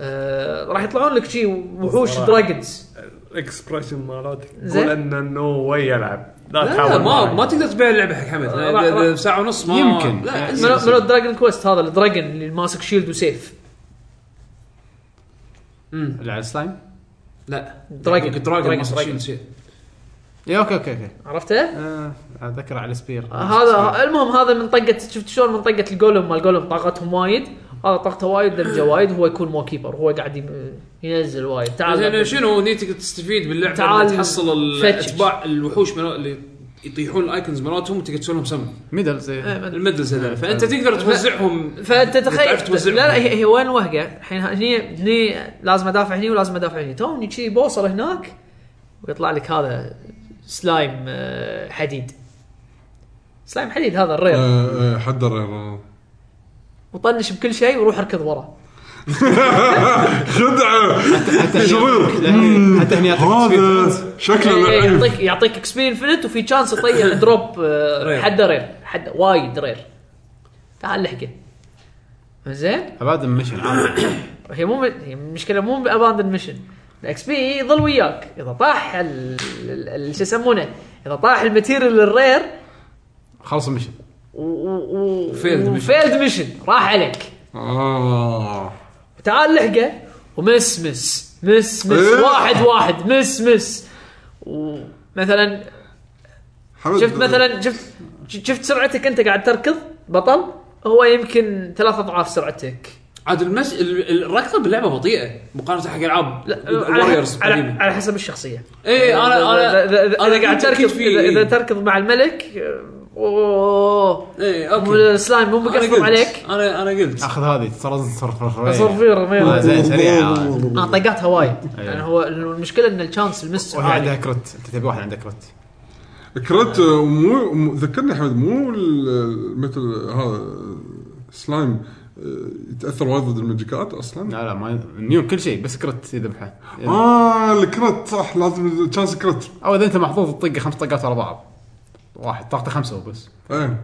Speaker 7: آه، راح يطلعون لك شي وحوش دراجونز
Speaker 3: الاكسبريشن مالتك
Speaker 7: زين.
Speaker 3: تقول انه نو واي يلعب لا
Speaker 7: لا،
Speaker 3: تحاول
Speaker 4: ما
Speaker 3: معي.
Speaker 4: ما تقدر تبيع اللعبه حق حمد
Speaker 7: راح- راح.
Speaker 4: لا، لا، ساعه ونص ما
Speaker 2: يمكن.
Speaker 4: لا انزل،
Speaker 7: من
Speaker 4: انزل.
Speaker 7: من دراجون كويست هذا الدراجون اللي ماسك شيلد وسيف
Speaker 2: اللي على السلايم
Speaker 4: لا
Speaker 7: دراجون
Speaker 4: دراجون ما صار
Speaker 7: دراجون.
Speaker 4: شيء نسيت.
Speaker 2: اي اوكي اوكي اوكي
Speaker 7: عرفته؟
Speaker 2: آه، اتذكر على السبير
Speaker 7: هذا المهم هذا من طقه شفت شلون من طقه الجولم مال الجولم طاقتهم وايد هذا طاقته وايد دمجه وايد هو يكون مو كيبر هو قاعد يم- ينزل وايد
Speaker 4: زين
Speaker 7: تعال
Speaker 4: شنو نيتك تستفيد باللعبه
Speaker 7: تعال
Speaker 4: تعال تحصل ال-
Speaker 7: فتش.
Speaker 4: اتباع الوحوش من اللي يطيحون الايكونز مالتهم تقدر تسوي لهم سمن
Speaker 2: ميدل
Speaker 7: إيه.
Speaker 2: زي
Speaker 4: المدلز هذول فانت تقدر توزعهم
Speaker 7: فانت
Speaker 4: تعرف
Speaker 7: تخيل
Speaker 4: توزعهم.
Speaker 7: لا لا هي, هي وين الوهقه؟ الحين هني هني لازم ادافع هني ولازم ادافع هني توني كذي بوصل هناك ويطلع لك هذا سلايم آه، حديد سلايم حديد هذا الرير
Speaker 5: آه، آه، حد الرير.
Speaker 7: وطنش بكل شيء وروح اركض وراه
Speaker 5: خدعه
Speaker 2: حتى
Speaker 5: شرير.
Speaker 2: هني- حتى هني يعطيك experience.
Speaker 5: هذا شكله
Speaker 7: إيه، إيه،
Speaker 5: لعيب
Speaker 7: يعطيك يعطيك اكسبيرين انفنت وفي تشانس يطيح دروب آه،
Speaker 4: رير.
Speaker 7: حد رير حد وايد رير تعال لحقه زين
Speaker 2: ابعد من مشن
Speaker 7: هي مو هي المشكله مو باباندن ميشن الاكس بي يظل وياك اذا طاح ال- ال- ال- شو يسمونه اذا طاح الماتيريال الرير
Speaker 2: خلص المشن
Speaker 4: Failed mission.
Speaker 7: وفيلد ميشن راح عليك
Speaker 5: اه
Speaker 7: تعال لحقه ومس مس مس مس
Speaker 5: إيه.
Speaker 7: واحد واحد مس مس ومثلا
Speaker 5: حمد،
Speaker 7: شفت مثلا شفت شفت سرعتك انت قاعد تركض بطل هو يمكن ثلاث اضعاف سرعتك
Speaker 4: عاد المس ال- ال- الركضه باللعبه بطيئه مقارنه حق العاب
Speaker 7: لا على,
Speaker 4: ووريرز
Speaker 7: على,
Speaker 4: قديمه
Speaker 7: على حسب الشخصيه
Speaker 4: اي انا
Speaker 7: إذا-
Speaker 4: انا
Speaker 7: إذا- إذا- اذا قاعد
Speaker 4: أكيد
Speaker 7: تركض
Speaker 4: في
Speaker 7: اذا إذا تركض مع الملك آه، اوه
Speaker 4: اي
Speaker 7: مو-
Speaker 4: اوكي
Speaker 7: السلايم مو
Speaker 4: أنا قلت-
Speaker 7: مقفل عليك
Speaker 4: انا انا قلت
Speaker 2: اخذ هذه تصرف تصرف
Speaker 7: صرفيره
Speaker 2: آه،
Speaker 7: ما
Speaker 2: زين سريعه
Speaker 7: انا طقتها وايد
Speaker 2: أيوة.
Speaker 7: يعني هو المشكله ان الشانس المس
Speaker 2: واحد عندها
Speaker 7: عالي
Speaker 2: كرت انت تبي واحد عندها كرت
Speaker 5: كرت مو مو- ذكرني حمد مو المثل هذا سلايم آه، يتاثر وايد ضد الماجيكات اصلا
Speaker 2: لا لا ما نيون كل شيء بس كرت يذبحه
Speaker 5: اه الكرت صح لازم تشانس كرت
Speaker 2: او اذا انت محظوظ تطق خمس طقات ورا بعض واحد طاقته خمسه وبس
Speaker 5: ايه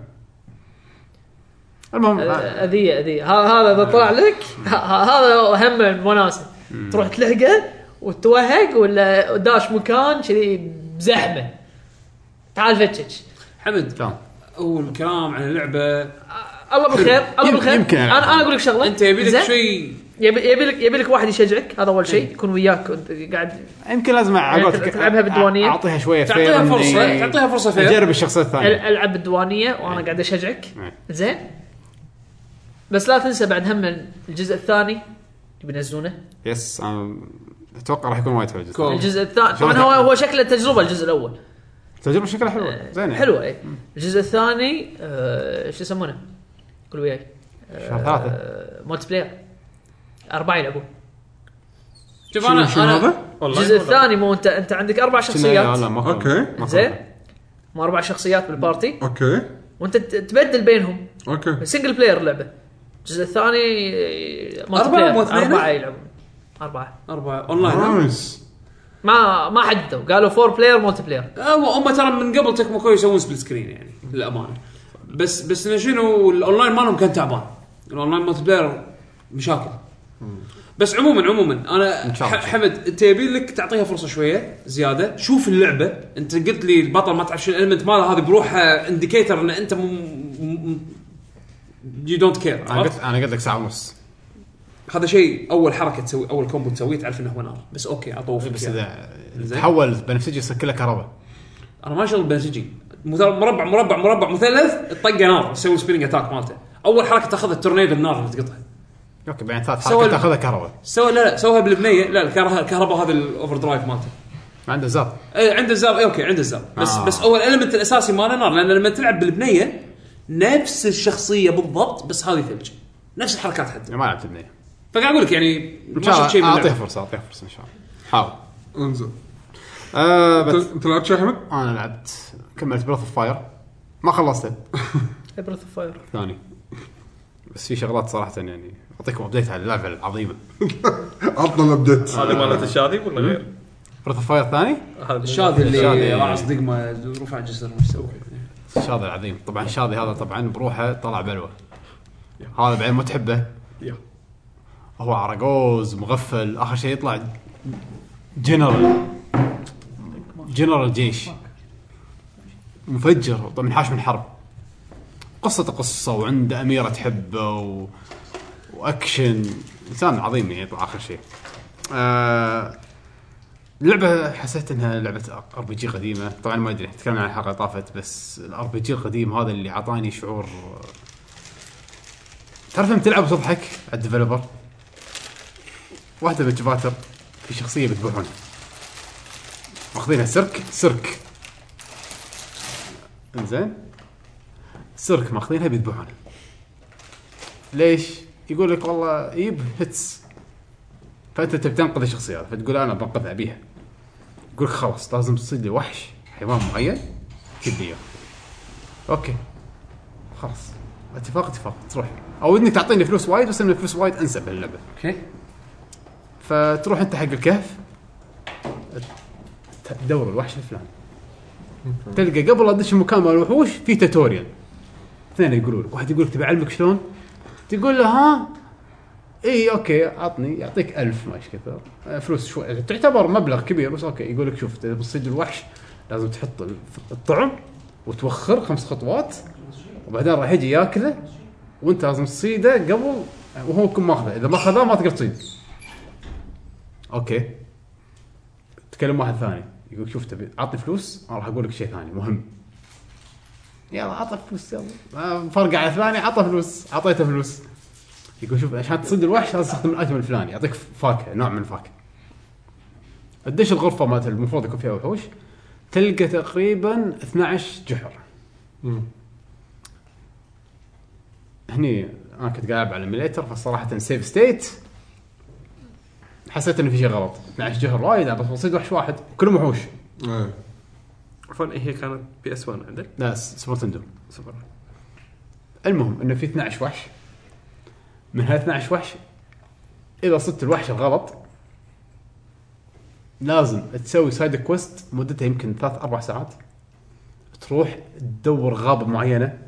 Speaker 2: المهم
Speaker 7: آه، اذيه اذيه ه- هذا اذا طلع لك ه- ه- هذا هم وناسه تروح تلحقه وتوهق ولا داش مكان كذي بزحمه تعال فتش
Speaker 4: حمد
Speaker 2: تمام
Speaker 4: هو الكلام عن اللعبه
Speaker 7: آه، الله بالخير الله
Speaker 2: يم-
Speaker 7: بالخير
Speaker 2: يمكن ألعب.
Speaker 7: انا انا اقول لك شغله
Speaker 4: انت يبي لك
Speaker 7: زين؟
Speaker 4: شيء
Speaker 7: يبي يبي لك يبي لك واحد يشجعك هذا اول
Speaker 2: إيه.
Speaker 7: شيء يكون وياك وأنت قاعد
Speaker 2: يمكن لازم على
Speaker 7: يعني
Speaker 2: قولتك
Speaker 7: تلعبها بالديوانية؟
Speaker 2: اعطيها شويه
Speaker 4: تعطيها
Speaker 2: فير
Speaker 4: فرصه
Speaker 2: إني
Speaker 4: تعطيها فرصه فيها
Speaker 2: اجرب الشخصيه الثانيه
Speaker 7: أل- العب بالديوانيه
Speaker 2: إيه.
Speaker 7: وانا قاعد اشجعك
Speaker 2: أي.
Speaker 7: زين بس لا تنسى بعد هم الجزء الثاني بينزلونه
Speaker 2: يس أنا اتوقع راح يكون وايد حلو الجزء.
Speaker 7: الجزء الثاني
Speaker 2: طيب. شلون
Speaker 7: طبعا هو
Speaker 2: تحكي؟
Speaker 7: هو شكله تجربه الجزء الاول
Speaker 2: تجربه شكلها
Speaker 7: آه،
Speaker 2: حلوه زين يعني.
Speaker 7: حلوه اي إيه. الجزء الثاني آه، شو يسمونه؟ قول وياي
Speaker 2: شهر ثلاثه
Speaker 7: مولتي بلاير اربعه يلعبون
Speaker 4: شوف
Speaker 5: شنو
Speaker 4: انا
Speaker 5: شنو
Speaker 4: انا
Speaker 5: هذا؟
Speaker 9: والله
Speaker 7: الجزء الثاني مو انت انت عندك اربع
Speaker 2: لا لا
Speaker 7: شخصيات
Speaker 2: ما كان-
Speaker 5: أوكي.
Speaker 2: ما كان.
Speaker 7: زين مو اربع شخصيات بالبارتي
Speaker 5: اوكي
Speaker 7: وانت ت- تبدل بينهم
Speaker 5: اوكي
Speaker 7: سنجل بلاير لعبه الجزء الثاني مولتي
Speaker 4: أربعة
Speaker 7: بلاير،
Speaker 4: مو اثنين؟
Speaker 7: اربعه يلعبون اربعه
Speaker 4: اربعه اونلاين ها؟
Speaker 5: نايس
Speaker 7: ما ما حددوا قالوا فور بلاير مولتي بلاير
Speaker 4: آه، هم هم ترى من قبل تكمو كوي يسوون سبليت سكرين يعني للامانه بس بس إنه شنو الاونلاين مالهم كان تعبان الاونلاين مالت بلاير مشاكل بس عموما عموما انا
Speaker 2: شاء الله.
Speaker 4: ح- حمد انت يبي لك تعطيها فرصه شويه زياده شوف اللعبه انت قلت لي البطل ما تعرف شنو الالمنت ماله هذه آه، بروحها انديكيتر ان انت يو دونت كير
Speaker 2: انا قلت انا قلت لك ساعه ونص
Speaker 4: هذا شيء اول حركه تسوي اول كومبو تسويه تعرف انه هو نار بس اوكي اطوف
Speaker 2: بس
Speaker 4: فيها.
Speaker 2: اذا
Speaker 4: زين.
Speaker 2: تحول بنفسجي يصير كله كهرباء
Speaker 4: انا ما شغل بنسجي مثل- مربع مربع مربع مثلث الطقه نار يسوي سبيننج اتاك مالته اول حركه تاخذ التورنيدو النار اللي تقطعها
Speaker 2: اوكي بعدين ثلاث
Speaker 4: سوى
Speaker 2: حركات
Speaker 4: ال-
Speaker 2: تاخذها كهرباء
Speaker 4: سوى لا لا سوها بالبنيه لا الكهرباء الكهرباء هذا الاوفر درايف مالته
Speaker 2: ما عنده زر
Speaker 4: اي عنده الزر اي اوكي عنده الزر بس
Speaker 2: آه.
Speaker 4: آه. بس اول المنت الاساسي ماله نار لان لما تلعب بالبنيه نفس الشخصيه بالضبط بس هذه ثلج نفس الحركات حتى
Speaker 2: يعني ما لعبت بنيه
Speaker 4: فقاعد اقول لك يعني
Speaker 2: ان
Speaker 4: ما شفت
Speaker 2: شاء
Speaker 4: شيء
Speaker 2: الله
Speaker 4: من
Speaker 2: اعطيها
Speaker 4: اللعبة.
Speaker 2: فرصه اعطيها فرصه ان شاء الله حاول
Speaker 5: انزل
Speaker 2: آه
Speaker 5: انت
Speaker 2: بس
Speaker 5: أنت لعبت شيء حمد؟
Speaker 2: انا لعبت كملت بروث اوف فاير ما خلصته
Speaker 7: بريث اوف فاير
Speaker 2: ثاني بس في شغلات صراحه يعني اعطيكم ابديت على اللعبه العظيمه
Speaker 5: عطنا الابديت
Speaker 3: هذا مالت الشاذي ولا غير؟
Speaker 2: بروث اوف فاير ثاني
Speaker 3: هذا
Speaker 4: الشاذي
Speaker 2: الشاذي.
Speaker 4: اللي راح صدق ما رفع جسر وش سوى
Speaker 2: الشاذي العظيم طبعا الشاذي هذا طبعا بروحه طلع بلوى هذا بعدين ما تحبه
Speaker 3: يا.
Speaker 2: هو عرقوز مغفل اخر شيء يطلع جنرال جنرال جيش مفجر طبعا حاش من حرب قصة قصة وعنده أميرة تحبه و... وأكشن إنسان عظيم يعني يطلع آخر شيء آه... اللعبة حسيت انها لعبة ار بي جي قديمة، طبعا ما ادري تكلمنا عن الحلقة اللي طافت بس الار بي جي القديم هذا اللي اعطاني شعور تعرف لما تلعب وتضحك على الديفلوبر واحدة من الجباتر في شخصية بتبيعونها ماخذينها سيرك سيرك انزين سيرك ماخذينها بيذبحونها ليش؟ يقول لك والله يب هيتس فانت تبي تنقذ الشخصيه هذه فتقول انا بنقذ ابيها يقول لك خلاص لازم تصيد لي وحش حيوان معين جيب لي اياه اوكي خلاص اتفاق اتفاق تروح او انك تعطيني فلوس وايد بس ان الفلوس وايد انسب باللعبه
Speaker 4: اوكي
Speaker 2: فتروح انت حق الكهف تدور الوحش الفلاني تلقى قبل لا تدش المكان مال الوحوش في توتوريال اثنين يقولوا لك واحد يقول لك تبي اعلمك شلون تقول له ها اي اوكي عطني يعطيك ألف ما ايش كثر آه، فلوس شوي تعتبر مبلغ كبير بس اوكي يقول لك شوف تبي تصيد الوحش لازم تحط الف- الطعم وتوخر خمس خطوات وبعدين راح يجي ياكله وانت لازم تصيده قبل وهو يكون ماخذه اذا ما خذاه ما تقدر تصيد اوكي تكلم واحد ثاني يقول شوف تبي اعطي فلوس انا راح اقول لك شيء ثاني مهم يلا عطى فلوس يلا ما فرق على ثاني عطى فلوس اعطيته فلوس يقول شوف عشان تصيد الوحش لازم تستخدم الايتم الفلاني يعطيك فاكهه نوع من الفاكهه تدش الغرفه مالت المفروض يكون فيها وحوش تلقى تقريبا 12 جحر هني انا كنت قاعد العب على الميليتر فصراحه سيف ستيت حسيت انه في شيء غلط 12 جهر وايد بس بصيد وحش واحد كلهم وحوش
Speaker 5: إيه.
Speaker 3: عفوا هي كانت بي اس 1 عندك
Speaker 2: لا س- سوبر تندو
Speaker 3: سوبر
Speaker 2: المهم انه في 12 وحش من هال 12 وحش اذا صدت الوحش الغلط لازم تسوي سايد كويست مدتها يمكن ثلاث اربع ساعات تروح تدور غابه معينه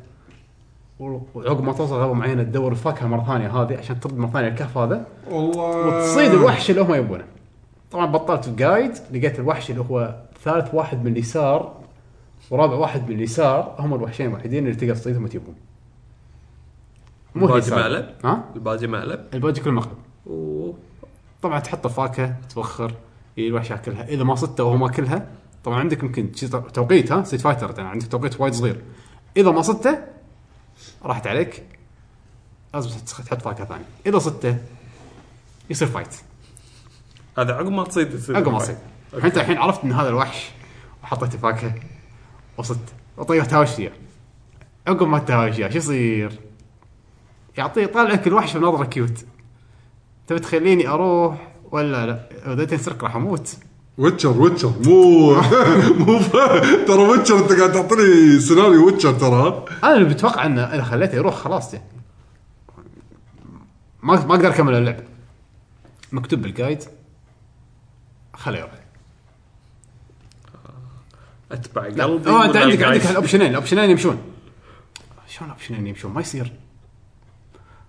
Speaker 2: وعقب ما توصل غابه معينه تدور الفاكهه مره ثانيه هذه عشان ترد مره ثانيه الكهف هذا
Speaker 5: والله
Speaker 2: وتصيد الوحش اللي هم يبونه طبعا بطلت بجايد لقيت الوحش اللي هو ثالث واحد من اليسار ورابع واحد من اليسار هم الوحشين الوحيدين اللي تقدر تصيدهم وتجيبهم
Speaker 3: الباقي
Speaker 2: اليسار.
Speaker 3: مقلب؟
Speaker 2: ها
Speaker 3: الباجي مقلب
Speaker 2: الباجي كله مقلب
Speaker 3: و
Speaker 2: طبعا تحط الفاكهه توخر يجي الوحش ياكلها اذا ما صدته وهو ماكلها طبعا عندك يمكن شي تو- توقيت ها سيت فايتر يعني عندك توقيت وايد صغير اذا ما صدته راحت عليك لازم تس- تحط فاكهه ثانيه اذا صدته يصير فايت
Speaker 3: هذا عقب ما تصيد يصير
Speaker 2: عقب ما صيد انت يعني الحين عرفت ان هذا الوحش وحطيت فاكهه وصدت وطيب تهاوشت وياه عقب ما تهاوش وياه شو يصير؟ يعطيه يطلعك الوحش بنظره كيوت تبي تخليني اروح ولا لا؟ اذا تنسرق راح اموت
Speaker 5: ويتشر ويتشر مو مو ف- ترى ويتشر انت قاعد تعطيني سيناريو ويتشر ترى
Speaker 2: انا اللي بتوقع انه اذا خليته يروح خلاص يعني ما ما اقدر اكمل اللعب مكتوب بالجايد خليه يروح
Speaker 3: اتبع
Speaker 2: لا
Speaker 3: قلبي
Speaker 2: اه انت
Speaker 3: ولا
Speaker 2: عندك عندك
Speaker 3: الجايد؟
Speaker 2: هالاوبشنين الاوبشنين يمشون شلون الاوبشنين يمشون ما يصير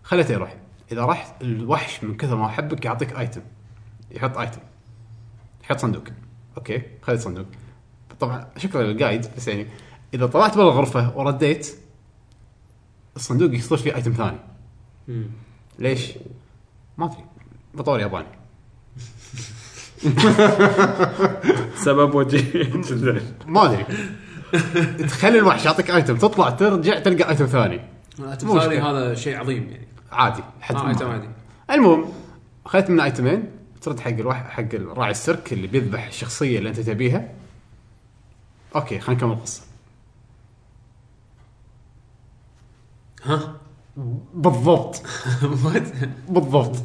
Speaker 2: خليته يروح اذا راح الوحش من كثر ما يحبك يعطيك ايتم يحط ايتم يحط صندوق اوكي خليت صندوق طبعا شكرا للجايد بس يعني اذا طلعت برا الغرفه ورديت الصندوق يصير فيه ايتم ثاني ليش؟ ما ادري بطور ياباني
Speaker 3: سبب وجهي جداً.
Speaker 2: ما ادري تخلي الوحش يعطيك ايتم تطلع ترجع تلقى ايتم ثاني
Speaker 4: تمثالي هذا شيء عظيم يعني
Speaker 2: عادي حد
Speaker 4: اه ايتم عادي
Speaker 2: المهم اخذت من ايتمين ترد حق الوح... حق راعي السيرك اللي بيذبح الشخصيه اللي انت تبيها اوكي خلينا نكمل القصه
Speaker 4: ها
Speaker 2: بالضبط
Speaker 4: What?
Speaker 2: بالضبط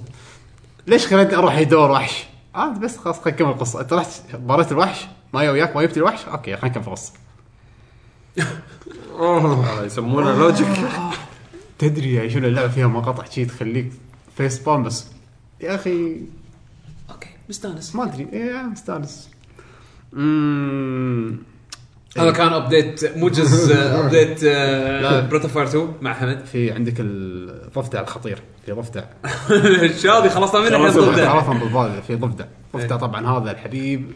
Speaker 2: ليش خليتني اروح يدور وحش؟ عاد بس خلاص خلينا نكمل القصه انت رحت باريت الوحش ما يا وياك ما جبت الوحش اوكي خلينا نكمل القصه
Speaker 3: آه، يسمونه لوجيك
Speaker 2: تدري يا شنو اللعبه فيها مقاطع شي تخليك فيس بام بس يا اخي
Speaker 4: اوكي مستانس
Speaker 2: ما ادري ايه مستانس اممم
Speaker 4: هذا كان ابديت موجز آه، ابديت
Speaker 2: لا.
Speaker 4: بروتا فاير 2 مع حمد
Speaker 2: في عندك الضفدع الخطير في ضفدع
Speaker 4: الشاذي خلصنا منه الحين
Speaker 3: خلصنا.
Speaker 4: ضده.
Speaker 2: عرفهم بالضبط في ضفدع ضفدع طبعا هذا الحبيب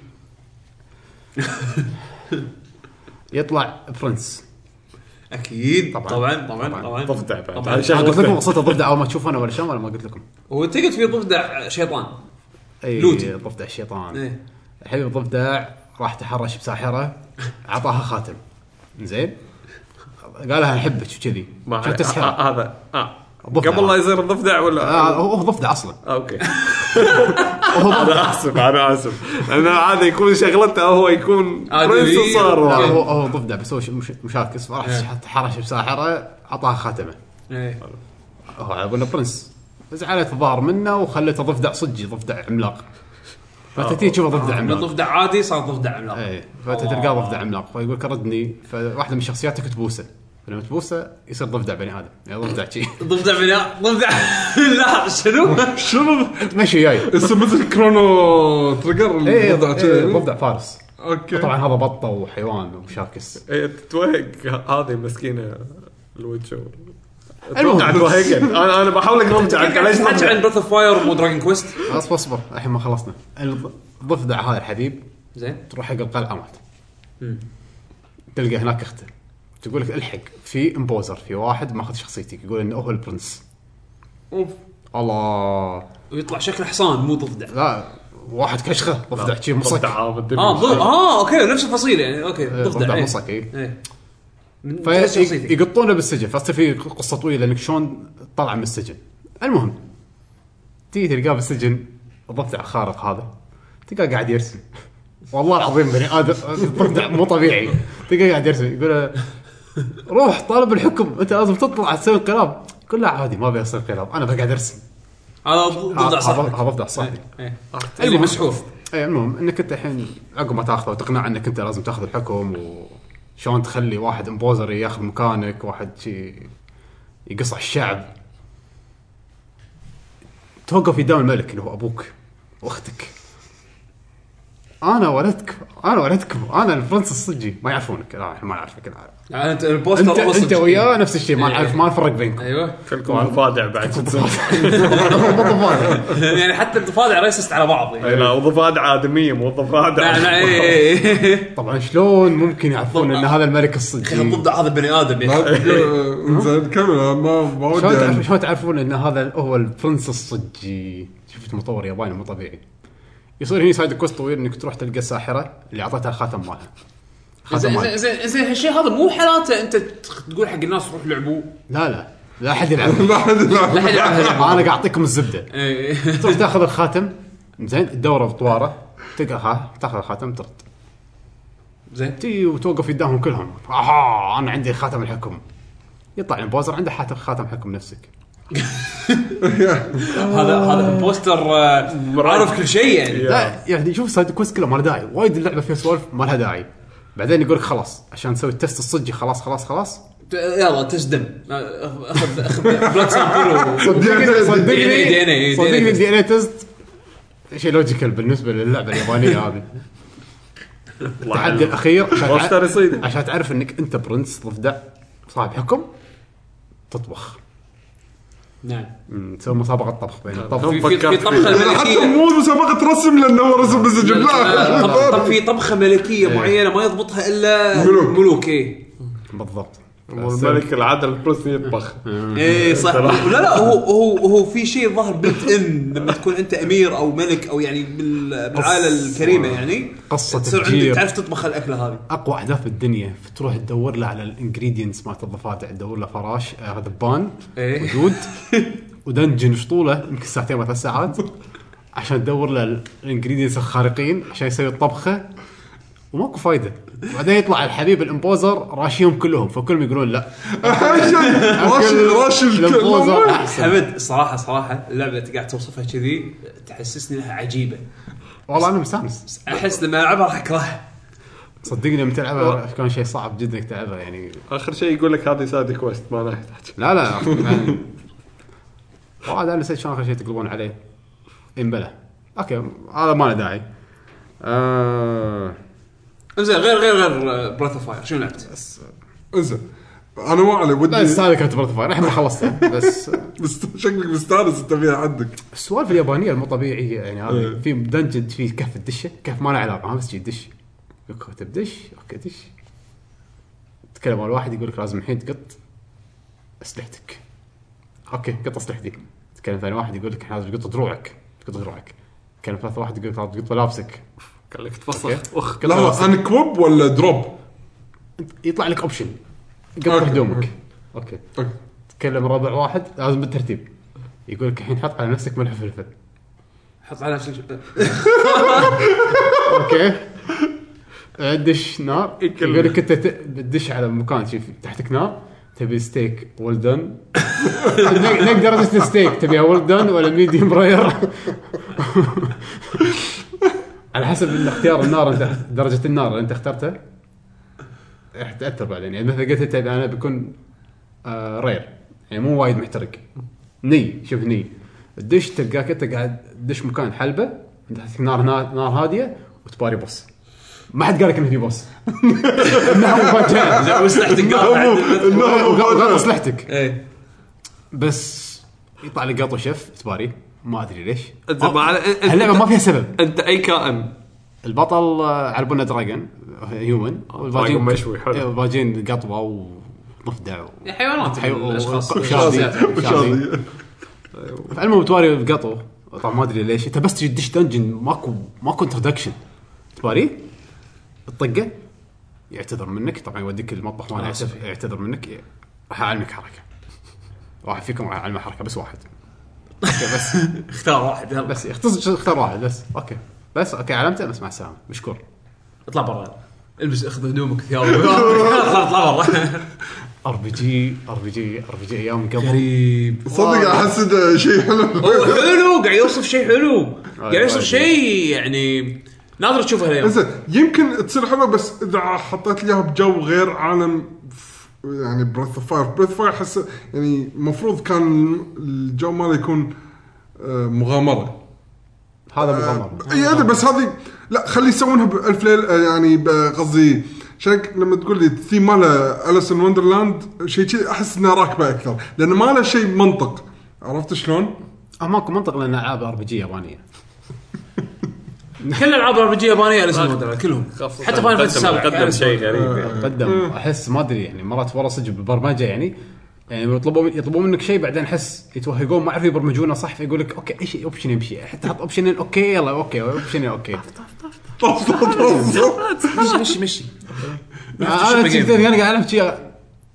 Speaker 2: يطلع برنس
Speaker 4: اكيد
Speaker 2: طبعاً.
Speaker 4: طبعا طبعا
Speaker 2: طبعاً.
Speaker 4: طبعا
Speaker 3: ضفدع بعد.
Speaker 4: طبعاً.
Speaker 3: هذا شغل
Speaker 2: انا قلت لكم
Speaker 3: ضفدع.
Speaker 2: قصه الضفدع اول ما تشوف انا ولا شلون ولا ما قلت لكم
Speaker 4: وتقعد في ضفدع شيطان
Speaker 2: اي
Speaker 4: لوت.
Speaker 2: ضفدع الشيطان
Speaker 4: إيه.
Speaker 2: الحبيب الضفدع راح تحرش بساحره اعطاها خاتم زين قال لها احبك وكذي
Speaker 3: ما
Speaker 2: شو
Speaker 3: عليه. آه،
Speaker 2: تسحر
Speaker 3: آه، هذا اه
Speaker 2: الضفدع.
Speaker 3: قبل لا يصير الضفدع ولا
Speaker 2: آه، هو هو ضفدع اصلا
Speaker 3: آه، اوكي انا اسف انا اسف انا عادي يكون شغلته هو يكون
Speaker 4: عادي.
Speaker 3: برنس وصار
Speaker 2: لا،
Speaker 3: واحد.
Speaker 2: هو هو ضفدع بس هو ش- مش- مشاكس راح تحرش بساحره اعطاها خاتمه
Speaker 4: إيه.
Speaker 2: هو على قولنا برنس زعلت الظاهر منه وخليته ضفدع صجي ضفدع عملاق فتتي تشوفه ضفدع
Speaker 3: نعم.
Speaker 4: من
Speaker 2: عملاق
Speaker 4: ضفدع عادي صار ضفدع عملاق
Speaker 3: إيه.
Speaker 2: ايه فتلقاه ضفدع عملاق فيقول لك ردني فواحده من شخصياته كتبوسه فلما تبوسه يصير ضفدع بني ادم يعني ضفدع شي
Speaker 4: ضفدع بناء ضفدع لا شنو؟
Speaker 5: شنو
Speaker 2: ماشي جاي
Speaker 5: اسم مثل كرونو تريجر
Speaker 2: ايه
Speaker 5: الوضع
Speaker 2: ضفدع
Speaker 5: كذي.
Speaker 2: ضفدع فارس
Speaker 5: اوكي
Speaker 2: طبعا هذا بطه وحيوان ومشاكس
Speaker 3: إيه، تتوهق هذه مسكينه الوجه
Speaker 2: المهم.
Speaker 3: اتوقع توهقت انا انا بحاول اقرب لك ليش
Speaker 4: نحكي
Speaker 3: ضفدع؟
Speaker 4: عن بريث اوف فاير مو دراجون كويست
Speaker 2: اصبر اصبر الحين ما خلصنا الض- الضفدع هذا الحبيب
Speaker 4: زين
Speaker 2: تروح حق القلعه مالت تلقى هناك اخته تقول لك الحق في امبوزر في واحد ماخذ شخصيتك يقول انه هو البرنس الله
Speaker 4: ويطلع شكله حصان مو ضفدع
Speaker 2: لا واحد كشخه ضفدع شي مصك
Speaker 3: ضفدع عابد
Speaker 4: اه ض- اه اوكي نفس الفصيله يعني اوكي
Speaker 2: إيه،
Speaker 4: ضفدع
Speaker 2: ضفدع
Speaker 4: إيه.
Speaker 2: مصك اي
Speaker 4: إيه. من تحس شخصيتك.
Speaker 2: فيقطونه بالسجن فاصير في قصه طويله انك شلون طلع من السجن المهم تيجي تلقاه بالسجن الضفدع الخارق هذا تلقاه قاعد يرسم والله العظيم بني ادم ضفدع مو طبيعي تلقاه قاعد يرسم يقول له، روح طالب الحكم انت لازم تطلع تسوي انقلاب يقول لا عادي ما ابي اصير انقلاب انا بقعد ارسم
Speaker 4: هذا ضد
Speaker 2: هذا
Speaker 4: اعصابك
Speaker 2: هذا افضل صاحبي
Speaker 4: إيه. اللي مسحور
Speaker 2: اي إيه، المهم انك انت الحين عقب ما تاخذه وتقنع انك انت لازم تاخذ الحكم وشلون تخلي واحد امبوزر ياخذ مكانك واحد شي يقصع الشعب توقف قدام الملك اللي هو ابوك واختك انا ولدك انا ولدكم انا الفرنسي الصجي ما يعرفونك لا احنا ما نعرفك أنا عارف.
Speaker 4: يعني انت البوستر
Speaker 2: انت
Speaker 4: أول
Speaker 2: انت
Speaker 4: صدق.
Speaker 2: وياه نفس الشيء ما نعرف ما نفرق بينكم
Speaker 4: ايوه
Speaker 10: خلكم مفادع بعد
Speaker 4: يعني حتى الضفادع ريسست على بعض يعني
Speaker 10: لا وضفادع آدمية مو ضفادع
Speaker 4: لا إيه، لا اي اي اي
Speaker 2: طبعا شلون ممكن يعرفون ان هذا الملك الصجي
Speaker 4: ضد هذا بني ادم يعني
Speaker 5: لا، آه، زين كمل أنا ما ما
Speaker 2: شلون
Speaker 5: ودي
Speaker 2: تعرف
Speaker 5: يعني.
Speaker 2: شلون تعرفون ان هذا هو البرنس الصجي شفت مطور ياباني مو طبيعي يصير هني سايد كوست طويل انك تروح تلقى الساحره اللي اعطتها الخاتم مالها خاتم
Speaker 4: زين
Speaker 2: مالها
Speaker 4: زين زين هالشيء هذا مو حالاته انت تقول حق الناس روح لعبوه
Speaker 2: لا لا لا احد يلعب
Speaker 5: لا حد يلعب.
Speaker 4: لا حد يلعبها
Speaker 2: انا قاعد اعطيكم الزبده
Speaker 4: إي.
Speaker 2: تروح تاخذ الخاتم زين الدوره بطواره تلقاها تاخذ الخاتم ترد
Speaker 4: زين
Speaker 2: تي وتوقف قدامهم كلهم اها انا عندي خاتم الحكم يطلع البوزر عنده حاتم خاتم حكم نفسك
Speaker 4: هذا هذا البوستر آه، عارف كل شيء يعني
Speaker 2: لا يعني شوف سايد كويست كله ما له داعي وايد اللعبه فيها سوالف ما لها داعي بعدين يقول لك خلاص عشان تسوي التست الصجي خلاص خلاص خلاص
Speaker 4: ت- يلا تسدم آه، اخذ اخذ بلاد سامبل
Speaker 2: صدقني صدقني
Speaker 4: DNA DNA
Speaker 2: صدقني الدي ان اي تست شيء لوجيكال بالنسبه للعبه اليابانيه هذه التحدي الاخير عشان
Speaker 10: بوستر
Speaker 2: تع-
Speaker 10: يصيدك.
Speaker 2: عشان تعرف انك انت برنس ضفدع صاحب حكم تطبخ
Speaker 4: نعم
Speaker 2: أمم، تسوي مسابقه طبخ بين الطبخ
Speaker 4: في في في طبخه
Speaker 5: حتى
Speaker 4: ملكيه
Speaker 5: مو مسابقه رسم لانه رسم بس
Speaker 4: لا، لا، طب- طب
Speaker 5: جبناه
Speaker 4: في طبخه ملكيه معينه ما يضبطها الا
Speaker 5: ملوك.
Speaker 4: ملوك إيه. اي
Speaker 2: بالضبط
Speaker 10: الملك العدل البروسي يطبخ
Speaker 4: إيه. اي صح لا لا هو هو هو في شيء ظهر بلت ان لما تكون انت امير او ملك او يعني بال- بالعاله الكريمه يعني
Speaker 2: قصة
Speaker 4: تصير
Speaker 2: تفجير.
Speaker 4: عندك تعرف تطبخ الاكله هذه
Speaker 2: اقوى اهداف الدنيا تروح تدور له على الانجريدينتس مالت الضفادع تدور له فراش آه، ذبان
Speaker 4: إيه.
Speaker 2: وجود ودنجن شطوله يمكن ساعتين ولا ثلاث ساعات عشان تدور له الانجريدينتس الخارقين عشان يسوي الطبخه وماكو فايده وبعدين يطلع الحبيب الامبوزر راشيهم كلهم فكلهم يقولون لا
Speaker 5: راشي راشي
Speaker 2: الامبوزر
Speaker 5: الكل
Speaker 2: احسن
Speaker 4: حمد صراحه صراحه اللعبه انت قاعد توصفها كذي تحسسني انها عجيبه
Speaker 2: والله انا مستانس
Speaker 4: احس لما العبها راح اكرهها
Speaker 2: صدقني لما
Speaker 5: أه.
Speaker 2: تلعبها كان شيء صعب جدا انك تلعبها يعني
Speaker 10: اخر شيء يقول لك هذه سايد كويست ما لها يحتاج
Speaker 2: لا لا يعني وهذا انا نسيت شلون اخر شيء تقلبون عليه امبلا اوكي هذا ما له داعي آه...
Speaker 4: زين غير غير غير آه، براث اوف فاير شنو لعبت؟
Speaker 5: انزين انا ما علي
Speaker 2: لا
Speaker 5: ودي
Speaker 2: السالفه كانت برضه فاير الحين خلصتها بس
Speaker 5: بس شكلك مستانس انت فيها عندك
Speaker 2: السوالف اليابانيه المو طبيعيه يعني
Speaker 5: إيه.
Speaker 2: هذه في دنجن في كهف الدشه كهف ما له علاقه ما بس شي دش يقولك هو تبدش اوكي دش تتكلم على واحد يقول لك لازم الحين تقط اسلحتك اوكي قط اسلحتي تتكلم ثاني واحد يقول لك إحنا لازم تقط دروعك تقط دروعك تتكلم ثالث واحد يقول لك لازم تقط ملابسك
Speaker 10: قال لك تفصل
Speaker 2: اخ قط
Speaker 5: لحظه
Speaker 2: ملابسك
Speaker 5: انا كوب ولا دروب؟
Speaker 2: يطلع لك اوبشن قط
Speaker 5: أوكي.
Speaker 2: هدومك اوكي
Speaker 5: أوكي.
Speaker 2: تتكلم ربع واحد لازم بالترتيب يقول لك الحين حط على نفسك ملح فلفل
Speaker 4: حط على طيب، شو-
Speaker 2: اوكي آه، دش نار يقول لك انت ت- بتدش على مكان شوف تحتك نار تبي ستيك ويل دن نق درجه الستيك تبيها ويل دن ولا ميديوم راير على حسب الاختيار النار انت درجه النار اللي انت اخترتها راح تاثر بعدين يعني مثلا قلت انت انا بكون آه رير يعني مو وايد محترق ني شوف ني الدش تلقاك انت قاعد تدش مكان حلبه تحتك نار نار, نار هاديه وتباري بوس ما حد قال لك انه في بوس انها مفاجاه
Speaker 4: زين وسلاحتك قاطع
Speaker 2: غلط اصلحتك
Speaker 4: ايه
Speaker 2: بس يطلع لك قط وشف تباري ما ادري ليش
Speaker 10: انت ما على- انت-
Speaker 2: اللعبه ما فيها سبب
Speaker 10: انت اي كائن
Speaker 2: البطل آه، عربنا دراجون هيومن والباجين
Speaker 10: دراجون مشوي، حلو.
Speaker 2: إيه، والباجين قطوه وضفدع و-
Speaker 4: حيوانات
Speaker 2: حيو-
Speaker 4: الاشخاص
Speaker 2: أيوة، وشاذي.
Speaker 5: شاذي.
Speaker 2: وشاذي. فالمهم تواري القطو طبعا ما ادري ليش انت بس تجي تدش دنجن ماكو ماكو انترودكشن تباري الطقه يعتذر منك طبعا يوديك المطبخ وانا اسف يعتذر منك ي- راح اعلمك حركه واحد فيكم راح اعلمه حركه بس واحد اوكي بس
Speaker 4: اختار واحد يلا
Speaker 2: بس اختصر اختار واحد بس اوكي بس اوكي علمته بس مع السلامه مشكور
Speaker 4: اطلع برا البس اخذ هدومك ثيابك اطلع برا
Speaker 2: ار بي جي ار بي جي ار بي جي ايام قبل
Speaker 4: غريب
Speaker 5: صدق
Speaker 4: آه.
Speaker 5: احس انه شيء حلو
Speaker 4: هو حلو قاعد يوصف شيء حلو قاعد يوصف
Speaker 2: وايد.
Speaker 4: شيء يعني نادر تشوفه اليوم
Speaker 5: زين يمكن تصير حلوه بس اذا حطيت لي اياها بجو غير عالم ف- يعني بريث اوف فاير بريث فاير احس يعني المفروض كان الجو ماله يكون آه، مغامره
Speaker 2: هذا مغامره
Speaker 5: اي ادري بس هذه لا خلي يسوونها بألف ليل آه، يعني ب- قصدي شك لما تقول لي الثيم ماله اليس ان وندرلاند شيء كذي احس انها راكبه اكثر لان ما له شيء منطق عرفت شلون؟
Speaker 2: آه، ماكو منطق لان العاب ار بي جي يابانيه
Speaker 4: كل الالعاب ار بي جي يابانيه لازم مودرن كلهم حتى فاينل فانتسي السابق
Speaker 11: قدم شيء غريب يعني.
Speaker 2: قدم احس ما ادري يعني مرات ورا صدق بالبرمجه يعني يعني يطلبوا يطلبون منك شيء بعدين احس يتوهقون ما يعرفوا يبرمجونه صح فيقول لك اوكي اي شيء اوبشن يمشي حتى حط اوبشنين اوكي يلا اوكي اوبشنين اوكي
Speaker 5: طف طف طف
Speaker 4: مشي مشي مشي
Speaker 2: آه، انا كنت- انا قاعد العب شي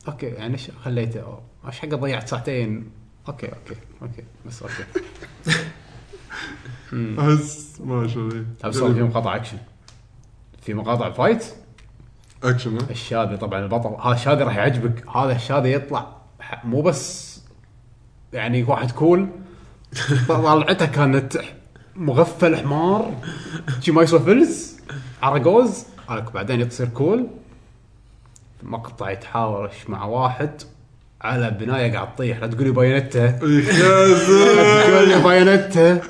Speaker 2: اوكي يعني إيش خليته أوه، ايش حق ضيعت ساعتين اوكي اوكي اوكي بس اوكي
Speaker 5: احس ما شاء الله
Speaker 2: بس طيب، في مقاطع اكشن في مقاطع فايت
Speaker 5: اكشن ها؟
Speaker 2: الشاذي طبعا البطل هذا الشاذي راح يعجبك هذا الشاذي يطلع ح- مو بس يعني واحد كول طلعته كانت مغفل حمار شي ما يسوى فلس عرقوز عرق بعدين تصير كول مقطع يتحاورش مع واحد على بنايه قاعد تطيح لا تقولي بايونته تقولي بايونته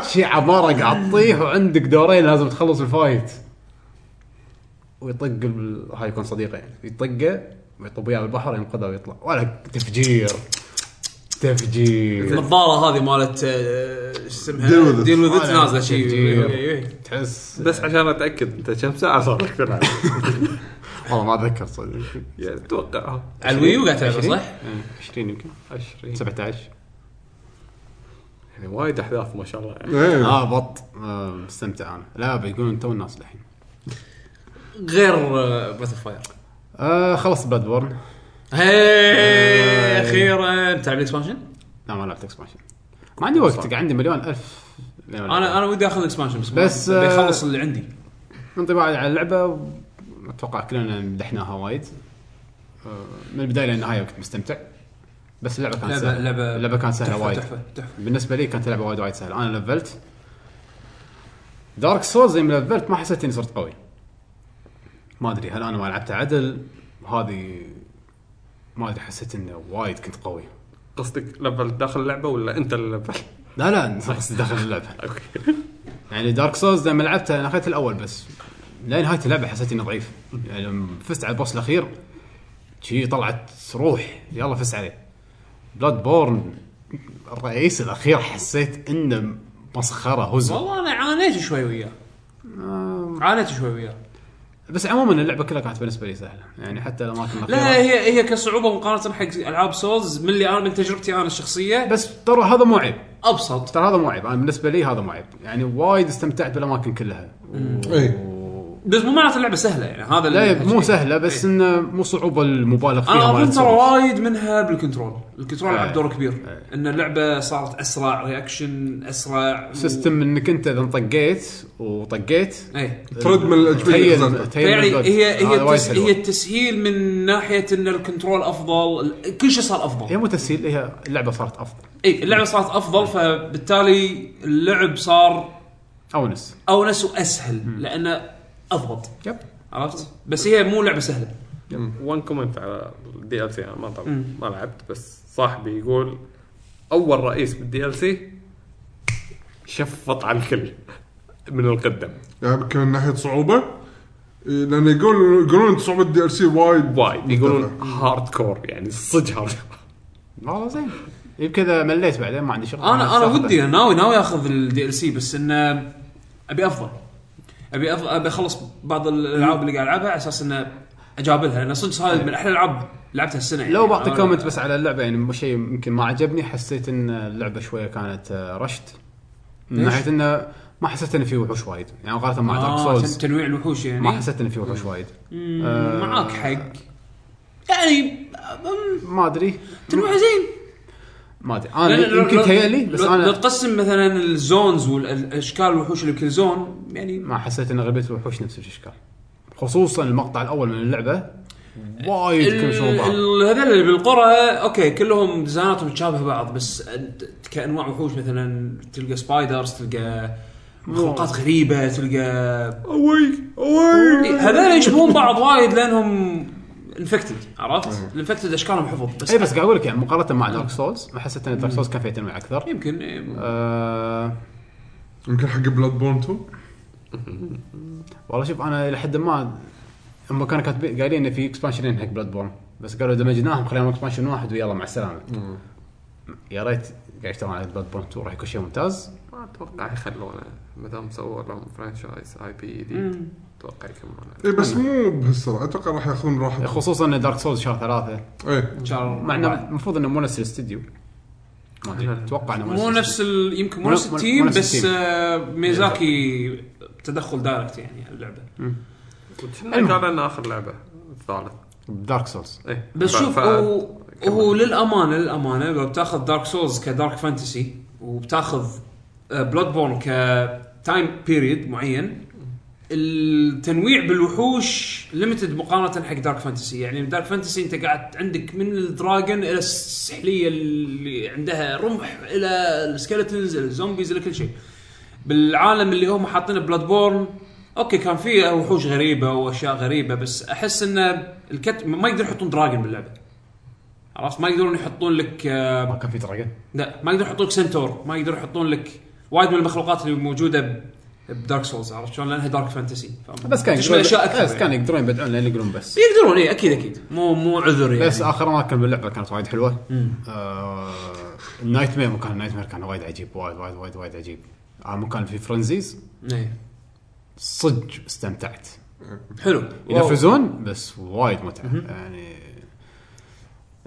Speaker 2: شي عماره قاعد تطيح وعندك دورين لازم تخلص الفايت ويطق ال- هاي يكون صديقه يعني يطقه ويطب وياه بالبحر ينقذه ويطلع ولا تفجير تفجير
Speaker 4: النظاره هذه مالت آه،
Speaker 5: Deal
Speaker 4: شو
Speaker 5: with
Speaker 4: اسمها
Speaker 5: it.
Speaker 4: ديل وذ
Speaker 2: ولا
Speaker 4: نازله شيء
Speaker 2: كتير.
Speaker 4: إي- إي.
Speaker 2: تحس
Speaker 3: بس عشان اتاكد انت كم ساعه صار لك تلعب؟
Speaker 2: والله ما اتذكر صدق
Speaker 3: يعني اتوقع
Speaker 4: على الويو قاعد تلعب صح؟
Speaker 2: 20 يمكن
Speaker 3: 20
Speaker 2: 17
Speaker 3: يعني وايد احداث ما شاء الله يعني
Speaker 5: إيه.
Speaker 2: اه بط آه، مستمتع انا لا بيقولون تو الناس الحين
Speaker 4: غير بريث اوف فاير
Speaker 2: آه خلص بلاد بورن
Speaker 4: هي اخيرا تلعب الاكسبانشن؟
Speaker 2: لا ما لعبت اكسبانشن ما عندي وقت عندي مليون الف
Speaker 4: انا انا ودي اخذ الاكسبانشن بس
Speaker 2: بس،
Speaker 4: بس
Speaker 2: آه،
Speaker 4: بيخلص اللي عندي
Speaker 2: انطباعي على اللعبه اتوقع كلنا مدحناها وايد آه، من البدايه للنهايه كنت مستمتع بس اللعبه كانت
Speaker 4: لعبه
Speaker 2: سهله
Speaker 4: لعبه
Speaker 2: اللعبه كانت سهله
Speaker 4: تحفة-
Speaker 2: وايد
Speaker 4: تحفه تحفه
Speaker 2: بالنسبه لي كانت لعبه وايد وايد سهله انا لفلت دارك سولز يوم لفلت ما حسيت اني صرت قوي ما ادري هل انا ما لعبت عدل هذه ما ادري حسيت انه وايد كنت قوي
Speaker 3: قصدك لفل داخل اللعبه ولا انت اللي لفل؟
Speaker 2: لا لا بس داخل اللعبه يعني دارك سولز لما لعبتها انا اخذت الاول بس لنهايه اللعبه حسيت اني ضعيف يعني لما فزت على البوس الاخير شي طلعت روح يلا فزت عليه بلاد بورن الرئيس الاخير حسيت انه مسخره هزم
Speaker 4: والله انا عانيت شوي وياه
Speaker 2: آه.
Speaker 4: عانيت شوي وياه
Speaker 2: بس عموما اللعبه كلها كانت بالنسبه لي سهله يعني حتى الاماكن
Speaker 4: لا
Speaker 2: الاخيره
Speaker 4: هي هي كصعوبه مقارنه حق العاب سولز من اللي انا من تجربتي انا الشخصيه
Speaker 2: بس ترى هذا مو عيب
Speaker 4: ابسط
Speaker 2: ترى هذا مو عيب انا بالنسبه لي هذا مو عيب يعني وايد استمتعت بالاماكن كلها
Speaker 5: إيه.
Speaker 4: بس مو معناته اللعبه سهله يعني هذا اللي
Speaker 2: لا مو سهله بس انه مو صعوبه المبالغ فيها
Speaker 4: انا اظن
Speaker 2: مالت
Speaker 4: إيه. آه، ترى
Speaker 2: Souls.
Speaker 4: وايد منها بالكنترول الكنترول
Speaker 2: إيه.
Speaker 4: لعب دور كبير ان اللعبه صارت اسرع رياكشن اسرع و-
Speaker 2: سيستم انك انت اذا طقيت وطقيت
Speaker 4: ايه
Speaker 5: ترد من الاجبيه
Speaker 2: تخيل
Speaker 5: زين.
Speaker 2: تخيل
Speaker 4: يعني
Speaker 2: الرد.
Speaker 4: هي هي
Speaker 2: هذا آه، وايد
Speaker 4: التس...
Speaker 2: حلوة.
Speaker 4: هي التسهيل من ناحيه ان الكنترول افضل ال- كل شيء صار
Speaker 2: هي
Speaker 4: افضل
Speaker 2: مو تسهيل هي اللعبه صارت افضل
Speaker 4: اي اللعبه صارت افضل فبالتالي اللعب صار
Speaker 2: اونس
Speaker 4: اونس واسهل لانه اضبط
Speaker 2: يب
Speaker 4: عرفت بس هي مو لعبه سهله
Speaker 3: وان كومنت على الدي ال سي انا ما طب ما لعبت بس صاحبي يقول اول رئيس بالدي ال سي شفط على الكل من القدم
Speaker 5: يعني يمكن من ناحيه صعوبه إيه، لان يقول يقولون إن صعوبه الدي ال سي وايد
Speaker 3: وايد يقولون هارد كور يعني صدق هارد
Speaker 2: والله زين يمكن اذا مليت بعدين ما عندي شغل
Speaker 4: انا انا
Speaker 2: آه، بس آخذه.
Speaker 4: ودي أنا ناوي ناوي اخذ الدي ال سي بس انه ابي افضل ابي أفضل ابي اخلص بعض الالعاب اللي قاعد العبها على اساس انه اجابلها لان صدق هذه من احلى الالعاب لعبتها السنه يعني.
Speaker 2: إيه. لو بعطي
Speaker 4: أنا-
Speaker 2: كومنت بس على اللعبه يعني مو شيء يمكن ما عجبني حسيت ان اللعبه شويه كانت آه، رشت من
Speaker 4: ليش؟
Speaker 2: ناحيه انه ما حسيت انه في وحوش وايد يعني مقارنه مع دارك
Speaker 4: آه
Speaker 2: سولز
Speaker 4: تن- تنويع الوحوش يعني
Speaker 2: ما حسيت انه في وحوش وايد
Speaker 4: مم،
Speaker 2: آه.
Speaker 4: معاك حق يعني أم،
Speaker 2: ما ادري
Speaker 4: تنويع زين
Speaker 2: ما ادري انا يمكن تهيألي بس
Speaker 4: لو- لو
Speaker 2: انا
Speaker 4: تقسم مثلا الزونز والاشكال الوحوش اللي بكل زون يعني
Speaker 2: ما حسيت ان غالبيه الوحوش نفس الاشكال خصوصا المقطع الاول من اللعبه وايد كل شيء بعض
Speaker 4: ال- هذول اللي بالقرى اوكي كلهم ديزايناتهم تشابه بعض بس أنت كانواع وحوش مثلا تلقى سبايدرز تلقى مخلوقات غريبه تلقى
Speaker 3: اوي اوي
Speaker 4: هذول يشبهون بعض وايد لانهم انفكتد عرفت؟ الانفكتد اشكالهم حفظ بس
Speaker 2: اي بس قاعد اقول لك يعني مقارنه مع دارك سولز ما حسيت ان دارك سولز كان فيها تنويع اكثر
Speaker 4: يمكن إيه،
Speaker 2: أه
Speaker 5: يمكن حق بلاد بورن 2
Speaker 2: والله شوف انا لحد ما هم كانوا كاتبين قايلين ان في اكسبانشنين حق بلاد بورن بس قالوا دمجناهم خلينا اكسبانشن واحد ويلا مع السلامه يا ريت قاعد يشتغلون على بلاد بورن 2 راح يكون شيء ممتاز
Speaker 10: ما اتوقع يخلونه ما دام سووا لهم فرانشايز اي بي جديد اتوقع يكملونه
Speaker 5: اي إيه، بس مو بهالسرعه اتوقع راح ياخذون إيه، راحتهم
Speaker 2: خصوصا ان دارك سولز شهر ثلاثه
Speaker 5: اي
Speaker 4: شعر
Speaker 2: مع انه المفروض انه مو نفس الاستديو ما أدري، اتوقع انه
Speaker 4: مو نفس ال... يمكن مو
Speaker 2: مو-
Speaker 4: نفس
Speaker 2: مو-
Speaker 4: التيم
Speaker 2: مو نفس
Speaker 4: بس
Speaker 2: التيم.
Speaker 4: آه، ميزاكي تدخل دايركت يعني على اللعبه
Speaker 10: وكنا قالوا انه اخر لعبه الثالث
Speaker 2: دارك سولز
Speaker 10: ايه
Speaker 4: بس
Speaker 10: ف-
Speaker 4: شوف
Speaker 10: ف-
Speaker 4: هو هو للامانه للامانه لو بتاخذ دارك سولز كدارك فانتسي وبتاخذ آه، بلاد بورن كتايم بيريد معين التنويع بالوحوش ليمتد مقارنه حق دارك فانتسي يعني دارك فانتسي انت قاعد عندك من الدراجون الى السحليه اللي عندها رمح الى السكeletons الى الزومبيز الى كل شيء بالعالم اللي هم حاطينه بلاد بورن اوكي كان فيه وحوش غريبه واشياء غريبه بس احس ان الكت ما يقدرون يحطون دراجون باللعبه عرفت ما يقدرون يحطون لك آه،
Speaker 2: ما كان في دراجون
Speaker 4: لا ما يقدرون يحطون لك سنتور ما يقدرون يحطون لك وايد من المخلوقات اللي موجوده ب- بدارك سولز عرفت شلون لانها دارك فانتسي فاهم؟
Speaker 2: بس كان
Speaker 4: تشمل اشياء اكثر
Speaker 2: بس
Speaker 4: يعني. إيه.
Speaker 2: كان يقدرون يبدعون لان يقولون بس
Speaker 4: يقدرون اي اكيد اكيد مو مو عذر يعني
Speaker 2: بس آه. اخر اماكن باللعبه كانت وايد حلوه آه النايت مير مكان النايت مير كان وايد عجيب وايد وايد وايد وايد عجيب آه مكان في فرنزيز
Speaker 4: إيه.
Speaker 2: صدق استمتعت
Speaker 4: حلو واو.
Speaker 2: ينفذون بس وايد متعه يعني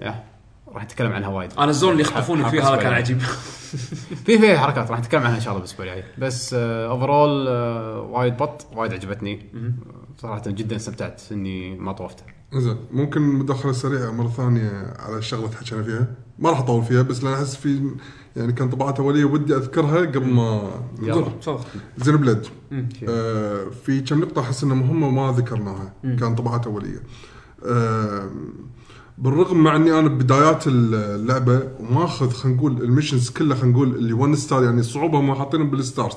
Speaker 2: يا راح نتكلم عنها وايد
Speaker 4: انا الزون اللي يخطفوني
Speaker 2: حق-
Speaker 4: فيه
Speaker 2: حق
Speaker 4: هذا كان
Speaker 2: أسبوعين.
Speaker 4: عجيب
Speaker 2: في في حركات راح نتكلم عنها ان شاء الله بالاسبوع الجاي بس اوفرول وايد بط وايد عجبتني صراحه جدا استمتعت اني ما طوفته
Speaker 5: زين ممكن مداخله سريعه مره ثانيه على الشغله اللي حكينا فيها ما راح اطول فيها بس لان احس في يعني كان طبعات اوليه ودي اذكرها قبل ما
Speaker 2: يلا.
Speaker 4: تفضل
Speaker 5: زين بلاد آه في كم نقطه احس انها مهمه ما ذكرناها كان طبعات اوليه آه بالرغم مع اني انا ببدايات اللعبه وماخذ خلينا نقول المشنز كلها خلينا نقول اللي 1 ستار يعني الصعوبه ما حاطينهم بالستارز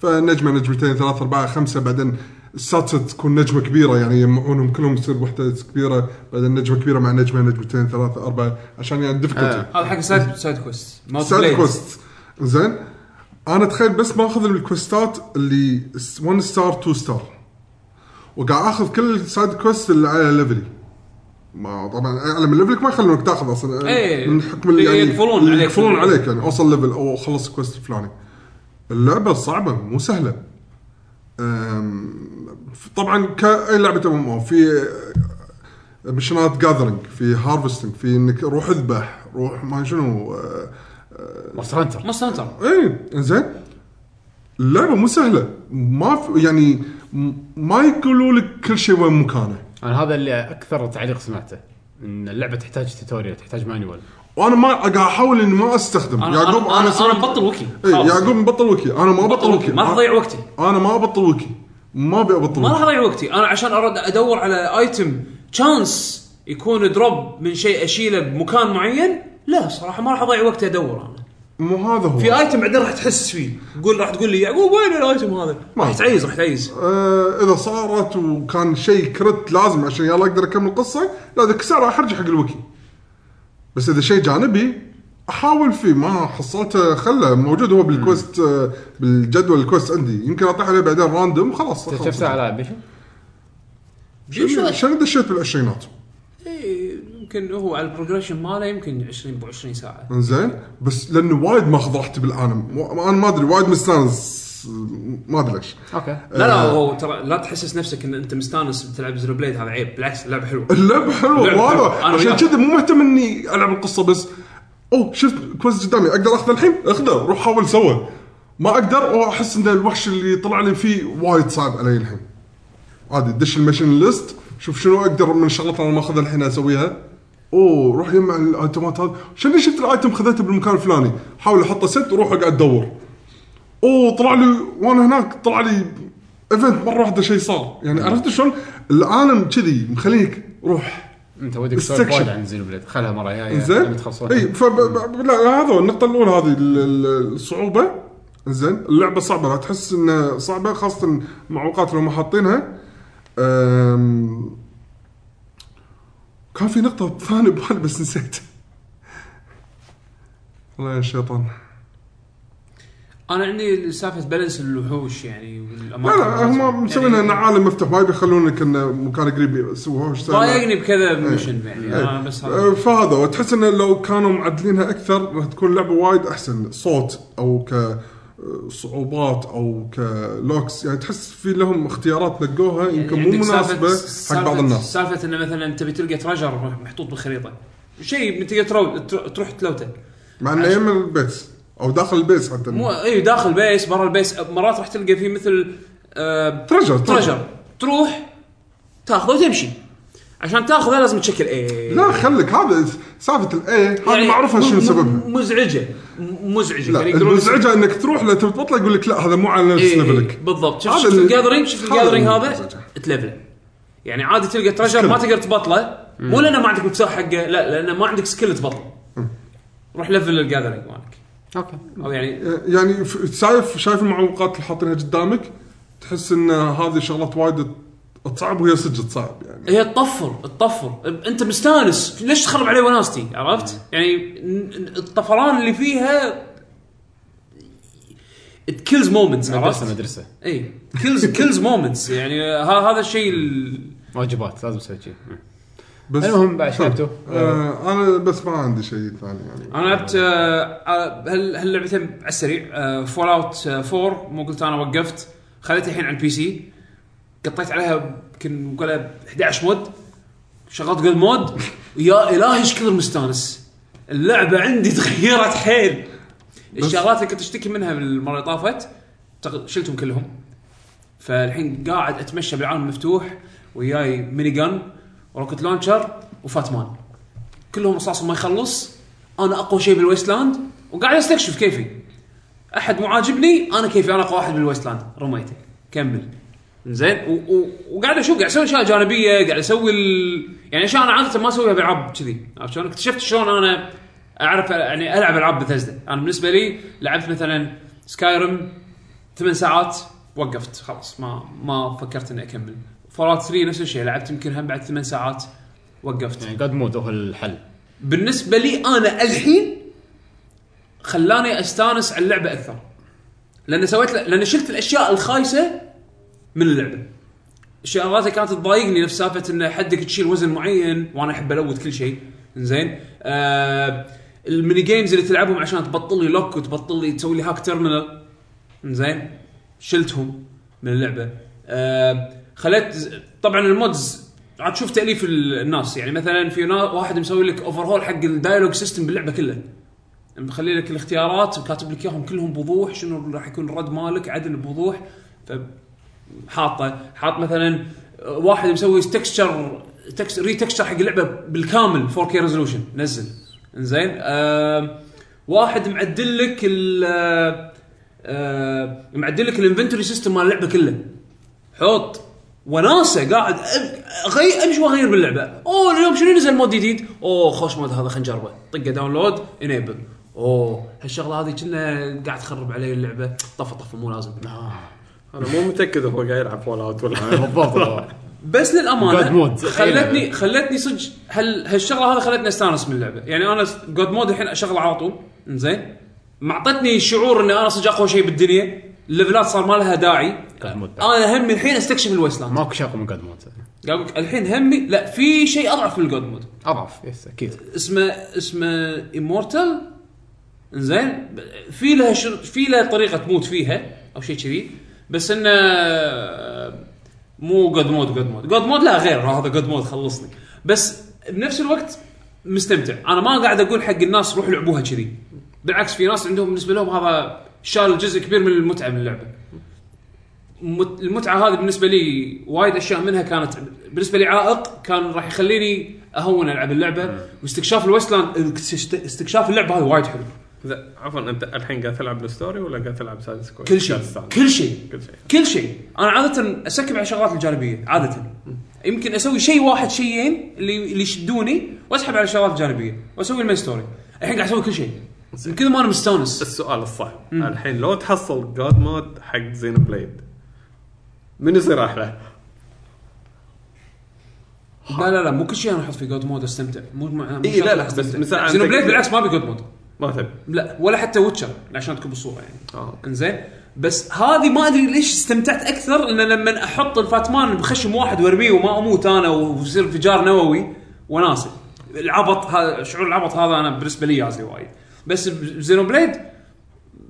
Speaker 5: فنجمه نجمتين ثلاث اربعه خمسه بعدين السادسه تكون نجمه كبيره يعني يجمعونهم كلهم يصير وحده كبيره بعدين نجمه كبيره مع نجمه نجمتين ثلاثه اربعه عشان يعني الديفيكولتي
Speaker 4: هذا حق سايد سايد كويست مالتي
Speaker 5: سايد
Speaker 4: بلايرز.
Speaker 5: كويست زين انا تخيل بس ماخذ الكويستات اللي 1 ستار 2 ستار وقاعد اخذ كل سايد كويست اللي على ليفلي ما طبعا اعلى من ليفلك ما يخلونك تاخذ اصلا
Speaker 4: إيه.
Speaker 5: من حكم اللي
Speaker 4: إيه،
Speaker 5: يعني
Speaker 4: يقفلون
Speaker 5: اللي
Speaker 4: عليك.
Speaker 5: يقفلون عليك يعني اوصل ليفل او خلص الكويست الفلاني اللعبه صعبه مو سهله أم، طبعا كاي لعبه ام ام في مشنات جاذرنج في هارفستنج في انك روح اذبح روح ما شنو أه،
Speaker 2: مونستر هانتر
Speaker 4: مونستر هانتر
Speaker 5: ايه زين اللعبه مو سهله ما في يعني م- ما يقولوا لك كل شيء وين مكانه
Speaker 2: انا هذا اللي اكثر تعليق سمعته ان اللعبه تحتاج توتوريال تحتاج مانيوال
Speaker 5: وانا ما قاعد احاول اني ما استخدم
Speaker 4: انا
Speaker 5: يعقوب
Speaker 4: انا
Speaker 5: انا
Speaker 4: انا
Speaker 5: سمعت
Speaker 4: مبطل وكي
Speaker 5: ايه
Speaker 4: خلاص.
Speaker 5: يعقوب مبطل وكي انا ما
Speaker 4: بطل
Speaker 5: ابطل
Speaker 4: وكي
Speaker 5: وكي
Speaker 4: ما راح اضيع وقتي
Speaker 5: انا ما ابطل وكي ما ابي ابطل
Speaker 4: ما راح
Speaker 5: وكي
Speaker 4: اضيع وقتي انا عشان ارد ادور على ايتم تشانس يكون دروب من شيء اشيله بمكان معين لا صراحه ما راح اضيع وقتي ادور انا
Speaker 5: مو هذا هو
Speaker 4: في ايتم بعدين راح تحس فيه تقول راح تقول لي يعقوب وين الايتم هذا؟
Speaker 5: ما
Speaker 4: راح تعيز راح تعيز
Speaker 5: آه اذا صارت وكان شيء كرت لازم عشان يلا اقدر اكمل القصه لا ذاك الساعه راح ارجع حق الوكي بس اذا شيء جانبي احاول فيه ما حصلته خله موجود هو بالكوست آه بالجدول الكوست عندي يمكن اطيح عليه بعدين راندوم خلاص
Speaker 2: كم ساعه لاعب بيشو؟
Speaker 5: شنو شنو دشيت بالعشرينات
Speaker 4: إيه، يمكن هو على البروجريشن ماله يمكن 20 ب 20 ساعه
Speaker 5: انزين بس لانه وايد ماخذ راحتي بالعالم و- انا ما ادري وايد مستانس ما ادري ليش
Speaker 2: اوكي
Speaker 4: لا
Speaker 5: إيه.
Speaker 4: لا هو ترى لا تحسس نفسك ان انت مستانس بتلعب زيرو بليد هذا عيب بالعكس اللعبه حلوه
Speaker 5: اللعبة حلوة
Speaker 4: اللعبة حلوة.
Speaker 5: وانا
Speaker 4: أنا
Speaker 5: عشان
Speaker 4: وياك.
Speaker 5: كذا مو مهتم اني العب القصة بس اوه شفت كويست قدامي اقدر اخذه الحين اخذه روح حاول سوى ما اقدر واحس ان الوحش اللي طلع لي فيه وايد صعب علي الحين عادي دش المشن ليست شوف شنو اقدر من الشغلات اللي انا ماخذها الحين اسويها اوه روح يجمع الايتمات هذه شنو شفت الايتم خذته بالمكان الفلاني حاول احطه ست وروح اقعد ادور اوه طلع لي وانا هناك طلع لي ايفنت مره واحده شيء صار يعني عرفت شلون العالم كذي مخليك روح
Speaker 2: انت ودك تسولف
Speaker 5: السكشن.
Speaker 2: وايد عن زينو بليد خلها مره جايه
Speaker 5: زين
Speaker 2: لما تخلصون
Speaker 4: طيب.
Speaker 5: اي فب... ب- لا هذا هو النقطه الاولى هذه ال- ال- الصعوبه زين اللعبه صعبه لا تحس انها صعبه خاصه مع اوقات لو ما حاطينها أم... كان في نقطه ثانيه ببالي بس نسيت والله يا شيطان
Speaker 4: انا عندي سالفه بالانس الوحوش يعني
Speaker 5: لا
Speaker 4: والاماكن
Speaker 5: لا هم مسوينها
Speaker 4: يعني
Speaker 5: ان عالم مفتوح ما بيخلونك انه مكان قريب يسووها وش سووا.
Speaker 4: ضايقني بكذا
Speaker 5: إيه.
Speaker 4: ميشن يعني أنا بس هذا
Speaker 5: أه، فهذا وتحس انه لو كانوا معدلينها اكثر راح تكون اللعبه وايد احسن صوت او ك أه، صعوبات او كلوكس يعني تحس في لهم اختيارات نقوها يمكن مو
Speaker 4: يعني عندك سالفة-
Speaker 5: مناسبه حق بعض
Speaker 4: سالفة-
Speaker 5: الناس
Speaker 4: سالفه انه مثلا تبي تلقى تراجر محطوط بالخريطه شيء من تلقى ترو- تر- تروح تلوته
Speaker 5: مع انه يم البيت او داخل البيت حتى
Speaker 4: مو اي داخل بيس برا البيس مرات راح تلقى فيه مثل آه،
Speaker 5: ترجر
Speaker 4: ترجر تروح تاخذه وتمشي عشان تاخذه لازم تشكل اي
Speaker 5: لا خليك هذا سالفه الاي هذه
Speaker 4: يعني
Speaker 5: معروفه شنو
Speaker 4: م- م-
Speaker 5: سببها
Speaker 4: مزعجه م- يعني مزعجه
Speaker 5: لا
Speaker 4: كان يقدرون-
Speaker 5: المزعجه انك تروح لا تبي تبطله يقول لك لا هذا مو على نفس
Speaker 4: إيه،
Speaker 5: ليفلك
Speaker 4: بالضبط شفت
Speaker 5: هذا
Speaker 4: شفت
Speaker 5: اللي-
Speaker 4: الجاذرينج
Speaker 5: هذا
Speaker 4: شفت الجاذرينج
Speaker 5: اللي
Speaker 4: هذا
Speaker 5: مزعجه.
Speaker 4: تلفله يعني عادي تلقى تريجر ما تقدر تبطله مو لانه ما عندك مفتاح حقه لا لانه ما عندك سكيل تبطله روح لفل الجاذرينج مالك
Speaker 2: اوكي
Speaker 4: او يعني
Speaker 5: يعني ف- شايف شايف المعوقات اللي حاطينها قدامك تحس ان هذه شغلات وايد تصعب وهي صدق تصعب يعني
Speaker 4: هي تطفر تطفر انت مستانس ليش تخرب علي وناستي عرفت؟ يعني ن- ن- الطفران اللي فيها كيلز مومنتس
Speaker 2: مدرسه
Speaker 4: عرفت؟ إيه،
Speaker 2: مدرسه
Speaker 4: اي كيلز كيلز مومنتس يعني ه- هذا الشيء ال-
Speaker 2: واجبات لازم تسوي شيء مم.
Speaker 5: بس طيب.
Speaker 2: المهم بعد شربته
Speaker 5: آه انا بس ما عندي شيء ثاني يعني
Speaker 4: انا لعبت آه، آه، هال هاللعبتين على السريع آه، فول اوت 4 مو قلت انا وقفت خليتها الحين على البي سي قطيت عليها يمكن ولا 11 مود شغلت جولد مود يا الهي ايش كثر مستانس اللعبه عندي تغيرت حيل الشغلات اللي كنت اشتكي منها بالمره اللي طافت أعتقد شلتهم كلهم فالحين قاعد اتمشى بالعالم المفتوح وياي ميني جن وروكت لانشر وفاتمان كلهم رصاصهم ما يخلص انا اقوى شيء بالويستلاند وقاعد استكشف كيفي احد مو عاجبني انا كيفي انا اقوى واحد بالويستلاند رميته كمل زين و- و- وقاعد اشوف قاعد اسوي اشياء جانبيه قاعد اسوي ال... يعني اشياء انا عاده ما اسويها بالعاب كذي عرفت شلون؟ اكتشفت شلون انا اعرف يعني العب العاب بثزدا انا بالنسبه لي لعبت مثلا سكايرم ثمان ساعات وقفت خلاص ما ما فكرت اني اكمل فولات 3 نفس الشيء لعبت يمكن هم بعد ثمان ساعات وقفت
Speaker 2: يعني جاد مود هو الحل
Speaker 4: بالنسبه لي انا الحين خلاني استانس على اللعبه اكثر لان سويت لان شلت الاشياء الخايسه من اللعبه الشغلات اللي كانت تضايقني نفس سالفه ان حدك تشيل وزن معين وانا احب الود كل شيء زين آه الميني جيمز اللي تلعبهم عشان تبطل لي لوك وتبطل لي تسوي لي هاك تيرمينال زين شلتهم من اللعبه آه خليت طبعا المودز عاد تشوف تاليف ال- الناس يعني مثلا في نا- واحد مسوي لك اوفر هول حق الدايلوج سيستم باللعبه كلها مخلي لك الاختيارات وكاتب لك اياهم كلهم بوضوح شنو راح يكون الرد مالك عدل بوضوح ف حاطه حاط مثلا واحد مسوي تكستشر تكس ريتكستشر حق اللعبه بالكامل 4K ريزولوشن نزل انزين آه واحد معدل لك ال آه معدل لك الانفنتوري سيستم مال اللعبه كله حط وناسه قاعد أب- أغي- امشي واغير باللعبه اوه اليوم شنو نزل مود جديد اوه خوش مود هذا خلينا نجربه طقه داونلود انيبل اوه هالشغله هذه كنا قاعد تخرب علي اللعبه طفى طفى مو لازم
Speaker 10: انا مو متاكد هو قاعد يلعب فول اوت ولا
Speaker 2: آه. بالضبط
Speaker 4: بس
Speaker 2: God
Speaker 4: للامانه
Speaker 2: mode.
Speaker 4: خلتني خلتني صدق هل هالشغله هذا خلتني استانس من اللعبه يعني انا جود مود الحين اشغله على طول زين ما اعطتني شعور اني انا صدق اقوى شيء بالدنيا الليفلات صار ما لها داعي
Speaker 2: God mode.
Speaker 4: انا همي الحين استكشف الويستلاند
Speaker 2: ماكو شيء اقوى من جاد مود
Speaker 4: قاعد اقول لك الحين همي لا في شيء اضعف من الجود مود
Speaker 2: اضعف يس اكيد
Speaker 4: اسمه اسمه امورتال زين في لها شر... في لها طريقه تموت فيها او شيء كذي بس انه مو جود مود جود مود جود مود لا غير هذا جود مود خلصني بس بنفس الوقت مستمتع انا ما قاعد اقول حق الناس روح لعبوها كذي بالعكس في ناس عندهم بالنسبه لهم هذا شال جزء كبير من المتعه من اللعبه مت- المتعه هذه بالنسبه لي وايد اشياء منها كانت بالنسبه لي عائق كان راح يخليني اهون العب اللعبه واستكشاف الويستلاند استكشاف اللعبه هذا وايد حلو
Speaker 10: زين، عفوا انت الحين قاعد تلعب الستوري ولا قاعد تلعب سايد سكوير؟
Speaker 4: كل شيء كل شيء
Speaker 10: كل شيء
Speaker 4: كل شيء انا عاده اسكب على الشغلات الجانبيه عاده يمكن اسوي شيء واحد شيئين اللي اللي يشدوني واسحب على الشغلات الجانبيه واسوي المين ستوري الحين قاعد اسوي كل شيء من كثر ما انا مستانس
Speaker 10: السؤال الصعب الحين لو تحصل جاد مود حق زين بليد من يصير احلى؟
Speaker 4: لا لا لا مو كل شيء انا احط في جود مود استمتع مو معناه
Speaker 10: إي، إيه، لا، لا، بس مثلاً
Speaker 4: زينو
Speaker 10: عندك-
Speaker 4: بليد بالعكس ما بي جود مود
Speaker 10: ما تبي
Speaker 4: لا ولا حتى ويتشر عشان تكون بالصوره يعني
Speaker 10: اه
Speaker 4: انزين بس هذه ما ادري ليش استمتعت اكثر ان لما احط الفاتمان بخشم واحد وارميه وما اموت انا ويصير انفجار نووي وناسي العبط هذا شعور العبط هذا انا بالنسبه لي يازلي وايد بس بزينو بليد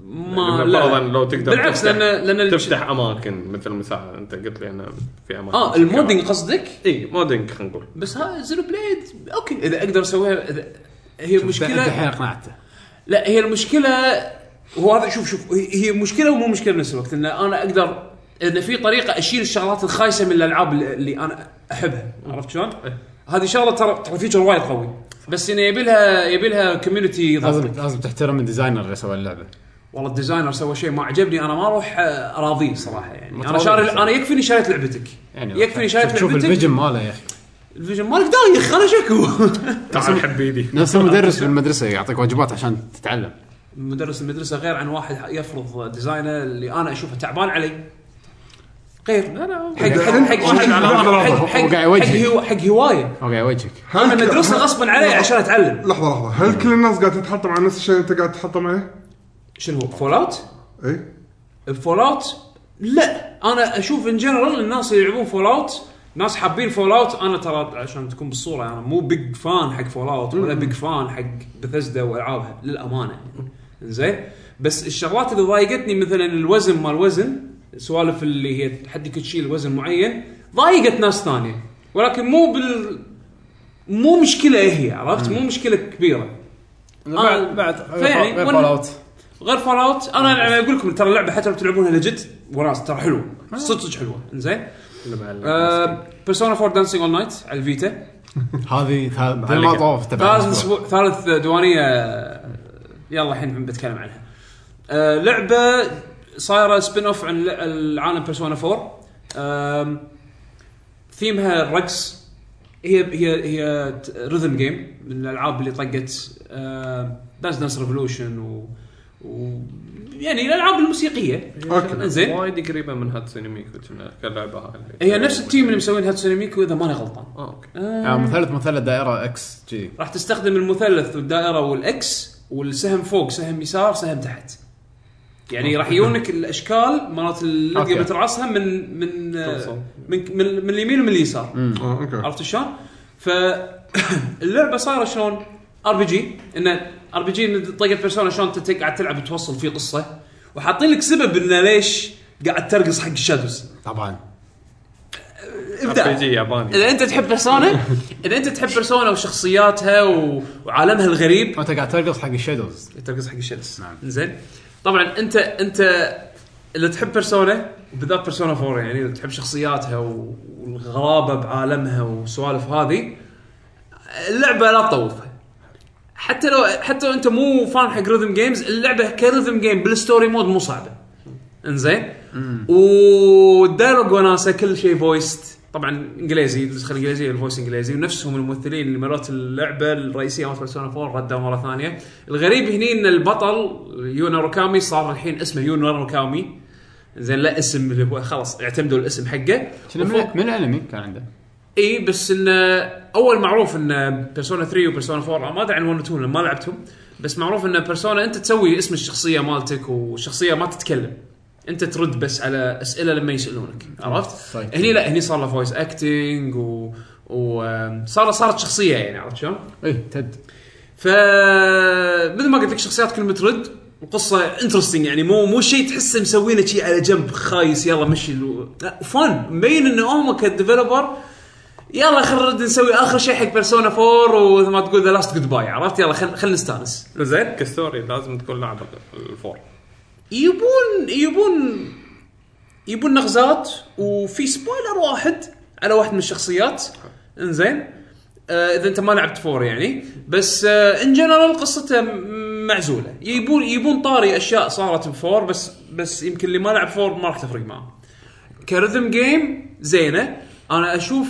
Speaker 4: ما
Speaker 10: فرضاً لو تقدر
Speaker 4: بالعكس
Speaker 10: تفتح-
Speaker 4: لان لان ال-
Speaker 10: تفتح اماكن مثل مساحه انت قلت لي انا في اماكن
Speaker 4: اه المودينج قصدك
Speaker 10: اي مودينج خلينا نقول
Speaker 4: بس ها زينو بليد اوكي اذا اقدر اسويها اذا هي
Speaker 2: انت
Speaker 4: مشكله
Speaker 2: الحين اقنعته
Speaker 4: لا هي المشكله هو هذا شوف شوف هي هي مشكله ومو مشكله بنفس الوقت ان انا اقدر ان في طريقه اشيل الشغلات الخايسه من الالعاب اللي- اللي انا احبها عرفت شلون؟ هذه شغله ترى ترى فيتشر وايد قوي بس انه يبي لها يبي لها كوميونتي
Speaker 2: لازم لازم تحترم الديزاينر اللي سوى اللعبه
Speaker 4: والله الديزاينر سوى شيء ما عجبني انا ما اروح آه، اراضيه صراحه يعني انا
Speaker 2: متراضي
Speaker 4: شاري
Speaker 2: بصراحة.
Speaker 4: انا يكفيني شريت لعبتك
Speaker 2: يعني
Speaker 4: يكفيني شايف
Speaker 2: شوف- شوف
Speaker 4: لعبتك.
Speaker 2: الفيجن ماله يا اخي
Speaker 4: الفيجن مالك دايخ انا شكو
Speaker 10: تعال حب ايدي
Speaker 2: نفس المدرس بالمدرسه يعطيك واجبات عشان تتعلم
Speaker 4: مدرس المدرسه غير عن واحد يفرض ديزاينه اللي انا اشوفه تعبان علي غير لا لا حق حق- حق
Speaker 5: واحد على آخر
Speaker 4: حق-
Speaker 5: آخر.
Speaker 4: حق-
Speaker 2: هو قاعد
Speaker 4: حق
Speaker 2: يوجهك.
Speaker 4: هو- حق هوايه
Speaker 2: اوكي وجهك
Speaker 5: هل
Speaker 4: انا
Speaker 5: ك-
Speaker 4: مدرسه غصبا علي عشان اتعلم
Speaker 5: لحظه لحظه هل كل الناس قاعده تتحطم على نفس الشيء اللي انت قاعد إيه؟ تتحطم عليه؟
Speaker 4: شنو هو فول اوت؟
Speaker 5: اي
Speaker 4: فول اوت لا انا اشوف ان جنرال الناس اللي يلعبون فول اوت ناس حابين فول اوت انا ترى عشان تكون بالصوره انا مو بيج فان حق فول اوت ولا بيج فان حق بثزدا والعابها للامانه يعني زين بس الشغلات اللي ضايقتني مثلا الوزن ما الوزن سوالف اللي هي حدك تشيل وزن معين ضايقت ناس ثانيه ولكن مو بال مو مشكله هي عرفت مو مشكله كبيره
Speaker 8: بعد بعد
Speaker 4: آه، فيعني
Speaker 8: غير
Speaker 4: ون-
Speaker 8: فول اوت
Speaker 4: غير فول اوت انا لما اقول لكم ترى اللعبه حتى لو تلعبونها لجد وناس ترى حلوه صدق صدق حلوه زين آه، بيرسونا 4 دانسينج اول نايت على الفيتا
Speaker 2: هذه ثا- ثا- ما طوف تبع
Speaker 4: ثالث اسبوع ثالث دوانيه يلا الحين بتكلم عنها آه، لعبه صايره سبين اوف عن لع- العالم بيرسونا 4 آم، ثيمها الرقص هي هي هي ريذم جيم من الالعاب اللي طقت دانس دانس ريفولوشن و, و يعني الالعاب الموسيقيه
Speaker 5: اوكي
Speaker 4: زين
Speaker 10: وايد قريبه من هاتسوني ميكو كنا كلعبه هاي
Speaker 4: هي نفس التيم اللي مسوين هاتسوني ميكو اذا ماني غلطان
Speaker 10: اه اوكي
Speaker 2: آه، مثلث مثلث دائره اكس جي
Speaker 4: راح تستخدم المثلث والدائره والاكس والسهم فوق سهم يسار سهم تحت يعني راح يجونك الاشكال مرات اللي
Speaker 2: أوكي.
Speaker 4: بترعصها من من
Speaker 10: توصل.
Speaker 4: من من, من اليمين ومن اليسار
Speaker 5: اه اوكي
Speaker 4: عرفت شلون؟ فاللعبه صايره شلون؟ ار بي جي انه ار بي جي طقه بيرسونا شلون انت قاعد تلعب توصل في قصه وحاطين لك سبب انه ليش قاعد ترقص حق الشادوز
Speaker 2: طبعا
Speaker 4: ابداع
Speaker 10: جي ياباني
Speaker 4: اذا انت تحب بيرسونا اذا انت تحب بيرسونا وشخصياتها و- وعالمها الغريب
Speaker 2: وانت قاعد ترقص حق الشادوز
Speaker 4: تركز حق الشمس
Speaker 2: نعم.
Speaker 4: زين طبعا انت انت اللي تحب بيرسونا بالذات بيرسونا 4 يعني اللي تحب شخصياتها و- والغرابه بعالمها والسوالف هذه اللعبه لا تطوفها حتى لو حتى لو انت مو فان حق ريذم جيمز اللعبه كريذم جيم بالستوري مود مو صعبه انزين والدايلوج وناسه كل شيء فويست طبعا انجليزي النسخه الانجليزيه الفويس انجليزي ونفسهم الممثلين اللي مرات اللعبه الرئيسيه مالت بيرسونا 4 ردوا مره ثانيه الغريب هني ان البطل يونا روكامي صار الحين اسمه يونا روكامي زين لا اسم اللي هو خلاص اعتمدوا الاسم حقه
Speaker 2: شنو
Speaker 4: وفوق-
Speaker 2: من, من الانمي كان عنده
Speaker 4: اي بس ان اول معروف ان بيرسونا 3 وبيرسونا 4 ما ادري عن 1 و 2 لما ما لعبتهم بس معروف ان بيرسونا انت تسوي اسم الشخصيه مالتك والشخصيه ما تتكلم انت ترد بس على اسئله لما يسالونك عرفت؟
Speaker 2: صحيح.
Speaker 4: هني لا هني صار له فويس اكتنج و وصار صارت شخصيه يعني عرفت شلون؟
Speaker 2: اي إيه، تد
Speaker 4: ف مثل ما قلت لك شخصيات كل مترد وقصه انترستنج يعني مو مو شيء تحسه مسوينه شيء على جنب خايس يلا مشي الو... لا فن مبين انه هم كديفلوبر يلا خلينا نسوي اخر شيء حق بيرسونا 4 ومثل ما تقول ذا لاست جود باي عرفت يلا خل خل نستانس
Speaker 10: زين كستوري لازم تكون لاعب الفور
Speaker 4: يبون يبون يبون نغزات وفي سبويلر واحد على واحد من الشخصيات انزين آه اذا انت ما لعبت فور يعني بس آه ان جنرال قصته م- معزوله يبون يبون طاري اشياء صارت بفور بس بس يمكن اللي ما لعب فور ما راح تفرق معاه كرذم جيم زينه انا اشوف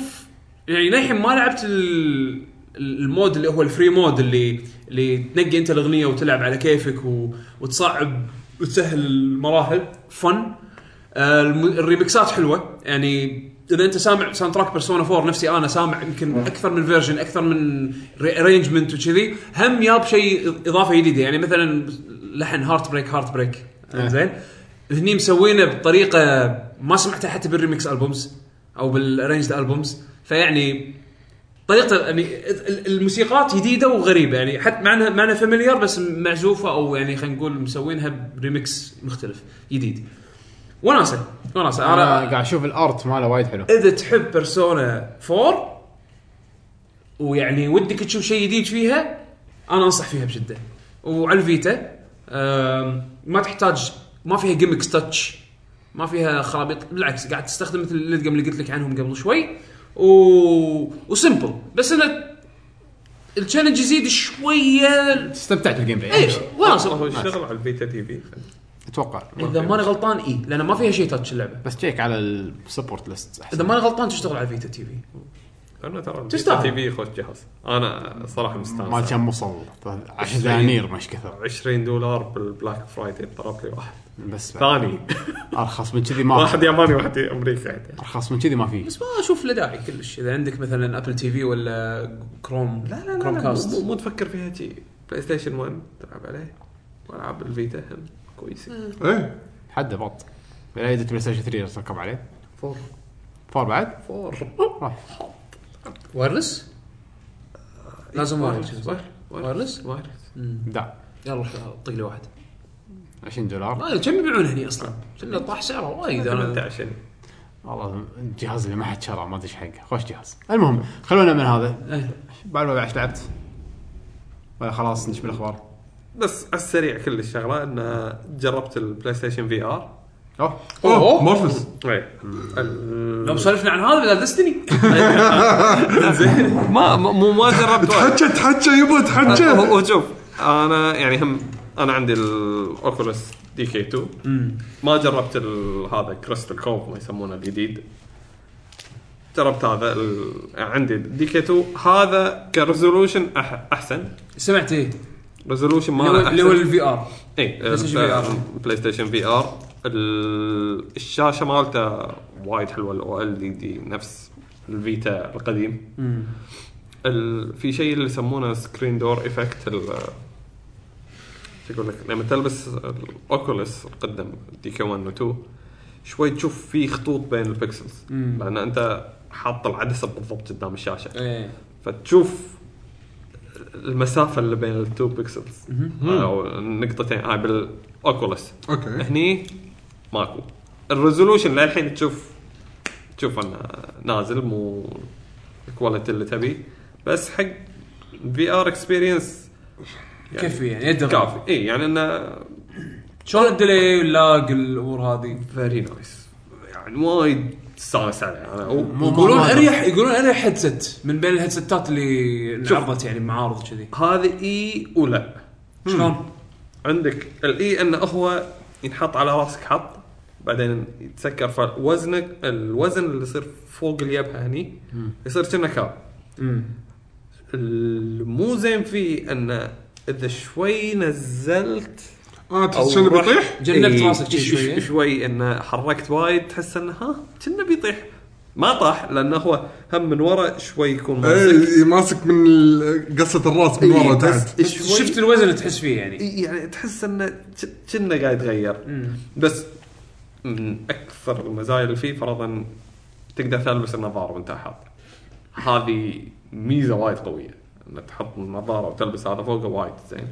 Speaker 4: يعني للحين ما لعبت ال- المود اللي هو الفري مود اللي اللي تنقي انت الاغنيه وتلعب على كيفك و... وتصعب وتسهل المراحل فن آه، الم- الريمكسات حلوه يعني اذا انت سامع ساوند تراك بيرسونا 4 نفسي انا سامع يمكن اكثر من فيرجن اكثر من ارينجمنت وكذي هم ياب شيء اضافه جديده يعني مثلا لحن هارت بريك هارت بريك زين هني مسوينه بطريقه ما سمعتها حتى بالريمكس البومز او بالارينجد البومز فيعني طريقه يعني ال- الموسيقات جديده وغريبه يعني حتى معناها معناها فاميليار بس معزوفه او يعني خلينا نقول مسوينها بريمكس مختلف جديد وناسه وناسه
Speaker 2: انا
Speaker 4: انا
Speaker 2: قاعد اشوف الارت ماله وايد حلو
Speaker 4: اذا تحب بيرسونا 4 ويعني ودك تشوف شيء جديد فيها انا انصح فيها بشده وعلى الفيتا أم، ما تحتاج ما فيها جيمكس تاتش ما فيها خرابيط بالعكس قاعد تستخدم مثل الادقم اللي قلت لك عنهم قبل شوي و... وسمبل بس انه التشالنج يزيد إيه، شويه
Speaker 2: استمتعت بالجيم بلاي
Speaker 4: اي وناس
Speaker 3: هو الشغل على البيتا تي في
Speaker 2: اتوقع
Speaker 4: اذا ماني غلطان اي لان ما فيها شيء تاتش اللعبه
Speaker 2: بس تشيك على السبورت ليست احسن
Speaker 4: اذا ماني غلطان تشتغل على الفيتا تي في
Speaker 3: انا ترى البيتا
Speaker 4: تستاهل.
Speaker 3: تي في خوش جهاز انا صراحه
Speaker 2: مال
Speaker 3: مستانس
Speaker 2: كان وصل 10 دنانير مش كثر
Speaker 3: 20 دولار بالبلاك فرايدي ضرب لي واحد
Speaker 2: بس بعد.
Speaker 3: ثاني
Speaker 2: ارخص من كذي ما
Speaker 3: واحد
Speaker 2: في.
Speaker 3: ياباني واحد امريكي
Speaker 2: ارخص من كذي ما في
Speaker 4: بس ما اشوف له داعي كلش اذا عندك مثلا ابل تي في ولا كروم
Speaker 3: لا لا لا
Speaker 4: كروم
Speaker 3: لا مو,
Speaker 4: كاست
Speaker 3: مو تفكر فيها شيء بلاي ستيشن 1 تلعب عليه والعاب الفيتا هم كويسه
Speaker 5: ايه
Speaker 2: حده بط لا يدت بلاي ستيشن 3 تركب عليه
Speaker 3: فور
Speaker 2: فور بعد
Speaker 3: فور
Speaker 2: راح
Speaker 4: وايرلس
Speaker 3: آه،
Speaker 4: لازم وايرلس
Speaker 3: وايرلس
Speaker 4: وايرلس
Speaker 3: وايرلس
Speaker 2: ابداع
Speaker 4: يلا روح
Speaker 3: آه.
Speaker 4: طق لي واحد
Speaker 2: 20 دولار
Speaker 4: ما أدري كم يبيعون هني اصلا شنو طاح سعره وايد انا
Speaker 3: 18
Speaker 2: والله الجهاز اللي ما حد شراه ما ادري ايش حقه خوش جهاز المهم خلونا من هذا
Speaker 4: إيه.
Speaker 2: بعد ما بعد لعبت ولا خلاص نشوف الاخبار
Speaker 3: بس على السريع كل الشغله ان جربت البلاي ستيشن في ار
Speaker 2: اوه
Speaker 5: اوه مورفس
Speaker 3: اي
Speaker 4: لو سولفنا عن هذا لا دستني
Speaker 3: ما مو ما جربت وايد.
Speaker 5: تحكى تحكى يبا تحكى
Speaker 3: هو هو شوف انا يعني هم انا عندي الاوكولس دي كي 2 ما جربت ال- هذا كريستال كوف ما يسمونه الجديد جربت هذا ال... يعني عندي دي كي 2 هذا كريزولوشن أح... احسن
Speaker 4: سمعت
Speaker 3: إيه.
Speaker 4: ايه
Speaker 3: ريزولوشن
Speaker 4: اللي هو-
Speaker 3: ماله
Speaker 4: اللي هو
Speaker 3: احسن
Speaker 4: الفي ار
Speaker 3: اي
Speaker 4: ستيشن VR.
Speaker 3: بلاي ستيشن في ار الشاشه مالته وايد حلوه الاو ال دي نفس الفيتا القديم ال... في شيء اللي يسمونه سكرين دور افكت ال... شو اقول لك لما تلبس الاوكولس القدم دي كي 1 و 2 شوي تشوف في خطوط بين البكسلز لان انت حاط العدسه بالضبط قدام الشاشه
Speaker 4: إيه.
Speaker 3: فتشوف المسافه اللي بين التو بيكسلز او النقطتين هاي بالاوكولس
Speaker 5: اوكي
Speaker 3: هني ماكو الريزولوشن للحين تشوف تشوف انه نازل مو الكواليتي اللي تبي بس حق في ار اكسبيرينس
Speaker 4: كيف يعني يد الرجل.
Speaker 3: كافي اي يعني انه
Speaker 4: شلون الديلي واللاج الامور هذه
Speaker 3: فيري نايس يعني وايد استانس عليه انا و-
Speaker 4: يقولون اريح يقولون اريح هيدسيت من بين الهيدسيتات اللي انعرضت يعني بمعارض كذي
Speaker 3: هذه اي ولا
Speaker 4: شلون؟
Speaker 3: عندك الاي انه هو ينحط على راسك حط بعدين يتسكر فوزنك الوزن اللي يصير فوق اليبهه هني يصير كأنه كاب المو زين فيه انه اذا شوي نزلت
Speaker 5: اه تحس انه
Speaker 3: رحت-
Speaker 5: بيطيح
Speaker 4: جنبت
Speaker 3: إيه،
Speaker 4: راسك شي
Speaker 3: شو-
Speaker 4: شوية.
Speaker 3: شوي انه حركت وايد تحس انه ها كأنه بيطيح ما طاح لانه هو هم من ورا شوي يكون ماسك
Speaker 5: ايه ماسك من ال- قصه الراس من
Speaker 3: إيه،
Speaker 5: ورا
Speaker 3: بس
Speaker 5: تحت
Speaker 3: شوي-
Speaker 4: شفت الوزن اللي تحس فيه يعني
Speaker 3: يعني تحس انه ج- جنه قاعد يتغير بس من اكثر المزايا اللي فيه فرضا تقدر تلبس النظاره وانت حاط هذه ميزه وايد قويه انك تحط النظاره وتلبس هذا فوقه وايد زين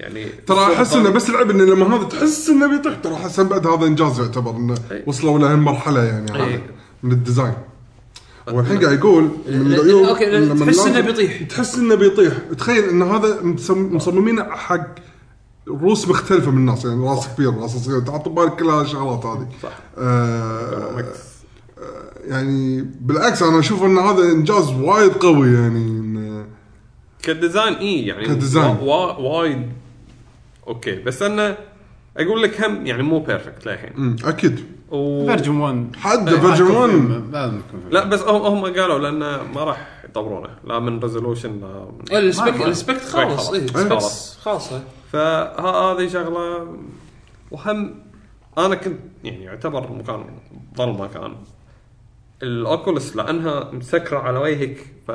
Speaker 3: يعني
Speaker 5: ترى احس انه بس لعب انه لما هذا تحس انه بيطيح ترى احس إن بعد هذا انجاز يعتبر انه
Speaker 3: إي.
Speaker 5: وصلوا لهالمرحله يعني
Speaker 3: إي.
Speaker 5: هذا من الديزاين والحين قاعد يقول من العيوب
Speaker 4: اوكي
Speaker 5: لما
Speaker 4: تحس انه
Speaker 5: نلاقي-
Speaker 4: بيطيح
Speaker 5: تحس انه بيطيح تخيل ان هذا مسم- مصممينه حق روس مختلفة من الناس يعني راس كبير راس صغير تحط ببالك كل هالشغلات هذه
Speaker 3: صح.
Speaker 5: آه يعني بالعكس انا اشوف ان هذا انجاز وايد قوي يعني إن
Speaker 3: كديزاين اي يعني
Speaker 5: كديزاين.
Speaker 3: وا- وا- وايد اوكي بس انا اقول لك هم يعني مو بيرفكت للحين
Speaker 5: أمم، اكيد
Speaker 3: و...
Speaker 2: فيرجن 1
Speaker 5: حد
Speaker 4: إيه،
Speaker 5: فيرجن
Speaker 2: إيه،
Speaker 5: 1
Speaker 2: لازم
Speaker 3: لا بس هم هم قالوا لانه ما راح يطورونه لا من ريزولوشن لا من
Speaker 4: السبكت
Speaker 2: ما-
Speaker 4: السبكت خالص اي
Speaker 3: خلاص.
Speaker 4: خلاص خالصه
Speaker 3: فهذه شغله وهم انا كنت يعني يعتبر مكان ظلمه كان الاوكولس لانها مسكره على وجهك ف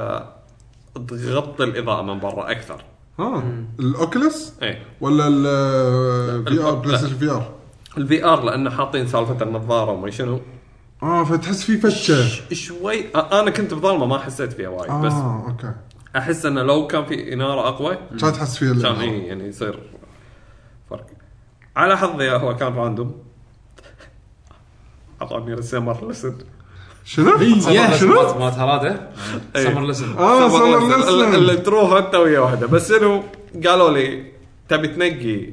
Speaker 3: تغطي الاضاءه من برا اكثر آه.
Speaker 5: ها الاوكلس
Speaker 3: اي
Speaker 5: ولا الفي ار
Speaker 3: إيه. لا.
Speaker 5: بلاي ستيشن في ار
Speaker 3: الفي ار لانه حاطين سالفه النظاره وما شنو
Speaker 5: اه فتحس في فتشه
Speaker 3: شوي أ- انا كنت بظلمه ما حسيت فيها وايد بس
Speaker 5: اه اوكي
Speaker 3: احس انه لو كان في اناره اقوى
Speaker 5: كان تحس فيها
Speaker 3: كان
Speaker 5: اللي-
Speaker 3: إيه يعني يصير فرق على حظي هو كان راندوم اعطاني رسامر لسن
Speaker 5: شنو؟ شنو؟
Speaker 4: مالت هذا سمر لسن
Speaker 5: اه سمر
Speaker 3: اللي
Speaker 5: لسن
Speaker 3: تروح انت ويا واحده بس انه قالوا لي تبي تنقي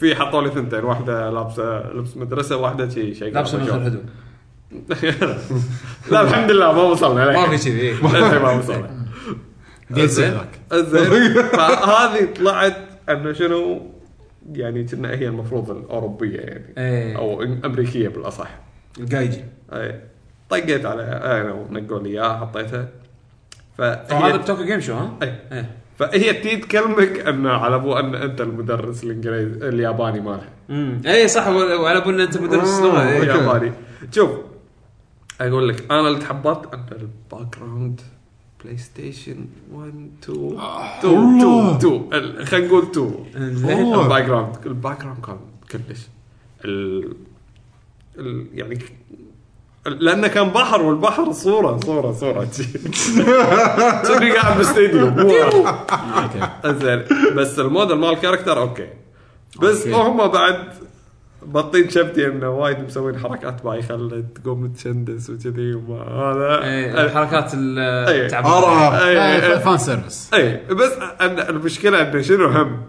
Speaker 3: في حطوا لي ثنتين واحده لابسه لبس مدرسه واحده شي شيء
Speaker 4: لابسه مثل الهدوء
Speaker 3: لا الحمد لله ما وصلنا
Speaker 4: ما
Speaker 3: للحين.
Speaker 4: في كذي
Speaker 3: للحين ما وصلنا
Speaker 2: زين
Speaker 3: زين فهذه طلعت انه شنو يعني كنا هي المفروض الاوروبيه يعني
Speaker 4: إيه.
Speaker 3: او امريكيه بالاصح
Speaker 4: الجايجي
Speaker 3: اي إيه. طقيت على انا نقوا لي اياها حطيتها
Speaker 4: هذا
Speaker 3: فهي
Speaker 4: بتوكيو جيم شو ها؟
Speaker 3: إيه.
Speaker 4: إيه.
Speaker 3: فهي تي تكلمك انه على ابو ان انت المدرس الانجليزي الياباني مالها
Speaker 4: امم اي صح و- وعلى بال انت مدرس
Speaker 5: آه.
Speaker 4: لغه إيه.
Speaker 3: الياباني شوف اقول لك انا اللي تحبطت ان الباك جراوند بلاي ستيشن 1 2 2
Speaker 4: آه،
Speaker 5: الله.
Speaker 3: 2 2 خلينا نقول
Speaker 4: إيه.
Speaker 3: 2
Speaker 4: زين
Speaker 5: والله.
Speaker 3: الباك جراوند الباك جراوند كان كلش ال... ال... يعني ال- لانه كان بحر والبحر صوره صوره صوره كأني قاعد باستديو زين بس الموديل مال الكاركتر اوكي بس
Speaker 2: أوكي.
Speaker 3: هم بعد بطين شبتي انه وايد مسوين حركات بايخه اللي تقوم تشندس وكذي وما هذا
Speaker 4: إيه، الحركات
Speaker 3: إيه.
Speaker 4: التعبانه
Speaker 5: ارى
Speaker 3: أي- أي-
Speaker 2: فان سيرفيس
Speaker 3: اي إيه، بس أن المشكله انه شنو هم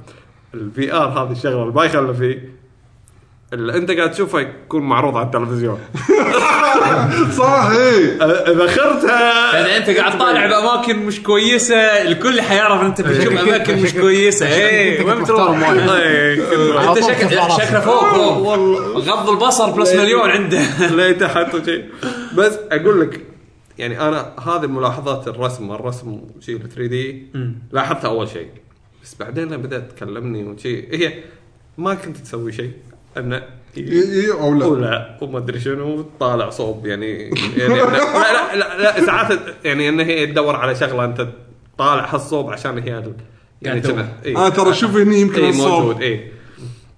Speaker 3: الفي ار هذه الشغله اللي ما يخلى فيه اللي انت قاعد تشوفه يكون معروض على التلفزيون
Speaker 5: صح اي
Speaker 3: أ- اذا خرتها
Speaker 4: يعني انت قاعد طالع باماكن مش كويسه الكل حيعرف ان انت بتشوف اماكن مش كويسه اي وين
Speaker 2: محترم
Speaker 4: بتروح؟
Speaker 2: وايد.
Speaker 3: إي، كل واحد.
Speaker 4: انت
Speaker 2: طول
Speaker 4: شكل-
Speaker 2: كفارات.
Speaker 4: شكله فوق فوق غض البصر بلس مليون عنده
Speaker 3: ليه تحت وشي بس اقول لك يعني انا هذه ملاحظات الرسم الرسم شيء 3 دي لاحظتها اول شيء بس بعدين لما بدات تكلمني وشي هي ما كنت تسوي شيء انه
Speaker 5: اي او لا
Speaker 3: ولا وما ادري شنو طالع صوب يعني يعني لا, لا لا لا ساعات يعني ان هي تدور على شغله انت طالع هالصوب عشان هي ال- يعني
Speaker 4: تدور.
Speaker 3: كنا- إيه.
Speaker 5: اه ترى شوف هني يمكن
Speaker 3: اي
Speaker 5: الصوب
Speaker 3: موجود اي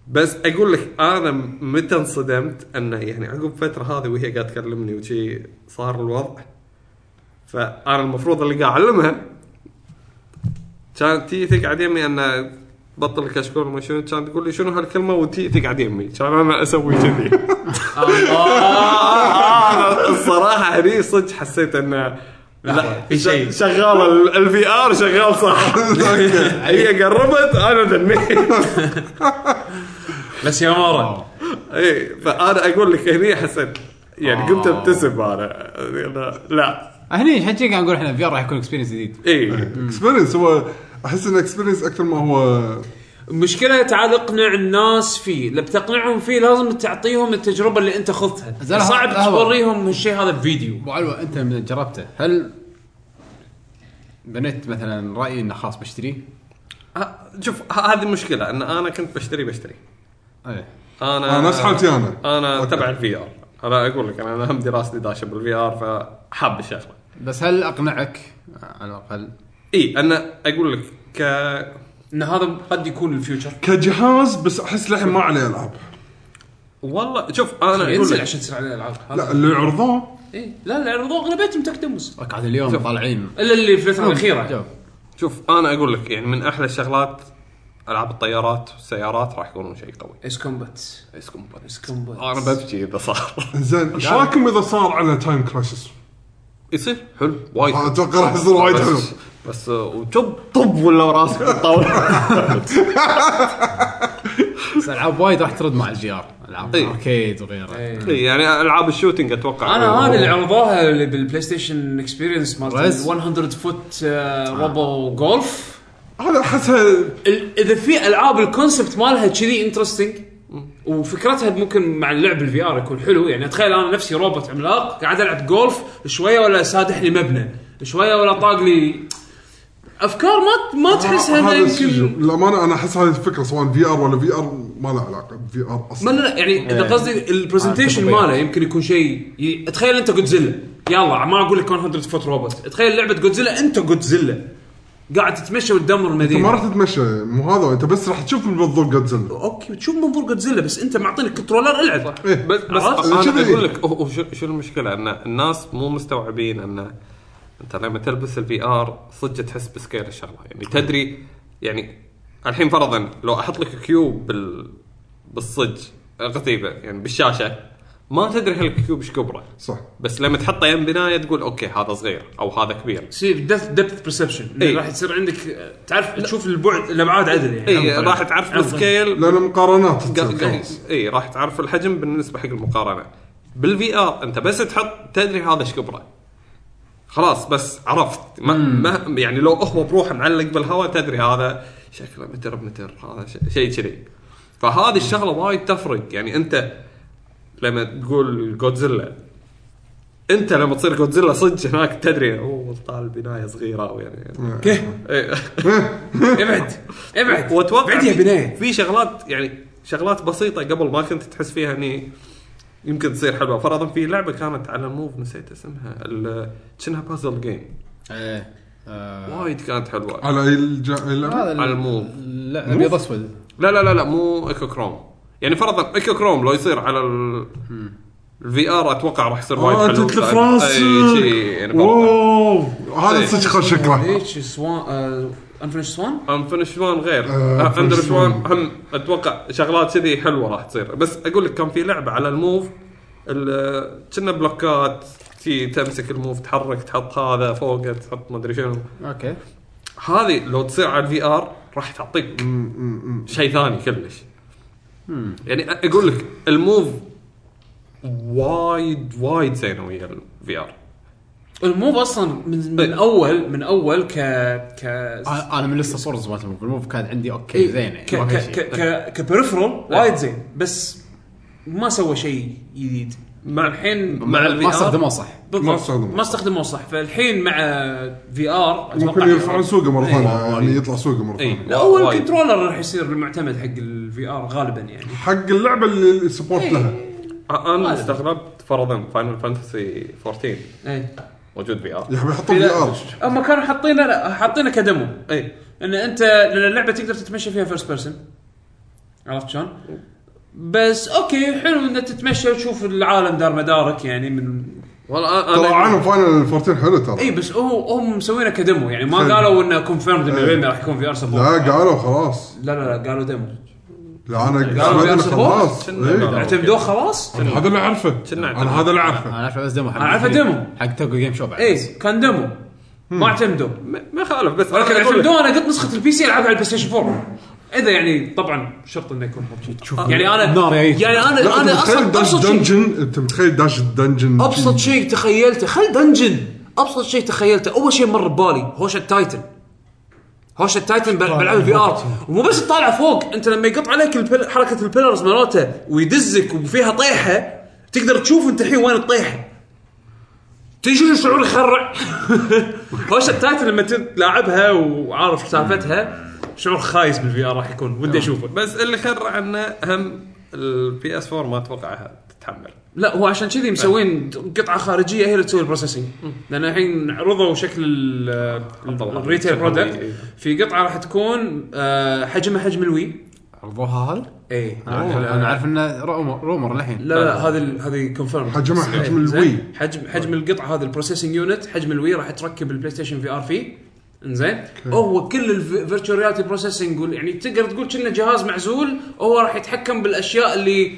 Speaker 3: بس اقول لك انا متى انصدمت انه يعني عقب فتره هذه وهي قاعده تكلمني وشي صار الوضع فانا المفروض اللي قاعد اعلمها كانت تي تقعد يمي انه بطل كشكول ما شنو كانت تقول لي شنو هالكلمه وتي تقعد يمي كان انا اسوي كذي آه، الصراحه هني صدق حسيت انه لا في شيء شغال الفي ار شغال صح هي قربت انا دنيت
Speaker 4: بس يا مارا
Speaker 3: اي فانا اقول لك هني حسيت يعني قمت ابتسم انا أنا- لا
Speaker 2: هني عشان كذي قاعد نقول احنا في راح يكون اكسبيرينس جديد
Speaker 3: اي
Speaker 5: اكسبيرينس هو احس انه اكسبيرينس اكثر ما هو
Speaker 4: مشكلة تعال اقنع الناس فيه، اللي بتقنعهم فيه لازم تعطيهم التجربة اللي انت
Speaker 2: زين،
Speaker 4: خضتها، صعب
Speaker 2: لحظة.
Speaker 4: توريهم الشيء هذا بفيديو.
Speaker 2: ابو علوه انت من جربته هل بنيت مثلا رايي انه خلاص بشتريه؟
Speaker 3: ه- شوف ه- هذه مشكله ان انا كنت بشتري بشتري
Speaker 2: ايه
Speaker 3: انا
Speaker 5: انا نفس حالتي انا
Speaker 3: انا
Speaker 5: أوكي.
Speaker 3: تبع الفي ار انا اقول لك انا هم دراستي داشه بالفي ار فحاب الشغله
Speaker 2: بس هل اقنعك على الاقل؟
Speaker 3: اي انا اقول لك ك
Speaker 4: ان هذا قد يكون الفيوتشر.
Speaker 5: كجهاز بس احس للحين ما عليه العاب
Speaker 3: والله شوف انا اقول
Speaker 4: ينزل
Speaker 3: لك
Speaker 4: عشان تصير عليه الالعاب. هذا-
Speaker 5: لا اللي عرضوه
Speaker 4: إيه، لا لا العروض اغلبيتهم تكتمس
Speaker 2: قاعد اليوم طالعين
Speaker 4: الا اللي في الفترة الاخيرة.
Speaker 3: شوف انا اقول لك يعني من احلى الشغلات العاب الطيارات والسيارات راح يكونون شيء قوي
Speaker 4: ايس كومبات
Speaker 3: ايس
Speaker 4: ايس كومبات
Speaker 3: انا ببكي اذا صار
Speaker 5: زين ايش رايكم اذا صار على تايم كراشز؟
Speaker 3: يصير حلو وايد حلو.
Speaker 5: اتوقع راح يصير وايد
Speaker 3: بس-
Speaker 5: حلو
Speaker 3: بس آه، وتب طب ولا راسك بالطاوله
Speaker 2: بس العاب وايد راح ترد مع الجي ار العاب
Speaker 3: إي.
Speaker 2: اركيد وغيره
Speaker 3: إي، يعني العاب الشوتنج اتوقع
Speaker 4: انا هذه اللي عرضوها اللي بالبلاي ستيشن اكسبيرينس مالت
Speaker 2: رز.
Speaker 4: 100 فوت آه، روبو جولف
Speaker 5: هذا احسها
Speaker 4: ال- اذا في العاب الكونسبت مالها كذي انترستنج وفكرتها ممكن مع اللعب الفي ار يكون حلو يعني اتخيل انا نفسي روبوت عملاق قاعد العب جولف شويه ولا سادح لي مبنى شويه ولا طاق لي افكار ما ما تحسها انها
Speaker 5: هذا الشيء.
Speaker 4: يمكن
Speaker 5: للامانه انا احس هذه الفكره سواء في ار ولا في ار ما لها علاقه بفي ار
Speaker 4: ما
Speaker 5: اصلا
Speaker 4: لا لا، يعني اذا قصدي البرزنتيشن ماله يمكن يكون شيء ي- اتخيل انت جودزيلا يلا ما اقول لك 100 فوت روبوت اتخيل لعبه جودزيلا انت جودزيلا قاعد تتمشى وتدمر
Speaker 5: انت ما
Speaker 4: المدينه
Speaker 5: راح تتمشى مو هذا انت بس راح تشوف من منظور جودزيلا
Speaker 4: اوكي بتشوف منظور جودزيلا بس انت معطيني كنترولر العب
Speaker 5: إيه.
Speaker 3: بس بس
Speaker 4: عرفت؟
Speaker 3: انا
Speaker 5: شنو
Speaker 3: اقول
Speaker 5: إيه؟
Speaker 3: لك هو- هو شو شو المشكله ان الناس مو مستوعبين ان انت لما تلبس الفي ار صدق تحس بسكيل الشغله يعني تدري يعني الحين فرضا لو احط لك كيوب بال بالصج قطيبه يعني بالشاشه ما تدري هالكيوب ايش كبره
Speaker 5: صح
Speaker 3: بس لما تحطه يم بنايه تقول اوكي هذا صغير او هذا كبير
Speaker 4: سي دبث دبث برسبشن
Speaker 2: إيه.
Speaker 3: إي.
Speaker 4: راح يصير عندك آه، تعرف تشوف البعد الابعاد عدل يعني
Speaker 2: إيه،
Speaker 3: اي إيه، راح تعرف
Speaker 4: عفواً.
Speaker 3: السكيل
Speaker 5: لان مقارنات تصير، خلاص.
Speaker 3: اي إيه، راح تعرف الحجم بالنسبه حق المقارنه بالفي ار انت بس تحط تدري هذا ايش كبره خلاص بس عرفت ما, ما يعني لو هو بروحه معلق بالهواء تدري هذا شكله متر بمتر هذا ش- شيء كذي فهذه الشغله وايد تفرق يعني انت لما تقول جودزيلا انت لما تصير جودزيلا صدق هناك تدري اوه طال بنايه صغيره أوي يعني إيه.
Speaker 4: ابعد ابعد
Speaker 3: واتوقع
Speaker 4: ابعد يا
Speaker 3: في-
Speaker 4: بنايه
Speaker 3: في شغلات يعني شغلات بسيطه قبل ما كنت تحس فيها اني يمكن تصير حلوه فرضا في لعبه كانت على الموف نسيت اسمها ال- كأنها بازل جيم
Speaker 2: إيه. آه،
Speaker 3: وايد كانت حلوه
Speaker 5: على اي الج- أي لعبه؟
Speaker 2: هذا ال-
Speaker 3: على الموف
Speaker 2: لا ابيض اسود
Speaker 3: لا لا لا لا مو ايكو كروم يعني فرضا ايكو كروم لو يصير على ال الفي ار اتوقع راح يصير وايد
Speaker 4: آه،
Speaker 5: اه
Speaker 3: حلو
Speaker 5: تتلف
Speaker 3: لأن-
Speaker 5: راسك
Speaker 3: أي شي، يعني فرضا
Speaker 5: واو هذا
Speaker 3: إيه.
Speaker 5: صدق خل شكله
Speaker 4: ايش سوان انفنش سوان
Speaker 3: انفنش وان غير
Speaker 5: آه، Unfinished
Speaker 3: اندرش وان
Speaker 5: Swan.
Speaker 3: هم اتوقع شغلات كذي حلوه راح تصير بس اقول لك كان في لعبه على الموف ال- كنا بلوكات تي تمسك الموف تحرك تحط هذا فوقه تحط ما ادري شنو
Speaker 2: اوكي
Speaker 3: هذه لو تصير على الفي ار راح تعطيك شيء ثاني كلش يعني اقول لك الموف وايد وايد زينه ويا الفي ار
Speaker 4: الموف اصلا من, من
Speaker 2: إيه.
Speaker 3: إي.
Speaker 4: اول من اول ك ك
Speaker 2: انا أنا من لسه صورز مالت الموف الموف كان عندي اوكي
Speaker 4: إي،
Speaker 2: آه، زين يعني
Speaker 4: ك
Speaker 2: ما في
Speaker 4: ك
Speaker 2: شيء.
Speaker 4: ك- ك كبريفرال وايد زين بس ما سوى شيء جديد
Speaker 3: مع
Speaker 4: الحين
Speaker 3: مع
Speaker 2: ما
Speaker 3: الفي ار
Speaker 2: استخدموه صح
Speaker 5: ما
Speaker 4: بالضبط
Speaker 5: استخدموه.
Speaker 4: ما استخدموه صح فالحين مع في ار
Speaker 5: ممكن يرفعون
Speaker 3: إيه.
Speaker 5: سوقه مره ثانيه يعني يطلع سوقه مره ثانيه
Speaker 4: إيه. هو الكنترولر راح يصير المعتمد حق الفي ار غالبا يعني
Speaker 5: حق اللعبه اللي السبورت
Speaker 3: إيه.
Speaker 5: لها
Speaker 3: انا استغربت فرضا فاينل فانتسي 14
Speaker 4: ايه
Speaker 3: موجود في ار
Speaker 5: يبي يحطون في ار
Speaker 4: هم كانوا حاطينه لا حاطينه كدمو إيه.
Speaker 3: اي
Speaker 4: ان انت لان اللعبه تقدر تتمشى فيها فيرست بيرسون عرفت شلون؟ بس اوكي حلو انك تتمشى وتشوف العالم دار مدارك يعني من
Speaker 3: والله
Speaker 5: ترى
Speaker 3: انا
Speaker 5: عالم فاينل 14 حلو ترى
Speaker 3: إيه.
Speaker 4: اي بس هو هم مسوينه كدمو يعني ما
Speaker 5: حلو.
Speaker 4: قالوا انه كونفيرمد انه بعدين راح يكون في ار سبورت
Speaker 5: لا قالوا خلاص
Speaker 4: لا لا لا قالوا ديمو
Speaker 5: لا انا
Speaker 4: قالوا
Speaker 5: سمعت إنه
Speaker 4: VR support؟
Speaker 5: خلاص إيه.
Speaker 4: اعتمدوه خلاص
Speaker 5: هذا اللي اعرفه
Speaker 3: كنا
Speaker 5: انا هذا اللي اعرفه
Speaker 2: انا عارف بس ديمو حق
Speaker 4: أنا عارفه ديمو.
Speaker 2: حق توكو جيم شوب
Speaker 4: اي إيه، كان ديمو ما اعتمدوا
Speaker 3: ما ما خالف بس
Speaker 4: ولكن
Speaker 3: أنا أقول لك-
Speaker 4: اعتمدوه انا قلت نسخه البي سي العبها على البلاي ستيشن 4 اذا يعني طبعا شرط انه يكون PUBG. يعني انا
Speaker 2: النار يا إيه.
Speaker 4: يعني انا
Speaker 5: لا انت
Speaker 4: انا
Speaker 5: متخيل
Speaker 4: اصلا
Speaker 5: داش
Speaker 4: ابسط شيء
Speaker 5: دنجن انت متخيل داش الدنجن
Speaker 4: ابسط شيء تخيلته خل دنجن ابسط شيء تخيلته اول شيء مر ببالي هوشه تايتن هوشه تايتن بال- بالعاب الفي ار ومو بس تطالع فوق انت لما يقط عليك البل... حركه البيلرز مالته ويدزك وفيها طيحه تقدر تشوف انت الحين وين الطيحه تدري شنو شعور يخرع هوشه تايتن لما تلاعبها وعارف سالفتها شعور خايس بالفي ار راح يكون ودي اشوفه
Speaker 3: بس اللي خرع انه هم البي اس 4 ما اتوقع تتحمل
Speaker 4: لا هو عشان كذي مسوين قطعه خارجيه هي اللي تسوي البروسيسنج لان الحين عرضوا شكل ال- ال-
Speaker 3: طبعاً.
Speaker 4: الريتيل
Speaker 3: شكل
Speaker 4: برودكت
Speaker 3: الوي.
Speaker 4: في قطعه راح تكون آه، حجمها حجم الوي
Speaker 2: عرضوها هذا؟
Speaker 4: اي
Speaker 2: آه، أنا عارف- انا عارف انه رومر رومر الحين
Speaker 4: لا لا هذه ال- هذه كونفيرم
Speaker 5: حجمها حجم آه. الوي.
Speaker 4: حجم حجم القطعه هذه البروسيسنج يونت حجم الوي راح تركب البلاي ستيشن في ار فيه انزين هو كل الفيرتشوال ريالتي بروسيسنج يعني تقدر تقول كأنه جهاز معزول هو راح يتحكم بالاشياء اللي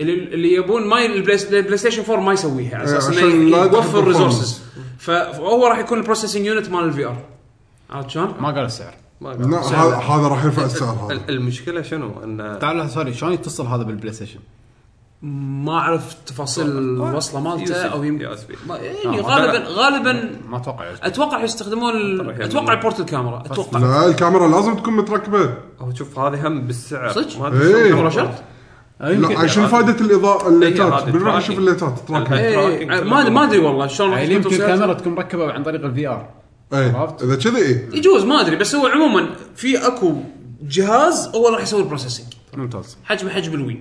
Speaker 4: اللي, اللي يبون ما ي- البلاي البلاي ستيشن 4 ما يسويها على
Speaker 5: إيه،
Speaker 4: اساس
Speaker 5: عشان
Speaker 4: انه
Speaker 5: لا
Speaker 4: يوفر
Speaker 5: تاخذ
Speaker 4: ريسورسز فهو راح يكون البروسيسنج يونت مال الفي ار عرفت شلون؟
Speaker 2: ما قال السعر
Speaker 3: ما
Speaker 5: لا
Speaker 3: قاعد
Speaker 5: هذا هذا راح يرفع السعر هذا
Speaker 3: ال- المشكله شنو ان
Speaker 2: تعال سوري شلون يتصل هذا بالبلاي ستيشن؟
Speaker 4: ما اعرف تفاصيل الوصله مالته او يم...
Speaker 3: USB.
Speaker 4: ما- يعني غالبا غالبا
Speaker 2: ما اتوقع
Speaker 4: اتوقع يستخدمون ال- اتوقع
Speaker 3: يعني
Speaker 4: البورت الكاميرا اتوقع
Speaker 5: لا الكاميرا لازم تكون متركبه
Speaker 3: هو شوف هذه هم بالسعر
Speaker 4: صدق؟
Speaker 3: ما أدري شلون
Speaker 5: إيه.
Speaker 3: كاميرا
Speaker 4: شرط؟
Speaker 5: لا شنو فائده الاضاءه الليتات
Speaker 3: يعني إيه، هذا
Speaker 5: بنروح
Speaker 3: التراكنج.
Speaker 5: نشوف الليتات تراكنج
Speaker 4: إيه،
Speaker 3: التراكنج
Speaker 4: إيه، ما ما ادري والله شلون راح
Speaker 2: يعني يمكن
Speaker 4: تكون توصيلاتها.
Speaker 2: الكاميرا تكون مركبه عن طريق الفي ار
Speaker 5: ايه
Speaker 2: عرفت؟
Speaker 5: اذا كذي ايه
Speaker 4: يجوز ما ادري بس هو عموما في اكو جهاز هو راح يسوي البروسيسنج
Speaker 2: ممتاز
Speaker 4: حجم حجم الوي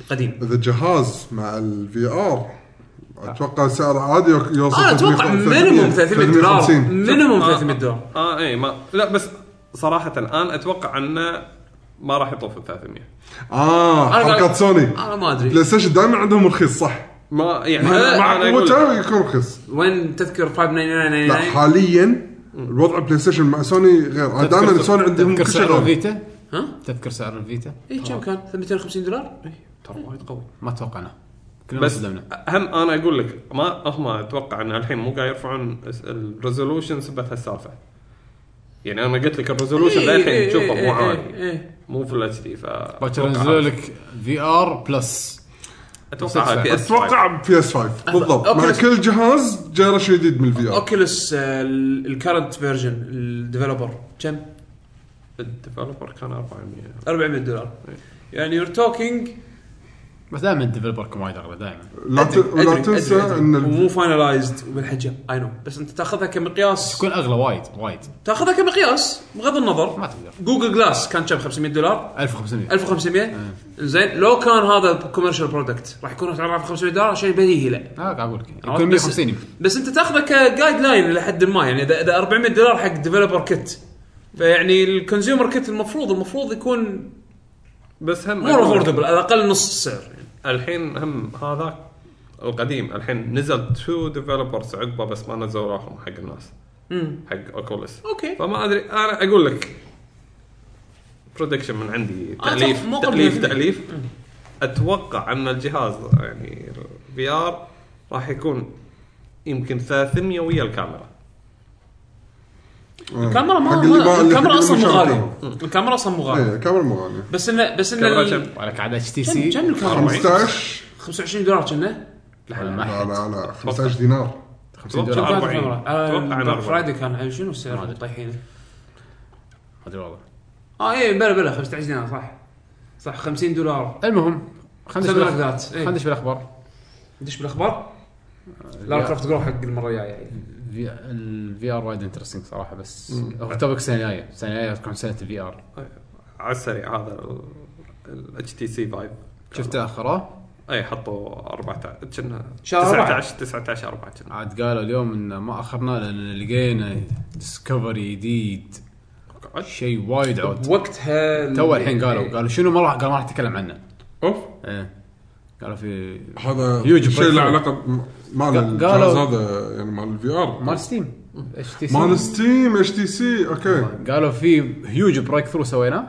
Speaker 4: القديم
Speaker 5: اذا جهاز مع الفي ار اتوقع سعر عادي يوك- يوصل
Speaker 4: انا اتوقع
Speaker 5: 350
Speaker 4: مينيموم 300 دولار
Speaker 5: 350.
Speaker 4: مينيموم
Speaker 3: آه،
Speaker 4: 300 دولار
Speaker 3: اه اي ما لا بس صراحه الان اتوقع انه ما راح يطوف ال 300
Speaker 5: اه
Speaker 4: أنا
Speaker 5: حركات
Speaker 4: قاعد-
Speaker 5: سوني
Speaker 4: انا ما ادري
Speaker 5: بلاي ستيشن دائما عندهم رخيص صح
Speaker 3: ما يعني أنا-
Speaker 5: مع
Speaker 3: أنا أقول
Speaker 5: قوته يكون رخيص
Speaker 4: وين تذكر
Speaker 5: لا
Speaker 4: 5999
Speaker 5: حاليا الوضع بلاي ستيشن مع سوني غير أنا دائما سوني عندهم
Speaker 2: تذكر
Speaker 5: كل شيء
Speaker 2: سعر
Speaker 5: غالي
Speaker 2: الفيتا؟
Speaker 4: ها؟
Speaker 2: تذكر سعر الفيتا؟
Speaker 4: اي إيه، كم كان 250 دولار
Speaker 5: إيه.
Speaker 3: ترى وايد قوي
Speaker 2: ما توقعنا كلنا
Speaker 3: بس
Speaker 2: صدمنا
Speaker 3: هم انا اقول لك ما هم اتوقع ان الحين مو قاعد يرفعون الريزولوشن سبت هالسالفه يعني انا قلت لك الريزولوشن
Speaker 4: إيه،
Speaker 3: للحين تشوفه مو عالي مو في الاتش دي ف
Speaker 2: باكر نزلوا لك في ار بلس
Speaker 3: اتوقع على PS5.
Speaker 5: اتوقع بي اس 5 بالضبط مع
Speaker 4: أوكي.
Speaker 5: كل جهاز جاي شيء جديد من الفي ار
Speaker 4: اوكيلس الكرنت فيرجن الديفلوبر كم؟
Speaker 3: الديفلوبر كان 400
Speaker 4: 400 دولار يعني يور توكينج
Speaker 2: بس دائما الديفلوبر وايد اغلى دائما
Speaker 5: لا ت- لا تنسى ان
Speaker 4: ومو
Speaker 5: ال-
Speaker 4: فاينلايزد بالحجه اي نو بس انت تاخذها كمقياس
Speaker 2: تكون اغلى وايد وايد
Speaker 4: تاخذها كمقياس بغض النظر
Speaker 2: ما تقدر
Speaker 4: جوجل جلاس كان كم 500 دولار
Speaker 2: 1500 إيه.
Speaker 4: 1500 زين لو كان هذا كوميرشال برودكت راح يكون سعره 500 دولار شيء بديهي له
Speaker 2: لا قاعد اقول لك
Speaker 4: عرفت؟
Speaker 2: يكون
Speaker 4: بس-
Speaker 2: 150 يمكن
Speaker 4: بس انت تاخذه كجايد لاين الى حد ما يعني اذا اذا 400 دولار حق ديفلوبر كيت فيعني الكونسيومر كيت المفروض المفروض يكون
Speaker 3: بس هم
Speaker 4: مور افوردبل على الاقل نص السعر يعني.
Speaker 3: الحين هم هذا القديم الحين نزل تو ديفلوبرز عقبه بس ما نزلوا رقم حق الناس حق اوكولس
Speaker 4: اوكي
Speaker 3: فما ادري انا اقول لك برودكشن من عندي
Speaker 4: آه، أتوقع
Speaker 3: تاليف
Speaker 4: مو قبل
Speaker 3: تاليف
Speaker 4: 100%.
Speaker 3: تاليف اتوقع ان الجهاز يعني في ار راح يكون يمكن 300 ويا الكاميرا
Speaker 4: الكاميرا ما,
Speaker 5: آه، حق اللي
Speaker 4: ما
Speaker 5: اللي حق
Speaker 4: الكاميرا
Speaker 5: اللي
Speaker 4: اصلا
Speaker 5: مو
Speaker 4: مو
Speaker 5: شاركين.
Speaker 4: غاليه الكاميرا اصلا مو
Speaker 5: ايه
Speaker 4: غاليه
Speaker 5: الكاميرا مو غاليه
Speaker 4: بس انه بس انه
Speaker 3: كاميرا
Speaker 4: ال-
Speaker 2: ولك عاد اتش تي
Speaker 4: كم
Speaker 2: سي
Speaker 4: كم الكاميرا؟
Speaker 5: 15
Speaker 4: 25 دولار كنا
Speaker 5: لا لا لا 15 دينار
Speaker 2: 50
Speaker 3: كم
Speaker 2: دولار
Speaker 3: كان
Speaker 2: ما
Speaker 3: أربعين. أتوقع عن أربعين.
Speaker 4: فرايدي آه، كان شنو السعر اللي طايحينه؟
Speaker 2: ادري والله
Speaker 4: اه اي بلا بلا 15 دينار صح صح 50 دولار
Speaker 2: المهم خلينا ندش
Speaker 4: سبع
Speaker 2: بالأخ-
Speaker 4: ركلات، إيه.
Speaker 2: خلينا ندش بالاخبار
Speaker 4: ندش بالاخبار؟ لارا كرافت جو حق المره الجايه يعني
Speaker 2: الفي ار وايد انترستنج صراحه بس هو توبك السنه الجايه السنه الجايه تكون سنه الفي ار
Speaker 3: على السريع هذا الاتش تي سي فايب
Speaker 2: شفت اخره
Speaker 3: اي حطوا 14 كنا
Speaker 4: شهر أربعة.
Speaker 3: 19 19 4 كنا
Speaker 2: عاد قالوا اليوم ان ما اخرنا لان لقينا ديسكفري جديد شيء وايد عود
Speaker 4: وقتها ال-
Speaker 2: تو الحين قالوا قالوا شنو ما راح قال ما راح اتكلم عنه
Speaker 5: اوف
Speaker 2: ايه قالوا في
Speaker 5: هذا
Speaker 2: Huge
Speaker 5: شيء له
Speaker 2: breakthrough.
Speaker 5: علاقه ب- مال
Speaker 2: قالوا-
Speaker 5: الجهاز هذا يعني مال الفي ار
Speaker 2: مال ستيم اتش تي سي
Speaker 5: مال ستيم اتش تي سي اوكي
Speaker 2: قالوا في هيوج بريك ثرو سويناه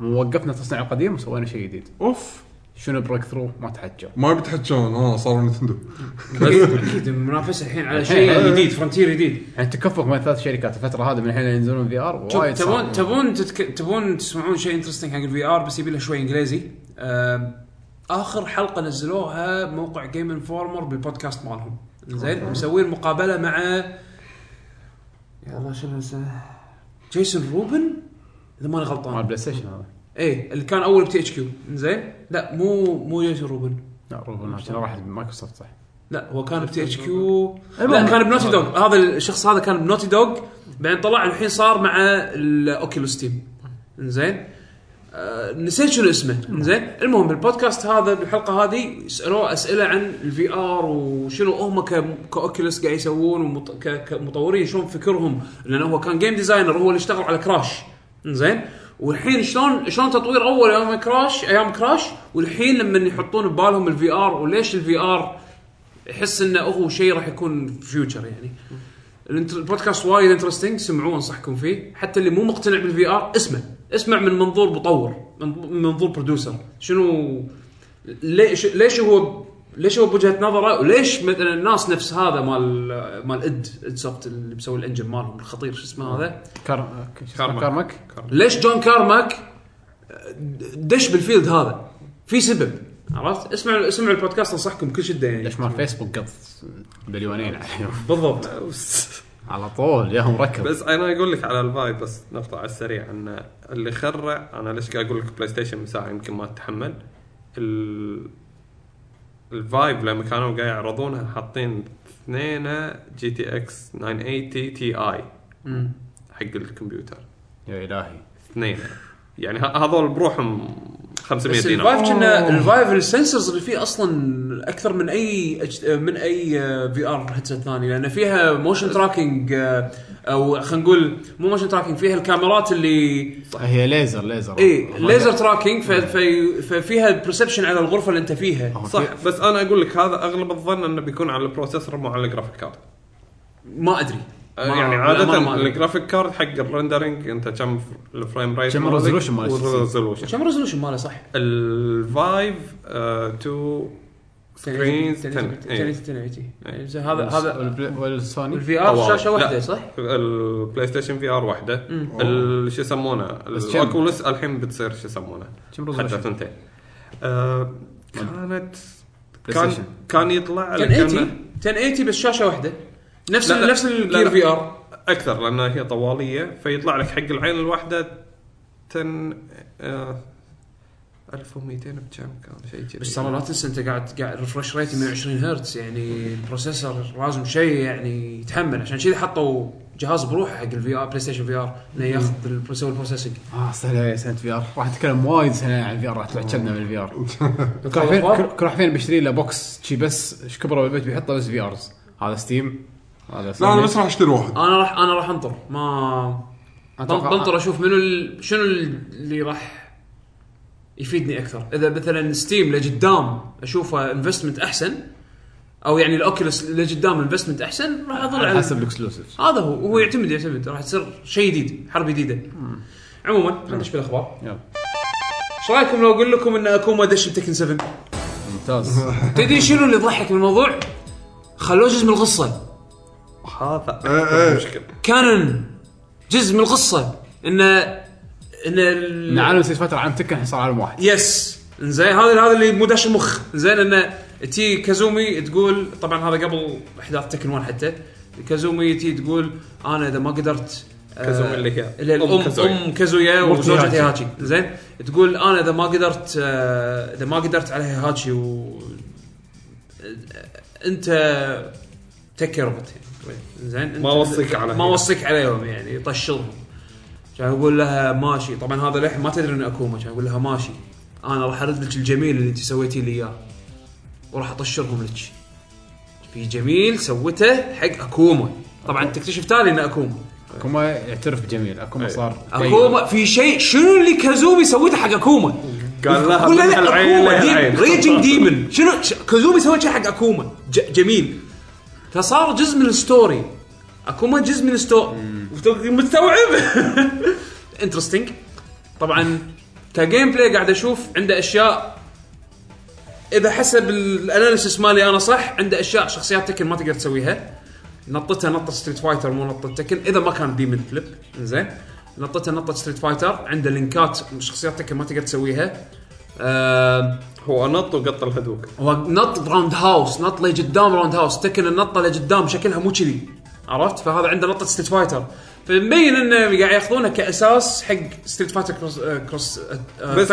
Speaker 2: وقفنا تصنيع القديم وسوينا شيء جديد
Speaker 5: اوف
Speaker 2: شنو بريك ثرو ما تحكوا
Speaker 5: ما بتحجون اه صاروا نتندو
Speaker 4: اكيد أكيد المنافسه الحين على شيء
Speaker 2: الحين.
Speaker 4: جديد فرونتير جديد
Speaker 2: يعني تكفك بين ثلاث شركات الفتره هذه من الحين ينزلون في ار
Speaker 4: شوف،
Speaker 2: وايد
Speaker 4: تبون
Speaker 2: صعب.
Speaker 4: تبون تتك... تبون تسمعون شيء انترستنج حق الفي ار بس يبي له شوي انجليزي آم، اخر حلقه نزلوها موقع جيم انفورمر بالبودكاست مالهم زين مسوين مقابله مع يا الله شنو اسمه جيسون روبن اذا ماني
Speaker 2: مال
Speaker 4: غلطان
Speaker 2: البلاي ستيشن هذا
Speaker 4: ايه اللي كان اول بتي اتش كيو زين لا مو مو جيسون روبن
Speaker 2: لا روبن عشان راح مايكروسوفت صح
Speaker 4: لا هو كان بتي اتش كيو لا كان بنوتي دوغ هذا الشخص هذا كان بنوتي دوغ بعدين طلع الحين صار مع الاوكيولوس تيم زين آه نسيت شنو اسمه زين المهم البودكاست هذا بالحلقه هذه سالوه اسئله عن الفي ار وشنو هم ك- كاوكيولوس قاعد يسوون ومط... ك- كمطورين شلون فكرهم لانه هو كان جيم ديزاينر هو اللي اشتغل على كراش زين والحين شلون شلون تطوير اول ايام كراش ايام كراش والحين لما يحطون ببالهم الفي ار وليش الفي ار يحس انه هو شيء راح يكون فيوتشر يعني الانتر- البودكاست وايد انترستنج سمعوه انصحكم فيه حتى اللي مو مقتنع بالفي ار اسمع اسمع من منظور مطور من من منظور برودوسر شنو ليش ليش هو ليش هو بوجهه نظره وليش مثلا الناس نفس هذا مال مال اد اد سوفت اللي مسوي الانجن مالهم الخطير شو اسمه هذا
Speaker 2: كار... شو اسمه؟
Speaker 3: كارمك.
Speaker 2: كارمك
Speaker 4: ليش جون كارماك دش بالفيلد هذا في سبب عرفت اسمعوا اسمعوا البودكاست انصحكم بكل شده يعني
Speaker 2: ليش مال فيسبوك قط بليونين عليهم
Speaker 3: بالضبط
Speaker 2: على طول ياهم ركب
Speaker 3: بس انا اقول لك على الفايب بس نقطه على السريع ان اللي خرع انا ليش قاعد اقول لك بلاي ستيشن من ساعه يمكن ما تتحمل ال... الفايب لما كانوا قاعد يعرضونها حاطين اثنين جي تي اكس 980 تي اي حق الكمبيوتر
Speaker 2: يا الهي
Speaker 3: اثنين يعني ه- هذول بروحهم 500
Speaker 4: بس
Speaker 3: دينار
Speaker 4: الفايف كنا الفايف السنسرز اللي فيه اصلا اكثر من اي أج- من آه، اي في ار هيدسيت ثاني لان فيها موشن تراكنج او خلينا نقول مو موشن تراكنج فيها الكاميرات اللي
Speaker 2: هي ليزر ليزر
Speaker 4: اي إيه، ليزر تراكنج ف- ف- ففيها برسبشن على الغرفه اللي انت فيها
Speaker 3: صح بس انا اقول لك هذا اغلب الظن انه بيكون على البروسيسور مو على الجرافيك كارد
Speaker 4: ما ادري ما-
Speaker 3: يعني
Speaker 4: لا،
Speaker 3: عاده
Speaker 4: ما- ما أدري.
Speaker 3: الجرافيك كارد حق الريندرنج انت كم الفريم ريت
Speaker 2: كم
Speaker 3: مالك
Speaker 2: resolution مالك؟
Speaker 3: والريزولوشن
Speaker 4: كم ريزولوشن ماله صح؟
Speaker 3: الفايف 2 سكرينز 10 إيه.
Speaker 4: 1080 زين هذا هذا
Speaker 2: والسوني
Speaker 4: الفي ار شاشه واحده صح؟
Speaker 3: البلاي ستيشن في ار واحده ال- شو يسمونه
Speaker 2: بس كم؟
Speaker 3: الاوكولس الحين بتصير شو يسمونه
Speaker 2: كم
Speaker 3: حتى
Speaker 2: resolution؟
Speaker 3: ثنتين آه، كانت
Speaker 2: PlayStation.
Speaker 3: كان كان يطلع
Speaker 4: كان
Speaker 3: لك
Speaker 4: 80 1080 بس شاشه واحده نفس
Speaker 3: لا، لا.
Speaker 4: نفس الجير
Speaker 3: لا.
Speaker 4: في ار
Speaker 3: اكثر لانها هي طواليه فيطلع لك حق العين الواحده 10 آه، 1200 بكم كان شيء كذي
Speaker 4: بس ترى لا تنسى انت قاعد قاعد ريفرش ريت 120 هرتز يعني البروسيسور لازم شيء يعني يتحمل عشان كذي حطوا جهاز بروحه حق الفي ار بلاي ستيشن في ار انه ياخذ البروسيسور البروسيسنج
Speaker 2: اه سهلة يا سنة في ار راح نتكلم وايد سنة عن الفي ار راح تحكمنا من الفي ار كل واحد فين- كل- كل واحد فين بيشتري له بوكس شي بس ايش كبره بالبيت بيحطه بس في ارز هذا ستيم هذا
Speaker 5: لا انا
Speaker 2: سوني.
Speaker 5: بس راح اشتري واحد
Speaker 4: انا راح انا راح انطر ما
Speaker 2: أتوقع- آه،
Speaker 4: بنطر اشوف منو ال- شنو ال- اللي راح يفيدني اكثر اذا مثلا ستيم لقدام اشوفه انفستمنت احسن او يعني الاوكيلس لقدام انفستمنت احسن راح اظل
Speaker 2: على
Speaker 4: على
Speaker 2: حسب الاكسلوسيف
Speaker 4: هذا هو هو يعتمد يعتمد راح تصير شيء جديد حرب جديده عموما خلينا ندش بالاخبار
Speaker 2: يلا
Speaker 4: ايش رايكم لو اقول لكم ان اكوما دش بتكن 7
Speaker 2: ممتاز
Speaker 4: تدري شنو اللي ضحك من الموضوع خلوه جزء من القصه
Speaker 3: هذا
Speaker 5: إيه، إيه.
Speaker 3: اكثر مشكله
Speaker 4: كانون جزء من القصه ان ان ال-
Speaker 2: ان
Speaker 3: نعم.
Speaker 2: عالم سيس فترة عالم تكن الحين صار عالم واحد
Speaker 4: يس زين هذا هذا اللي مو داش المخ زين انه تي كازومي تقول طبعا هذا قبل احداث تكن 1 حتى كازومي تي تقول انا اذا ما قدرت آه،
Speaker 3: كازومي اللي هي
Speaker 4: اللي
Speaker 3: أم
Speaker 4: الام
Speaker 3: كازويا.
Speaker 4: ام كازويا
Speaker 2: مرت
Speaker 4: وزوجة
Speaker 2: هيهاتشي.
Speaker 4: هيهاتشي زين تقول انا اذا ما قدرت آه، اذا ما قدرت على هيهاتشي و آه، انت تكربت زين
Speaker 3: ما
Speaker 4: أنت-
Speaker 3: وصيك على
Speaker 4: ما
Speaker 3: هي.
Speaker 4: وصيك عليهم يعني طشلهم كان يقول لها ماشي طبعا هذا للحين ما تدري انه اكوما كان يقول لها ماشي انا راح ارد لك الجميل اللي انت سويتي لي اياه وراح اطشرهم لك في جميل سوته حق اكوما طبعا تكتشف تالي انه اكوما
Speaker 2: كوما يعترف بجميل اكوما صار
Speaker 4: اكوما في شيء شنو اللي كازومي سويته حق اكوما؟
Speaker 3: قال لها
Speaker 4: قول
Speaker 3: منها
Speaker 4: لا
Speaker 3: العين
Speaker 4: اكوما
Speaker 3: لها
Speaker 4: ديم
Speaker 3: العين.
Speaker 4: ريجنج ديمن شنو ش- كازومي سوى شيء حق اكوما ج- جميل فصار جزء من الستوري اكوما جزء من الستوري مستوعب انترستنج طبعا كجيم بلاي قاعد اشوف عنده اشياء اذا حسب الاناليسيس مالي انا صح عنده اشياء شخصيات تكن ما تقدر تسويها نطتها نطه ستريت فايتر مو نطه تكن اذا ما كان ديمن فليب زين نطتها نطه ستريت فايتر عنده لينكات شخصيات تكن ما تقدر تسويها آه
Speaker 3: هو نط وقط الهدوك
Speaker 4: هو نط راوند هاوس نط لقدام راوند هاوس تكن النطه لقدام شكلها مو كذي عرفت فهذا عنده نطه ستريت فايتر فمبين انه قاعد ياخذونه كاساس حق ستريت فايتر كروس آه، كروس
Speaker 3: بس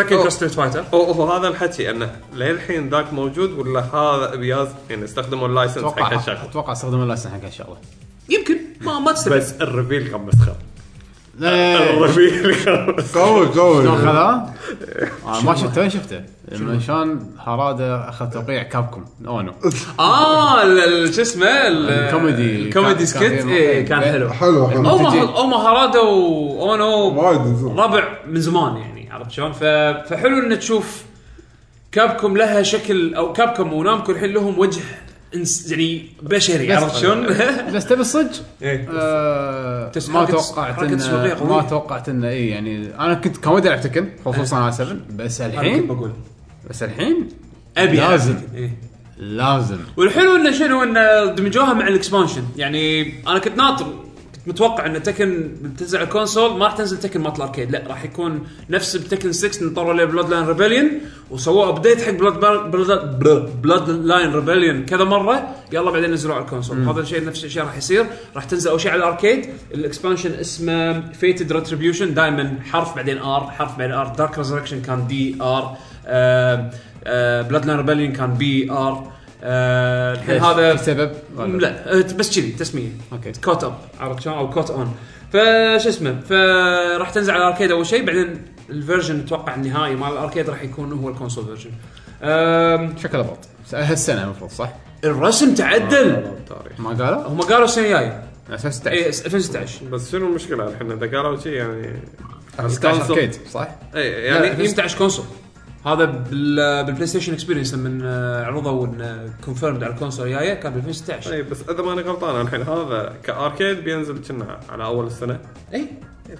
Speaker 4: بس
Speaker 3: هو-
Speaker 4: كروس ستريت فايتر
Speaker 3: هو هو هذا الحكي انه للحين ذاك موجود ولا هذا بياز يعني استخدموا اللايسنس حق
Speaker 2: اتوقع
Speaker 3: هالشغله
Speaker 2: اتوقع استخدم اللايسن حق هالشغله
Speaker 4: يمكن ما ما تستبعد
Speaker 3: بس الريفيل كان مسخر
Speaker 4: إيه.
Speaker 2: لا
Speaker 3: الريفيل كان مسخر
Speaker 5: قوي
Speaker 2: شلون
Speaker 5: قوي
Speaker 2: خذاه؟ نعم. آه، ما شفته وين شفته؟ لما شلون هارادا اخذ توقيع كابكم اونو
Speaker 4: اه ال- ال- شو اسمه ال-
Speaker 2: الكوميدي.
Speaker 4: الكوميدي
Speaker 2: كان-
Speaker 4: سكت
Speaker 2: كان-
Speaker 4: اي كان
Speaker 2: كان-
Speaker 4: حلو
Speaker 5: حلو حلو
Speaker 4: او ما او ما هارادا واونو
Speaker 5: وايد زين.
Speaker 4: ربع من زمان يعني عرفت شلون؟ ف... فحلو ان تشوف كابكم لها شكل او كابكم ونامكو الحين لهم وجه إنس يعني بشري عرفت شلون؟
Speaker 2: بس تبي الصدق
Speaker 4: إيه.
Speaker 2: آه،
Speaker 4: تس-
Speaker 2: ما
Speaker 4: حركة-
Speaker 2: توقعت
Speaker 4: حركة تسويقية
Speaker 2: انه
Speaker 4: قوية.
Speaker 2: ما توقعت انه اي يعني انا كنت كان ودي العب تكن خصوصا على 7 بس
Speaker 4: أنا كنت
Speaker 2: الحين
Speaker 4: بقول
Speaker 2: بس الحين
Speaker 4: ابي
Speaker 2: لازم.
Speaker 4: إيه.
Speaker 2: لازم
Speaker 4: والحلو انه شنو انه دمجوها مع الاكسبانشن يعني انا كنت ناطر كنت متوقع ان تكن بتنزل على الكونسول ما راح تنزل تكن مالت الاركيد لا راح يكون نفس بتكن 6 نطروا له بلاد لاين ريبليون وسووا ابديت حق بلاد بلاد, بلاد لاين ريبليون كذا مره يلا بعدين نزلوه على الكونسول هذا الشيء نفس الشيء راح يصير راح تنزل اول شيء على الاركيد الاكسبانشن اسمه فيتد ريتريبيوشن دائما حرف بعدين ار حرف بعدين ار دارك ريزركشن كان آه، دي ار بلاد لاين ريبليون كان بي ار آه، الحين هذا
Speaker 2: السبب
Speaker 4: لا آه، بس كذي تسميه
Speaker 2: اوكي
Speaker 4: كوت اب عرفت شلون او كوت اون فش اسمه فراح تنزل على الاركيد اول شيء بعدين الفيرجن اتوقع النهائي مال الاركيد راح يكون هو الكونسول فيرجن آم،
Speaker 2: شكله بط بس هالسنه المفروض صح؟
Speaker 4: الرسم تعدل
Speaker 3: طيب.
Speaker 2: ما قالوا؟
Speaker 4: هم قالوا السنه الجايه
Speaker 2: على اساس
Speaker 4: إيه، 2016
Speaker 10: بس شنو المشكله الحين اذا قالوا شيء يعني
Speaker 2: 16 اركيد صح؟
Speaker 3: إيه،
Speaker 10: اي
Speaker 4: يعني
Speaker 10: يعني يمكن
Speaker 4: 2016 كونسول هذا بال- بالبلاي ستيشن اكسبيرينس لما آه، عرضوا ان كونفيرمد على الكونسول الجايه كان ب 2016
Speaker 10: اي طيب، بس اذا ماني غلطان الحين هذا كاركيد بينزل كنا على اول السنه
Speaker 4: اي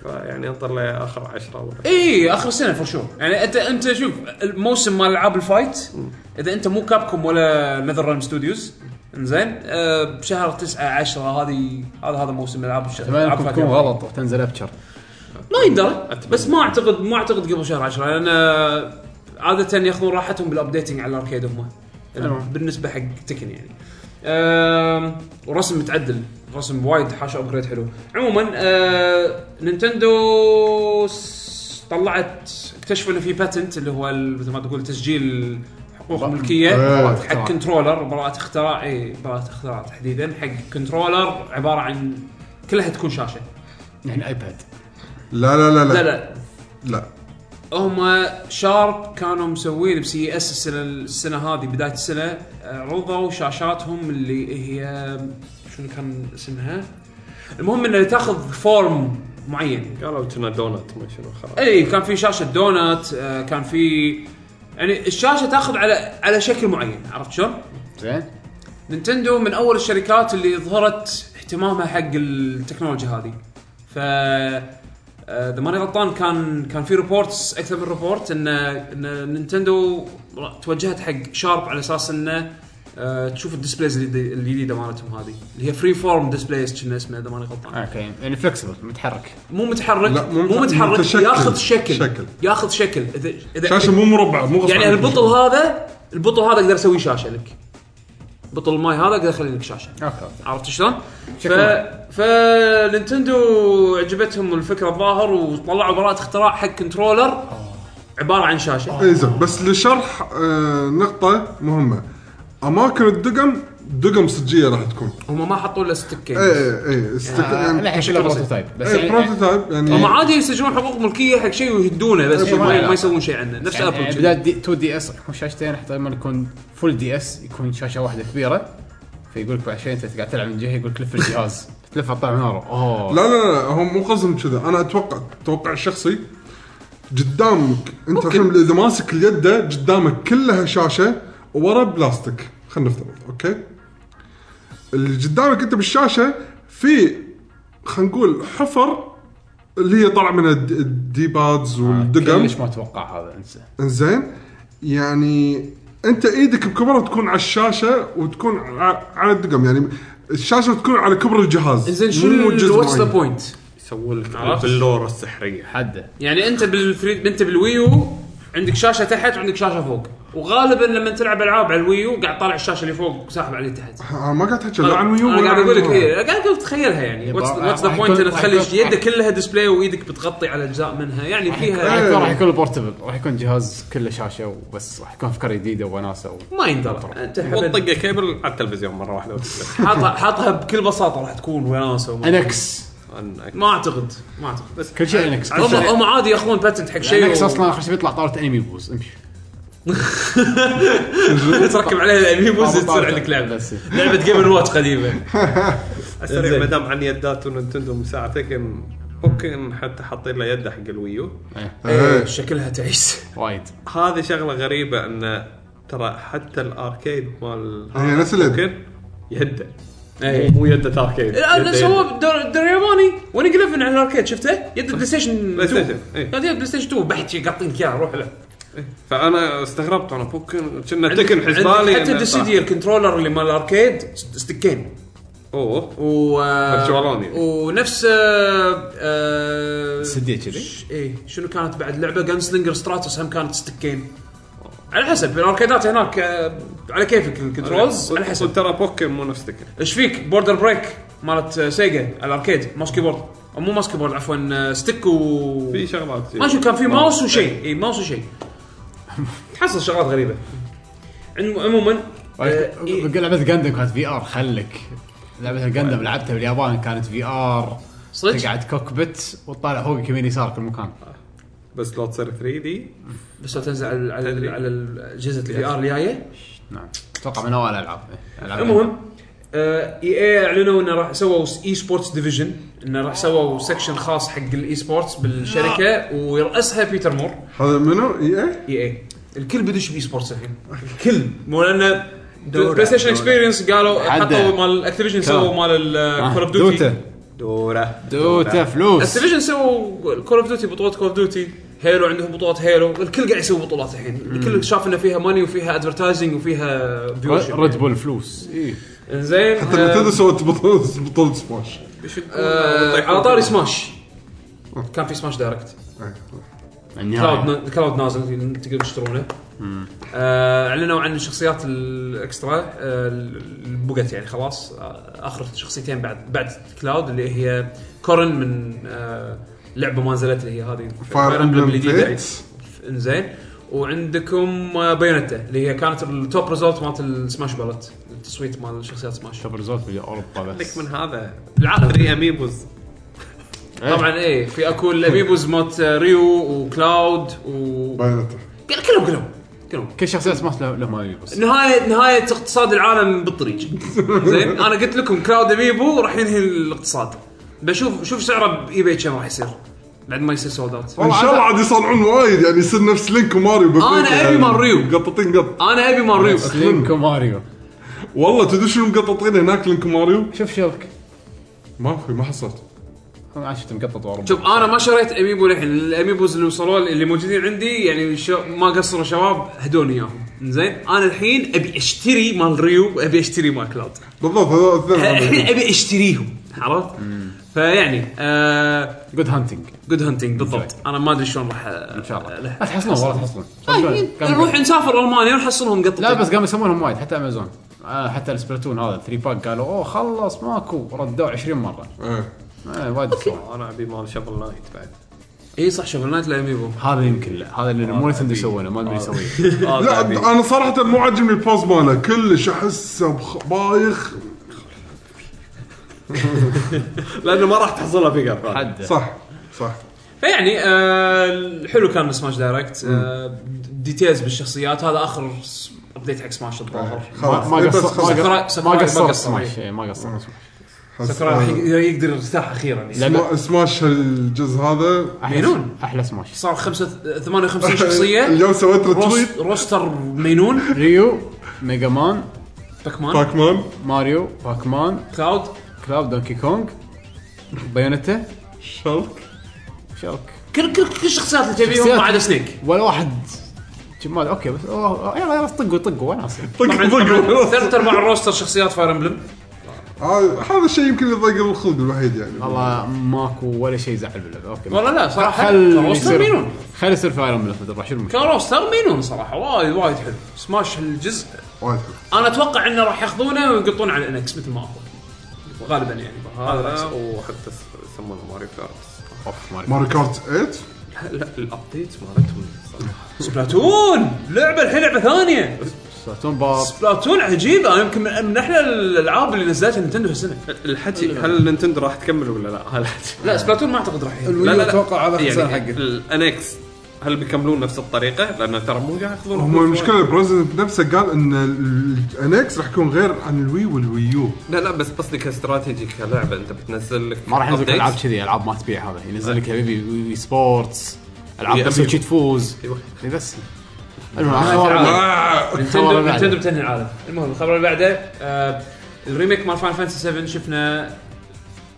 Speaker 10: فيعني انطر لاخر 10 ولا
Speaker 4: اي اخر السنه فور شور يعني انت انت شوف الموسم مال العاب الفايت اذا انت مو كابكم ولا نذر ريم ستوديوز انزين آه بشهر 9 10 هذه هذا هذا موسم العاب الش-
Speaker 2: اتمنى
Speaker 4: ألعاب
Speaker 2: انكم
Speaker 4: فايت.
Speaker 2: تكونوا غلط وتنزل ابشر
Speaker 4: ما يندرى بس ما اعتقد ما اعتقد قبل شهر 10 لان آه، عاده ياخذون راحتهم بالابديتنج على الاركيد هم بالنسبه حق تكن يعني آم، ورسم متعدل رسم وايد حاشا ابجريد حلو عموما آه، نينتندو س- طلعت اكتشفوا انه في باتنت اللي هو ال- مثل ما تقول تسجيل حقوق ملكيه
Speaker 5: إيه.
Speaker 4: حق كنترولر براءة اختراع اي براءة اختراع تحديدا حق كنترولر عباره عن كلها تكون شاشه
Speaker 2: يعني ايباد
Speaker 5: لا لا لا
Speaker 4: لا
Speaker 5: لا
Speaker 4: لا
Speaker 5: لا
Speaker 4: هم شارب كانوا مسوين بسي اس السنه السنه هذه بدايه السنه عرضوا شاشاتهم اللي هي شنو كان اسمها؟ المهم انها تاخذ فورم معين
Speaker 10: قالوا كنا دونات ما شنو خلاص
Speaker 4: اي كان في شاشه دونات آه، كان في يعني الشاشه تاخذ على على شكل معين عرفت شلون؟
Speaker 2: زين
Speaker 4: نينتندو من اول الشركات اللي ظهرت اهتمامها حق التكنولوجيا هذه ف آه، اذا ماني غلطان كان كان في ريبورتس اكثر من ريبورت ان ان نينتندو را- توجهت حق شارب على اساس انه آه، تشوف الديسبلايز الجديدة- الجديده مالتهم هذه اللي هي فري فورم ديسبلايز كنا اسمها اذا ماني غلطان
Speaker 2: اوكي يعني فلكسبل متحرك
Speaker 4: مو متحرك
Speaker 5: لا، مو
Speaker 4: مو متحرك
Speaker 5: متشكل.
Speaker 4: ياخذ شكل,
Speaker 5: شكل.
Speaker 4: ياخذ شكل اذا اذا
Speaker 5: شاشه مو مربع مو غصب
Speaker 4: يعني
Speaker 5: عنك.
Speaker 4: البطل هذا البطل هذا اقدر اسوي شاشه لك بطل الماي هذا اقدر اخلي لك شاشه
Speaker 2: اوكي اوكي
Speaker 4: عرفت شلون؟ ف...
Speaker 2: شكراً.
Speaker 4: فنينتندو عجبتهم الفكره الظاهر وطلعوا براءة اختراع حق كنترولر عباره عن شاشه
Speaker 5: اي زين بس لشرح آه، نقطة مهمة اماكن الدقم دقم صجية راح تكون
Speaker 4: هم ما حطوا الا ستيك
Speaker 5: اي
Speaker 2: إيه.
Speaker 5: اي اي استك...
Speaker 2: آه،
Speaker 5: يعني
Speaker 2: لا
Speaker 4: إيه،
Speaker 2: شكله بروتوتايب بس
Speaker 5: اي
Speaker 2: يعني
Speaker 5: بروتوتايب
Speaker 4: هم
Speaker 5: يعني
Speaker 4: عادي يسجلون حقوق ملكيه حق شيء ويهدونه بس
Speaker 2: إيه، ما
Speaker 4: ما,
Speaker 2: له
Speaker 4: ما
Speaker 2: علاقة.
Speaker 4: يسوون شيء عنه نفس
Speaker 2: يعني
Speaker 4: ابل
Speaker 2: بدال دي 2 دي اس يكون شاشتين حتى لما يكون فول دي اس يكون شاشه واحده كبيره فيقول لك بعد شوي انت قاعد تلعب من جهه يقول لك لف الجهاز تلف الطعم من ورا اوه
Speaker 5: لا لا لا هم مو قصدهم كذا انا اتوقع توقع الشخصي قدامك انت الحين اذا ماسك اليدة قدامك كلها شاشة وورا بلاستيك خلينا نفترض اوكي اللي قدامك انت بالشاشة في خلينا نقول حفر اللي هي طالع من الد- الدي بادز والدقم
Speaker 2: ليش ما اتوقع هذا انسى
Speaker 5: انزين يعني انت ايدك بكبره تكون على الشاشه وتكون ع- على الدقم يعني الشاشه تكون على كبر الجهاز
Speaker 4: زين
Speaker 5: مو جزء
Speaker 4: شو واتس ذا
Speaker 5: معين.
Speaker 4: بوينت؟
Speaker 10: يسوون لك
Speaker 4: عرفت.
Speaker 10: باللوره السحريه
Speaker 2: حده
Speaker 4: يعني انت بالفري انت بالويو عندك شاشه تحت وعندك شاشه فوق وغالبا لما تلعب العاب على الويو قاعد طالع الشاشه اللي فوق ساحب عليه تحت
Speaker 5: انا آه، ما قاعد احكي لا عن ويو
Speaker 4: انا
Speaker 5: ولا
Speaker 4: قاعد
Speaker 5: عن
Speaker 4: اقول لك
Speaker 5: غيره.
Speaker 4: ايه قاعد اقول تخيلها يعني
Speaker 2: يبقى-
Speaker 4: واتس ذا
Speaker 2: راح
Speaker 4: بوينت
Speaker 2: يكون-
Speaker 4: انك تخلي
Speaker 2: راح يكون-
Speaker 4: يدك كلها ديسبلاي وايدك بتغطي على اجزاء منها يعني فيها
Speaker 2: راح يكون بورتبل راح يكون جهاز كله شاشه وبس راح يكون افكار جديده وناسه و...
Speaker 4: ما يندرى انت حبل-
Speaker 10: وطقه كيبل على التلفزيون مره واحده وتسلم.
Speaker 4: حاطها حاطها بكل بساطه راح تكون وناسه وما-
Speaker 2: انكس
Speaker 10: عن-
Speaker 4: ما اعتقد ما اعتقد بس
Speaker 2: كل شيء انكس كل
Speaker 4: هم
Speaker 2: شيء
Speaker 4: هم عادي ياخذون باتنت حق شيء
Speaker 2: انكس
Speaker 4: و-
Speaker 2: اصلا اخر شيء بيطلع طاوله انمي بوز امشي
Speaker 4: تركب عليها الاميبوز تصير
Speaker 2: طاولة.
Speaker 4: عندك لعبه
Speaker 2: بس.
Speaker 4: لعبه جيم أند واتش قديمه
Speaker 10: السريع ما دام عن يدات وننتندو مساعدتك ممكن حتى حاطين له يده حق الويو
Speaker 5: إيه.
Speaker 4: شكلها تعيس
Speaker 2: وايد
Speaker 10: هذه شغله غريبه ان ترى حتى الاركيد مال
Speaker 5: هي إيه، نفس اليد.
Speaker 10: ممكن يده مو يده اركيد
Speaker 4: انا
Speaker 10: يده
Speaker 4: سووه بالدور الدور الياباني وني جليفن على الاركيد شفته؟ يد بلاي ستيشن
Speaker 10: بلاي ستيشن،
Speaker 4: 2
Speaker 10: إيه.
Speaker 4: يد بلاي ستيشن 2 بحكي قاطين لك اياه روح له
Speaker 3: فانا استغربت انا بوكن كنا تكن حسبالي
Speaker 4: حتى الدي سي دي الكنترولر اللي مال الاركيد ستيكين
Speaker 3: اوه
Speaker 4: و
Speaker 3: Virtual
Speaker 4: يعني.
Speaker 3: only.
Speaker 4: ونفس آه، آه،
Speaker 2: سديه كذي
Speaker 4: ش- ايه شنو كانت بعد لعبه جان سلينجر ستراتوس هم كانت ستيكين على حسب الاركيدات هناك آه، على كيفك الكنترولز على حسب
Speaker 3: ترى بوكن مو نفس تكن
Speaker 4: ايش فيك بوردر بريك مالت آه، سيجا على الاركيد ماوس كيبورد أو مو ماوس كيبورد عفوا آه، ستيك و
Speaker 3: في شغلات
Speaker 4: ما إيه. شو كان في ماوس وشيء اي ماوس وشيء
Speaker 3: تحصل شغلات غريبه
Speaker 4: عم- عموما آه، إيه. طيب.
Speaker 2: لعبه جندم كانت في ار خلك لعبه الجندم لعبتها باليابان كانت في ار
Speaker 4: صدق
Speaker 2: تقعد كوكبت وتطالع فوقك يمين يسار كل مكان
Speaker 3: بس لو تصير 3 دي
Speaker 4: بس لو تنزل على على على اجهزه الفي ار الجايه
Speaker 2: نعم اتوقع من اوائل الالعاب
Speaker 4: المهم اي اي اعلنوا انه راح سووا اي سبورتس ديفيجن انه راح سووا سكشن خاص حق الاي سبورتس بالشركه ويراسها بيتر مور
Speaker 5: هذا منو إيه؟ اي اي
Speaker 4: اي اي E الكل بدش باي سبورتس الحين الكل مو لان بلاي ستيشن
Speaker 3: دورة.
Speaker 4: اكسبيرينس قالوا
Speaker 2: حدا.
Speaker 4: حطوا مال اكتيفيجن سووا مال
Speaker 3: آه،
Speaker 4: الكول اوف ديوتي
Speaker 3: دوره
Speaker 2: دوتا آه، فلوس
Speaker 4: اكتيفيجن سووا الكول اوف ديوتي بطولات كول اوف ديوتي هيلو عندهم بطولات هيلو الكل قاعد يسوي بطولات الحين الكل شاف انه فيها ماني وفيها ادفرتايزنج وفيها فيوجن
Speaker 2: ريد بول فلوس اي
Speaker 4: انزين
Speaker 5: حتى
Speaker 4: آه،
Speaker 5: نتندو سوت بطولة بطولة سماش
Speaker 4: آه، على طاري سماش كان في سماش دايركت
Speaker 5: إيه.
Speaker 4: كلاود
Speaker 2: النهايه
Speaker 4: نا- كلاود نازل تقدر تشترونه آه، اعلنوا عن الشخصيات الاكسترا آه، البقت يعني خلاص آه، اخر شخصيتين بعد بعد كلاود اللي هي كورن من آه، لعبه ما نزلت اللي هي هذه Fire Emblem
Speaker 5: Fates.
Speaker 4: انزين وعندكم آه، بايونيتا اللي هي كانت التوب ريزولت مالت السماش بالت التصويت مال شخصيات سماش
Speaker 2: شوف ريزولت باوروبا
Speaker 3: لك
Speaker 2: بس
Speaker 3: من هذا
Speaker 4: العالم
Speaker 3: 3 اميبوز
Speaker 4: طبعا ايه في اكو الاميبوز مالت ريو وكلاود و
Speaker 5: بايونتا
Speaker 4: كلهم كلهم كلهم
Speaker 2: كل شخصيه سماش له ما يبص
Speaker 4: نهايه نهايه اقتصاد العالم بالطريق زين انا قلت لكم كلاود اميبو راح ينهي الاقتصاد بشوف شوف سعره بايباي كم راح يصير بعد ما يصير سولد اوت
Speaker 5: ان شاء الله عاد يصنعون وايد يعني يصير نفس لينك وماريو
Speaker 4: أنا
Speaker 5: بأمريكا
Speaker 4: أبي
Speaker 5: يعني
Speaker 4: مال ريو.
Speaker 5: مقططين قط
Speaker 4: انا ابي مال ريو
Speaker 2: سلينكو ماريو
Speaker 5: والله تدري شنو مقططين هناك لينك وماريو؟
Speaker 2: شوف شوفك
Speaker 5: ما في ما حصلت
Speaker 2: انا شفت مقطط اوروبا
Speaker 4: شوف آه. انا ما شريت اميبو للحين الاميبوز اللي وصلوا لي- اللي موجودين عندي يعني شو ما قصروا شباب هدوني اياهم زين انا الحين ابي اشتري مال ريو وابي اشتري مال كلاود
Speaker 5: بالضبط هذا
Speaker 4: الحين
Speaker 5: الاثنين
Speaker 4: ابي اشتريهم عرفت؟ فيعني
Speaker 2: جود هانتنج
Speaker 4: جود هانتنج بالضبط انا ما ادري شلون راح آه، ان
Speaker 2: ان شاء الله لا تحصلون والله تحصلون
Speaker 4: طيب. نروح نسافر المانيا ونحصلهم قطتين
Speaker 2: لا بس قاموا يسمونهم وايد حتى امازون آه حتى السبلاتون هذا 3 باك قالوا اوه خلص ماكو ردوه 20 مره
Speaker 5: إيه.
Speaker 2: آه وايد يسوون.
Speaker 3: انا ابي مال شغل نايت بعد
Speaker 4: اي صح شوفل نايت لاميبو
Speaker 2: هذا يمكن لا هذا اللي مو نتندو يسوونه ما ادري يسويه
Speaker 5: لا انا صراحه مو عاجبني البوز ماله كلش احسه بخ- بايخ
Speaker 3: لانه ما راح تحصلها في قطعه
Speaker 2: حد
Speaker 5: صح صح
Speaker 4: فيعني آه حلو كان سماش دايركت آه ديتيلز بالشخصيات هذا اخر ابديت حق سماش الظاهر
Speaker 2: ما
Speaker 5: خلاص
Speaker 2: ما
Speaker 5: إيه بس
Speaker 2: قصر
Speaker 5: خلاص.
Speaker 2: ما
Speaker 4: سكراي-
Speaker 2: قصر-
Speaker 4: سكراي
Speaker 2: ما
Speaker 4: ما
Speaker 2: قصر
Speaker 4: قصر.
Speaker 2: سماش إيه، ما قصر
Speaker 4: سكران راح يق- يقدر يرتاح اخيرا يعني
Speaker 2: لعبة
Speaker 5: إيه. سما- سماش الجزء هذا
Speaker 2: احلى
Speaker 4: مجنون.
Speaker 2: احلى سماش
Speaker 4: صار خمسة 58 شخصية
Speaker 5: اليوم سويت له
Speaker 4: روس-
Speaker 5: تويت
Speaker 4: روستر مينون
Speaker 2: ريو ميجا مان طيب.
Speaker 4: باكمان
Speaker 5: باك مان
Speaker 2: ماريو باكمان
Speaker 4: كلاود
Speaker 2: كلاود دونكي كونغ بايونيتا
Speaker 5: شلك
Speaker 2: شارك
Speaker 4: كل كل كل الشخصيات اللي تبيهم
Speaker 2: شخصيات.
Speaker 4: ما عدا سنيك
Speaker 2: ولا واحد جمال اوكي بس أوه، يلا يلا طقوا طقوا وين اصلا
Speaker 5: طق طق
Speaker 4: ثلاث ارباع الروستر شخصيات فاير امبلم
Speaker 5: هذا- هذا الشيء يمكن يضيق الخلق الوحيد يعني
Speaker 2: والله ماكو ولا شيء زعل باللعبه اوكي
Speaker 4: والله لا صراحة
Speaker 2: خل
Speaker 4: روستر
Speaker 2: يصير
Speaker 4: مينون
Speaker 2: خل يصير فاير امبلم بدل راح شو المشكله
Speaker 4: كروستر مينون صراحه وايد وايد حلو سماش الجزء
Speaker 5: وايد حلو
Speaker 4: انا اتوقع انه راح ياخذونه ويقطون على انكس مثل ما اقول غالبا يعني
Speaker 3: هذا
Speaker 4: هذا
Speaker 3: وحتى س- يسمونه ماريو كارت
Speaker 2: اوف ماري
Speaker 5: ماري كارت 8
Speaker 3: لا الابديت مالتهم صراحة.
Speaker 4: سبلاتون لعبه الحين لعبه ثانيه
Speaker 2: سبلاتون بار
Speaker 4: سبلاتون عجيبه أنا يمكن من من احلى الالعاب اللي نزلتها نينتندو هالسنه
Speaker 3: الحكي هل نينتندو راح تكمل ولا لا؟ هل
Speaker 4: لا سبلاتون ما اعتقد راح ينزل.
Speaker 3: لا لا
Speaker 8: أتوقع على
Speaker 3: يعني
Speaker 8: خسارة حقه.
Speaker 3: الانكس هل بيكملون نفس الطريقه؟ لان ترى مو قاعد ياخذون
Speaker 5: هم المشكله بريزنت نفسه قال ان الانكس راح يكون غير عن الوي والويو
Speaker 3: لا لا بس قصدي كاستراتيجي كلعبه انت بتنزل لك
Speaker 2: ما راح ينزل لك
Speaker 3: updates.
Speaker 2: العاب كذي العاب ما تبيع هذا ينزل لك حبيبي وي- وي سبورتس العاب
Speaker 3: يا
Speaker 2: بس
Speaker 3: أميبو.
Speaker 2: وشي تفوز
Speaker 3: أيوة.
Speaker 2: إي بس المهم أخبار- الخبر
Speaker 4: نينتندو
Speaker 2: اللي بعده.
Speaker 4: نينتندو بتنهي العالم المهم الخبر اللي بعده آه، الريميك مال فاين فانتسي 7 شفنا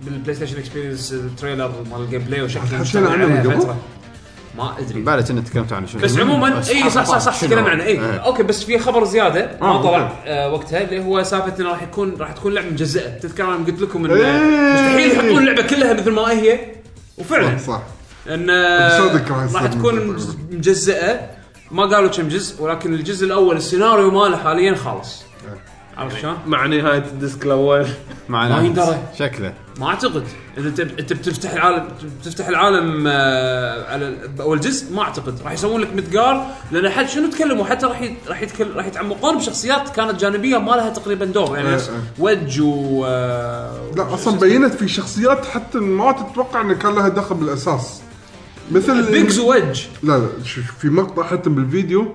Speaker 4: بالبلاي ستيشن اكسبيرينس التريلر مال الجيم بلاي وشكل
Speaker 5: حكينا عنه من قبل؟
Speaker 4: ما ادري
Speaker 2: بالك انك تكلمت عن شنو
Speaker 4: بس عموما اي صح صح صح
Speaker 2: شنو؟
Speaker 4: تكلمنا عنه اي
Speaker 2: إيه.
Speaker 4: اوكي بس في خبر زياده ما
Speaker 2: آه،
Speaker 4: طلع
Speaker 2: أوكي.
Speaker 4: آه، وقتها اللي هو سالفه انه راح يكون راح تكون لعبه مجزئه تذكر انا قلت لكم انه
Speaker 5: إيه.
Speaker 4: مستحيل يحطون اللعبه كلها مثل ما هي وفعلا
Speaker 5: صح
Speaker 4: ان
Speaker 5: صدق راح يصير
Speaker 4: راح تكون
Speaker 5: مجزء.
Speaker 4: مجزئه ما قالوا كم جزء ولكن الجزء الاول السيناريو ماله حاليا خالص عرفت شلون؟
Speaker 3: مع نهايه الديسك الاول
Speaker 2: مع
Speaker 4: ما
Speaker 2: ناس.
Speaker 4: يندرى.
Speaker 2: شكله
Speaker 4: ما اعتقد اذا انت انت بتفتح العالم بتفتح العالم آه، على ال- اول جزء ما اعتقد راح يسوون لك مدقار لان حد شنو تكلموا حتى راح يت- راح يتكل- راح يتعمقون بشخصيات كانت جانبيه ما لها تقريبا دور يعني
Speaker 5: إيه،
Speaker 4: نفس
Speaker 5: إيه.
Speaker 4: وج و آه،
Speaker 5: لا اصلا بينت في شخصيات حتى ما تتوقع ان كان لها دخل بالاساس مثل
Speaker 4: بيجز ووج
Speaker 5: لا لا شوف في مقطع حتى بالفيديو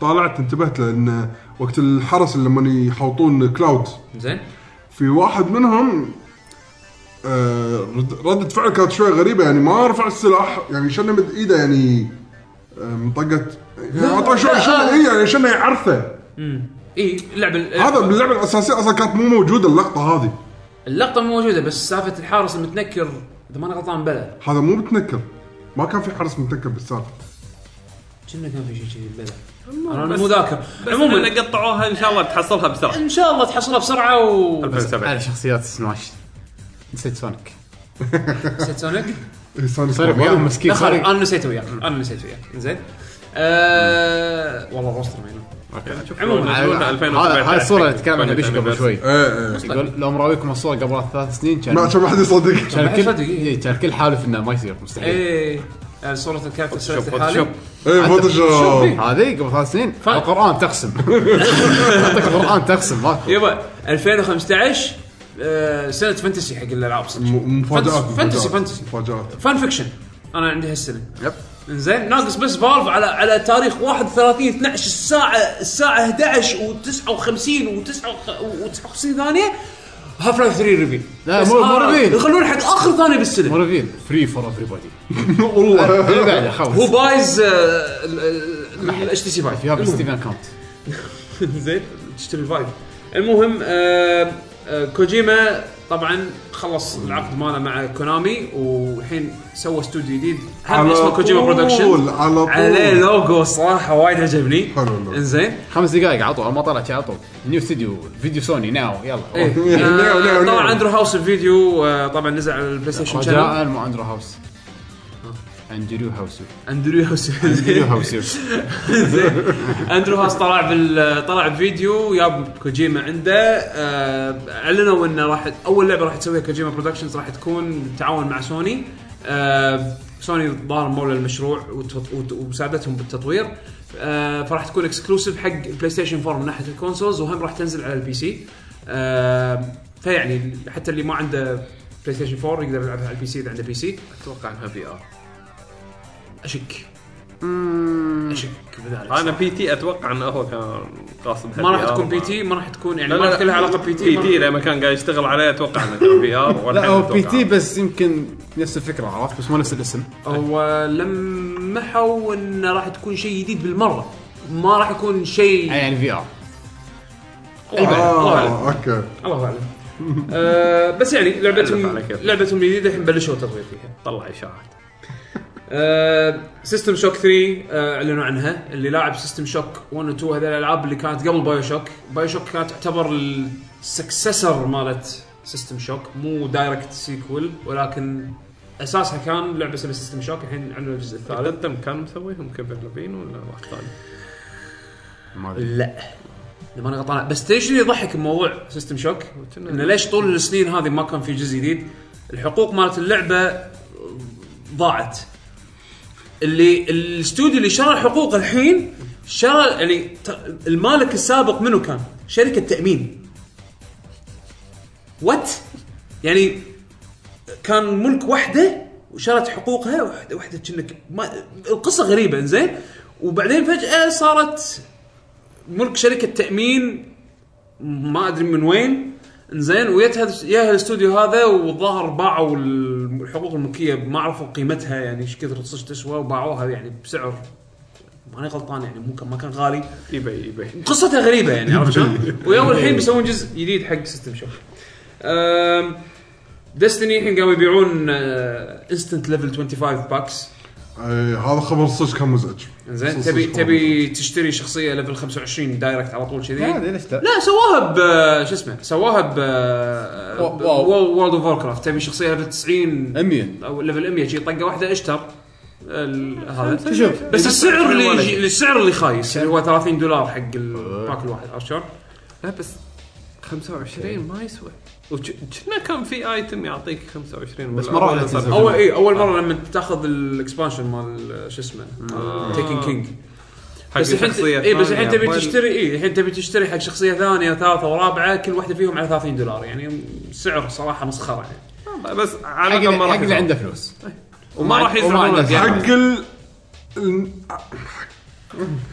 Speaker 5: طالعت انتبهت لان وقت الحرس لما يحوطون كلاود
Speaker 4: زين
Speaker 5: في واحد منهم آه، رد- ردة فعل كانت شوي غريبة يعني ما رفع السلاح يعني شنه من ايده يعني آه، منطقت يعني اعطاه شوي شنه اي يعني شنه يعرفه
Speaker 4: اي اللعبه
Speaker 5: هذا
Speaker 4: إيه، ال-
Speaker 5: باللعبة الأساسية أصلا كانت مو موجودة اللقطة هذه
Speaker 4: اللقطه مو موجوده بس سالفه الحارس المتنكر اذا ماني غلطان بلا
Speaker 5: هذا مو متنكر ما كان في حرس متنكر بالسالفة
Speaker 4: كنا كان في شيء كذي بلا انا مو ذاكر عموما
Speaker 10: عموما قطعوها ان شاء الله تحصلها بسرعه
Speaker 4: ان شاء الله تحصلها بسرعه و
Speaker 10: 2007
Speaker 2: على شخصيات سماش نسيت سونيك
Speaker 4: نسيت سونيك
Speaker 5: إيه، سوني
Speaker 2: صار
Speaker 5: سوني.
Speaker 2: وياهم مسكين
Speaker 4: دخل
Speaker 2: صار
Speaker 4: انا نسيت وياك انا نسيت وياك زين آه والله الروستر مينون عموما
Speaker 10: نزلونا 2017
Speaker 2: هذا هذه الصوره اللي تكلم عنها بيش قبل شوي
Speaker 5: ايه ايه
Speaker 2: يقول لو مراويكم الصوره قبل ثلاث سنين كان
Speaker 5: ما عشان ما حد يصدق
Speaker 2: كان
Speaker 4: صدق،
Speaker 2: الكل
Speaker 4: إيه.
Speaker 2: إيه، كان الكل حالف انه ما يصير مستحيل
Speaker 4: ايه آه، صورة الكاركتر السلفي
Speaker 10: شوف
Speaker 4: الحالي
Speaker 5: ايه فوتوشوب
Speaker 2: هذه قبل ثلاث سنين القران تقسم حتى القران تقسم ماكو
Speaker 4: يبا 2015 آه، سنة فانتسي حق الالعاب صدق
Speaker 5: م- مفاجآت
Speaker 4: فانتسي- فانتسي
Speaker 5: مفاجآت.
Speaker 4: فانتسي
Speaker 5: مفاجآت
Speaker 4: فان فيكشن انا عندي هالسنة
Speaker 2: يب
Speaker 4: زين ناقص بس فالف على على تاريخ 31 12 الساعة الساعة 11 و59 و59 ثانية هاف لايف 3 ريفيل
Speaker 2: لا،
Speaker 4: بس
Speaker 2: مو- مو
Speaker 4: آه،
Speaker 2: ريفيل.
Speaker 4: يخلون حق اخر ثانية بالسنة
Speaker 2: مو ريفيل فري فور افري بادي
Speaker 5: والله
Speaker 4: آه،
Speaker 2: بعده
Speaker 4: هو
Speaker 2: خلاص
Speaker 4: بايز آه، الاتش تي سي فايف
Speaker 2: فيها ستيفن اكونت
Speaker 4: زين تشتري الفايف المهم آه، آه، كوجيما طبعا خلص العقد ماله مع كونامي والحين سوى استوديو جديد هم
Speaker 5: على
Speaker 4: اسمه كوجيما
Speaker 5: طول،
Speaker 4: برودكشن
Speaker 5: على طول.
Speaker 4: عليه لوجو صراحه وايد عجبني
Speaker 5: حلو اللوجو.
Speaker 4: انزين
Speaker 2: خمس دقائق عطوا أول ما طلع شي عطوا نيو استوديو فيديو سوني ناو يلا
Speaker 4: إيه.
Speaker 5: نعم، نعم،
Speaker 4: آه،
Speaker 5: نعم.
Speaker 4: طلع اندرو هاوس الفيديو آه، طبعا نزل على البلاي ستيشن شانل
Speaker 2: رجاء مو اندرو هاوس اندرو هاوسو
Speaker 4: اندرو هاوس
Speaker 2: اندرو هاوسو
Speaker 4: زين اندرو هاس طلع بال طلع بفيديو ياب كوجيما عنده آه، اعلنوا انه راح اول لعبه راح تسويها كوجيما برودكشنز راح تكون بالتعاون مع سوني آه، سوني ظهر مولى المشروع وت- وت- ومساعدتهم بالتطوير آه، فراح تكون اكسكلوسيف حق بلاي ستيشن 4 من ناحيه الكونسولز وهم راح تنزل على البي سي آه، فيعني حتى اللي ما عنده بلاي ستيشن 4 يقدر يلعبها على البي سي اذا عنده بي سي
Speaker 10: اتوقع انها في ار
Speaker 4: اشك اشك بذلك
Speaker 10: انا بي تي اتوقع انه هو كان قاصد
Speaker 4: ما راح تكون بي تي ما راح تكون يعني ما راح لها علاقه بي تي
Speaker 10: بي تي لما كان قاعد يشتغل عليه اتوقع انه كان في ار
Speaker 2: لا هو بي تي بس يمكن نفس الفكره عرفت بس مو نفس الاسم
Speaker 4: هو لمحوا انه راح تكون شيء جديد بالمره ما راح يكون شيء
Speaker 2: يعني في ار
Speaker 4: الله أعلم، الله اعلم
Speaker 5: اه اوكي
Speaker 4: الله اعلم آه، بس يعني لعبتهم
Speaker 10: على كيف.
Speaker 4: لعبتهم الجديده الحين بلشوا تطوير فيها
Speaker 10: طلع اشاعات
Speaker 4: آه، سيستم شوك 3 آه، اعلنوا عنها اللي لاعب سيستم شوك 1 و 2 هذول الالعاب اللي كانت قبل بايو شوك بايو شوك كانت تعتبر السكسسر مالت سيستم شوك مو دايركت سيكول ولكن اساسها كان لعبه اسمها سيستم شوك الحين عملوا الجزء الثالث
Speaker 10: قدم كان مسويهم كمبلبين ولا واحد ثاني؟
Speaker 2: ما ادري
Speaker 4: لا اذا ماني غلطان بس تدري شنو يضحك بموضوع سيستم شوك؟ انه ليش طول السنين هذه ما كان في جزء جديد؟ الحقوق مالت اللعبه ضاعت. اللي الاستوديو اللي شرى الحقوق الحين شرى يعني ت- المالك السابق منو كان؟ شركه تامين. وات؟ يعني كان ملك وحده وشرت حقوقها وحده وحده كأنك ما القصه غريبه زين وبعدين فجاه صارت ملك شركه تامين ما ادري من وين زين ويت هذا يا الاستوديو هذا والظاهر باعوا الحقوق الملكيه ما عرفوا قيمتها يعني ايش كثر تصج تسوى وباعوها يعني بسعر ماني غلطان يعني ممكن ما كان غالي
Speaker 10: ايباي ايباي
Speaker 4: قصتها غريبه يعني عرفت شلون؟ ويوم الحين بيسوون جزء جديد حق سيستم شوك. آه، ديستني الحين قاموا يبيعون انستنت ليفل 25 باكس
Speaker 5: اي إيه، هذا خبر صدق كان مزعج
Speaker 4: زين
Speaker 5: صدق
Speaker 4: تبي
Speaker 5: كان
Speaker 4: تبي تشتري شخصيه ليفل 25 دايركت على طول كذي
Speaker 12: عادي ليش لا؟
Speaker 4: لا سواها ب شو اسمه سواها ب
Speaker 12: و- واو.
Speaker 4: وورلد اوف ووركرافت تبي شخصيه ليفل 90
Speaker 12: 100
Speaker 4: او ليفل 100 شي طقه واحده اشتر ال- هذا
Speaker 12: شوف
Speaker 4: بس السعر اللي السعر اللي خايس اللي هو 30 دولار حق الباك الواحد عرفت شلون؟
Speaker 3: لا بس 25 ما يسوى وكنا كان في ايتم يعطيك 25
Speaker 2: بس
Speaker 3: ولا
Speaker 2: مرة
Speaker 3: أول
Speaker 2: واحدة
Speaker 3: صار-
Speaker 2: تنزل.
Speaker 4: اول اي اول مره إيه، لما تاخذ الاكسبانشن مال شو اسمه تيكن كينج
Speaker 3: حق
Speaker 4: بس الحين
Speaker 3: شخصية
Speaker 4: اي بس
Speaker 3: ثانية. طيب.
Speaker 4: الحين تبي
Speaker 3: وين-
Speaker 4: تشتري اي الحين تبي تشتري حق شخصيه ثانيه ثالثه ورابعه كل واحده فيهم على 30 دولار يعني سعر صراحه مسخره يعني
Speaker 3: بس على
Speaker 2: حق
Speaker 3: الاقل ما
Speaker 2: اللي-
Speaker 3: راح
Speaker 2: حق اللي
Speaker 3: يزعل.
Speaker 2: عنده فلوس
Speaker 3: وما راح
Speaker 2: وما عنده
Speaker 3: يزعلون
Speaker 2: زيادة.
Speaker 5: حق ال ال-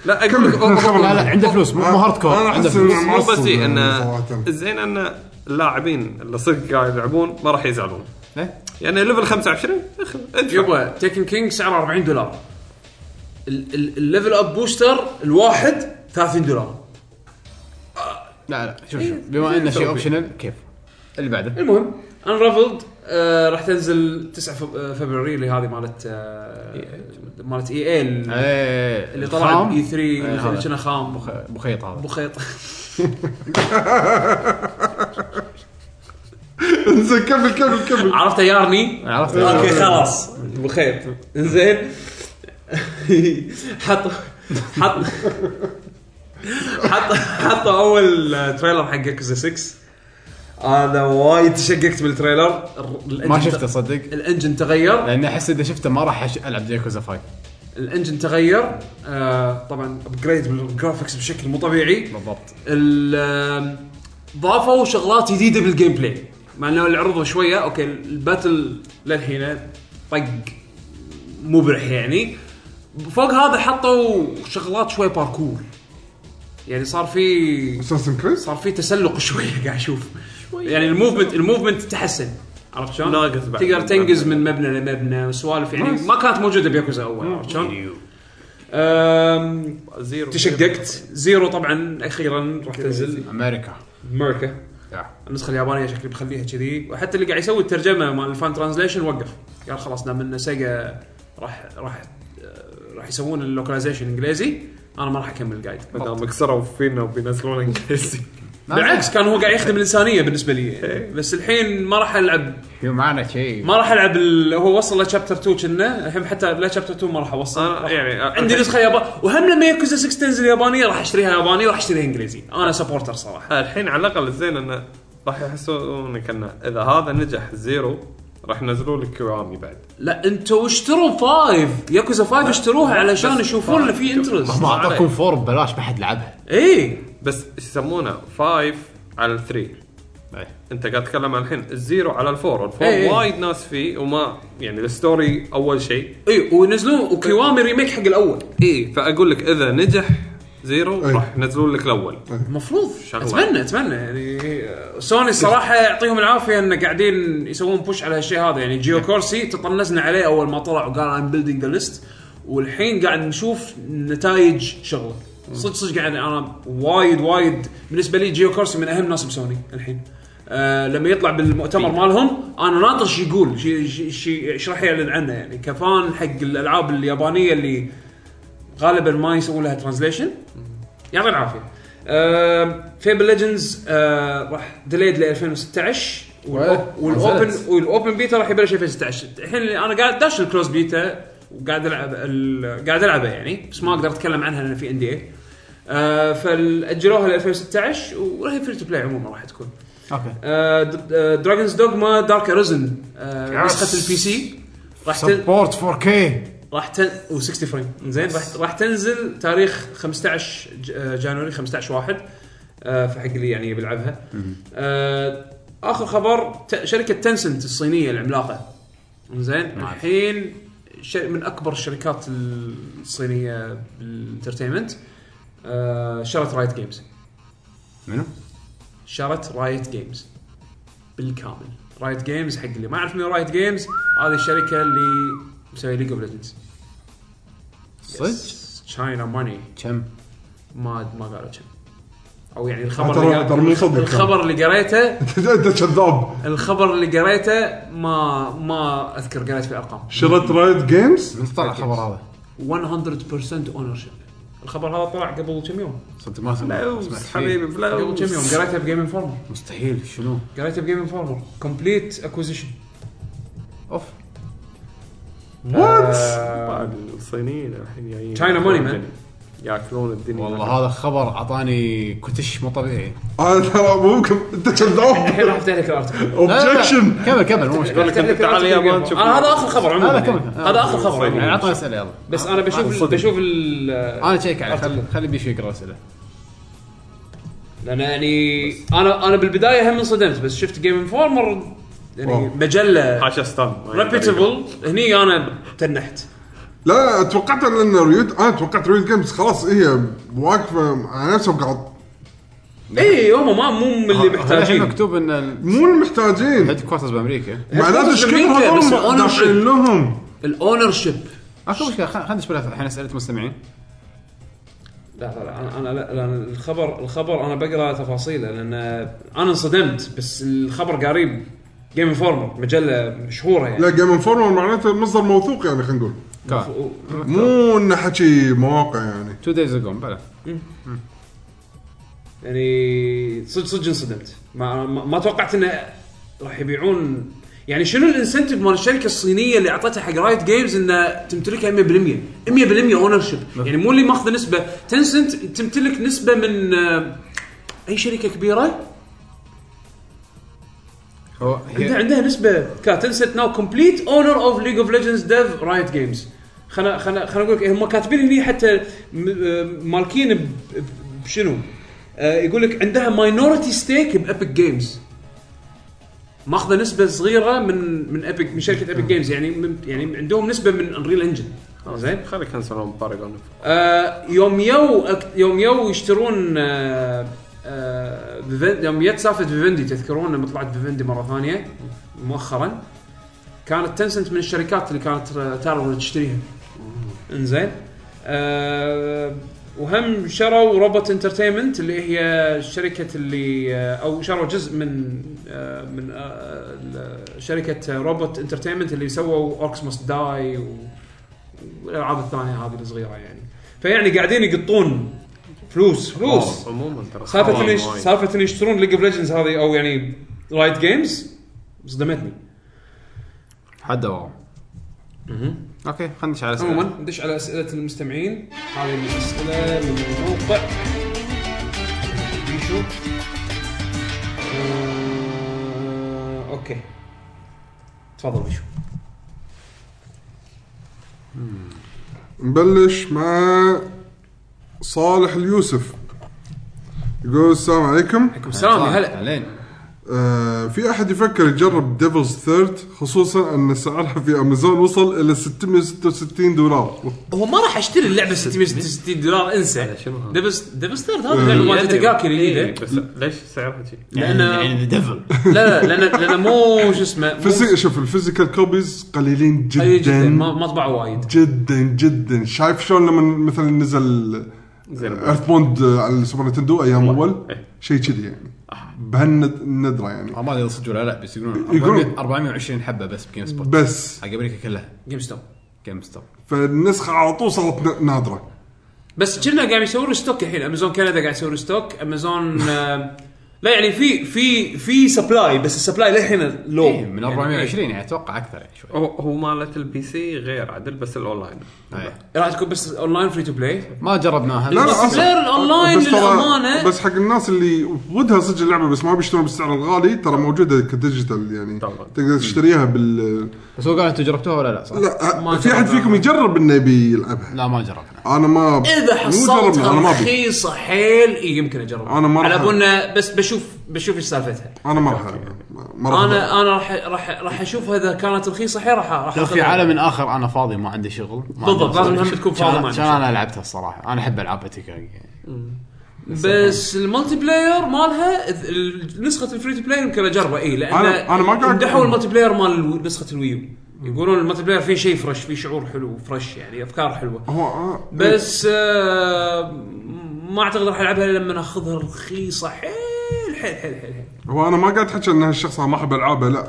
Speaker 3: لا اقول لك
Speaker 2: لا لا عنده فلوس مو مو هارد كور
Speaker 5: انا
Speaker 2: عنده
Speaker 5: احس
Speaker 2: فلوس
Speaker 5: انه
Speaker 3: مو بس
Speaker 5: معصب
Speaker 3: إيه، ان
Speaker 5: صراحة.
Speaker 3: الزين ان اللاعبين اللي صدق قاعد يلعبون ما راح يزعلون
Speaker 2: ليه؟
Speaker 3: يعني ليفل 25 أخ- ادفع
Speaker 4: يبا تيكن كينج سعره 40 دولار ال- ال- الليفل اب بوستر الواحد 30 دولار
Speaker 2: لا لا شوف شوف بما انه شيء اوبشنال كيف اللي بعده
Speaker 4: المهم انرافلد آه راح تنزل 9 فب- آه، فبراير اللي هذه مالت آه مالت اي اي
Speaker 2: ايه
Speaker 4: اللي طلع اي
Speaker 2: الخام.
Speaker 4: 3 اللي
Speaker 2: آه، إيه، هذا.
Speaker 4: كنا خام
Speaker 2: ابو خيط هذا
Speaker 4: ابو خيط
Speaker 5: انزين كمل كمل كمل
Speaker 4: عرفت يارني
Speaker 2: عرفت
Speaker 4: اوكي خلاص بخيط زين حط حط حط حط اول تريلر حق اكوزا 6 انا وايد تشققت بالتريلر الر-
Speaker 2: ما
Speaker 4: الإنجن
Speaker 2: شفته
Speaker 4: تغ-
Speaker 2: صدق
Speaker 4: الانجن تغير
Speaker 2: لان احس اذا شفته ما راح أش- العب جاكوزا فايت
Speaker 4: الانجن تغير آه، طبعا ابجريد بالجرافكس بشكل مو طبيعي
Speaker 2: بالضبط
Speaker 4: ال- آم، ضافوا شغلات جديده بالجيم بلاي مع انه اللي عرضوا شويه اوكي الباتل للحين طق مبرح يعني فوق هذا حطوا شغلات شوي باركور يعني صار في
Speaker 5: اساسن كريس
Speaker 4: صار في تسلق شويه قاعد اشوف يعني الموفمنت الموفمنت تحسن عرفت شلون؟
Speaker 3: ناقص بعد.
Speaker 4: تقدر تنقز من مبنى لمبنى وسوالف يعني ما كانت موجوده بياكوزا اول عرفت شلون؟ آم،
Speaker 3: زيرو
Speaker 4: تشققت زيرو طبعا اخيرا راح تنزل
Speaker 2: امريكا
Speaker 4: امريكا
Speaker 2: Yeah.
Speaker 4: النسخه اليابانيه شكلي مخليها كذي وحتى اللي قاعد يسوي الترجمه مال الفان ترانزليشن وقف قال خلاص دام ان سيجا راح راح آه، راح يسوون اللوكلايزيشن انجليزي انا ما راح اكمل الجايد
Speaker 3: ما دام كسروا فينا وبينزلون انجليزي
Speaker 4: بالعكس كان هو قاعد يخدم الانسانيه بالنسبه لي يعني. بس الحين ما راح العب
Speaker 2: شو معنا شيء
Speaker 4: ما راح العب ال... هو وصل لشابتر 2 كنا الحين حتى لا شابتر 2 ما راح اوصل
Speaker 3: أنا يعني أ-
Speaker 4: عندي نسخه يابانيه وهم لما يكوزا 6 تنزل يابانيه راح اشتريها يابانيه وراح اشتريها انجليزي انا سبورتر صراحه
Speaker 3: الحين على الاقل الزين انه راح يحسون انك انه اذا هذا نجح زيرو راح ينزلوا لك كيوامي بعد
Speaker 4: لا انتوا اشتروا فايف ياكوزا فايف اشتروها علشان يشوفون انه في إيه. انترست
Speaker 2: ما اعطاكم فور ببلاش ما حد لعبها
Speaker 4: اي
Speaker 3: بس ايش يسمونه 5 على 3
Speaker 2: إيه.
Speaker 3: انت قاعد تتكلم عن الحين الزيرو على الفور الفور
Speaker 4: إيه.
Speaker 3: وايد ناس فيه وما يعني الستوري اول شيء
Speaker 4: اي وينزلون إيه، وكيوامي ريميك حق الاول
Speaker 3: اي فاقول لك اذا نجح زيرو
Speaker 5: إيه.
Speaker 3: راح ينزلون لك الاول
Speaker 4: المفروض
Speaker 3: شغلة.
Speaker 4: اتمنى اتمنى يعني آه، سوني الصراحه يعطيهم العافيه ان قاعدين يسوون بوش على هالشيء هذا يعني جيو كورسي تطنزنا عليه اول ما طلع وقال ام بيلدينج ذا ليست والحين قاعد نشوف نتائج شغله صدق صدق قاعد انا وايد وايد بالنسبه لي جيو كورسي من اهم ناس بسوني الحين آه لما يطلع بالمؤتمر مالهم انا ناطر شو يقول شي- شي- شي- ايش راح يعلن عنه يعني كفان حق الالعاب اليابانيه اللي غالبا ما يسوون لها ترانزليشن يعطي العافيه فيبل ليجندز آه، راح ديليد ل 2016 والأو- والاوبن والاوبن بيتا راح يبلش 2016 الحين اللي انا قاعد داش الكلوز بيتا وقاعد العب ال- قاعد العبه يعني بس ما اقدر اتكلم عنها لان في ان دي اي آه، فاجلوها ل 2016 وراح فري تو بلاي عموما راح تكون آه،
Speaker 2: اوكي
Speaker 4: دراجونز دوغما دارك اريزن نسخه البي سي آه، راح تن-
Speaker 2: سبورت 4K
Speaker 4: راح تن و60 فريم زين راح راح تنزل تاريخ 15 ج- آه، جانوري 15 واحد آه، فحق اللي يعني بيلعبها آه، اخر خبر ت- شركه تنسنت الصينيه العملاقه زين الحين ش- من اكبر الشركات الصينيه بالانترتينمنت آه، شرت رايت جيمز
Speaker 2: منو؟
Speaker 4: شرت رايت جيمز بالكامل رايت جيمز حق اللي ما يعرف مين رايت جيمز هذه الشركه اللي مسويه ليج اوف ليجندز
Speaker 2: صدق؟
Speaker 4: تشاينا ماني
Speaker 2: كم؟
Speaker 4: ما ما قالوا كم او يعني الخبر
Speaker 5: ترى-
Speaker 4: اللي قا-
Speaker 5: ترى مو صدق كان.
Speaker 4: الخبر اللي قريته
Speaker 5: انت كذاب
Speaker 4: الخبر اللي قريته ما ما اذكر قريت في ارقام
Speaker 5: شريت رايد جيمز
Speaker 2: من طلع الخبر هذا
Speaker 4: 100% اونر شيب الخبر هذا طلع قبل كم يوم
Speaker 2: صدق ما سمعت
Speaker 10: فلوس حبيبي
Speaker 4: قبل
Speaker 10: فلوس
Speaker 4: كم يوم قريته بجيم انفورمر
Speaker 2: مستحيل شنو
Speaker 4: قريته بجيم انفورمر كومبليت اكوزيشن
Speaker 2: اوف
Speaker 4: آه.
Speaker 10: آه، بعد الصينيين الحين جايين
Speaker 4: China Money Man.
Speaker 10: ياكلون الدنيا
Speaker 2: والله هذا الخبر اعطاني كتش مو طبيعي
Speaker 5: انا ترى آه، ممكن انت كذاب
Speaker 4: الحين راح افتح لك
Speaker 2: لا،
Speaker 4: الارتكل
Speaker 2: لا، لا.
Speaker 5: اوبجكشن
Speaker 2: كمل كمل مو مشكله
Speaker 10: يقول لك انت تعال اليابان شوف
Speaker 3: آه،
Speaker 4: انا هذا اخر خبر عموما
Speaker 2: هذا
Speaker 4: يعني.
Speaker 2: كمل كمل.
Speaker 4: هذا اخر خبر
Speaker 2: يعني
Speaker 4: عموما
Speaker 2: اعطني اسئله يلا
Speaker 4: بس انا بشوف
Speaker 2: صدق.
Speaker 4: بشوف ال-
Speaker 2: انا تشيك عليه خلي خلي بيشو يقرا اسئله
Speaker 4: لان يعني انا انا بالبدايه هم انصدمت بس شفت جيم انفورمر يعني
Speaker 5: واو.
Speaker 4: مجله
Speaker 10: حاشا ستان
Speaker 4: ريبيتبل هني انا تنحت
Speaker 5: لا توقعت لان ريوت انا آه، توقعت ريوت جيمز خلاص هي واقفه على نفسها وقاعد
Speaker 4: اي هم ما مو من اللي
Speaker 2: الحين
Speaker 4: محتاجين
Speaker 2: مكتوب ان الهيد
Speaker 5: مو المحتاجين
Speaker 2: كوارترز بامريكا
Speaker 5: معناته ايش كثر
Speaker 4: أمريكا، بس
Speaker 5: هذول
Speaker 4: ال ownership.
Speaker 5: دافعين لهم
Speaker 4: الاونر شيب
Speaker 2: اكو مشكله خل- خلينا نشبه الحين اسئله المستمعين
Speaker 4: لا لا لا انا انا لا لا أنا الخبر الخبر انا بقرا تفاصيله لان انا انصدمت بس الخبر قريب جيم انفورمر مجله مشهوره يعني
Speaker 5: لا جيم انفورمر معناته مصدر موثوق يعني خلينا نقول
Speaker 2: كان
Speaker 5: مو انه حكي مواقع يعني
Speaker 2: تو دايز اجو بلى
Speaker 4: يعني صدق صدق انصدمت ما ما, ما توقعت انه راح يبيعون يعني شنو الانسنتيف مال الشركه الصينيه اللي اعطتها حق رايت جيمز انه تمتلكها 100% 100% اونر شيب يعني مو اللي ماخذ نسبه تنسنت تمتلك نسبه من آه، اي شركه كبيره
Speaker 2: هو
Speaker 4: عندها
Speaker 2: هي
Speaker 4: عندها نسبه كاتنسنت ناو كومبليت اونر اوف ليج اوف ليجندز ديف رايت جيمز خلنا خلنا خلنا اقول لك إيه، هم كاتبين هني حتى م- آه، مالكين ب- ب- بشنو؟ آه، يقول لك عندها ماينورتي ستيك بابيك جيمز ماخذه نسبه صغيره من من ابيك من شركه ابيك جيمز يعني من يعني عندهم نسبه من انريل انجن زين
Speaker 10: خليك كنسلون باراجون
Speaker 4: آه، يوم يو أك- يوم يو يشترون آه، آه، فيفن- يوم جت سالفه فيفندي تذكرون لما طلعت فيفندي مره ثانيه مؤخرا كانت تنسنت من الشركات اللي كانت آه، تعرض تشتريها انزين آه، وهم شروا روبوت انترتينمنت اللي هي الشركه اللي آه، او شروا جزء من آه، من آه، ال- شركه روبوت انترتينمنت اللي سووا اوركس ماست داي و- والالعاب الثانيه هذه الصغيره يعني فيعني قاعدين يقطون فلوس فلوس
Speaker 10: عموما Oh, ترى
Speaker 4: سالفه
Speaker 10: حرام
Speaker 4: ان
Speaker 10: وايد.
Speaker 4: سالفه ان يشترون ليج اوف ليجندز هذه او يعني رايت جيمز صدمتني
Speaker 2: حد واو اوكي خلينا ندش على
Speaker 4: عموما
Speaker 2: اسئله
Speaker 4: ندش على اسئله المستمعين هذه الاسئله من الموقع بيشو آه، اوكي تفضل بيشو
Speaker 5: نبلش مع صالح اليوسف يقول السلام عليكم
Speaker 4: السلام يا هلا
Speaker 2: هلين
Speaker 5: آه، في احد يفكر يجرب ديفلز ثيرد خصوصا ان سعرها في امازون وصل الى 666 دولار
Speaker 4: هو ما راح اشتري اللعبه 666 دولار انسى
Speaker 10: شنو هذا؟
Speaker 4: دبس دبس ثيرد هذا اللعبه مالت تقاكي
Speaker 10: إيه،
Speaker 4: الجديده
Speaker 10: بس ليش سعرها شي؟
Speaker 4: لان لا
Speaker 2: ديفل
Speaker 4: لا لان لان مو شو اسمه مو-
Speaker 5: فيزي- شوف الفيزيكال كوبيز قليلين
Speaker 4: أي جدا أيوة ما
Speaker 5: جدا
Speaker 4: ما طبعوا وايد
Speaker 5: جدا جدا شايف شلون لما مثلا نزل
Speaker 10: زين
Speaker 5: ايرث بوند على السوبر نتندو ايام اول شيء كذي يعني بهالندره يعني
Speaker 2: ما ادري صدق ولا لا بس يقولون
Speaker 5: يقولون-
Speaker 2: 400 420 حبه بس بجيم سبوت
Speaker 5: بس
Speaker 2: حق امريكا كلها
Speaker 4: جيم ستوب
Speaker 2: جيم ستوب
Speaker 5: فالنسخه على طول صارت ن- نادره
Speaker 4: بس كنا قاعد يسوون ستوك الحين امازون كندا قاعد يسوون ستوك امازون آه، لا يعني في في في سبلاي بس السبلاي للحين لو
Speaker 2: إيه، من 420 يعني اتوقع اكثر يعني شوي
Speaker 10: هو هو مالت البي سي غير عدل بس الاونلاين
Speaker 2: إيه.
Speaker 4: راح تكون بس اونلاين فري تو بلاي
Speaker 2: ما جربناها
Speaker 5: لا لا
Speaker 4: بس
Speaker 5: أصلاً.
Speaker 4: غير الأونلاين
Speaker 5: بس ترى-
Speaker 4: للأمانة.
Speaker 5: بس حق الناس اللي ودها صدق اللعبه بس ما بيشترون بالسعر الغالي ترى موجوده كديجيتال يعني
Speaker 10: طبعاً.
Speaker 5: تقدر تشتريها بال
Speaker 2: بس هو قال انتم جربتوها ولا لا صح؟
Speaker 5: لا
Speaker 4: ما
Speaker 5: في احد
Speaker 4: جربناها.
Speaker 5: فيكم يجرب انه يبي يلعبها
Speaker 2: لا ما جربنا
Speaker 5: انا ما
Speaker 4: اذا
Speaker 5: مو جربنا، انا ما
Speaker 4: حصلتها
Speaker 5: ابي
Speaker 4: رخيصه حيل إيه، يمكن اجربها
Speaker 5: أنا ما
Speaker 4: على
Speaker 5: راح-
Speaker 4: بالنا بس بشوف بشوف ايش سالفتها
Speaker 5: انا ما راح ما- ما راح
Speaker 4: انا انا راح راح راح اشوف اذا كانت رخيصه حيل راح راح
Speaker 2: لو في
Speaker 4: أخذها.
Speaker 2: عالم اخر انا فاضي ما عندي شغل ما
Speaker 4: بالضبط،
Speaker 2: عندي
Speaker 4: لازم
Speaker 2: مشكلة.
Speaker 4: هم تكون
Speaker 2: عشان-
Speaker 4: فاضي ما عندك
Speaker 2: عشان
Speaker 4: شغل.
Speaker 2: انا لعبتها الصراحه انا احب العاب التكاكي يعني
Speaker 4: بس المالتي بلاير مالها ال- ال- نسخه الفري تو بلاي يمكن اجربه اي لان
Speaker 5: أنا- أنا ما قاعد-
Speaker 4: مدحوا المالتي بلاير مال الو- نسخه الويو يقولون المالتي بلاير فيه شيء فرش فيه شعور حلو فرش يعني افكار حلوه
Speaker 5: هو آه،
Speaker 4: بس آه، ما اعتقد راح العبها الا لما اخذها رخيصه حيل حيل حيل حيل حيل.
Speaker 5: هو انا ما قاعد احكي ان هالشخص ما احب العابه لا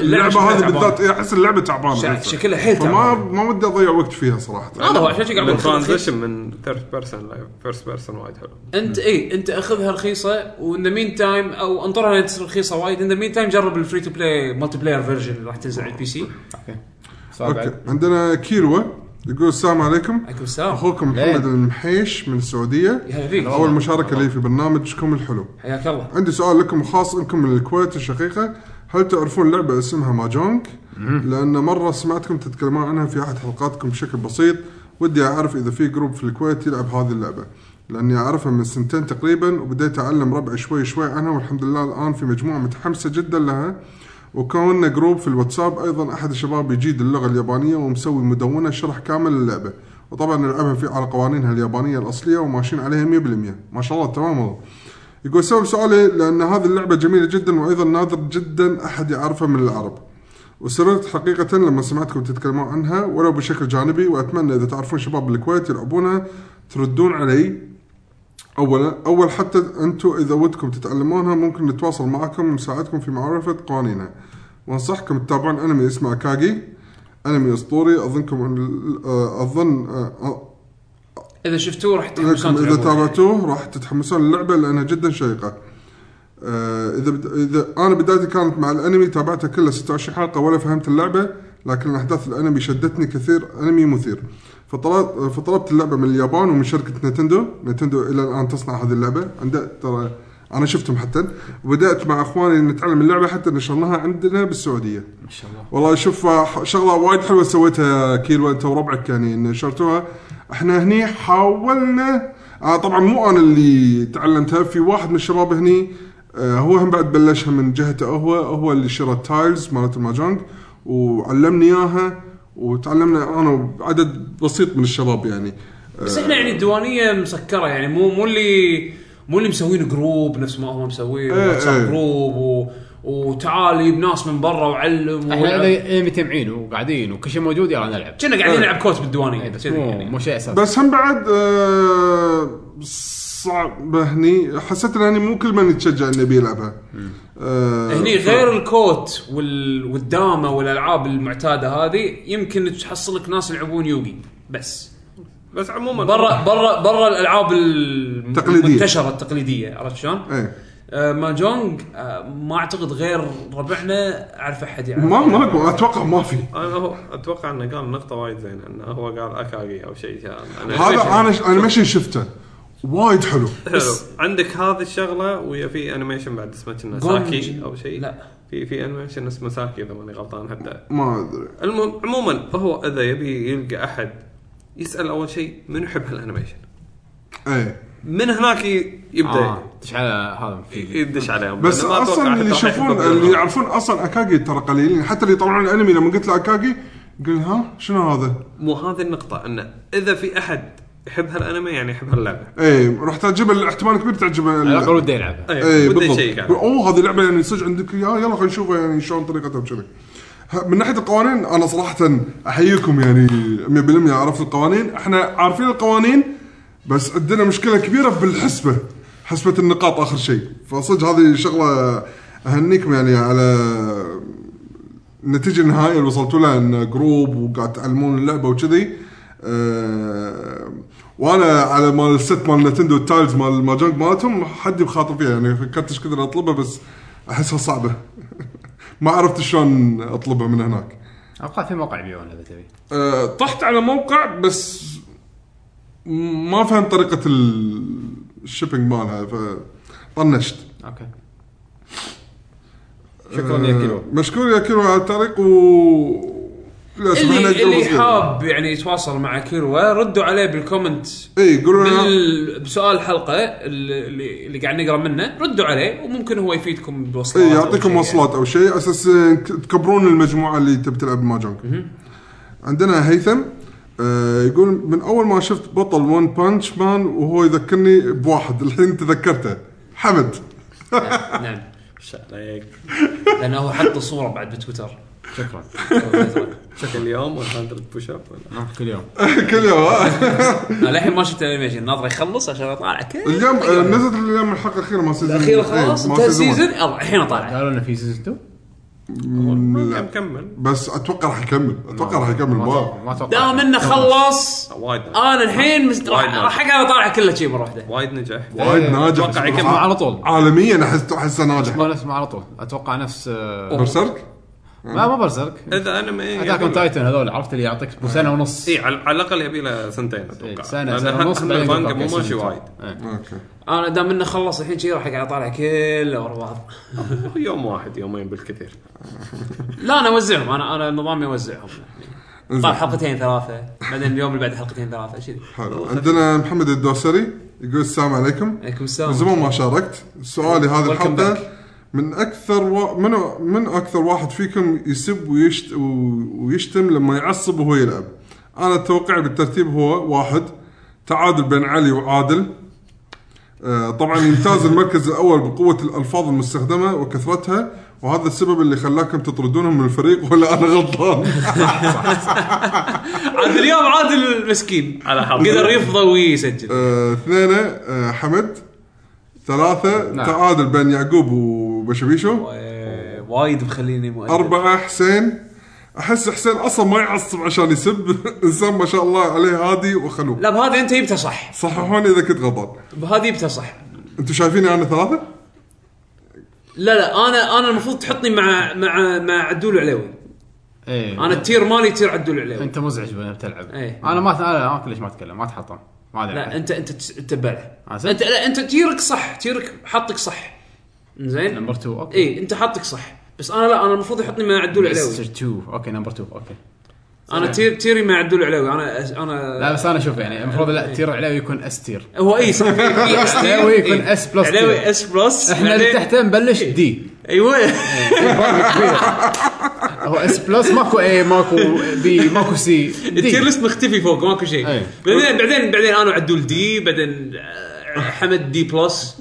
Speaker 5: اللعبه
Speaker 4: شكلها
Speaker 5: هذه
Speaker 4: تعبانة.
Speaker 5: بالذات إيه، احس اللعبه تعبانه
Speaker 4: شا- شكلها حيل
Speaker 5: فما
Speaker 4: تعبانة.
Speaker 5: ما ودي اضيع وقت فيها صراحه
Speaker 4: هذا هو عشان شي قاعد أقول خذ-
Speaker 10: الترانزيشن من ثيرد بيرسون لفيرست بيرسون وايد حلو
Speaker 4: انت اي انت اخذها رخيصه وان ذا مين تايم او انطرها لين تصير رخيصه وايد ان ذا مين تايم جرب الفري تو بلاي مالتي بلاير فيرجن اللي راح تنزل على البي سي
Speaker 2: سؤال
Speaker 5: اوكي
Speaker 2: بعد
Speaker 5: عندنا كيلوا يقول السلام عليكم
Speaker 4: عليكم السلام
Speaker 5: اخوكم
Speaker 2: ليه؟
Speaker 5: محمد المحيش من السعوديه
Speaker 4: يا هلا فيك
Speaker 5: اول مشاركه لي في برنامجكم الحلو
Speaker 4: حياك الله
Speaker 5: عندي سؤال لكم خاص انكم من الكويت الشقيقه هل تعرفون لعبه اسمها ماجونج؟ لان مره سمعتكم تتكلمون عنها في احد حلقاتكم بشكل بسيط ودي اعرف اذا في جروب في الكويت يلعب هذه اللعبه لاني اعرفها من سنتين تقريبا وبديت اعلم ربعي شوي شوي عنها والحمد لله الان في مجموعه متحمسه جدا لها وكوننا جروب في الواتساب ايضا احد الشباب يجيد اللغه اليابانيه ومسوي مدونه شرح كامل للعبه وطبعا نلعبها في على قوانينها اليابانيه الاصليه وماشيين عليها 100% ما شاء الله تمام والله يقول سبب سؤالي لان هذه اللعبه جميله جدا وايضا نادر جدا احد يعرفها من العرب وسررت حقيقة لما سمعتكم تتكلمون عنها ولو بشكل جانبي واتمنى اذا تعرفون شباب الكويت يلعبونها تردون علي اولا اول حتى انتم اذا ودكم تتعلمونها ممكن نتواصل معكم ونساعدكم في معرفة قوانينها وانصحكم تتابعون انمي اسمه اكاجي انمي اسطوري اظنكم أن- اظن أ-
Speaker 4: اذا شفتوه راح
Speaker 5: لكم
Speaker 4: تتحمسون
Speaker 5: اذا
Speaker 4: تلعبون.
Speaker 5: تابعتوه راح تتحمسون للعبه لانها جدا شيقه. آه، اذا بد... اذا انا بدايتي كانت مع الانمي تابعته كله 26 حلقه ولا فهمت اللعبه لكن احداث الانمي شدتني كثير انمي مثير. فطلبت فطلبت اللعبه من اليابان ومن شركه نتندو، نتندو الى الان تصنع هذه اللعبه، عند ترى انا شفتهم حتى وبدات مع اخواني نتعلم اللعبه حتى نشرناها عندنا بالسعوديه.
Speaker 2: ما شاء الله
Speaker 5: والله شوف آه، شغله وايد حلوه سويتها كيلو انت وربعك يعني نشرتوها احنا هني حاولنا آه طبعا مو انا اللي تعلمتها في واحد من الشباب هني آه هو هم بعد بلشها من جهته هو هو اللي شرى التايلز مالت الماجونج وعلمني اياها وتعلمنا انا وعدد بسيط من الشباب يعني
Speaker 4: بس احنا يعني الديوانيه مسكره يعني مو مو اللي مو اللي مسوين جروب نفس ما هم مسوين
Speaker 5: ايه،
Speaker 4: واتساب
Speaker 5: ايه.
Speaker 4: جروب و... وتعال يجيب ناس من برا وعلم
Speaker 2: احنا
Speaker 4: ولعب.
Speaker 2: إذا متجمعين وقاعدين وكل شيء موجود يلا نلعب
Speaker 4: كنا قاعدين نلعب كوت بالديوانيه
Speaker 2: إيه، بس
Speaker 4: كذي
Speaker 2: مو
Speaker 4: يعني.
Speaker 2: مو شيء اساسي
Speaker 5: بس هم بعد آه، صعبه هني حسيت انني مو كل من يتشجع انه بيلعبها آه،
Speaker 4: هني
Speaker 5: ف-
Speaker 4: غير الكوت وال... والدامه والالعاب المعتاده هذه يمكن تحصل لك ناس يلعبون يوغي بس
Speaker 10: بس عموما
Speaker 4: برا برا برا الالعاب الم-
Speaker 5: التقليدية.
Speaker 4: المنتشره التقليديه عرفت شلون؟
Speaker 5: ايه
Speaker 4: آه ماجونج آه ما اعتقد غير ربعنا اعرف احد يعرف
Speaker 5: ما ماكو اتوقع ما في
Speaker 10: انا هو اتوقع انه قال نقطه وايد زينه انه هو قال اكاغي او شيء أنا
Speaker 5: هذا انا انيميشن شفته وايد حلو
Speaker 10: بس عندك هذه الشغله ويا في انيميشن بعد اسمه كنا
Speaker 4: Gonji.
Speaker 10: ساكي او شيء
Speaker 4: لا.
Speaker 10: في في انيميشن اسمه ساكي اذا ماني غلطان حتى
Speaker 5: ما ادري
Speaker 10: المهم عموما هو اذا يبي يلقى احد يسال اول شيء من يحب هالانيميشن
Speaker 5: ايه
Speaker 10: من هناك ي- يبدا
Speaker 2: اه تشعل هذا في
Speaker 3: إيه.
Speaker 10: يدش عليهم
Speaker 5: آه. بس
Speaker 10: لأن ما أتوقع
Speaker 5: اصلا
Speaker 10: حتى
Speaker 5: اللي
Speaker 10: راح
Speaker 5: يشوفون
Speaker 10: يحبون
Speaker 5: اللي يعرفون اصلا اكاجي ترى قليلين حتى اللي يطلعون الانمي لما قلت له اكاجي يقول ها شنو هذا؟
Speaker 10: مو هذه النقطه انه اذا في احد يحب هالانمي يعني يحب هاللعبه
Speaker 5: ايه راح تعجب احتمال كبير تعجب
Speaker 2: على الاقل
Speaker 5: ال-
Speaker 2: ودي العبها
Speaker 3: إيه،
Speaker 5: ايه
Speaker 10: وده
Speaker 5: بالضبط
Speaker 10: شيء قاعد.
Speaker 5: اوه هذه لعبه يعني صدق عندك اياها يلا خلينا نشوفها يعني شلون طريقتها وكذي ه- من ناحيه القوانين انا صراحه احييكم يعني 100% عرفت القوانين احنا عارفين القوانين بس عندنا مشكله كبيره بالحسبه حسبه النقاط اخر شيء فصدق هذه شغله اهنيكم يعني على النتيجه النهائيه اللي وصلتوا لها ان جروب وقاعد تعلمون اللعبه وكذي أه وانا على مال الست مال نتندو التايلز مال الماجونج مالتهم حدي بخاطر فيها يعني فكرت ايش كثر اطلبها بس احسها صعبه ما عرفت شلون اطلبها من هناك
Speaker 2: اتوقع في موقع يبيعونها اذا تبي
Speaker 5: أه طحت على موقع بس ما فهمت طريقه الشيبنج مالها فطنشت
Speaker 2: اوكي
Speaker 10: شكرا يا كيلو
Speaker 5: آه، مشكور يا كيلو على التعليق و للأسف إحنا
Speaker 4: اللي
Speaker 5: جروب
Speaker 4: اللي
Speaker 5: صغير.
Speaker 4: حاب يعني يتواصل مع كيروا ردوا عليه بالكومنت
Speaker 5: اي إيه، يقولون أنا-
Speaker 4: بال- بسؤال الحلقه اللي اللي- اللي قاعد نقرا منه ردوا عليه وممكن هو يفيدكم بوصلات
Speaker 5: اي
Speaker 4: أو
Speaker 5: إيه، يعطيكم
Speaker 4: شيء
Speaker 5: وصلات او شيء اساس تكبرون المجموعه اللي تبي تلعب الماجونج عندنا هيثم آه، يقول من اول ما شفت بطل ون بانش مان وهو يذكرني بواحد الحين تذكرته حمد
Speaker 4: يعني. نعم لانه هو حط صوره بعد بتويتر
Speaker 2: شكرا
Speaker 10: كل يوم 100 بوش اب ولا
Speaker 2: آه، كل يوم
Speaker 5: كل يوم آه.
Speaker 4: انا للحين ما شفت انيميشن ناطره يخلص عشان أيوة. اطالع كل
Speaker 5: اليوم آه، نزلت اليوم الحلقه الاخيره مال سيزون
Speaker 4: الاخير
Speaker 5: اثنين،
Speaker 4: خلاص
Speaker 5: مال
Speaker 4: انتهى
Speaker 5: سيزون واحد.
Speaker 4: السيزون يلا الحين اطالع
Speaker 2: قالوا انه في سيزون 2
Speaker 5: مم،
Speaker 10: كم
Speaker 5: لا.
Speaker 10: كمل
Speaker 5: بس اتوقع راح يكمل اتوقع راح يكمل ما
Speaker 2: ما اتوقع
Speaker 4: دام انه خلص
Speaker 10: وايد
Speaker 2: آه.
Speaker 10: ناجح.
Speaker 4: انا الحين مست- راح راح اقعد اطالع كله شي مره واحده
Speaker 10: وايد نجح
Speaker 5: وايد ناجح
Speaker 10: أتوقع
Speaker 5: بس-
Speaker 10: يكمل
Speaker 5: آه،
Speaker 2: على طول.
Speaker 5: عالميا احس احسه ناجح
Speaker 2: ما نفس ما على طول اتوقع نفس آه،
Speaker 5: برسرك
Speaker 2: ما ما برزرك
Speaker 10: اذا انمي إيه،
Speaker 2: اتاك اون
Speaker 10: يبي-
Speaker 2: تايتن هذول عرفت اللي يعطيك بو سنه ونص
Speaker 4: إيه.
Speaker 10: اي على على الاقل يبي له سنتين
Speaker 2: إيه،
Speaker 10: اتوقع
Speaker 2: سنه
Speaker 10: لأن
Speaker 2: سنه
Speaker 10: هم-
Speaker 2: ونص
Speaker 10: هم
Speaker 2: بعدين
Speaker 10: المانجا
Speaker 2: يقول
Speaker 10: مو
Speaker 2: لك
Speaker 10: ماشي
Speaker 2: أوكي،
Speaker 10: وايد
Speaker 2: سيزون 2. إيه.
Speaker 5: اوكي
Speaker 4: انا دام انه خلص الحين شي راح اقعد اطالع كله ورا بعض
Speaker 10: يوم واحد يومين بالكثير
Speaker 4: لا انا اوزعهم انا انا نظامي اوزعهم طال حلقتين ثلاثه بعدين اليوم اللي بعد حلقتين ثلاثه كذي
Speaker 5: حلو عندنا محمد الدوسري يقول السلام عليكم
Speaker 4: عليكم
Speaker 5: من
Speaker 4: السلام
Speaker 5: زمان ما شاركت سؤالي هذه
Speaker 4: Welcome
Speaker 5: الحلقه من اكثر و... من من اكثر واحد فيكم يسب ويشت... و- ويشتم لما يعصب وهو يلعب انا توقعي بالترتيب هو واحد تعادل بين علي وعادل آه، طبعا يمتاز المركز الاول بقوه الالفاظ المستخدمه وكثرتها وهذا السبب اللي خلاكم تطردونهم من الفريق ولا انا غلطان
Speaker 4: عاد اليوم عادل المسكين على حظ قدر يفضى ويسجل
Speaker 5: آه، اثنين آه، حمد ثلاثة تعادل بين يعقوب وبشبيشو
Speaker 4: آه، وايد مخليني مؤدب
Speaker 5: أربعة حسين أحس حسين أصلا ما يعصب عشان يسب إنسان ما شاء الله عليه هادي وخلوق
Speaker 4: لا بهذه انت جبتها صح
Speaker 5: صححوني إذا كنت غلطان
Speaker 4: بهذه جبتها صح
Speaker 5: أنتم شايفيني أنا ثلاثة؟
Speaker 4: لا لا انا انا المفروض تحطني مع مع مع عدول العليوي
Speaker 2: ايه
Speaker 4: انا التير مالي تير عدول العليوي
Speaker 2: انت مزعج وانا بتلعب
Speaker 4: إيه.
Speaker 2: انا ما انا ما- كلش ما اتكلم ما اتحطم ما ادري
Speaker 4: لا انت انت تس- انت بلع
Speaker 2: عسل.
Speaker 4: انت لا انت تيرك صح تيرك حطك صح زين
Speaker 2: نمبر 2 اوكي
Speaker 4: اي انت حطك صح بس انا لا انا المفروض يحطني مع عدول العليوي
Speaker 2: 2 اوكي نمبر 2 اوكي
Speaker 4: انا تير تيري مع عدول العليوي انا
Speaker 2: لا
Speaker 4: انا
Speaker 2: بس انا اشوف يعني المفروض
Speaker 4: إيه.
Speaker 2: لا تير علاوي يكون استير
Speaker 4: هو اي صح إي، اس تير،
Speaker 2: علاوي يكون
Speaker 4: إي.
Speaker 2: S plus تير.
Speaker 4: علاوي اس بلس
Speaker 2: احنا اللي إيه.
Speaker 4: بعدين-
Speaker 2: تحته نبلش دي
Speaker 4: ايوه
Speaker 2: هو اس بلس ماكو اي ماكو بي ماكو سي
Speaker 4: التير
Speaker 2: دي
Speaker 4: ليست مختفي فوق ماكو شيء
Speaker 2: إي.
Speaker 4: بعدين بعدين بعدين انا وعدول دي بعدين آه، حمد دي بلس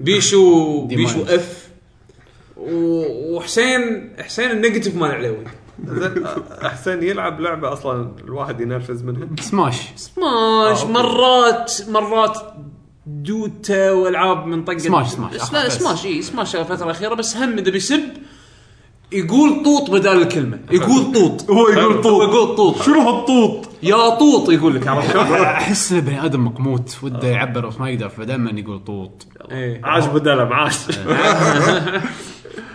Speaker 4: بيشو
Speaker 2: دي
Speaker 4: بيشو
Speaker 2: ماينس.
Speaker 4: اف و- وحسين حسين النيجاتيف مال العليوي
Speaker 10: زين، آه، حسين يلعب لعبه اصلا الواحد ينرفز منها
Speaker 2: سماش
Speaker 4: سماش مرات مرات دوتا والعاب من طق
Speaker 2: سماش، سماش، آخر
Speaker 4: لا
Speaker 2: بس.
Speaker 4: سماش اي سماش الفتره الاخيره بس هم اذا بيسب يقول طوط بدل الكلمه يقول طوط
Speaker 5: هو يقول
Speaker 4: هو
Speaker 5: طوط
Speaker 4: يقول طوط
Speaker 5: شنو هالطوط؟
Speaker 4: يا طوط يقول لك عرفت
Speaker 2: احس انه بني ادم مقموت وده
Speaker 4: آه.
Speaker 2: يعبر بس ما يقدر فدائما يقول طوط
Speaker 4: إيه.
Speaker 10: عاش بدلم عاش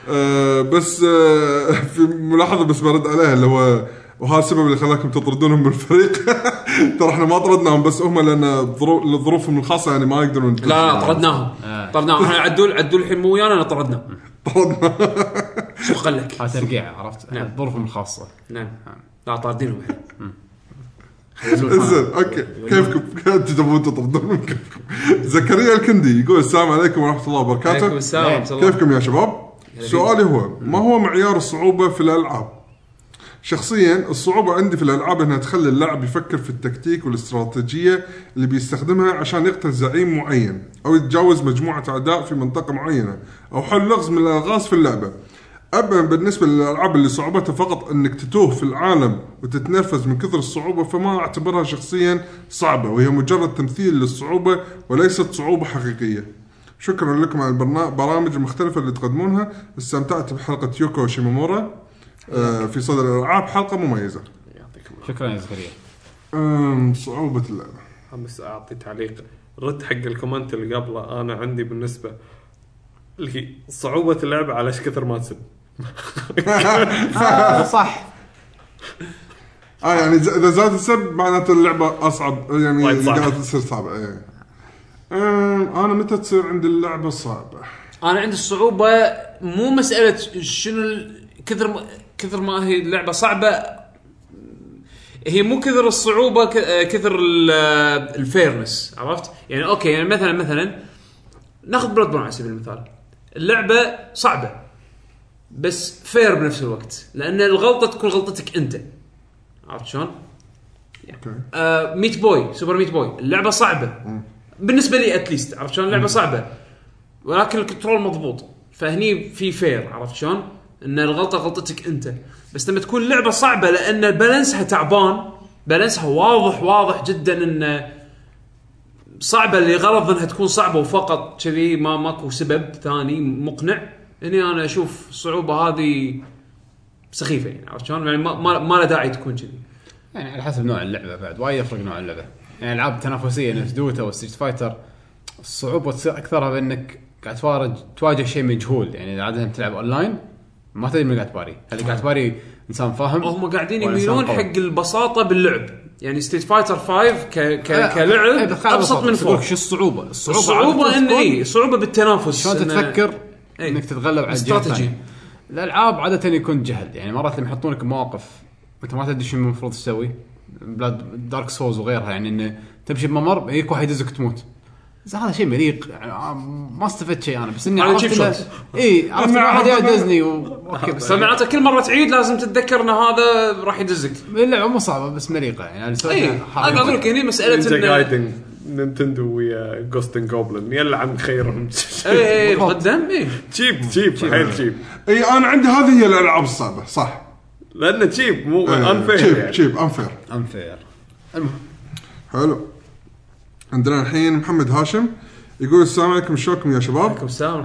Speaker 5: آه، بس آه، في ملاحظة بس برد عليها اللي هو وهذا السبب اللي خلاكم تطردونهم من الفريق ترى احنا ما طردناهم بس هم لان بظرو- لظروفهم الخاصه يعني ما يقدرون
Speaker 4: لا آه. طردناهم طردناهم احنا عدول عدول الحين مو ويانا أنا طردناه
Speaker 5: طردنا
Speaker 4: شو خلك
Speaker 2: هذا ترقيعه عرفت
Speaker 4: نعم.
Speaker 2: ظروفهم الخاصه
Speaker 4: نعم لا طاردينهم إحنا.
Speaker 5: زين اوكي كيفكم انتم تبون تطردون كيفكم زكريا الكندي يقول السلام عليكم ورحمه الله وبركاته
Speaker 4: عليكم السلام ورحمة الله.
Speaker 5: كيفكم يا شباب سؤالي هو ما هو معيار الصعوبه في الالعاب شخصيا الصعوبة عندي في الألعاب أنها تخلي اللاعب يفكر في التكتيك والاستراتيجية اللي بيستخدمها عشان يقتل زعيم معين أو يتجاوز مجموعة أعداء في منطقة معينة أو حل لغز من الألغاز في اللعبة أما بالنسبة للألعاب اللي صعوبتها فقط أنك تتوه في العالم وتتنرفز من كثر الصعوبة فما أعتبرها شخصيا صعبة وهي مجرد تمثيل للصعوبة وليست صعوبة حقيقية شكرا لكم على البرامج المختلفة اللي تقدمونها استمتعت بحلقة يوكو شيمامورا آه، في صدر الالعاب حلقه مميزه
Speaker 2: شكرا يا زكريا
Speaker 5: أم، صعوبه اللعبه
Speaker 10: بس اعطي تعليق رد حق الكومنت اللي قبله انا عندي بالنسبه اللي هي صعوبه اللعبه على ايش كثر ما تسب
Speaker 2: صح
Speaker 5: اه يعني ز- اذا زاد السب معناته اللعبه اصعب يعني
Speaker 10: وايد صعبة.
Speaker 5: قاعده تصير صعبه ايه أم، انا متى تصير عند اللعبه صعبه؟
Speaker 4: انا عندي الصعوبه مو مساله شنو ال- كثر ما كثر ما هي اللعبه صعبه هي مو كثر الصعوبه ك- آه، كثر ال- آه، الفيرنس عرفت؟ يعني اوكي يعني مثلا مثلا ناخذ بلاد بورن على سبيل المثال اللعبه صعبه بس فير بنفس الوقت لان الغلطه تكون غلطتك انت عرفت شلون؟
Speaker 5: اوكي
Speaker 4: آه، ميت بوي سوبر ميت بوي اللعبه صعبه بالنسبه لي اتليست عرفت شلون اللعبه صعبه ولكن الكنترول مضبوط فهني في فير عرفت شلون ان الغلطه غلطتك انت بس لما تكون لعبه صعبه لان بالانسها تعبان بالانسها واضح واضح جدا انه صعبه اللي غرض انها تكون صعبه وفقط كذي ما ماكو سبب ثاني مقنع هني انا اشوف الصعوبه هذه سخيفه يعني عرفت شلون؟ يعني ما ما- ما لها داعي تكون كذي
Speaker 2: يعني على حسب نوع اللعبه بعد وايد يفرق نوع اللعبه يعني العاب تنافسيه نفس دوتا وستريت فايتر الصعوبه تصير اكثرها بانك قاعد تواجه تواجه شيء مجهول يعني إذا عاده تلعب اونلاين ما تدري من قاعد تباري هل قاعد تباري انسان فاهم
Speaker 4: هم قاعدين
Speaker 2: ولا إنسان
Speaker 4: يميلون
Speaker 2: قوي؟
Speaker 4: حق البساطه باللعب يعني ستريت فايتر 5 ك... ك...
Speaker 2: آه، إيه،
Speaker 4: كلعب
Speaker 2: بس خلينا
Speaker 4: ابسط
Speaker 2: نبسط.
Speaker 4: من
Speaker 2: بس أقولك
Speaker 4: فوق إيه،
Speaker 2: شو الصعوبه الصعوبه
Speaker 4: الصعوبه
Speaker 2: عادة
Speaker 4: ان
Speaker 2: تكون
Speaker 4: اي الصعوبه بالتنافس
Speaker 2: شلون
Speaker 4: إن-
Speaker 2: تتفكر
Speaker 4: إيه.
Speaker 2: انك تتغلب على الجهه
Speaker 4: استراتيجي.
Speaker 2: الثانية. الالعاب عاده يكون جهل يعني مرات لما يحطونك بمواقف انت ما تدري شو المفروض تسوي بلاد دارك سوز وغيرها يعني انه تمشي بممر يجيك واحد يدزك تموت بس هذا شيء مليق يعني ما استفدت شيء انا بس اني
Speaker 4: هذا
Speaker 2: عرفت
Speaker 4: cheap
Speaker 2: إنه-
Speaker 4: shot.
Speaker 2: اي عرفت إن واحد يدزني و... اوكي بس
Speaker 4: فمعناته كل مره تعيد لازم تتذكر ان هذا راح يدزك
Speaker 2: اللعبه يعني مو صعبه بس مليقه يعني أنا سويتها
Speaker 4: اي انا اقول لك هني إيه،
Speaker 10: انت
Speaker 4: مساله ان
Speaker 10: قايدنج نينتندو ويا جوستن جوبلن يلعن خيرهم
Speaker 4: اي اي تقدم اي
Speaker 10: تشيب تشيب حيل تشيب
Speaker 5: اي انا عندي هذه هي الالعاب الصعبه صح
Speaker 10: لانه تشيب مو
Speaker 3: آه،
Speaker 5: تشيب
Speaker 10: انفير يعني
Speaker 5: تشيب انفير
Speaker 2: انفير
Speaker 5: حلو عندنا الحين محمد هاشم يقول السلام عليكم شلونكم يا شباب؟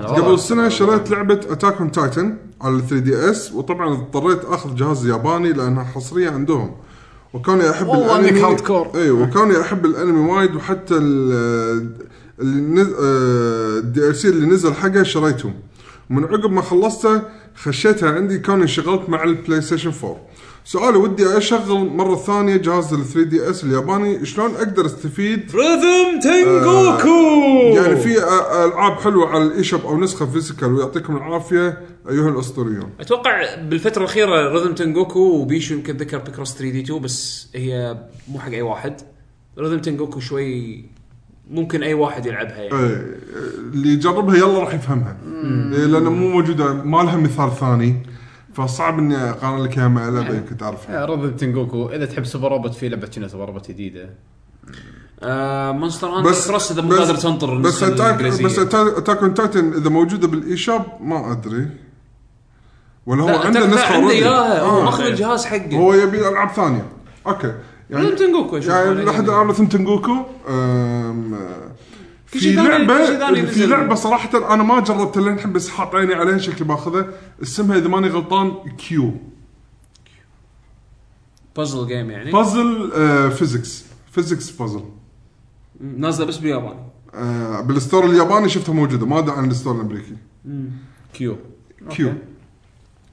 Speaker 5: قبل سنه شريت لعبه اتاك اون تايتن على 3 دي اس وطبعا اضطريت اخذ جهاز ياباني لانها حصريه عندهم وكوني احب
Speaker 2: والله إنك
Speaker 5: الانمي
Speaker 2: hardcore.
Speaker 5: اي وكوني احب الانمي وايد وحتى ال آه، الدي ال سي اللي نزل حقه شريته من عقب ما خلصته خشيتها عندي كوني انشغلت مع البلاي ستيشن 4 سؤالي ودي اشغل مره ثانيه جهاز ال 3 دي اس الياباني شلون اقدر استفيد
Speaker 4: ريثم تنجوكو
Speaker 5: يعني في أ- العاب حلوه على الاي شوب او نسخه فيزيكال ويعطيكم العافيه ايها الاسطوريون
Speaker 4: اتوقع بالفتره الاخيره ريذم تنجوكو وبيشو يمكن ذكر بيكروس 3 دي 2 بس هي مو حق اي واحد ريذم تنجوكو شوي ممكن اي واحد يلعبها يعني
Speaker 5: إيه، اللي يجربها يلا راح يفهمها إيه، لان مو موجوده ما لها مثال ثاني فصعب اني اقارن لك اياها مع
Speaker 4: نعم.
Speaker 5: لعبه يمكن تعرفها
Speaker 2: رضي تنجوكو اذا تحب سوبر روبوت في لعبه كنا سوبر روبوت جديده
Speaker 4: آه، مونستر هانتر
Speaker 5: بس
Speaker 4: كروس اذا مو قادر تنطر
Speaker 5: بس
Speaker 4: النسخة
Speaker 5: اتاك
Speaker 4: الإنجليزية.
Speaker 5: بس اتاك اون تايتن اذا موجوده بالاي شوب ما ادري ولا هو
Speaker 4: لا،
Speaker 5: عنده
Speaker 4: أتاك- لا،
Speaker 5: نسخه
Speaker 4: عنده
Speaker 5: already.
Speaker 4: اياها هو
Speaker 5: آه.
Speaker 4: ماخذ الجهاز حقه
Speaker 5: هو يبي العاب ثانيه اوكي
Speaker 4: ريذم تنجوكو يشوف
Speaker 5: يعني
Speaker 4: ولا
Speaker 5: لحد
Speaker 4: يهمه.
Speaker 5: الان رسم تنجوكو أم،
Speaker 4: في
Speaker 5: في
Speaker 4: شي ثاني- في شي
Speaker 5: لعبه
Speaker 4: ثاني
Speaker 5: في
Speaker 4: نزل.
Speaker 5: لعبه صراحه انا ما جربتها لين الحين بس حاط عيني عليها شكلي باخذها اسمها اذا ماني غلطان كيو
Speaker 4: بازل جيم يعني
Speaker 5: بازل فيزكس فيزكس بازل
Speaker 4: نازله بس باليابان
Speaker 5: آه، بالستور الياباني شفتها موجوده ما ادري عن الستور الامريكي
Speaker 2: كيو
Speaker 5: كيو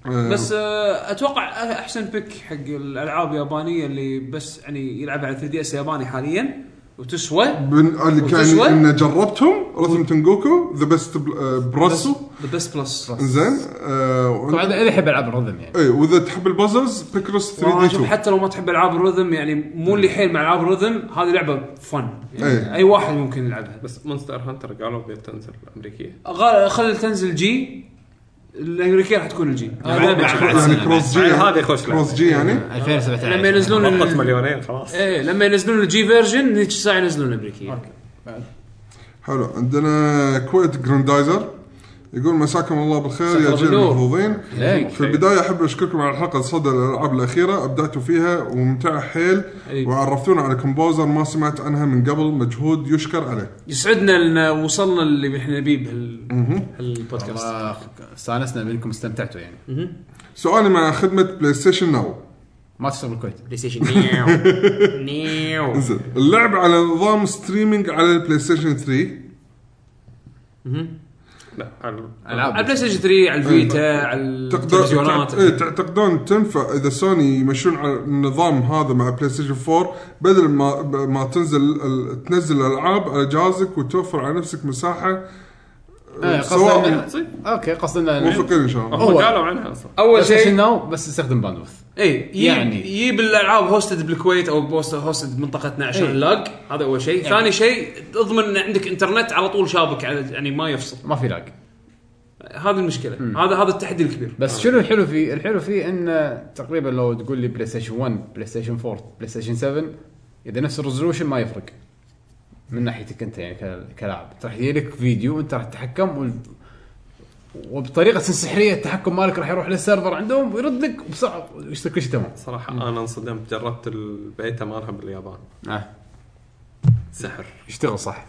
Speaker 5: آه،
Speaker 4: بس آه، اتوقع احسن بيك حق الالعاب اليابانيه اللي بس يعني يلعبها على 3 دي اس ياباني حاليا وتسوى
Speaker 5: بن- آه، اللي كان
Speaker 4: وتسوى؟
Speaker 5: ان جربتهم رسم تنجوكو ذا بيست براسو
Speaker 4: ذا بيست بلس
Speaker 5: زين آه،
Speaker 2: طبعا اذا يحب العاب الرذم يعني
Speaker 5: اي واذا إيه، تحب البازلز بيكروس 3 دي
Speaker 4: والله شوف
Speaker 5: 2
Speaker 4: حتى لو ما تحب العاب الرذم يعني مو اللي حيل مع العاب الرذم هذه لعبه فن
Speaker 5: إيه.
Speaker 4: يعني اي واحد ممكن يلعبها
Speaker 10: بس مونستر هانتر قالوا بتنزل الامريكيه
Speaker 4: غال- خل تنزل جي الامريكيه راح تكون الجي
Speaker 5: يعني كروس جي
Speaker 10: بعد
Speaker 5: يعني-
Speaker 10: هذه خوش لعبة.
Speaker 5: كروس جي يعني
Speaker 4: لما
Speaker 2: 2017
Speaker 4: ينزلون
Speaker 3: آه.
Speaker 10: وقت
Speaker 4: ال-
Speaker 10: مليونين خلاص
Speaker 3: إيه.
Speaker 4: ايه لما ينزلون الجي فيرجن هيك الساعه ينزلون الامريكيه
Speaker 5: حلو عندنا كويت جراندايزر يقول مساكم الله بالخير يا
Speaker 4: مساك
Speaker 5: جيل
Speaker 4: الله بالنور.
Speaker 5: المحظوظين
Speaker 2: ليك.
Speaker 5: في البدايه احب اشكركم على الحلقه صدى الالعاب الاخيره ابدعتوا فيها وممتعه حيل
Speaker 4: أي.
Speaker 5: وعرفتونا على كومبوزر ما سمعت عنها من قبل مجهود يشكر عليه
Speaker 4: يسعدنا ان وصلنا اللي احنا نبيه بهالبودكاست
Speaker 2: الله، آه، استانسنا منكم استمتعتوا يعني
Speaker 5: سؤالي مع خدمه بلاي ستيشن ناو
Speaker 2: ما تشتغل بالكويت
Speaker 4: بلاي ستيشن نيو نيو
Speaker 5: انزين اللعب على نظام ستريمينج على البلاي ستيشن 3
Speaker 10: لا على-
Speaker 4: على
Speaker 2: العاب
Speaker 4: البلاي ستيشن 3 على الفيتا على التلفزيونات
Speaker 5: تقدر- إيه، تعتقدون تنفع اذا سوني يمشون على النظام هذا مع بلاي ستيشن 4 بدل ما ما تنزل ال- تنزل الالعاب على جهازك وتوفر على نفسك مساحه
Speaker 2: إيه،
Speaker 5: سواء-
Speaker 2: قصدنا إنه- اوكي قصدنا إنه-
Speaker 5: موافقين ان شاء الله
Speaker 10: هم
Speaker 2: هو-
Speaker 10: قالوا عنها اصلا
Speaker 4: اول
Speaker 2: بس
Speaker 4: شيء
Speaker 2: ناو بس استخدم باندوث
Speaker 4: اي
Speaker 2: يعني.
Speaker 4: يعني يجيب الالعاب هوستد بالكويت او بوست- هوستد بمنطقتنا عشان
Speaker 2: إي.
Speaker 4: اللاج هذا اول شيء ثاني شيء اضمن ان عندك انترنت على طول شابك على يعني ما يفصل
Speaker 2: ما في لاج
Speaker 4: هذه المشكله هذا هذا التحدي الكبير
Speaker 2: بس شنو الحلو فيه؟ الحلو فيه انه تقريبا لو تقول لي بلاي ستيشن 1 بلاي ستيشن 4 بلاي ستيشن 7 اذا نفس الريزولوشن ما يفرق من ناحيتك انت يعني ك- كلاعب راح يجي لك فيديو انت راح تتحكم وال... وبطريقه سحريه التحكم مالك راح يروح للسيرفر عندهم ويرد لك بسرعه ويصير كل شيء تمام
Speaker 3: صراحه انا انصدمت جربت البيتا مالها باليابان
Speaker 2: آه.
Speaker 3: سحر
Speaker 2: يشتغل صح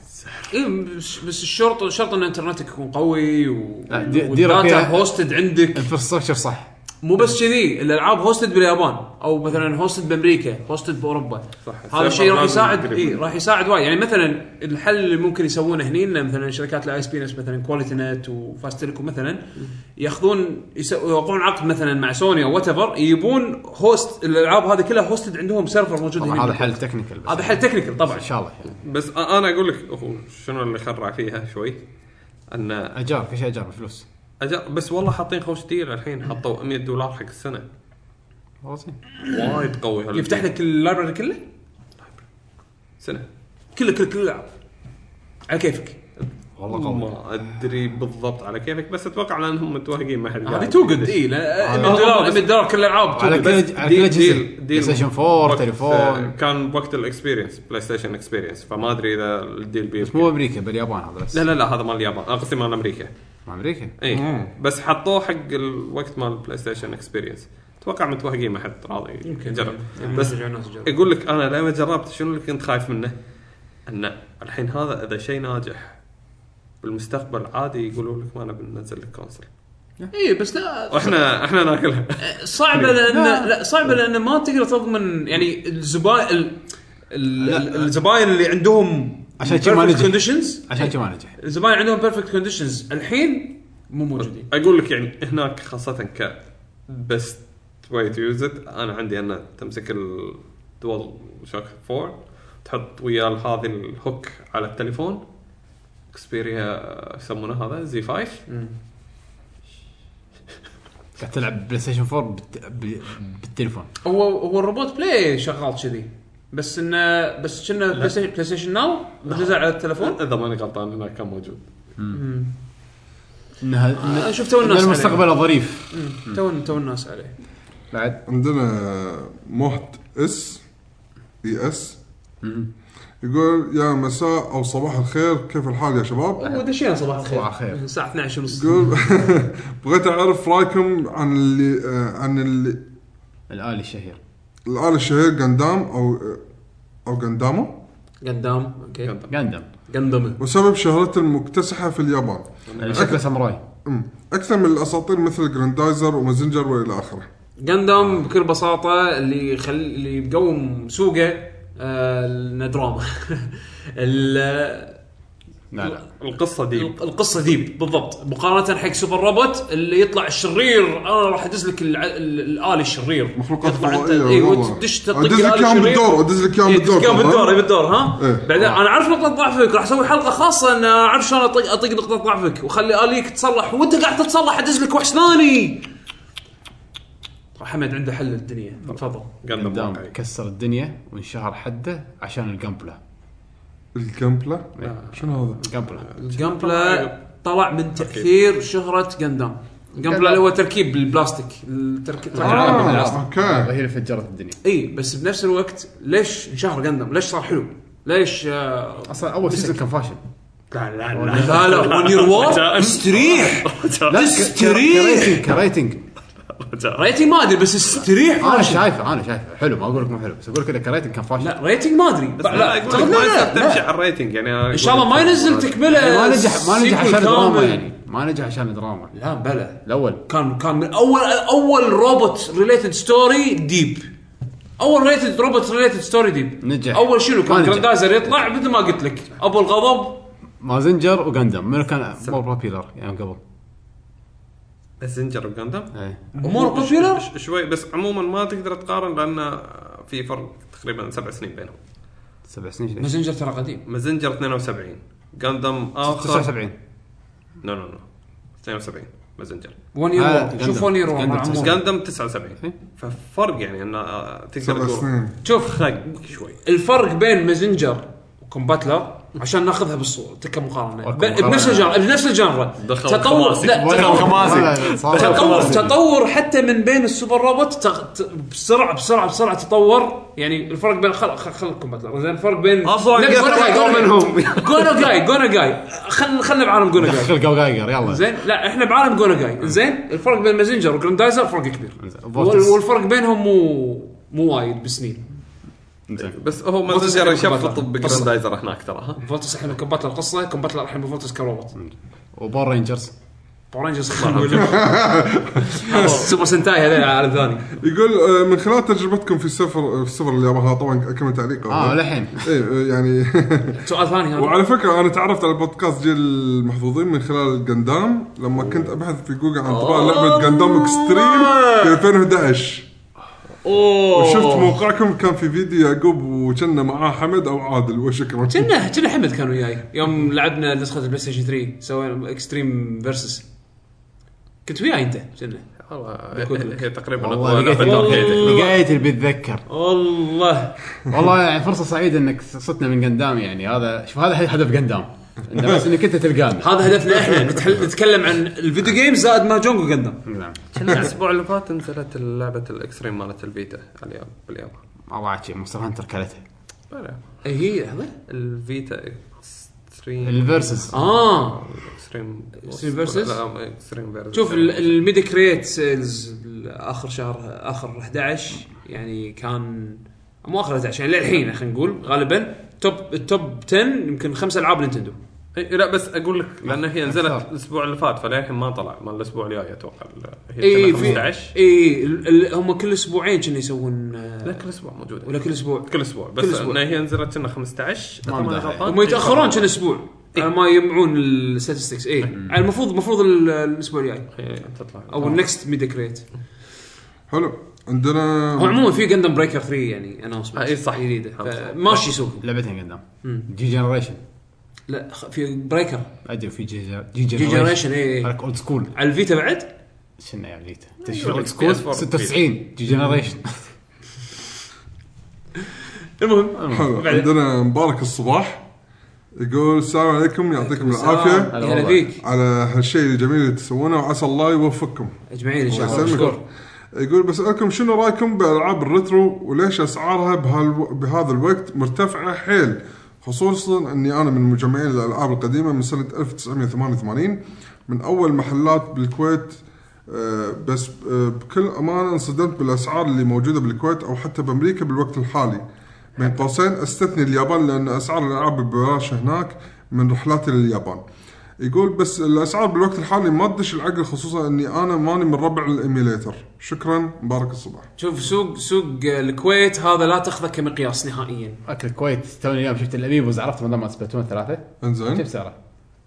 Speaker 4: إيه بس بس الشرط الشرط ان انترنتك يكون قوي و
Speaker 2: لا، دي- إيه. ديره
Speaker 4: والداتا
Speaker 2: فيها-
Speaker 4: هوستد عندك
Speaker 2: الانفراستراكشر صح
Speaker 4: مو بس كذي الالعاب هوستد باليابان او مثلا هوستد بامريكا هوستد باوروبا
Speaker 3: صح.
Speaker 4: هذا الشيء راح
Speaker 3: لازم
Speaker 4: يساعد
Speaker 3: يقرب.
Speaker 4: اي راح يساعد وايد يعني مثلا الحل اللي ممكن يسوونه هني إن مثلا شركات الاي اس بي نفس مثلا كواليتي نت وفاست تيليكوم مثلا ياخذون يس- يوقعون عقد مثلا مع سوني او وات ايفر يبون هوست الالعاب هذه كلها هوستد عندهم سيرفر موجود
Speaker 2: طبعا هذا
Speaker 4: هنا
Speaker 2: حل تكنيكال بس
Speaker 4: إيه، هذا حل تكنيكال طبعا
Speaker 2: ان شاء الله يعني
Speaker 3: بس أ- انا اقول لك أخو، شنو اللي خرع فيها شوي ان
Speaker 2: اجار كل شيء اجار فلوس
Speaker 3: أجا بس والله حاطين خوش ديل الحين حطوا 100 دولار حق السنه
Speaker 2: والله زين
Speaker 4: إيه.
Speaker 3: وايد قوي هال-
Speaker 4: يفتح لك اللايبرري كله
Speaker 3: سنه
Speaker 4: كله كله كله العاب على كيفك
Speaker 2: والله قوي
Speaker 3: ما ادري بالضبط على كيفك بس اتوقع لانهم متوهقين مع اللاعب.
Speaker 2: يعني
Speaker 4: هذه تو جود اي 100 دولار 100 دولار كل الالعاب
Speaker 2: على كل على كل
Speaker 3: ديل-
Speaker 2: جزء
Speaker 3: ديل- ديل
Speaker 2: بلاي ستيشن 4
Speaker 3: وقت-
Speaker 2: تليفون
Speaker 3: كان بوقت الاكسبيرينس بلاي ستيشن اكسبيرينس فما ادري اذا الديل بي
Speaker 2: بس مو امريكا باليابان هذا بس
Speaker 3: لا لا لا هذا مال اليابان أنا قصدي مال امريكا
Speaker 2: مع امريكا
Speaker 3: اي بس حطوه حق الوقت مال البلاي ستيشن اكسبيرينس اتوقع متوهقين ما حد راضي يمكن يجرب بس يقول لك انا لما جربت شنو اللي كنت خايف منه؟ انه الحين هذا اذا شيء ناجح بالمستقبل عادي يقولوا لك ما نبي ننزل لك كونسل
Speaker 4: اي
Speaker 7: إيه،
Speaker 4: بس لا
Speaker 3: واحنا احنا ناكلها
Speaker 4: صعبه لان لا صعبه لان ما تقدر تضمن يعني الزباين ال- ال-
Speaker 2: لا.
Speaker 4: الزباين اللي عندهم
Speaker 2: عشان شي ما نجح.
Speaker 4: كونديشنز
Speaker 2: عشان كذا ما نجح
Speaker 4: الزباين عندهم بيرفكت كونديشنز الحين مو موجودين
Speaker 3: اقول لك يعني هناك خاصه ك بيست واي تو يوز ات انا عندي ان تمسك الدول شوك 4 تحط ويا هذه الهوك على التليفون اكسبيريا يسمونه هذا زي 5
Speaker 2: قاعد تلعب بلاي ستيشن 4 بالت- بال- بالتليفون
Speaker 4: هو هو الروبوت بلاي شغال كذي بس انه بس كنا بلاي ستيشن- بلاي ستيشن ناو نزل على التليفون
Speaker 3: اذا ماني غلطان هناك كان موجود
Speaker 2: انها إن-
Speaker 4: أنا شفت تو
Speaker 2: آه. إن
Speaker 4: الناس يعني. عليه.
Speaker 2: المستقبل ظريف
Speaker 4: تو تو الناس عليه
Speaker 2: بعد
Speaker 5: عندنا محت اس اي اس يقول يا مساء او صباح الخير كيف الحال يا شباب؟
Speaker 4: ودشينا صباح
Speaker 2: صباح
Speaker 4: الخير
Speaker 2: الخير
Speaker 4: الساعه 12 ونص
Speaker 5: يقول بغيت اعرف رايكم عن اللي آه، عن اللي
Speaker 2: الالي الشهير
Speaker 5: الآلة الشهير جندام او او جندامو
Speaker 4: قدام اوكي
Speaker 2: جاندم
Speaker 4: قندمه
Speaker 5: وسبب شهرته المكتسحه في اليابان
Speaker 2: شكله ساموراي
Speaker 5: أمم. اكثر من الاساطير مثل جراندايزر ومازنجر والى اخره
Speaker 4: قندم بكل بساطه اللي يخل... اللي يقوم سوقه آه، إنه دراما ال-
Speaker 2: لا لا
Speaker 3: القصه دي
Speaker 4: القصه ديب بالضبط مقارنه حق سوبر روبوت اللي يطلع الشرير انا راح ادز لك الع- ال- الالي الشرير
Speaker 5: مخلوقات
Speaker 4: تطلع أنت-
Speaker 5: فضائية
Speaker 4: إيه،
Speaker 5: والله.
Speaker 4: وتدش تطق
Speaker 5: أدز لك
Speaker 4: الآلي
Speaker 5: إياهم
Speaker 4: الشرير.
Speaker 5: بالدور، أدز لك إياهم
Speaker 4: إيه،
Speaker 5: بالدور،
Speaker 4: إياهم
Speaker 5: طبعاً.
Speaker 4: بالدور إيه، بالدور ها
Speaker 5: إيه.
Speaker 4: بعدين انا اعرف نقطه ضعفك راح اسوي حلقه خاصه ان اعرف شلون اطق اطق نقطه ضعفك واخلي اليك تصلح وانت قاعد تتصلح ادز لك وحش ثاني طبعاً حمد عنده حل للدنيا تفضل
Speaker 3: قندم
Speaker 2: جاندم
Speaker 3: واقعي
Speaker 2: كسر الدنيا وانشهر حده عشان الجامبلا
Speaker 5: الجمبلا شنو هذا؟
Speaker 2: الجامبلا
Speaker 4: آه، جامبلا طلع من تاثير شهره جندام جامبلا اللي هو تركيب بالبلاستيك التركيب
Speaker 2: آه.
Speaker 5: آه، اوكي
Speaker 2: هي اللي فجرت الدنيا
Speaker 4: اي إيه، بس بنفس الوقت ليش انشهر جندم؟ ليش صار حلو؟ ليش آه،
Speaker 2: اصلا اول سيزون كان فاشل
Speaker 4: لا لا ون يور وور استريح
Speaker 2: لا
Speaker 4: تستريح
Speaker 2: كريتنج كريتنج
Speaker 4: ريتنج ما ادري بس استريح
Speaker 2: انا
Speaker 4: فاشل
Speaker 2: شايفه انا شايفه حلو ما اقول لك مو حلو بس اقول لك انه كريتنج كان فاشل
Speaker 4: لا ريتنج ما ادري لا
Speaker 3: لا
Speaker 4: لا
Speaker 3: اقول لك
Speaker 4: لا،
Speaker 3: ما يصير
Speaker 4: لا،
Speaker 3: تمشي
Speaker 4: لا.
Speaker 3: على الريتنج يعني أنا
Speaker 4: ان شاء الله ما
Speaker 3: أقول لك-
Speaker 4: ينزل تكمله
Speaker 2: ما نجح ما نجح
Speaker 4: سيكول
Speaker 2: عشان الدراما
Speaker 4: كامل.
Speaker 2: يعني ما نجح عشان الدراما
Speaker 4: لا بلى
Speaker 2: الاول
Speaker 4: كان كان من اول اول روبوت ريليتد ستوري ديب اول ريتد روبوت ريليتد ستوري ديب
Speaker 2: نجح.
Speaker 4: اول شنو
Speaker 2: ما
Speaker 4: كان
Speaker 2: نجح.
Speaker 4: جراندايزر يطلع مثل ما قلت لك ابو الغضب
Speaker 2: مازنجر وجاندم منو كان مور بابيلر يعني قبل
Speaker 3: ماسنجر وقندم
Speaker 4: نعم.
Speaker 2: ايه
Speaker 4: امور قفيله
Speaker 3: ش- شوي بس عموما ما تقدر تقارن لان في فرق تقريبا سبع سنين بينهم
Speaker 2: سبع سنين شيء.
Speaker 4: مازنجر ترى قديم
Speaker 3: مازنجر 72 جاندم اخر
Speaker 2: 79
Speaker 3: نو نو نو 72 مازنجر
Speaker 4: ون
Speaker 2: آه،
Speaker 4: يير شوف
Speaker 2: Gundam.
Speaker 4: ون يير
Speaker 2: Gundam.
Speaker 3: جاندم
Speaker 4: إيه؟
Speaker 3: 79 ففرق يعني انه آه، تقدر
Speaker 5: سبع
Speaker 3: تقول
Speaker 5: سنين
Speaker 4: شوف
Speaker 3: خق شوي
Speaker 4: الفرق بين مازنجر وكومباتلر عشان ناخذها بالصوره كمقارنه
Speaker 10: أوكو،
Speaker 4: ب-
Speaker 10: مقارنة.
Speaker 4: بنفس الجانر بنفس الجانر
Speaker 10: دخل
Speaker 4: تطور
Speaker 10: خماسي.
Speaker 4: لا
Speaker 10: دخل
Speaker 4: تطور-
Speaker 10: خماسي
Speaker 4: تطور
Speaker 10: خماسي.
Speaker 4: تطور حتى من بين السوبر روبوت تغ... ت... بسرعه بسرعه بسرعه تطور يعني الفرق بين خل خل خلكم باتلر زين الفرق بين
Speaker 10: اصلا قاعد
Speaker 4: لا، جونا جاي،
Speaker 10: اطور
Speaker 4: جونا-
Speaker 10: منهم
Speaker 4: جونا جاي جونا جاي خل خلنا بعالم جونا جاي
Speaker 2: دخل جايجر يلا
Speaker 4: زين لا احنا بعالم جونا جاي زين الفرق بين مازنجر وجراندايزر فرق كبير
Speaker 2: فورتس.
Speaker 4: وال- والفرق بينهم مو مو وايد بسنين
Speaker 10: بس هو ما
Speaker 4: بطل
Speaker 10: زال
Speaker 4: سحب
Speaker 10: شاف
Speaker 4: بطل.
Speaker 10: الطب
Speaker 4: بطل.
Speaker 10: جراندايزر هناك ترى ها
Speaker 4: فولتس الحين كبات القصه كبات الحين فولتس كروبوت
Speaker 2: وبور رينجرز
Speaker 4: باور رينجرز سوبر سنتاي هذا عالم ثاني
Speaker 5: يقول آه، من خلال تجربتكم في السفر في السفر اليابان هذا طبعا اكمل تعليق
Speaker 2: اه للحين
Speaker 5: إيه، آه، يعني
Speaker 4: سؤال ثاني هذا
Speaker 5: وعلى فكره انا تعرفت على بودكاست جيل المحظوظين من خلال جندام لما كنت ابحث في جوجل عن طباع لعبه جندام اكستريم في 2011 اوه وشفت موقعكم كان في فيديو يعقوب وكنا معاه حمد او عادل وشكرا
Speaker 4: كنا كنا حمد كان وياي يوم لعبنا نسخه البلاي ستيشن 3 سوينا اكستريم فيرسس كنت وياي انت كنا
Speaker 10: والله هي تقريبا
Speaker 2: والله
Speaker 10: أقوى لعبة
Speaker 2: لقيت-
Speaker 10: أركيد.
Speaker 2: لقيت اللي بتذكر
Speaker 4: والله
Speaker 2: والله يعني فرصه سعيده انك صدنا من قندام يعني هذا شوف هذا هدف قندام انه بس انك انت تلقانا
Speaker 4: هذا هدفنا احنا نتحل- نتكلم عن الفيديو جيم زائد ماجونج وقدم
Speaker 2: نعم
Speaker 10: كنا الاسبوع اللي فات نزلت لعبه الاكستريم مالت الفيتا اليابان باليابان
Speaker 2: الله عاد شيء مونستر هانتر كلته
Speaker 10: بلى.
Speaker 4: اي هي لحظه
Speaker 10: الفيتا اكستريم
Speaker 2: الفيرسز
Speaker 4: اه
Speaker 10: اكستريم
Speaker 4: Extreme إيه. versus؟
Speaker 10: لا اكستريم فيرسس
Speaker 4: شوف ال- الميدي كريت سيلز اخر شهر اخر 11 يعني كان مو اخر 11 يعني للحين خلينا نقول غالبا توب التوب 10 يمكن خمس العاب نينتندو
Speaker 10: إي، إيه، لا بس اقول لك لان هي نزلت
Speaker 2: أكثر.
Speaker 10: الاسبوع اللي فات فللحين ما طلع مال الاسبوع الجاي اتوقع هي كنا
Speaker 4: اي
Speaker 10: 15
Speaker 4: اي إيه، ال- ال- هم كل اسبوعين كانوا يسوون
Speaker 10: لا
Speaker 4: آه،
Speaker 10: كل اسبوع موجوده
Speaker 4: ولا كل اسبوع
Speaker 10: كل اسبوع بس
Speaker 4: كل أسبوع.
Speaker 10: إن هي نزلت كنا 15
Speaker 2: ما
Speaker 10: إذا أنا
Speaker 2: مداها.
Speaker 10: غلطان.
Speaker 4: هم يتاخرون كل اسبوع
Speaker 10: إيه.
Speaker 4: على ما يجمعون الستاتستكس اي على المفروض المفروض ال- الاسبوع الجاي
Speaker 10: إي، تطلع
Speaker 4: او النكست ميدي كريت
Speaker 5: حلو عندنا
Speaker 4: هو عموما في جندم بريكر 3 يعني اناونسمنت
Speaker 10: آه، إي، صح.
Speaker 4: جديده ماشي سوق
Speaker 2: لعبتين قندام
Speaker 4: مم.
Speaker 2: جي جنريشن
Speaker 4: لا خ- في بريكر
Speaker 2: ادري في جي جي- جي
Speaker 4: جي
Speaker 2: جنريشن
Speaker 4: جنريشن اي
Speaker 2: هذاك اولد سكول
Speaker 4: على الفيتا بعد؟
Speaker 2: شنو يا بليت
Speaker 10: يقول
Speaker 2: تشتغل
Speaker 10: لك
Speaker 2: سكول
Speaker 10: PS4
Speaker 2: 96 جي جنريشن
Speaker 4: المهم
Speaker 5: حلو
Speaker 4: بعد.
Speaker 5: عندنا مبارك الصباح يقول السلام عليكم يعطيكم العافيه
Speaker 2: هلا
Speaker 4: آه، هلا
Speaker 2: والله.
Speaker 4: فيك
Speaker 5: على هالشيء الجميل اللي تسوونه وعسى الله يوفقكم
Speaker 4: اجمعين ان شاء
Speaker 5: الله
Speaker 4: الله
Speaker 5: يسلمك.
Speaker 4: مشكور
Speaker 5: يقول بسألكم شنو رايكم بألعاب الريترو وليش أسعارها بهالو... بهذا الوقت مرتفعة حيل خصوصا أني أنا من مجمعين الألعاب القديمة من سنة 1988 من أول محلات بالكويت آه، بس آه، بكل أمانة انصدمت بالأسعار اللي موجودة بالكويت أو حتى بأمريكا بالوقت الحالي بين قوسين استثني اليابان لأن أسعار الألعاب ببلاش هناك من رحلاتي لليابان يقول بس الاسعار بالوقت الحالي ما تدش العقل خصوصا اني انا ماني من ربع الايميليتر شكرا مبارك الصباح
Speaker 4: شوف سوق سوق الكويت هذا لا تاخذه كمقياس نهائيا
Speaker 2: اكل الكويت توني اليوم شفت الابيبوز عرفت من لما تثبتون الثلاثه كم
Speaker 5: انزين
Speaker 2: سعره؟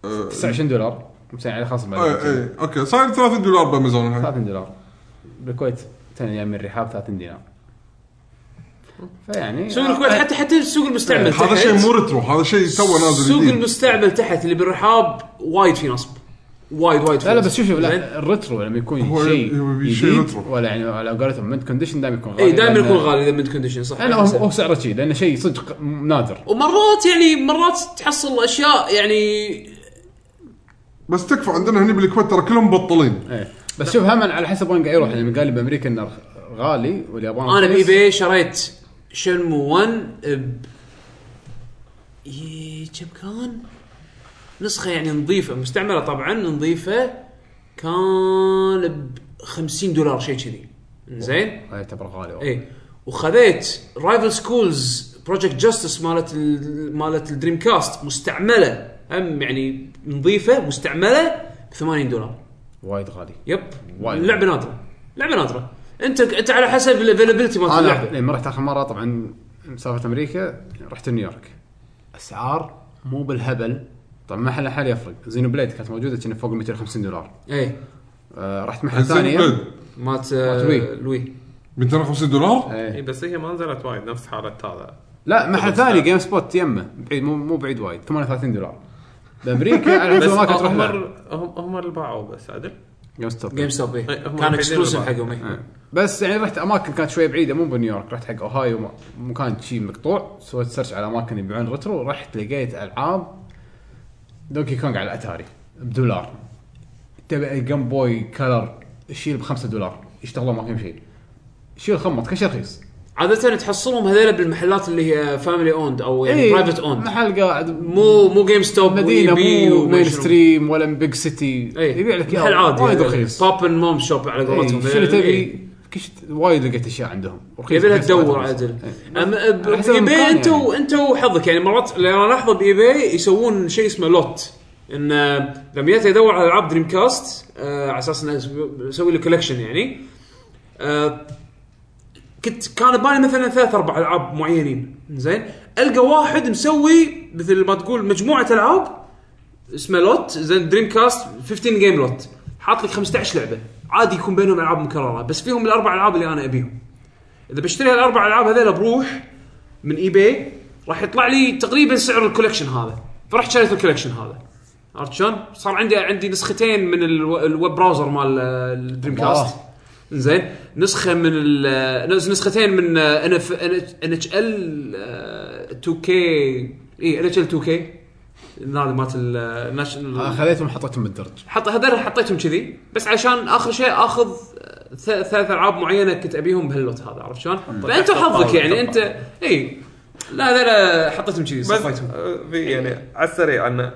Speaker 5: آه،
Speaker 2: 29 دولار مسوي عليه خاص بعد
Speaker 5: اي اي اوكي إيه، صاير 3 دولار بامازون الحين
Speaker 2: 30 دولار بالكويت توني جاي من الرحاب 30 دينار فيعني آه،
Speaker 4: سوق الكويت حتى حتى السوق المستعمل
Speaker 5: آه، هذا
Speaker 4: تحت.
Speaker 5: شيء مو ريترو هذا شيء تو نازل
Speaker 4: سوق
Speaker 5: جديد
Speaker 4: المستعمل تحت اللي بالرحاب وايد في نصب وايد وايد في
Speaker 2: لا لا
Speaker 4: نصب.
Speaker 2: بس شوف شوف
Speaker 4: زين؟
Speaker 2: لا الريترو لما
Speaker 5: هو
Speaker 2: يكون شيء
Speaker 5: يبي
Speaker 2: جديد
Speaker 5: شيء ريترو.
Speaker 2: ولا يعني على قولتهم منت كونديشن دائما يكون غالي
Speaker 4: اي دائما
Speaker 2: لأن-
Speaker 4: إيه، يكون غالي اذا ميد كونديشن صح
Speaker 2: لا لا هو هو سعره شيء لانه شيء صدق نادر
Speaker 4: ومرات يعني مرات تحصل اشياء يعني
Speaker 5: بس تكفى عندنا هني بالكويت ترى كلهم مبطلين
Speaker 2: ايه بس شوف هم على حسب وين قاعد يروح يعني قال لي بامريكا انه غالي واليابان
Speaker 4: انا
Speaker 2: رخيص.
Speaker 4: بايباي شريت شنمو 1 ب إيه، كم كان؟ نسخة يعني نظيفة مستعملة طبعا نظيفة كان ب 50 دولار شيء كذي زين
Speaker 2: هاي يعتبر غالي والله.
Speaker 4: اي وخذيت رايفل سكولز بروجكت جاستس مالت ال- مالت الدريم كاست مستعملة هم يعني نظيفة مستعملة ب 80 دولار
Speaker 2: وايد غالي
Speaker 4: يب
Speaker 2: وايد.
Speaker 4: لعبة نادرة لعبة نادرة انت انت على حسب الافيلابيلتي مالت اللعبة
Speaker 2: انا لما رحت اخر مره طبعا مسافه امريكا رحت نيويورك اسعار مو بالهبل طبعا محل حال يفرق زينو بليد كانت موجوده كنا فوق ال 250 دولار
Speaker 4: ايه
Speaker 2: آه رحت محل
Speaker 5: زين
Speaker 2: ثاني
Speaker 5: بلد.
Speaker 4: مات
Speaker 2: مات
Speaker 4: لوي
Speaker 2: لوي.
Speaker 4: لوي
Speaker 5: 250 دولار
Speaker 10: اي
Speaker 2: إيه.
Speaker 10: بس هي ما نزلت وايد نفس حاله هذا
Speaker 2: لا محل ثاني جيم سبوت يمه بعيد مو مو بعيد وايد 38 دولار بامريكا على
Speaker 10: بس
Speaker 2: حسب ما كنت تروح
Speaker 10: هم
Speaker 2: له.
Speaker 10: هم هم اللي باعوا بس عدل
Speaker 2: جيم ستوب
Speaker 4: جيم ستوب إيه.
Speaker 3: إيه، هم
Speaker 4: كان
Speaker 3: الوحيدين
Speaker 4: اكسكلوسيف
Speaker 3: اللي
Speaker 4: حقهم إيه.
Speaker 2: بس يعني رحت اماكن كانت شويه بعيده مو بنيويورك رحت حق اوهايو م- مكان شي مقطوع سويت سيرش على اماكن يبيعون ريترو رحت لقيت العاب دونكي كونغ على الاتاري بدولار تبع جيم بوي كلر شيل ب 5 دولار يشتغلون ما فيهم شيء شيل خمط كل شيء رخيص
Speaker 4: عاده تحصلهم هذول بالمحلات اللي هي فاميلي اوند او يعني
Speaker 2: إيه،
Speaker 4: برايفت اوند
Speaker 2: محل قاعد
Speaker 4: مو مو جيم ستوب
Speaker 2: مدينه
Speaker 4: وإي بي
Speaker 2: مو
Speaker 4: وما
Speaker 2: مين
Speaker 4: شنو.
Speaker 2: ستريم ولا بيج سيتي
Speaker 4: إيه.
Speaker 2: يبيع لك
Speaker 4: محل عادي
Speaker 2: وايد
Speaker 4: يعني
Speaker 2: رخيص
Speaker 4: باب اند موم شوب على قولتهم
Speaker 2: إيه، شنو
Speaker 4: إيه.
Speaker 2: تبي كل شي- وايد لقيت اشياء عندهم رخيص
Speaker 4: يبي لها
Speaker 2: رخيص،
Speaker 4: تدور
Speaker 2: وايد رخيص.
Speaker 4: عدل
Speaker 2: إيه.
Speaker 4: أما ب-
Speaker 2: على حسب
Speaker 4: بايباي
Speaker 2: المكان
Speaker 4: انت
Speaker 2: يعني.
Speaker 4: وانت وحظك يعني مرات اللي انا الاحظه بايباي يسوون شيء اسمه لوت ان آه، لما جيت ادور على العاب دريم كاست آه، على اساس انه أسوي- اسوي له كولكشن يعني آه، كنت كان ببالي مثلا ثلاث اربع العاب معينين زين القى واحد مسوي مثل ما تقول مجموعه العاب اسمه لوت زين دريم كاست 15 جيم لوت حاط لك 15 لعبه عادي يكون بينهم العاب مكرره بس فيهم الاربع العاب اللي انا ابيهم اذا بشتري هالاربع العاب هذول بروح من اي باي راح يطلع لي تقريبا سعر الكولكشن هذا فرحت شريت الكولكشن هذا عرفت شلون؟ صار عندي عندي نسختين من الو- الويب براوزر مال آه، الدريم كاست زين نسخه من ال- آه، نس- نسختين من ان اف ان اتش ال 2 كي اي ان اتش ال 2 كي هذا مالت
Speaker 2: أنا
Speaker 4: الناشونال
Speaker 2: خذيتهم حطيتهم بالدرج
Speaker 4: حط هذول حطيتهم كذي بس عشان اخر شيء اخذ ث- ثلاث العاب معينه كنت ابيهم بهاللوت هذا عرفت شلون؟ فانت وحظك يعني انت اي لا هذول حطيتهم كذي
Speaker 3: بس
Speaker 4: صفيتهم
Speaker 3: آه، في يعني على السريع انه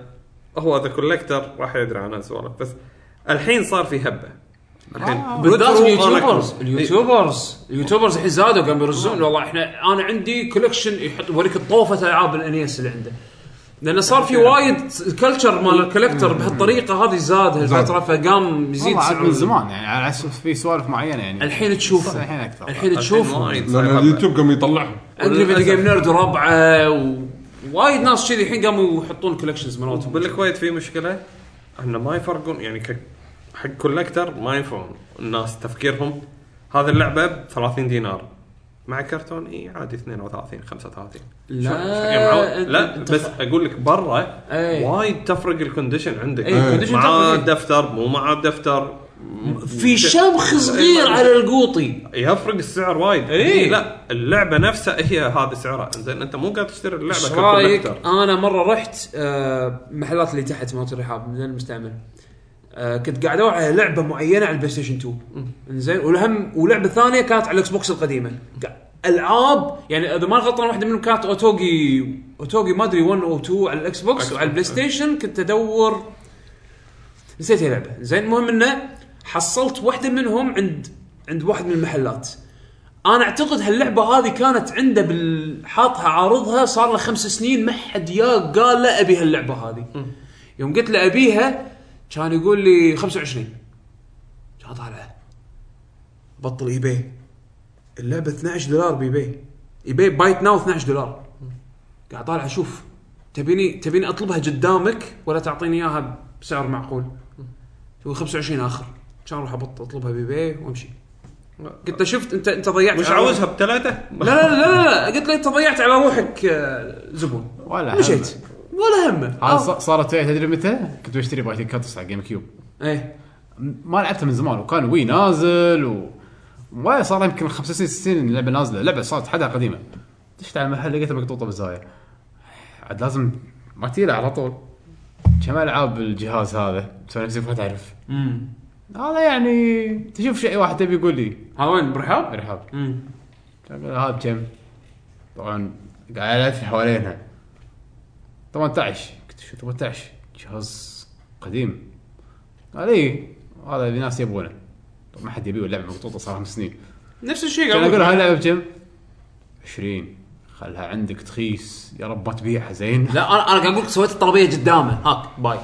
Speaker 3: هو ذا كولكتر راح يدري عن هالسوالف بس الحين صار في هبه الحين
Speaker 4: بالذات
Speaker 3: ريترو
Speaker 4: اليوتيوبرز
Speaker 3: أنا-
Speaker 4: اليوتيوبرز اليوتيوبرز الحين زادوا قاموا يرزون والله احنا انا عندي كولكشن يحط يوريك طوفه العاب الانيس E اللي عنده لانه صار في وايد الكلتشر مال الكولكتر بهالطريقه هذه إيه. زاد هالفتره فقام يزيد
Speaker 2: والله عاد
Speaker 4: سعر
Speaker 2: من زمان يعني على اساس في سوالف معينه يعني
Speaker 4: الحين تشوفه
Speaker 2: الحين اكثر
Speaker 4: الحين
Speaker 3: الحين
Speaker 4: تشوفه
Speaker 3: وايد صار
Speaker 5: لان
Speaker 3: هبة.
Speaker 5: اليوتيوب قام يطلعهم
Speaker 4: انجري فيديو جيم نيرد وربعه و- وايد ناس كذي الحين قاموا يحطون كولكشنز مالتهم
Speaker 3: بالكويت في مشكله انه ما يفرقون يعني ك... حق كولكتر ما ينفعون الناس تفكيرهم هذه اللعبه ب 30 دينار مع كرتون اي عادي 32 35 شلون- شلون
Speaker 4: آه،
Speaker 3: يجمعون؟
Speaker 4: لا
Speaker 3: يعني لا بس اقول لك برا
Speaker 4: أي.
Speaker 3: وايد تفرق الكونديشن عندك
Speaker 4: أي، الكونديشن
Speaker 3: مع
Speaker 4: تفرق.
Speaker 3: الدفتر مو مع الدفتر
Speaker 4: في شمخ صغير على القوطي
Speaker 3: يفرق السعر وايد يعني
Speaker 4: إي.
Speaker 3: لا اللعبه نفسها هي هذا سعرها زين انت مو قاعد تشتري اللعبه
Speaker 4: ايش رايك
Speaker 3: ككولكتر.
Speaker 4: انا مره رحت آه، محلات اللي تحت مالت الرحاب من المستعمل آه، كنت قاعد ادور على لعبه معينه على البلاي ستيشن 2 انزين والهم ولعبه ثانيه كانت على الاكس بوكس القديمه قا- العاب يعني اذا ما غلطان واحده منهم كانت اوتوجي اوتوجي ما ادري 1 او 2 على الاكس بوكس وعلى البلاي ستيشن كنت ادور نسيت هي لعبه زين المهم انه حصلت واحده منهم عند عند واحد من المحلات انا اعتقد هاللعبه هذه كانت عنده بال حاطها عارضها صار له خمس سنين ما حد يا قال له ابي هاللعبه هذه يوم قلت له ابيها كان يقول لي 25 كان طالع بطل اي بي اللعبه 12 دولار باي بي اي بي بايت ناو 12 دولار قاعد طالع اشوف تبيني تبيني اطلبها قدامك ولا تعطيني اياها بسعر معقول تقول 25 اخر كان اروح أبط- اطلبها باي بي وامشي قلت شفت انت انت ضيعت
Speaker 3: مش
Speaker 4: على-
Speaker 3: عاوزها بثلاثه
Speaker 4: لا لا لا لا قلت له انت ضيعت على روحك آه، زبون
Speaker 2: ولا
Speaker 4: مشيت ولا همه
Speaker 2: هذا
Speaker 4: آه.
Speaker 2: ص- صارت وياي تدري متى؟ كنت بشتري بايتن كاتس على جيم كيوب
Speaker 4: ايه
Speaker 2: م- ما لعبتها من زمان وكان وي نازل و ولا صار يمكن خمس سنين ست سنين اللعبه نازله لعبه صارت حدها قديمه دشت على المحل لقيتها مقطوطه بالزاويه عاد لازم ما تيله على طول كم العاب الجهاز هذا تسوي نفسك ما تعرف
Speaker 4: امم
Speaker 2: هذا يعني تشوف شيء واحد تبي يقول لي
Speaker 4: هذا وين برحاب؟
Speaker 2: ارهاب
Speaker 4: امم
Speaker 2: كان يقول هذا بكم؟ طبعا قاعد الف حوالينها 18 قلت شو 18 جهاز قديم قال اي هذا اللي ناس يبونه طب ما حد يبيه اللعبه مقطوطه صار خمس سنين
Speaker 4: نفس الشيء
Speaker 2: كان
Speaker 4: قاعد
Speaker 2: اقول
Speaker 4: أقول.
Speaker 2: هاي اللعبه بكم؟ 20 خلها عندك تخيس يا رب ما تبيعها زين
Speaker 4: لا انا انا قاعد اقول لك سويت الطلبيه قدامه هاك باي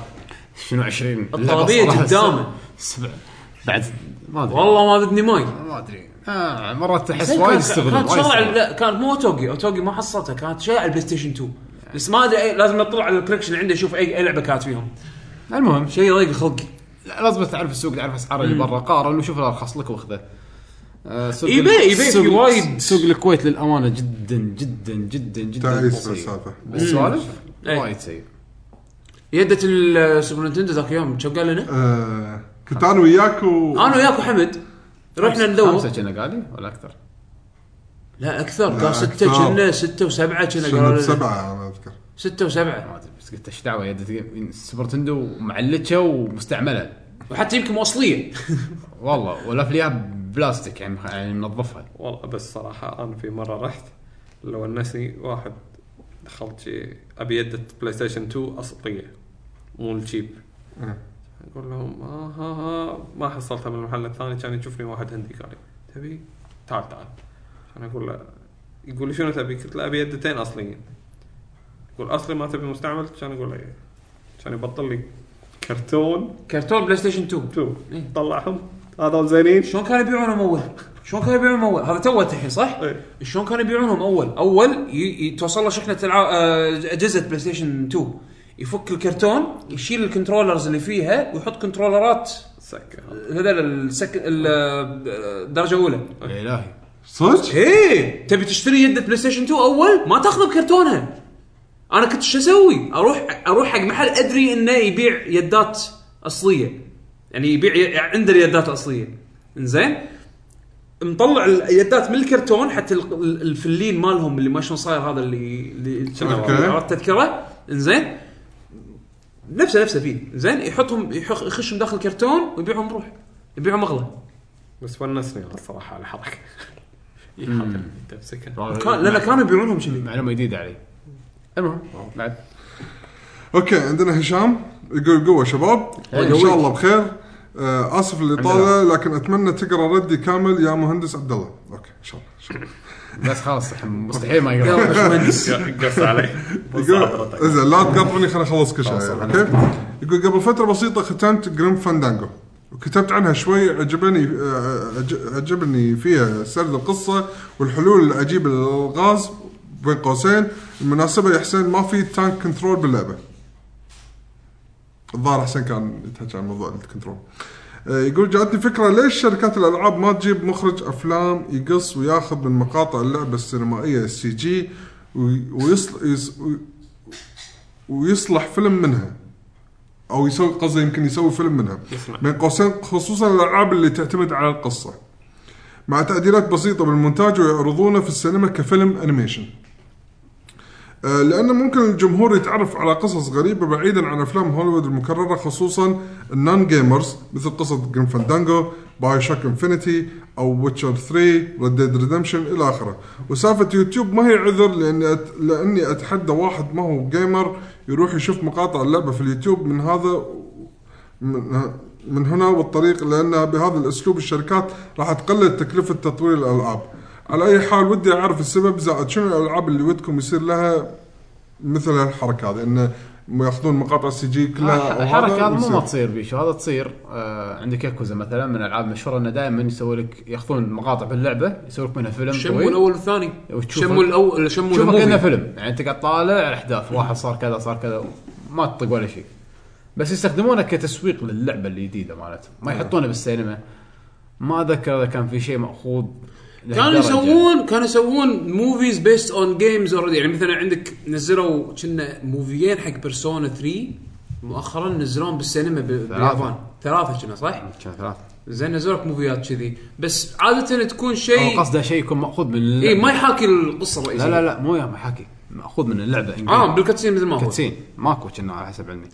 Speaker 2: شنو 20
Speaker 4: الطلبية قدامه.
Speaker 2: سبع بعد ما ادري
Speaker 4: والله ما بدني ماي
Speaker 2: ما ادري آه مرات تحس
Speaker 4: زين،
Speaker 2: وايد
Speaker 4: كانت-
Speaker 2: يستغلون
Speaker 4: كانت
Speaker 2: وايد
Speaker 4: شغله على-
Speaker 2: يستغلون.
Speaker 4: لا كانت مو اوتوجي اوتوجي ما حصلتها كانت شيء على البلاي ستيشن 2 بس ما ادري أي- لازم اطلع على الكولكشن عندي اشوف اي اي لعبه كانت فيهم
Speaker 2: المهم
Speaker 4: شيء ضيق خلقي
Speaker 2: لا لازم تعرف السوق تعرف اسعار اللي برا قارن وشوف الارخص لك واخذه آه، سوق
Speaker 4: إيباي-
Speaker 2: ال-
Speaker 4: إيباي في
Speaker 2: سوق ال-
Speaker 4: وايد.
Speaker 2: سوق الكويت للامانه جدا جدا جدا جدا
Speaker 5: تعيس
Speaker 2: بطيء.
Speaker 5: السالفة.
Speaker 2: بالسوالف
Speaker 4: أي.
Speaker 2: وايد سيء
Speaker 4: يدت السوبر نينتندو ذاك اليوم كم قال لنا؟
Speaker 5: آه، كنت انا وياك و
Speaker 4: انا وياك وحمد رحنا ندور
Speaker 2: خمسه كنا قالي ولا اكثر
Speaker 4: لا اكثر
Speaker 5: لا،
Speaker 4: قال سته
Speaker 5: أكثر.
Speaker 4: كنا سته وسبعه كنا
Speaker 5: شنو
Speaker 4: قالوا لنا.
Speaker 5: بسبعه انا اذكر
Speaker 4: سته وسبعه
Speaker 2: ما ادري بس قلت ايش دعوه يد سوبر تندو معلتشه ومستعمله
Speaker 4: وحتى يمكن موصليه
Speaker 2: والله ولا فيها بلاستيك يعني مخ- يعني منظفها
Speaker 3: والله بس صراحه انا في مره رحت لو انسني واحد دخلت شي ابي يده بلاي ستيشن 2 اصليه مو الجيب اقول لهم آه ها ها ما حصلتها من المحل الثاني كان يشوفني واحد هندي قال لي تبي تعال تعال انا اقول له يقول لي شنو تبي؟ قلت له ابي يدتين اصليين يقول اصلي ما تبي مستعمل كان اقول له إيه. كان يبطل لي كرتون
Speaker 4: كرتون بلاي ستيشن 2
Speaker 3: تو طلعهم هذول زينين
Speaker 4: شلون كانوا يبيعونهم اول؟ شلون كانوا يبيعونهم اول؟ هذا تو الحين صح؟
Speaker 3: إيه.
Speaker 4: شلون كانوا يبيعونهم اول؟ اول ي- ي- توصل له آه، شحنه العاب اجهزه بلاي ستيشن 2 يفك الكرتون يشيل الكنترولرز اللي فيها ويحط كنترولرات
Speaker 3: سكر
Speaker 4: هذول السك ال- آه، الدرجه الاولى
Speaker 2: يا الهي
Speaker 5: صدق؟
Speaker 4: ايه تبي تشتري يده بلاي ستيشن 2 اول ما تاخذه بكرتونها انا كنت شو اسوي؟ اروح اروح حق محل ادري انه يبيع يدات اصليه يعني يبيع ي- عنده اليدات اصليه انزين مطلع اليدات من الكرتون حتى ال- ال- الفلين مالهم اللي ما شلون صاير هذا اللي اللي
Speaker 5: أوكي.
Speaker 4: اللي عرفت تذكره انزين نفسه نفسه فيه زين يحطهم يحخ- يخشهم داخل الكرتون ويبيعهم بروح يبيعهم اغلى
Speaker 3: بس ونسني أنا الصراحه على الحركه
Speaker 10: إيه،
Speaker 3: يحطني تمسكها
Speaker 2: طيب.
Speaker 4: كان لان كانوا يبيعونهم كذي
Speaker 2: معلومه جديده علي المهم بعد
Speaker 5: اوكي عندنا هشام يقول قوه شباب ان شاء الله بخير آه، اسف للاطاله لكن اتمنى تقرا ردي كامل يا مهندس عبد الله اوكي ان شاء الله إن شاء الله.
Speaker 2: بس خلاص الحين مستحيل ما يقرا
Speaker 3: قص علي
Speaker 5: يقول زين لا تقاطعني خليني اخلص كل شيء اوكي يقول قبل فتره بسيطه ختمت جريم فاندانجو وكتبت عنها شوي عجبني آه، عج- عجبني فيها سرد القصه والحلول العجيبه للالغاز بين قوسين المناسبه يا حسين ما في تانك كنترول باللعبه الظاهر حسين كان يتحكى عن موضوع الكنترول آه، يقول جاتني فكره ليش شركات الالعاب ما تجيب مخرج افلام يقص وياخذ من مقاطع اللعبه السينمائيه السي جي ويصلح ويصلح فيلم منها او يسوي قصدي يمكن يسوي فيلم منها بين قوسين خصوصا الالعاب اللي تعتمد على القصه مع تعديلات بسيطه بالمونتاج ويعرضونه في السينما كفيلم انيميشن آه، لأن ممكن الجمهور يتعرف على قصص غريبة بعيدا عن أفلام هوليوود المكررة خصوصا النون جيمرز مثل قصة جرين فاندانجو باي شوك انفينيتي أو ويتشر 3 ريد ديد ريدمشن إلى آخره وسالفة يوتيوب ما هي عذر لأني, أت... لأني أتحدى واحد ما هو جيمر يروح يشوف مقاطع اللعبة في اليوتيوب من هذا من- من هنا والطريق لأن بهذا الأسلوب الشركات راح تقلل تكلفة تطوير الألعاب على أي حال ودي أعرف السبب زائد شنو الألعاب اللي ودكم يصير لها مثل هالحركة هذه إنه ياخذون مقاطع السي جي كلها أو
Speaker 2: الحركه هذه آه، مو
Speaker 5: ويصير.
Speaker 2: ما تصير بيشو هذا تصير آه عندك ياكوزا مثلا من الالعاب مشهوره انه دائما يسوي لك ياخذون مقاطع باللعبه يسوي لك منها فيلم
Speaker 4: شموا الاول والثاني
Speaker 2: وتشوفه-
Speaker 4: شموا الاول شموا
Speaker 2: شوفه كانه
Speaker 4: الموفي.
Speaker 2: فيلم يعني انت قاعد طالع الاحداث واحد صار كذا صار كذا ما تطق ولا شيء بس يستخدمونه كتسويق للعبه الجديده مالتهم ما يحطونه بالسينما ما ذكر اذا كان في شيء ماخوذ
Speaker 4: كانوا
Speaker 2: لهالدرجة.
Speaker 4: يسوون كانوا يسوون موفيز بيست اون جيمز اوريدي يعني مثلا عندك نزلوا كنا موفيين حق بيرسونا 3 مؤخرا نزلوهم بالسينما ب- باليابان ثلاثه كنا صح؟
Speaker 2: كان ثلاث
Speaker 4: زين نزلوا لك موفيات كذي بس عاده تكون
Speaker 2: هو
Speaker 4: شيء
Speaker 2: قصده شيء يكون ماخوذ من اللعبه
Speaker 4: اي ما يحاكي القصه الرئيسيه
Speaker 2: لا لا لا مو يا محاكي ماخوذ من اللعبه in-game.
Speaker 4: اه بالكاتسين مثل ما هو
Speaker 2: كاتسين ماكو كنا على حسب علمي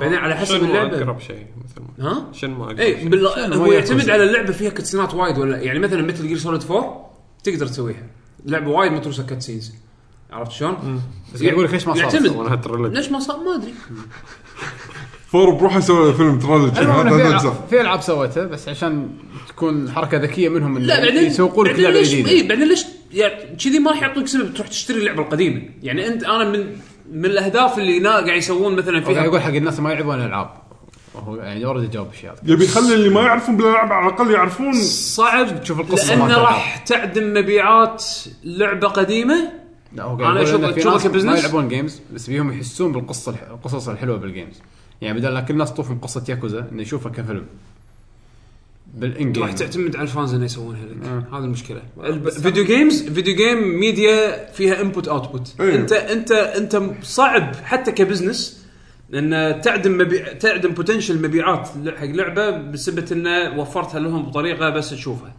Speaker 4: بعدين على حسب
Speaker 3: شنو
Speaker 4: اللعبه
Speaker 3: اقرب شيء مثل ما
Speaker 4: ها؟
Speaker 3: شنو اقرب
Speaker 4: اي
Speaker 3: شيء؟
Speaker 4: بال...
Speaker 2: شنو
Speaker 4: هو
Speaker 2: ما
Speaker 4: يعتمد
Speaker 2: ياكوزا.
Speaker 4: على اللعبه فيها كاتسينات وايد ولا لا. يعني مثلا مثل جير سوليد 4 تقدر تسويها لعبه وايد متروسه كاتسينز عرفت شلون؟
Speaker 2: بس قاعد يقول لك ليش ما صار
Speaker 4: يعتمد
Speaker 3: وانا هترلج
Speaker 4: ليش ما صار ما ادري
Speaker 5: فور بروحه يسوي له فيلم ترولج
Speaker 2: المهم إنه
Speaker 5: هذا
Speaker 2: في
Speaker 5: أجزاء.
Speaker 2: ألعاب- في العاب سوتها بس عشان تكون حركه ذكيه منهم إن
Speaker 4: لا بعدين
Speaker 2: يعني يسوقون لك
Speaker 4: بعدين
Speaker 2: لعبه
Speaker 4: ليش إيه. اي
Speaker 2: جديده
Speaker 4: بعدين ليش يعني كذي ما راح يعطوك سبب تروح تشتري اللعبه القديمه يعني انت انا من من الاهداف اللي نا قاعد يسوون مثلا
Speaker 2: هو قاعد
Speaker 4: فيها
Speaker 2: يقول حق الناس ما يلعبون العاب هو يعني اوريدي جاوب الشيء هذا
Speaker 5: يبي يخلي اللي ما يعرفون بالألعاب على الأقل يعرفون
Speaker 4: صعب
Speaker 2: شوف القصة
Speaker 4: لانه
Speaker 2: مالته.
Speaker 4: راح تعدم مبيعات لعبه قديمه
Speaker 2: لا هو
Speaker 4: أنا
Speaker 2: قاعد يقول
Speaker 4: أشوف-
Speaker 2: إن في
Speaker 4: أشوفه
Speaker 2: ناس ما
Speaker 4: كبزنس.
Speaker 2: يلعبون جيمز بس بيهم يحسون بالقصه الح- القصص الحلوه بالجيمز يعني بدل لا كل الناس تطوف من قصه ياكوزا انه يشوفها كفيلم بالانجليزي
Speaker 4: راح تعتمد على الفانز انه يسوونها لك هذه المشكله الب- فيديو جيمز فيديو جيم ميديا فيها انبوت اوتبوت
Speaker 5: أيوه.
Speaker 4: انت انت انت صعب حتى كبزنس لان تعدم مبيع تعدم بوتنشل مبيعات حق لعبه بسبه انه وفرتها لهم بطريقه بس تشوفها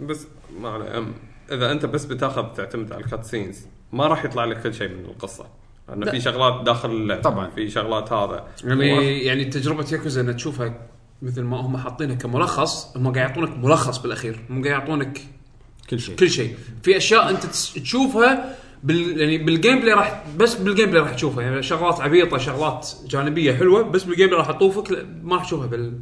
Speaker 10: بس ما عليه أم اذا انت بس بتاخذ تعتمد على الكات سينز ما راح يطلع لك كل شيء من القصه لانه في شغلات داخل اللعبه
Speaker 2: طبعاً.
Speaker 10: في شغلات هذا
Speaker 3: أيوة.
Speaker 4: يعني يعني تجربه ياكوزا انها تشوفها مثل ما هم حاطينها كملخص هم قاعد يعطونك ملخص بالاخير هم قاعد يعطونك
Speaker 2: كل شيء
Speaker 4: كل شيء في اشياء انت تس- تشوفها بال يعني بالجيم بلاي راح بس بالجيم بلاي راح تشوفها يعني شغلات عبيطه شغلات جانبيه حلوه بس بالجيم بلاي راح تطوفك لا، ما راح تشوفها بال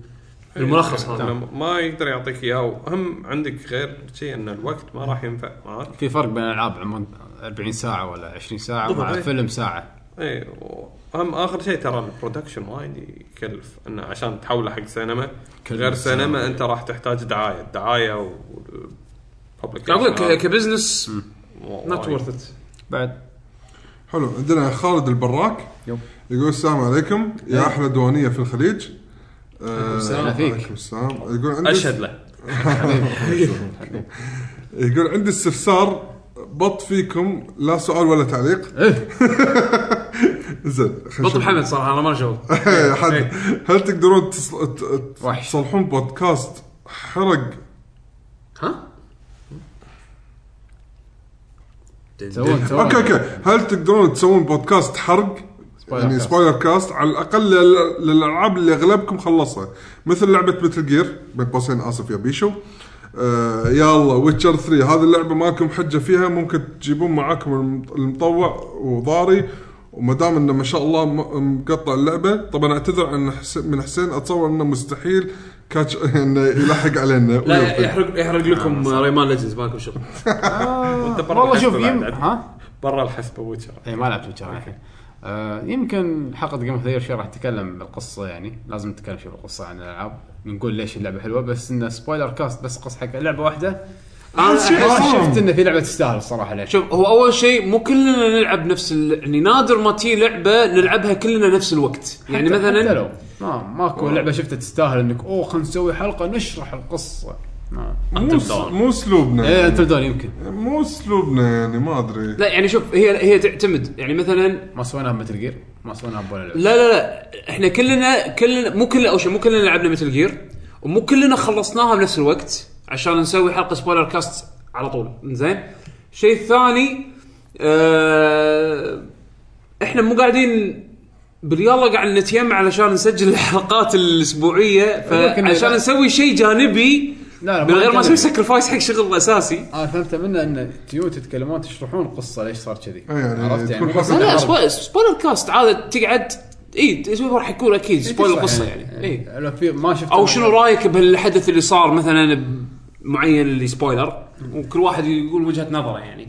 Speaker 4: بالملخص
Speaker 10: يعني
Speaker 4: هذا
Speaker 10: ما يقدر يعطيك اياه وهم عندك غير شيء ان الوقت ما راح ينفع معك
Speaker 2: في فرق بين الالعاب عمر 40 ساعه ولا 20 ساعه
Speaker 10: طبعاً،
Speaker 2: مع
Speaker 10: إيه.
Speaker 2: فيلم ساعه
Speaker 10: اي
Speaker 3: إيه،
Speaker 10: وهم اخر شيء ترى البرودكشن وايد يكلف انه عشان تحوله حق سينما
Speaker 2: كلف
Speaker 10: غير
Speaker 2: سينما.
Speaker 10: سينما انت راح تحتاج دعايه الدعايه و
Speaker 4: قاعد اقول لك ك- كبزنس نوت ورث ات
Speaker 2: بعد
Speaker 5: حلو عندنا خالد البراك
Speaker 2: يوم.
Speaker 5: يقول السلام عليكم يا احلى دوانيه في الخليج آه،
Speaker 2: إيه. السلام.
Speaker 5: عليكم السلام يقول عندي
Speaker 10: اشهد له
Speaker 5: يقول عندي استفسار بط فيكم لا سؤال ولا تعليق زين خلينا
Speaker 4: بطل
Speaker 5: نشوف.
Speaker 4: محمد صراحه انا ما جاوب
Speaker 5: حد هل تقدرون تصل- ت- ت-
Speaker 2: وحش.
Speaker 5: تصلحون بودكاست حرق
Speaker 4: ها
Speaker 2: سوون سوون
Speaker 5: اوكي اوكي هل تقدرون تسوون بودكاست حرق يعني
Speaker 2: كاست.
Speaker 5: سبويلر كاست على الاقل لل- للالعاب اللي اغلبكم خلصها مثل لعبه متل جير بين قوسين اسف يا بيشو آه يلا ويتشر 3 هذه اللعبه مالكم حجه فيها ممكن تجيبون معاكم الم- المطوع وضاري وما دام انه ما شاء الله م- مقطع اللعبه طبعا اعتذر عن حس- من حسين اتصور انه مستحيل كاتش انه يلحق علينا
Speaker 4: لا يحرق يحرق لكم ريمان ليجندز ما لكم شغل
Speaker 10: وأنت برا
Speaker 2: آه، والله شوف
Speaker 10: الحسبة
Speaker 2: يم...
Speaker 10: بعد.
Speaker 2: ها
Speaker 10: برا الحسبه ويتشر
Speaker 2: اي إيه، ما لعبت ويتشر الحين آه يمكن حلقه جيم اوف شيء راح نتكلم بالقصه يعني لازم نتكلم شوي بالقصه عن الالعاب نقول ليش اللعبه حلوه بس انه سبويلر كاست بس قصه حق لعبه واحده انا أحس- شفت انه في لعبه تستاهل الصراحه ليش
Speaker 4: آه، شوف هو اول شيء مو كلنا نلعب نفس ال... يعني نادر ما تي لعبه نلعبها كلنا نفس الوقت يعني
Speaker 2: حتى-
Speaker 4: مثلا
Speaker 2: حتى لو ما ماكو لعبه شفتها تستاهل انك اوه خلينا نسوي حلقه نشرح القصه ما.
Speaker 5: مو س- مو اسلوبنا
Speaker 4: إيه.
Speaker 2: ايه
Speaker 5: يعني.
Speaker 2: انتل دون يمكن
Speaker 5: مو اسلوبنا يعني ما ادري
Speaker 4: لا يعني شوف هي هي تعتمد يعني مثلا
Speaker 2: ما سويناها بمتل جير ما سويناها بولا لعبه
Speaker 4: لا لا لا احنا كلنا كلنا مو كلنا او شيء مو كلنا لعبنا مثل جير ومو كلنا خلصناها بنفس الوقت عشان نسوي حلقه سبويلر كاست على طول زين الشيء الثاني اه احنا مو قاعدين باليلا قاعد نتيمع علشان نسجل الحلقات الاسبوعيه
Speaker 2: ممكن
Speaker 4: فعشان
Speaker 2: لا.
Speaker 4: نسوي شيء جانبي
Speaker 2: لا، لا،
Speaker 4: من
Speaker 2: ما
Speaker 4: غير ما
Speaker 2: نتكلم.
Speaker 4: اسوي سكرفايس حق شغل اساسي
Speaker 2: انا فهمت منه ان تيو تتكلمون تشرحون القصه ليش صار كذي
Speaker 5: إيه يعني
Speaker 2: عرفت
Speaker 5: تكون
Speaker 2: يعني
Speaker 5: حسب
Speaker 2: بس-
Speaker 4: لا لا
Speaker 5: الحرب.
Speaker 4: سبويلر, سبويلر كاست عاده تقعد اي تسوي راح يكون اكيد
Speaker 2: إيه،
Speaker 4: سبويلر قصه يعني اي
Speaker 2: لو في ما شفت
Speaker 4: او شنو رايك بهالحدث اللي صار مثلا معين اللي سبويلر وكل واحد يقول وجهه نظره يعني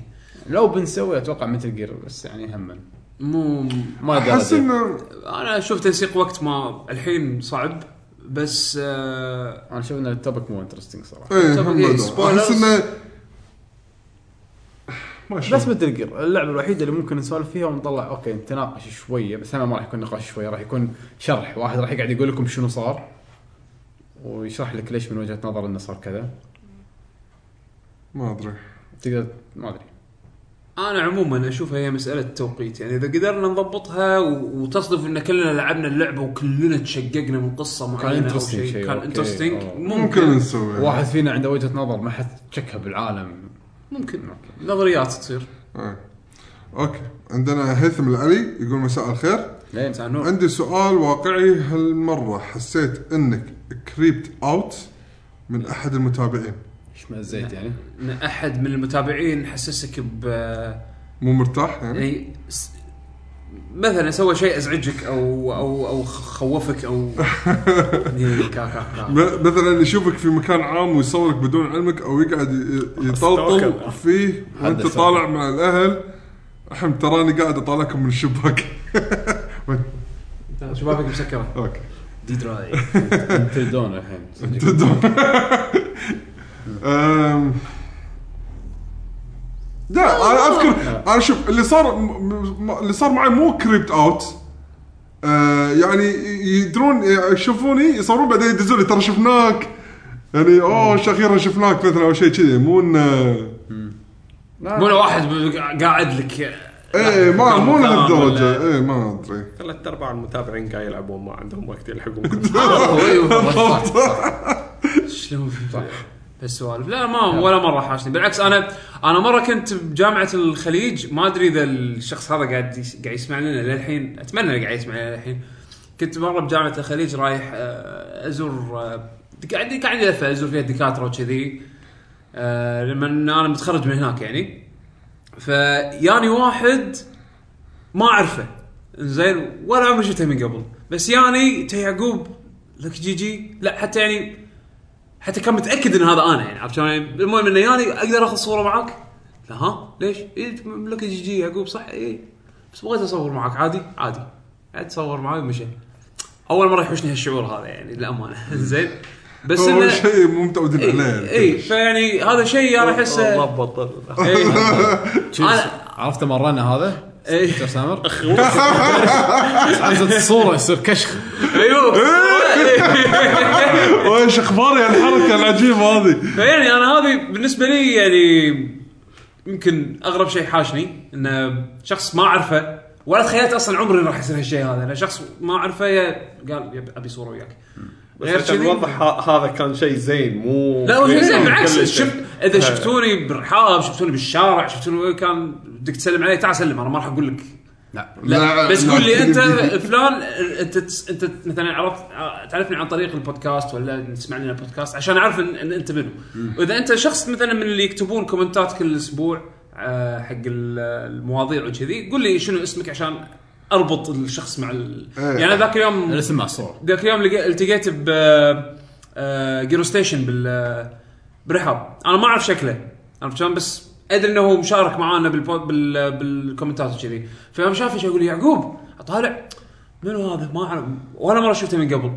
Speaker 2: لو بنسوي اتوقع مثل جير بس يعني هم
Speaker 4: مو
Speaker 2: ما
Speaker 5: احس
Speaker 2: درجة.
Speaker 5: انه
Speaker 4: انا اشوف تنسيق وقت ما الحين صعب بس آه
Speaker 2: انا شفنا التوبك مو انترستنج صراحه
Speaker 5: ايه
Speaker 4: طب
Speaker 5: هم
Speaker 4: إيه،
Speaker 5: بعد.
Speaker 4: spoilers؟
Speaker 5: احس انه ما
Speaker 2: بس
Speaker 5: شاء
Speaker 2: مثل جير اللعبه الوحيده اللي ممكن نسولف فيها ونطلع اوكي نتناقش شويه بس انا ما راح يكون نقاش شويه راح يكون شرح واحد راح يقعد يقول لكم شنو صار ويشرح لك ليش من وجهه نظر انه صار كذا
Speaker 5: ما ادري
Speaker 2: تقدر ما ادري
Speaker 4: انا عموما اشوفها هي مساله توقيت يعني اذا قدرنا نضبطها و- وتصدف ان كلنا لعبنا اللعبه وكلنا تشققنا من قصه معينه او
Speaker 2: interesting شيء،
Speaker 4: شيء كان
Speaker 2: أوكي.
Speaker 4: انترستنج
Speaker 2: أوه.
Speaker 5: ممكن
Speaker 4: ممكن
Speaker 5: نسوي
Speaker 2: واحد فينا عنده وجهه نظر ما حد تشكها بالعالم
Speaker 4: ممكن نظريات تصير
Speaker 5: إيه. اوكي عندنا هيثم العلي يقول مساء الخير
Speaker 2: لين
Speaker 4: نور.
Speaker 5: عندي سؤال واقعي هالمره حسيت انك كريبت اوت من احد المتابعين
Speaker 2: ايش ما زيت يعني
Speaker 4: ان احد من المتابعين حسسك ب
Speaker 5: مو مرتاح يعني
Speaker 4: يعني س- مثلا سوى شيء ازعجك او او او خوفك او إيه، كا- كا- كا.
Speaker 5: م- مثلا يشوفك في مكان عام ويصورك بدون علمك او يقعد ي- يطلطل فيه وانت
Speaker 2: السالفة.
Speaker 5: طالع مع الاهل احمد تراني قاعد اطالعكم من الشباك
Speaker 4: شبابك مسكره
Speaker 5: اوكي
Speaker 4: دي درايف
Speaker 2: انتل دون الحين صدق.
Speaker 5: تدوم أم. لا انا اذكر انا شوف اللي صار م- م- اللي صار معي مو كريبت اوت آه، يعني يدرون يشوفوني يصورون بعدين يدزون لي ترى شفناك يعني اوه ش- اخيرا شفناك مثلا او شيء كذي مو انه
Speaker 4: مو لو واحد ب- قاعد لك
Speaker 5: اي إيه، ما مو
Speaker 3: كان-
Speaker 5: لهالدرجه اي ما ادري
Speaker 3: ثلاث ارباع المتابعين قاعد يلعبون ما عندهم وقت يلحقون
Speaker 4: شلون بسوالف لا ما ولا مره حاشني بالعكس انا انا مره كنت بجامعه الخليج ما ادري اذا الشخص هذا قاعد يس- قاعد يسمع لنا للحين اتمنى انه قاعد يسمع لنا للحين كنت مره بجامعه الخليج رايح آه، ازور آه، قاعد قاعد عندي لفه ازور فيها الدكاتره وكذي آه، لما انا متخرج من هناك يعني فياني واحد ما اعرفه زين ولا عمري شفته من قبل بس ياني انت يعقوب لك جي جي لا حتى يعني حتى كان متاكد ان هذا انا يعني عرفت شلون يعني؟ المهم انه ياني اقدر اخذ صوره معاك؟ لا ها ليش؟ إيه لك جي جي يعقوب صح اي بس بغيت اصور معاك عادي عادي قعد تصور معاي ومشى اول مره يحوشني هالشعور هذا يعني للامانه زين بس
Speaker 5: هو
Speaker 4: انه
Speaker 5: شيء مو متعودين
Speaker 4: اي
Speaker 5: عليه
Speaker 4: إي، فيعني هذا شيء يعني انا احسه
Speaker 3: بطل
Speaker 4: إي.
Speaker 2: شوف، عرفت مرنا هذا؟
Speaker 4: إيه.
Speaker 2: دكتور سامر عزت الصوره يصير كشخ
Speaker 4: أيوه.
Speaker 5: وش اخبار يا الحركه العجيبه هذه
Speaker 4: فيعني انا هذه بالنسبه لي يعني يمكن اغرب شيء حاشني انه شخص ما اعرفه ولا تخيلت اصلا عمري راح يصير هالشيء هذا انا شخص ما اعرفه يا- قال يب- ابي صوره وياك
Speaker 3: بس
Speaker 4: غير
Speaker 3: عشان
Speaker 4: كذي-
Speaker 3: نوضح ه- هذا كان شيء زين مو
Speaker 4: لا هو شيء زين بالعكس
Speaker 3: كل شيء.
Speaker 4: شفت اذا شفتوني بالرحاب شفتوني بالشارع شفتوني كان بدك تسلم علي تعال سلم انا ما راح اقول لك لا بس قول لي انت فلان انت تس- انت مثلا عرفت تعرفني عن طريق البودكاست ولا تسمع لنا بودكاست عشان اعرف ان, ان انت منو واذا انت شخص مثلا من اللي يكتبون كومنتات كل اسبوع آه، حق ال- المواضيع وكذي قول لي شنو اسمك عشان اربط الشخص مع ال...
Speaker 5: إيه.
Speaker 4: يعني ذاك اليوم
Speaker 2: الاسم مع الصوره
Speaker 4: ذاك اليوم لقى- التقيت ب آه، جيرو ستيشن بال آه، برحاب انا ما اعرف شكله عرفت شلون بس ادري انه هو مشارك معانا بالبو... بال... آه، بالكومنتات وكذي فيوم شافه شو يقول لي يعقوب اطالع منو هذا ما اعرف ولا مره شفته من قبل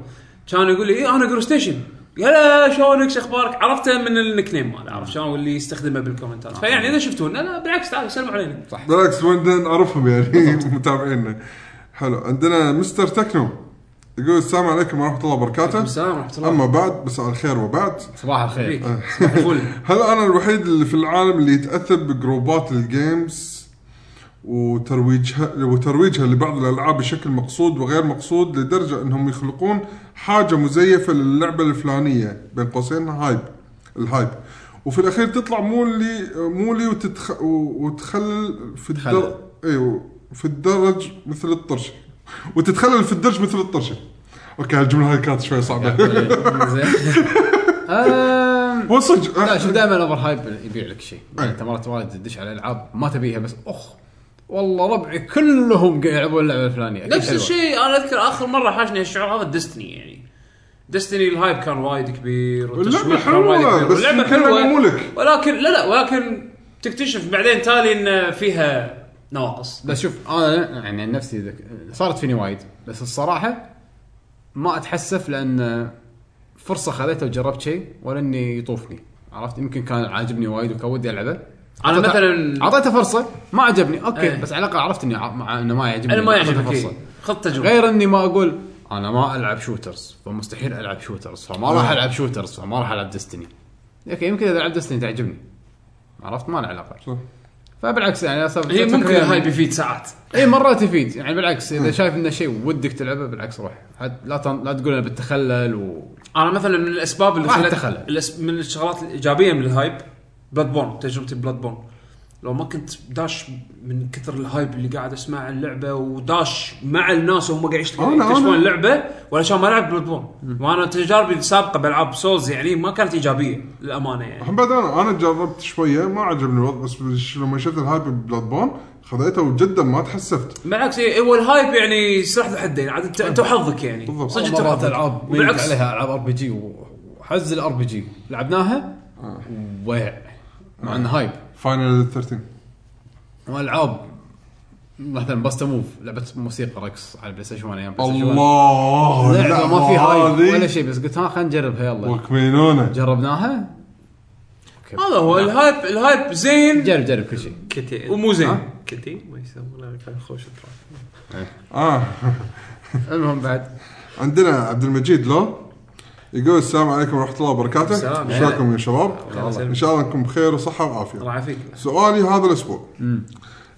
Speaker 4: كان يقول لي إيه انا جيرو ستيشن يلا شلونك شو اخبارك عرفته من النك نيم ماله عرفت شلون واللي يستخدمه بالكومنتات فيعني اذا شفتونا لا بالعكس تعالوا سلموا علينا صح
Speaker 5: بالعكس ودنا نعرفهم يعني متابعينا حلو عندنا مستر تكنو يقول السلام عليكم ورحمه الله وبركاته
Speaker 4: السلام ورحمه الله إيه،
Speaker 5: اما بعد مساء الخير وبعد
Speaker 2: صباح الخير
Speaker 4: صباح الفل
Speaker 5: هل انا الوحيد اللي في العالم اللي يتاثر بجروبات الجيمز وترويجها وترويجها لبعض الالعاب بشكل مقصود وغير مقصود لدرجه انهم يخلقون حاجه مزيفه للعبه الفلانيه بين قوسين هايب الهايب وفي الاخير تطلع مو لي مو لي وتتخ... و- وتخلل في الدرج
Speaker 2: تخلل.
Speaker 5: ايوه في الدرج مثل الطرشه وتتخلل في الدرج مثل الطرشه اوكي هالجمله هاي كانت شوي صعبه
Speaker 2: زين آم،
Speaker 5: هو صدق
Speaker 2: لا شوف دائما الاوفر هايب يبيع لك شيء
Speaker 4: إيه.
Speaker 2: يعني انت مرات وايد تدش على العاب ما تبيها بس اخ والله ربعي كلهم قاعد يلعبون اللعبه الفلانيه أكيد
Speaker 4: نفس
Speaker 2: حلوة.
Speaker 4: الشيء انا اذكر اخر مره حاشني الشعور هذا ديستني يعني ديستني الهايب كان وايد كبير والتشويق كان
Speaker 5: حلوة،
Speaker 4: وايد كبير،
Speaker 5: بس
Speaker 4: واللعبة
Speaker 5: يمكن
Speaker 4: حلوة،
Speaker 5: مو لك.
Speaker 4: ولكن لا لا ولكن تكتشف بعدين تالي ان فيها نواقص
Speaker 2: بس شوف انا يعني عن نفسي ذك... صارت فيني وايد بس الصراحه ما اتحسف لان فرصه خذيتها وجربت شيء ولا اني يطوفني عرفت يمكن كان عاجبني وايد وكان ودي العبه
Speaker 4: أنا
Speaker 2: أعطيته-
Speaker 4: مثلاً-
Speaker 2: اعطيته فرصه ما عجبني اوكي
Speaker 4: إيه.
Speaker 2: بس على الاقل عرفت اني ع- مع انه ما يعجبني
Speaker 4: انا ما
Speaker 2: أعطيته
Speaker 4: يعجبك
Speaker 2: فرصه
Speaker 4: إيه. خذ تجربه
Speaker 2: غير اني ما اقول انا ما العب شوترز فمستحيل العب شوترز فما راح
Speaker 4: إيه.
Speaker 2: العب شوترز فما راح العب ديستني اوكي يمكن اذا العب ديستني تعجبني عرفت ما له علاقه فبالعكس يعني أصلاً
Speaker 4: هي ممكن
Speaker 2: تقريباً-
Speaker 4: الهايب يفيد ساعات
Speaker 2: اي مرات يفيد يعني بالعكس اذا شايف انه شيء ودك تلعبه بالعكس روح عاد لا تن... لا تقول انا بتخلل و
Speaker 4: انا مثلا من الاسباب اللي
Speaker 2: راح
Speaker 4: خلت
Speaker 2: تخلل.
Speaker 4: الأس... من الشغلات الايجابيه من الهايب بلاد بورن تجربتي بلاد بورن لو ما كنت داش من كثر الهايب اللي قاعد اسمع عن اللعبه وداش مع الناس وهم قاعد يشت-
Speaker 5: أنا-
Speaker 4: يكتشفون
Speaker 5: أنا-
Speaker 4: اللعبه ولا عشان ما العب بلاد بورن وانا تجاربي السابقه بالعاب سولز يعني ما كانت ايجابيه للامانه يعني
Speaker 5: الحين بعد انا انا جربت شويه ما عجبني الوضع بس بش- لما شفت الهايب بلاد بون خذيته وجدا ما تحسفت
Speaker 4: بالعكس إيه، هو الهايب يعني سلاح ذو حدين عاد انت انت وحظك يعني
Speaker 5: بالضبط.
Speaker 4: صدق انت
Speaker 2: مرات
Speaker 4: وحظك.
Speaker 2: العاب ميت
Speaker 4: وبالعكس
Speaker 2: عليها العاب ار بي جي وحز الار بي جي لعبناها ويع مع انه هايب
Speaker 5: فاينل 13
Speaker 2: والعاب مثلا باستا موف لعبه موسيقى رقص على البلاي ستيشن 1 ايام بلاي ستيشن 1.
Speaker 5: الله
Speaker 2: لعبه ما في هايب
Speaker 5: هذه
Speaker 2: ولا شيء بس قلت ها خلينا نجربها يلا
Speaker 5: وكمينونه
Speaker 2: جربناها
Speaker 4: هذا هو الهايب الهايب زين
Speaker 2: جرب جرب كل شيء
Speaker 3: كتي
Speaker 4: ومو زين
Speaker 2: ها؟
Speaker 3: كتي ما يسمونه كان خوش تراك
Speaker 5: اه
Speaker 2: المهم بعد
Speaker 5: عندنا عبد المجيد لو يقول السلام عليكم ورحمه الله وبركاته شلونكم يا شباب ان شاء الله انكم بخير وصحه وعافيه
Speaker 4: الله يعافيك
Speaker 5: سؤالي هذا الاسبوع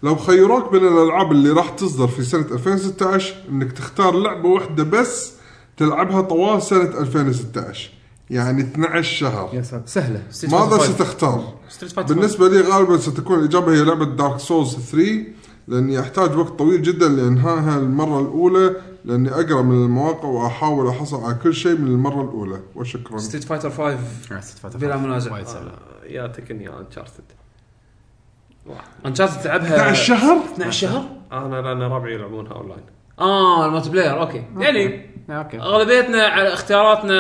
Speaker 5: لو خيروك بين الالعاب اللي راح تصدر في سنه 2016 انك تختار لعبه واحده بس تلعبها طوال سنه 2016 يعني 12 شهر
Speaker 13: سهله
Speaker 5: ماذا ستختار؟
Speaker 13: ستريت فايتر
Speaker 5: بالنسبة لي غالبا ستكون الإجابة هي لعبة دارك سولز 3 لأني أحتاج وقت طويل جدا لإنهائها المرة الأولى لأني أقرأ من المواقع وأحاول أحصل على كل شيء من المرة الأولى وشكرا
Speaker 4: ستريت فايتر 5
Speaker 2: آه،
Speaker 4: بلا منازع.
Speaker 3: يا تكن يا انشارتد
Speaker 4: انشارتد تلعبها
Speaker 5: 12 شهر
Speaker 4: 12 شهر
Speaker 3: انا لان ربعي يلعبونها اونلاين
Speaker 4: اه الملتي بلاير اوكي يعني
Speaker 2: اوكي
Speaker 4: اغلبيتنا على اختياراتنا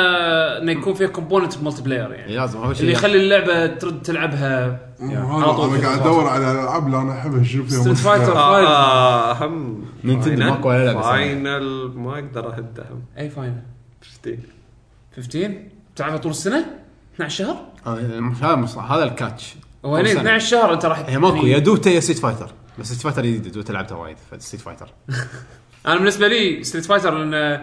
Speaker 4: انه يكون فيها كومبوننت ملتي بلاير يعني
Speaker 2: إيه، لازم اول شيء
Speaker 4: اللي يخلي اللعبه ترد تلعبها على طول.
Speaker 5: أنا قاعد أدور على الألعاب اللي أنا أحبها شنو فيها
Speaker 4: ستريت
Speaker 5: مشكلة.
Speaker 4: فايتر فايف
Speaker 3: آه اهم
Speaker 2: نينتندو
Speaker 3: فاينل-
Speaker 2: ماكو ولا لعبة صراحة.
Speaker 3: فاينل ما اقدر اهد اهم
Speaker 4: اي فاينل
Speaker 3: 15
Speaker 4: 15 تلعبها طول السنه 12 شهر
Speaker 2: هذا مش- هذا مش- هذا الكاتش
Speaker 4: هو يعني
Speaker 2: طول السنة.
Speaker 4: 12 شهر انت راح
Speaker 2: هي ماكو يا دوتا يا ستيت فايتر بس ستيت فايتر جديد دوتا لعبتها وايد فستيت فايتر
Speaker 4: انا بالنسبه لي ستريت فايتر لان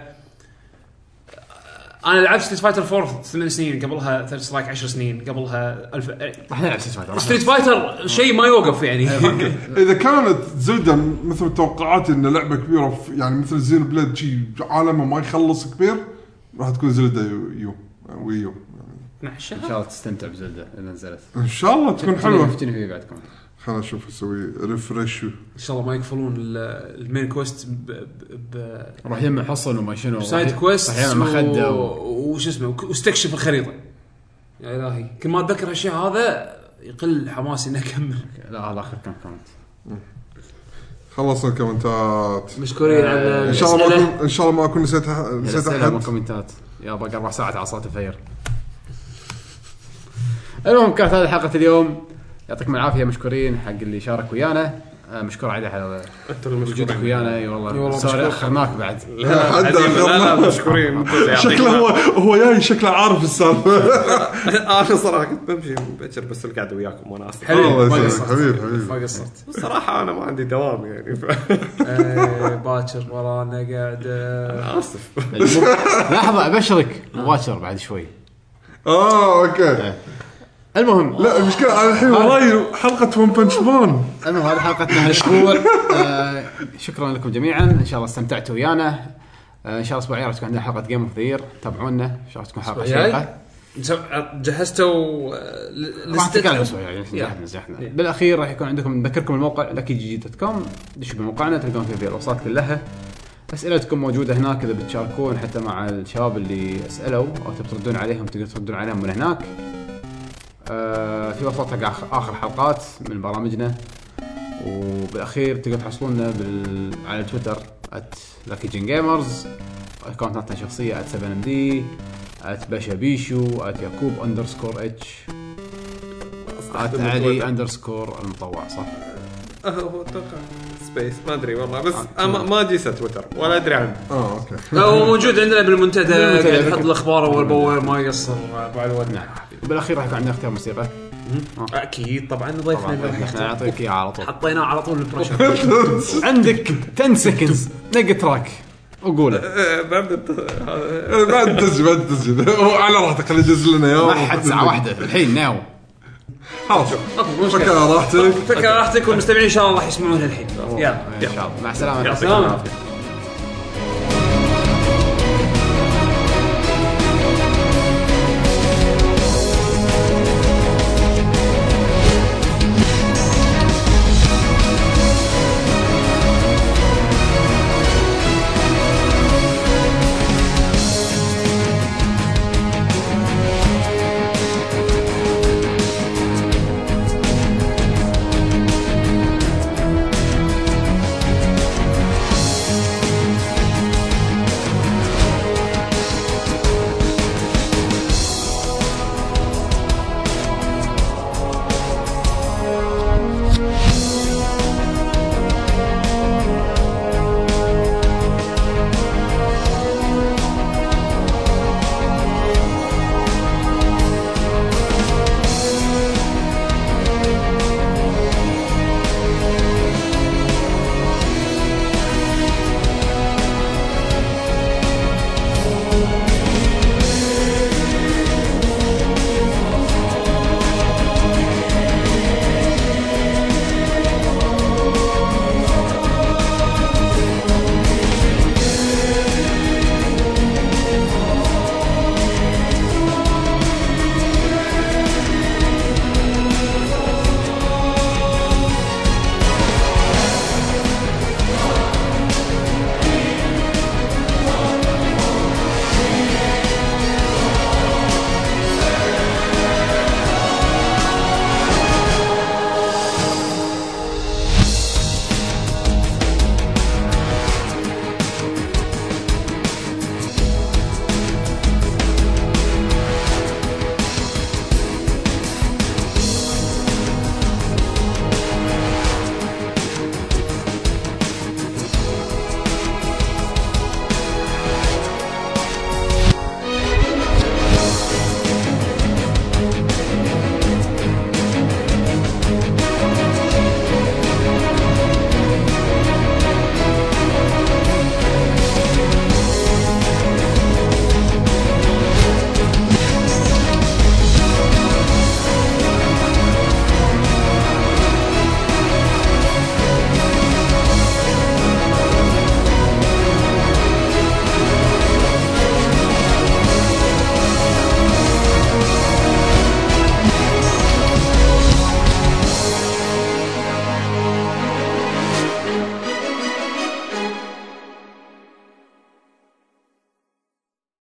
Speaker 4: انا لعبت ستريت فايتر 4 ثمان سنين قبلها ثلاث سلايك 10 سنين قبلها الف
Speaker 2: راح نلعب ستيت فايتر راح
Speaker 4: ستريت فايتر شيء ما يوقف يعني
Speaker 5: إذا كانت زبدة مثل توقعاتي إن لعبة كبيرة في- يعني مثل زينو بليد شي عالمه ما يخلص كبير راح تكون زلدة يو- يو ويو
Speaker 4: 12
Speaker 2: ان
Speaker 4: شهر
Speaker 2: شاء الله تستمتع بزلده اذا نزلت
Speaker 5: إن شاء الله تكون
Speaker 2: حلوه
Speaker 5: حلوة
Speaker 2: فتني فيه بعد كمان
Speaker 5: خلنا نشوف أسوي ريفرش
Speaker 4: ان شاء الله ما يقفلون ال- المين كويست ب- ب- ب-
Speaker 2: راح يجمع حصن وما شنو
Speaker 4: بسايد كويست
Speaker 2: راح يجمع مخده و...
Speaker 4: وش اسمه وك- واستكشف الخريطه يا الهي كل ما اتذكر هالشيء هذا يقل حماسي اني اكمل
Speaker 2: لا هذا اخر كم كانت
Speaker 5: خلصنا الكومنتات
Speaker 4: مشكورين على
Speaker 5: ان شاء الله ما اكون ان شاء الله ما اكون نسيت أح- نسيت
Speaker 2: الاسئله
Speaker 5: احد
Speaker 2: والكومنتات يا باقي اربع ساعات على صلاه الفجر المهم كانت هذه حلقه اليوم يعطيكم العافيه مشكورين حق اللي شارك ويانا آه، مشكور عليه على
Speaker 3: انتم المشكورين
Speaker 2: وجودك ويانا اي والله سوري اخرناك بعد
Speaker 5: حد
Speaker 3: لا لا لا، مشكورين
Speaker 5: شكله هو هو جاي شكله عارف السالفه
Speaker 3: انا صراحه كنت بمشي مبكر بس القعده وياكم وانا اسف
Speaker 5: الله
Speaker 4: ما
Speaker 5: يسلمك،
Speaker 4: قصرت.
Speaker 5: حبيبي حبيبي
Speaker 4: ما قصرت
Speaker 3: الصراحه انا ما عندي دوام يعني ف...
Speaker 4: إيه، باكر آه، ورانا قاعده
Speaker 3: انا اسف
Speaker 2: لحظه ابشرك مباشر بعد شوي
Speaker 5: اه اوكي
Speaker 2: المهم
Speaker 5: لا المشكله انا الحين وراي حلقه ون بنش مان
Speaker 2: المهم هذه حلقتنا هالاسبوع آه شكرا لكم جميعا ان شاء الله استمتعتوا ويانا آه ان شاء الله الاسبوع الجاي راح تكون عندنا حلقه جيم اوف ذير تابعونا ان شاء الله تكون حلقه
Speaker 4: الأسبوع الجاي؟
Speaker 2: شيقه
Speaker 4: جهزتوا آه، ل-
Speaker 2: راح
Speaker 4: لستة-
Speaker 2: نتكلم الاسبوع يعني زحنا زحنا بالاخير راح يكون عندكم نذكركم الموقع لكي جي جي دوت كوم دشوا بموقعنا تلقون فيه فيه الاوساط كلها اسئلتكم موجوده هناك اذا بتشاركون حتى مع الشباب اللي اسالوا او تبي تردون عليهم تقدرون تردون عليهم من هناك آه في وصلت حق آخر- اخر حلقات من برامجنا وبالاخير تقدرون تحصلونا بال... على تويتر @lucky جن جيمرز اكونتاتنا الشخصيه @7md @بشابيشو @يعقوب اندرسكور اتش علي اندرسكور المطوع صح
Speaker 3: آه، هو اتوقع سبيس ما ادري والله بس أنا ما- ما جيسه تويتر ولا ادري عنه
Speaker 5: اه اوكي
Speaker 4: لا، هو موجود عندنا بالمنتدى
Speaker 2: بالمنتدى،
Speaker 4: قاعد يحط
Speaker 2: فكرة.
Speaker 4: الاخبار اول باول ما يقصر ابو علي الود
Speaker 2: نعم وبالاخير راح يكون عندنا اختيار موسيقى
Speaker 4: اكيد طبعا
Speaker 2: طبعا
Speaker 4: ضيفنا راح
Speaker 2: احنا
Speaker 4: يختار.
Speaker 2: نعطيك اياها على طول
Speaker 4: حطيناه على طول البريشر
Speaker 2: عندك 10 سكندز نق تراك وقوله
Speaker 3: آه، بعد الت- هذا-
Speaker 5: إيه، بعد تسجيل بعد تسجيل هو على راحتك خلي يدز لنا
Speaker 2: ما
Speaker 5: اياه
Speaker 2: حد ساعه واحده الحين ناو
Speaker 5: خلاص فكر على راحتك
Speaker 4: فكر راحتك والمستمعين ان شاء الله راح يسمعونها الحين يلا
Speaker 2: ان شاء الله مع السلامه
Speaker 3: يعطيكم العافيه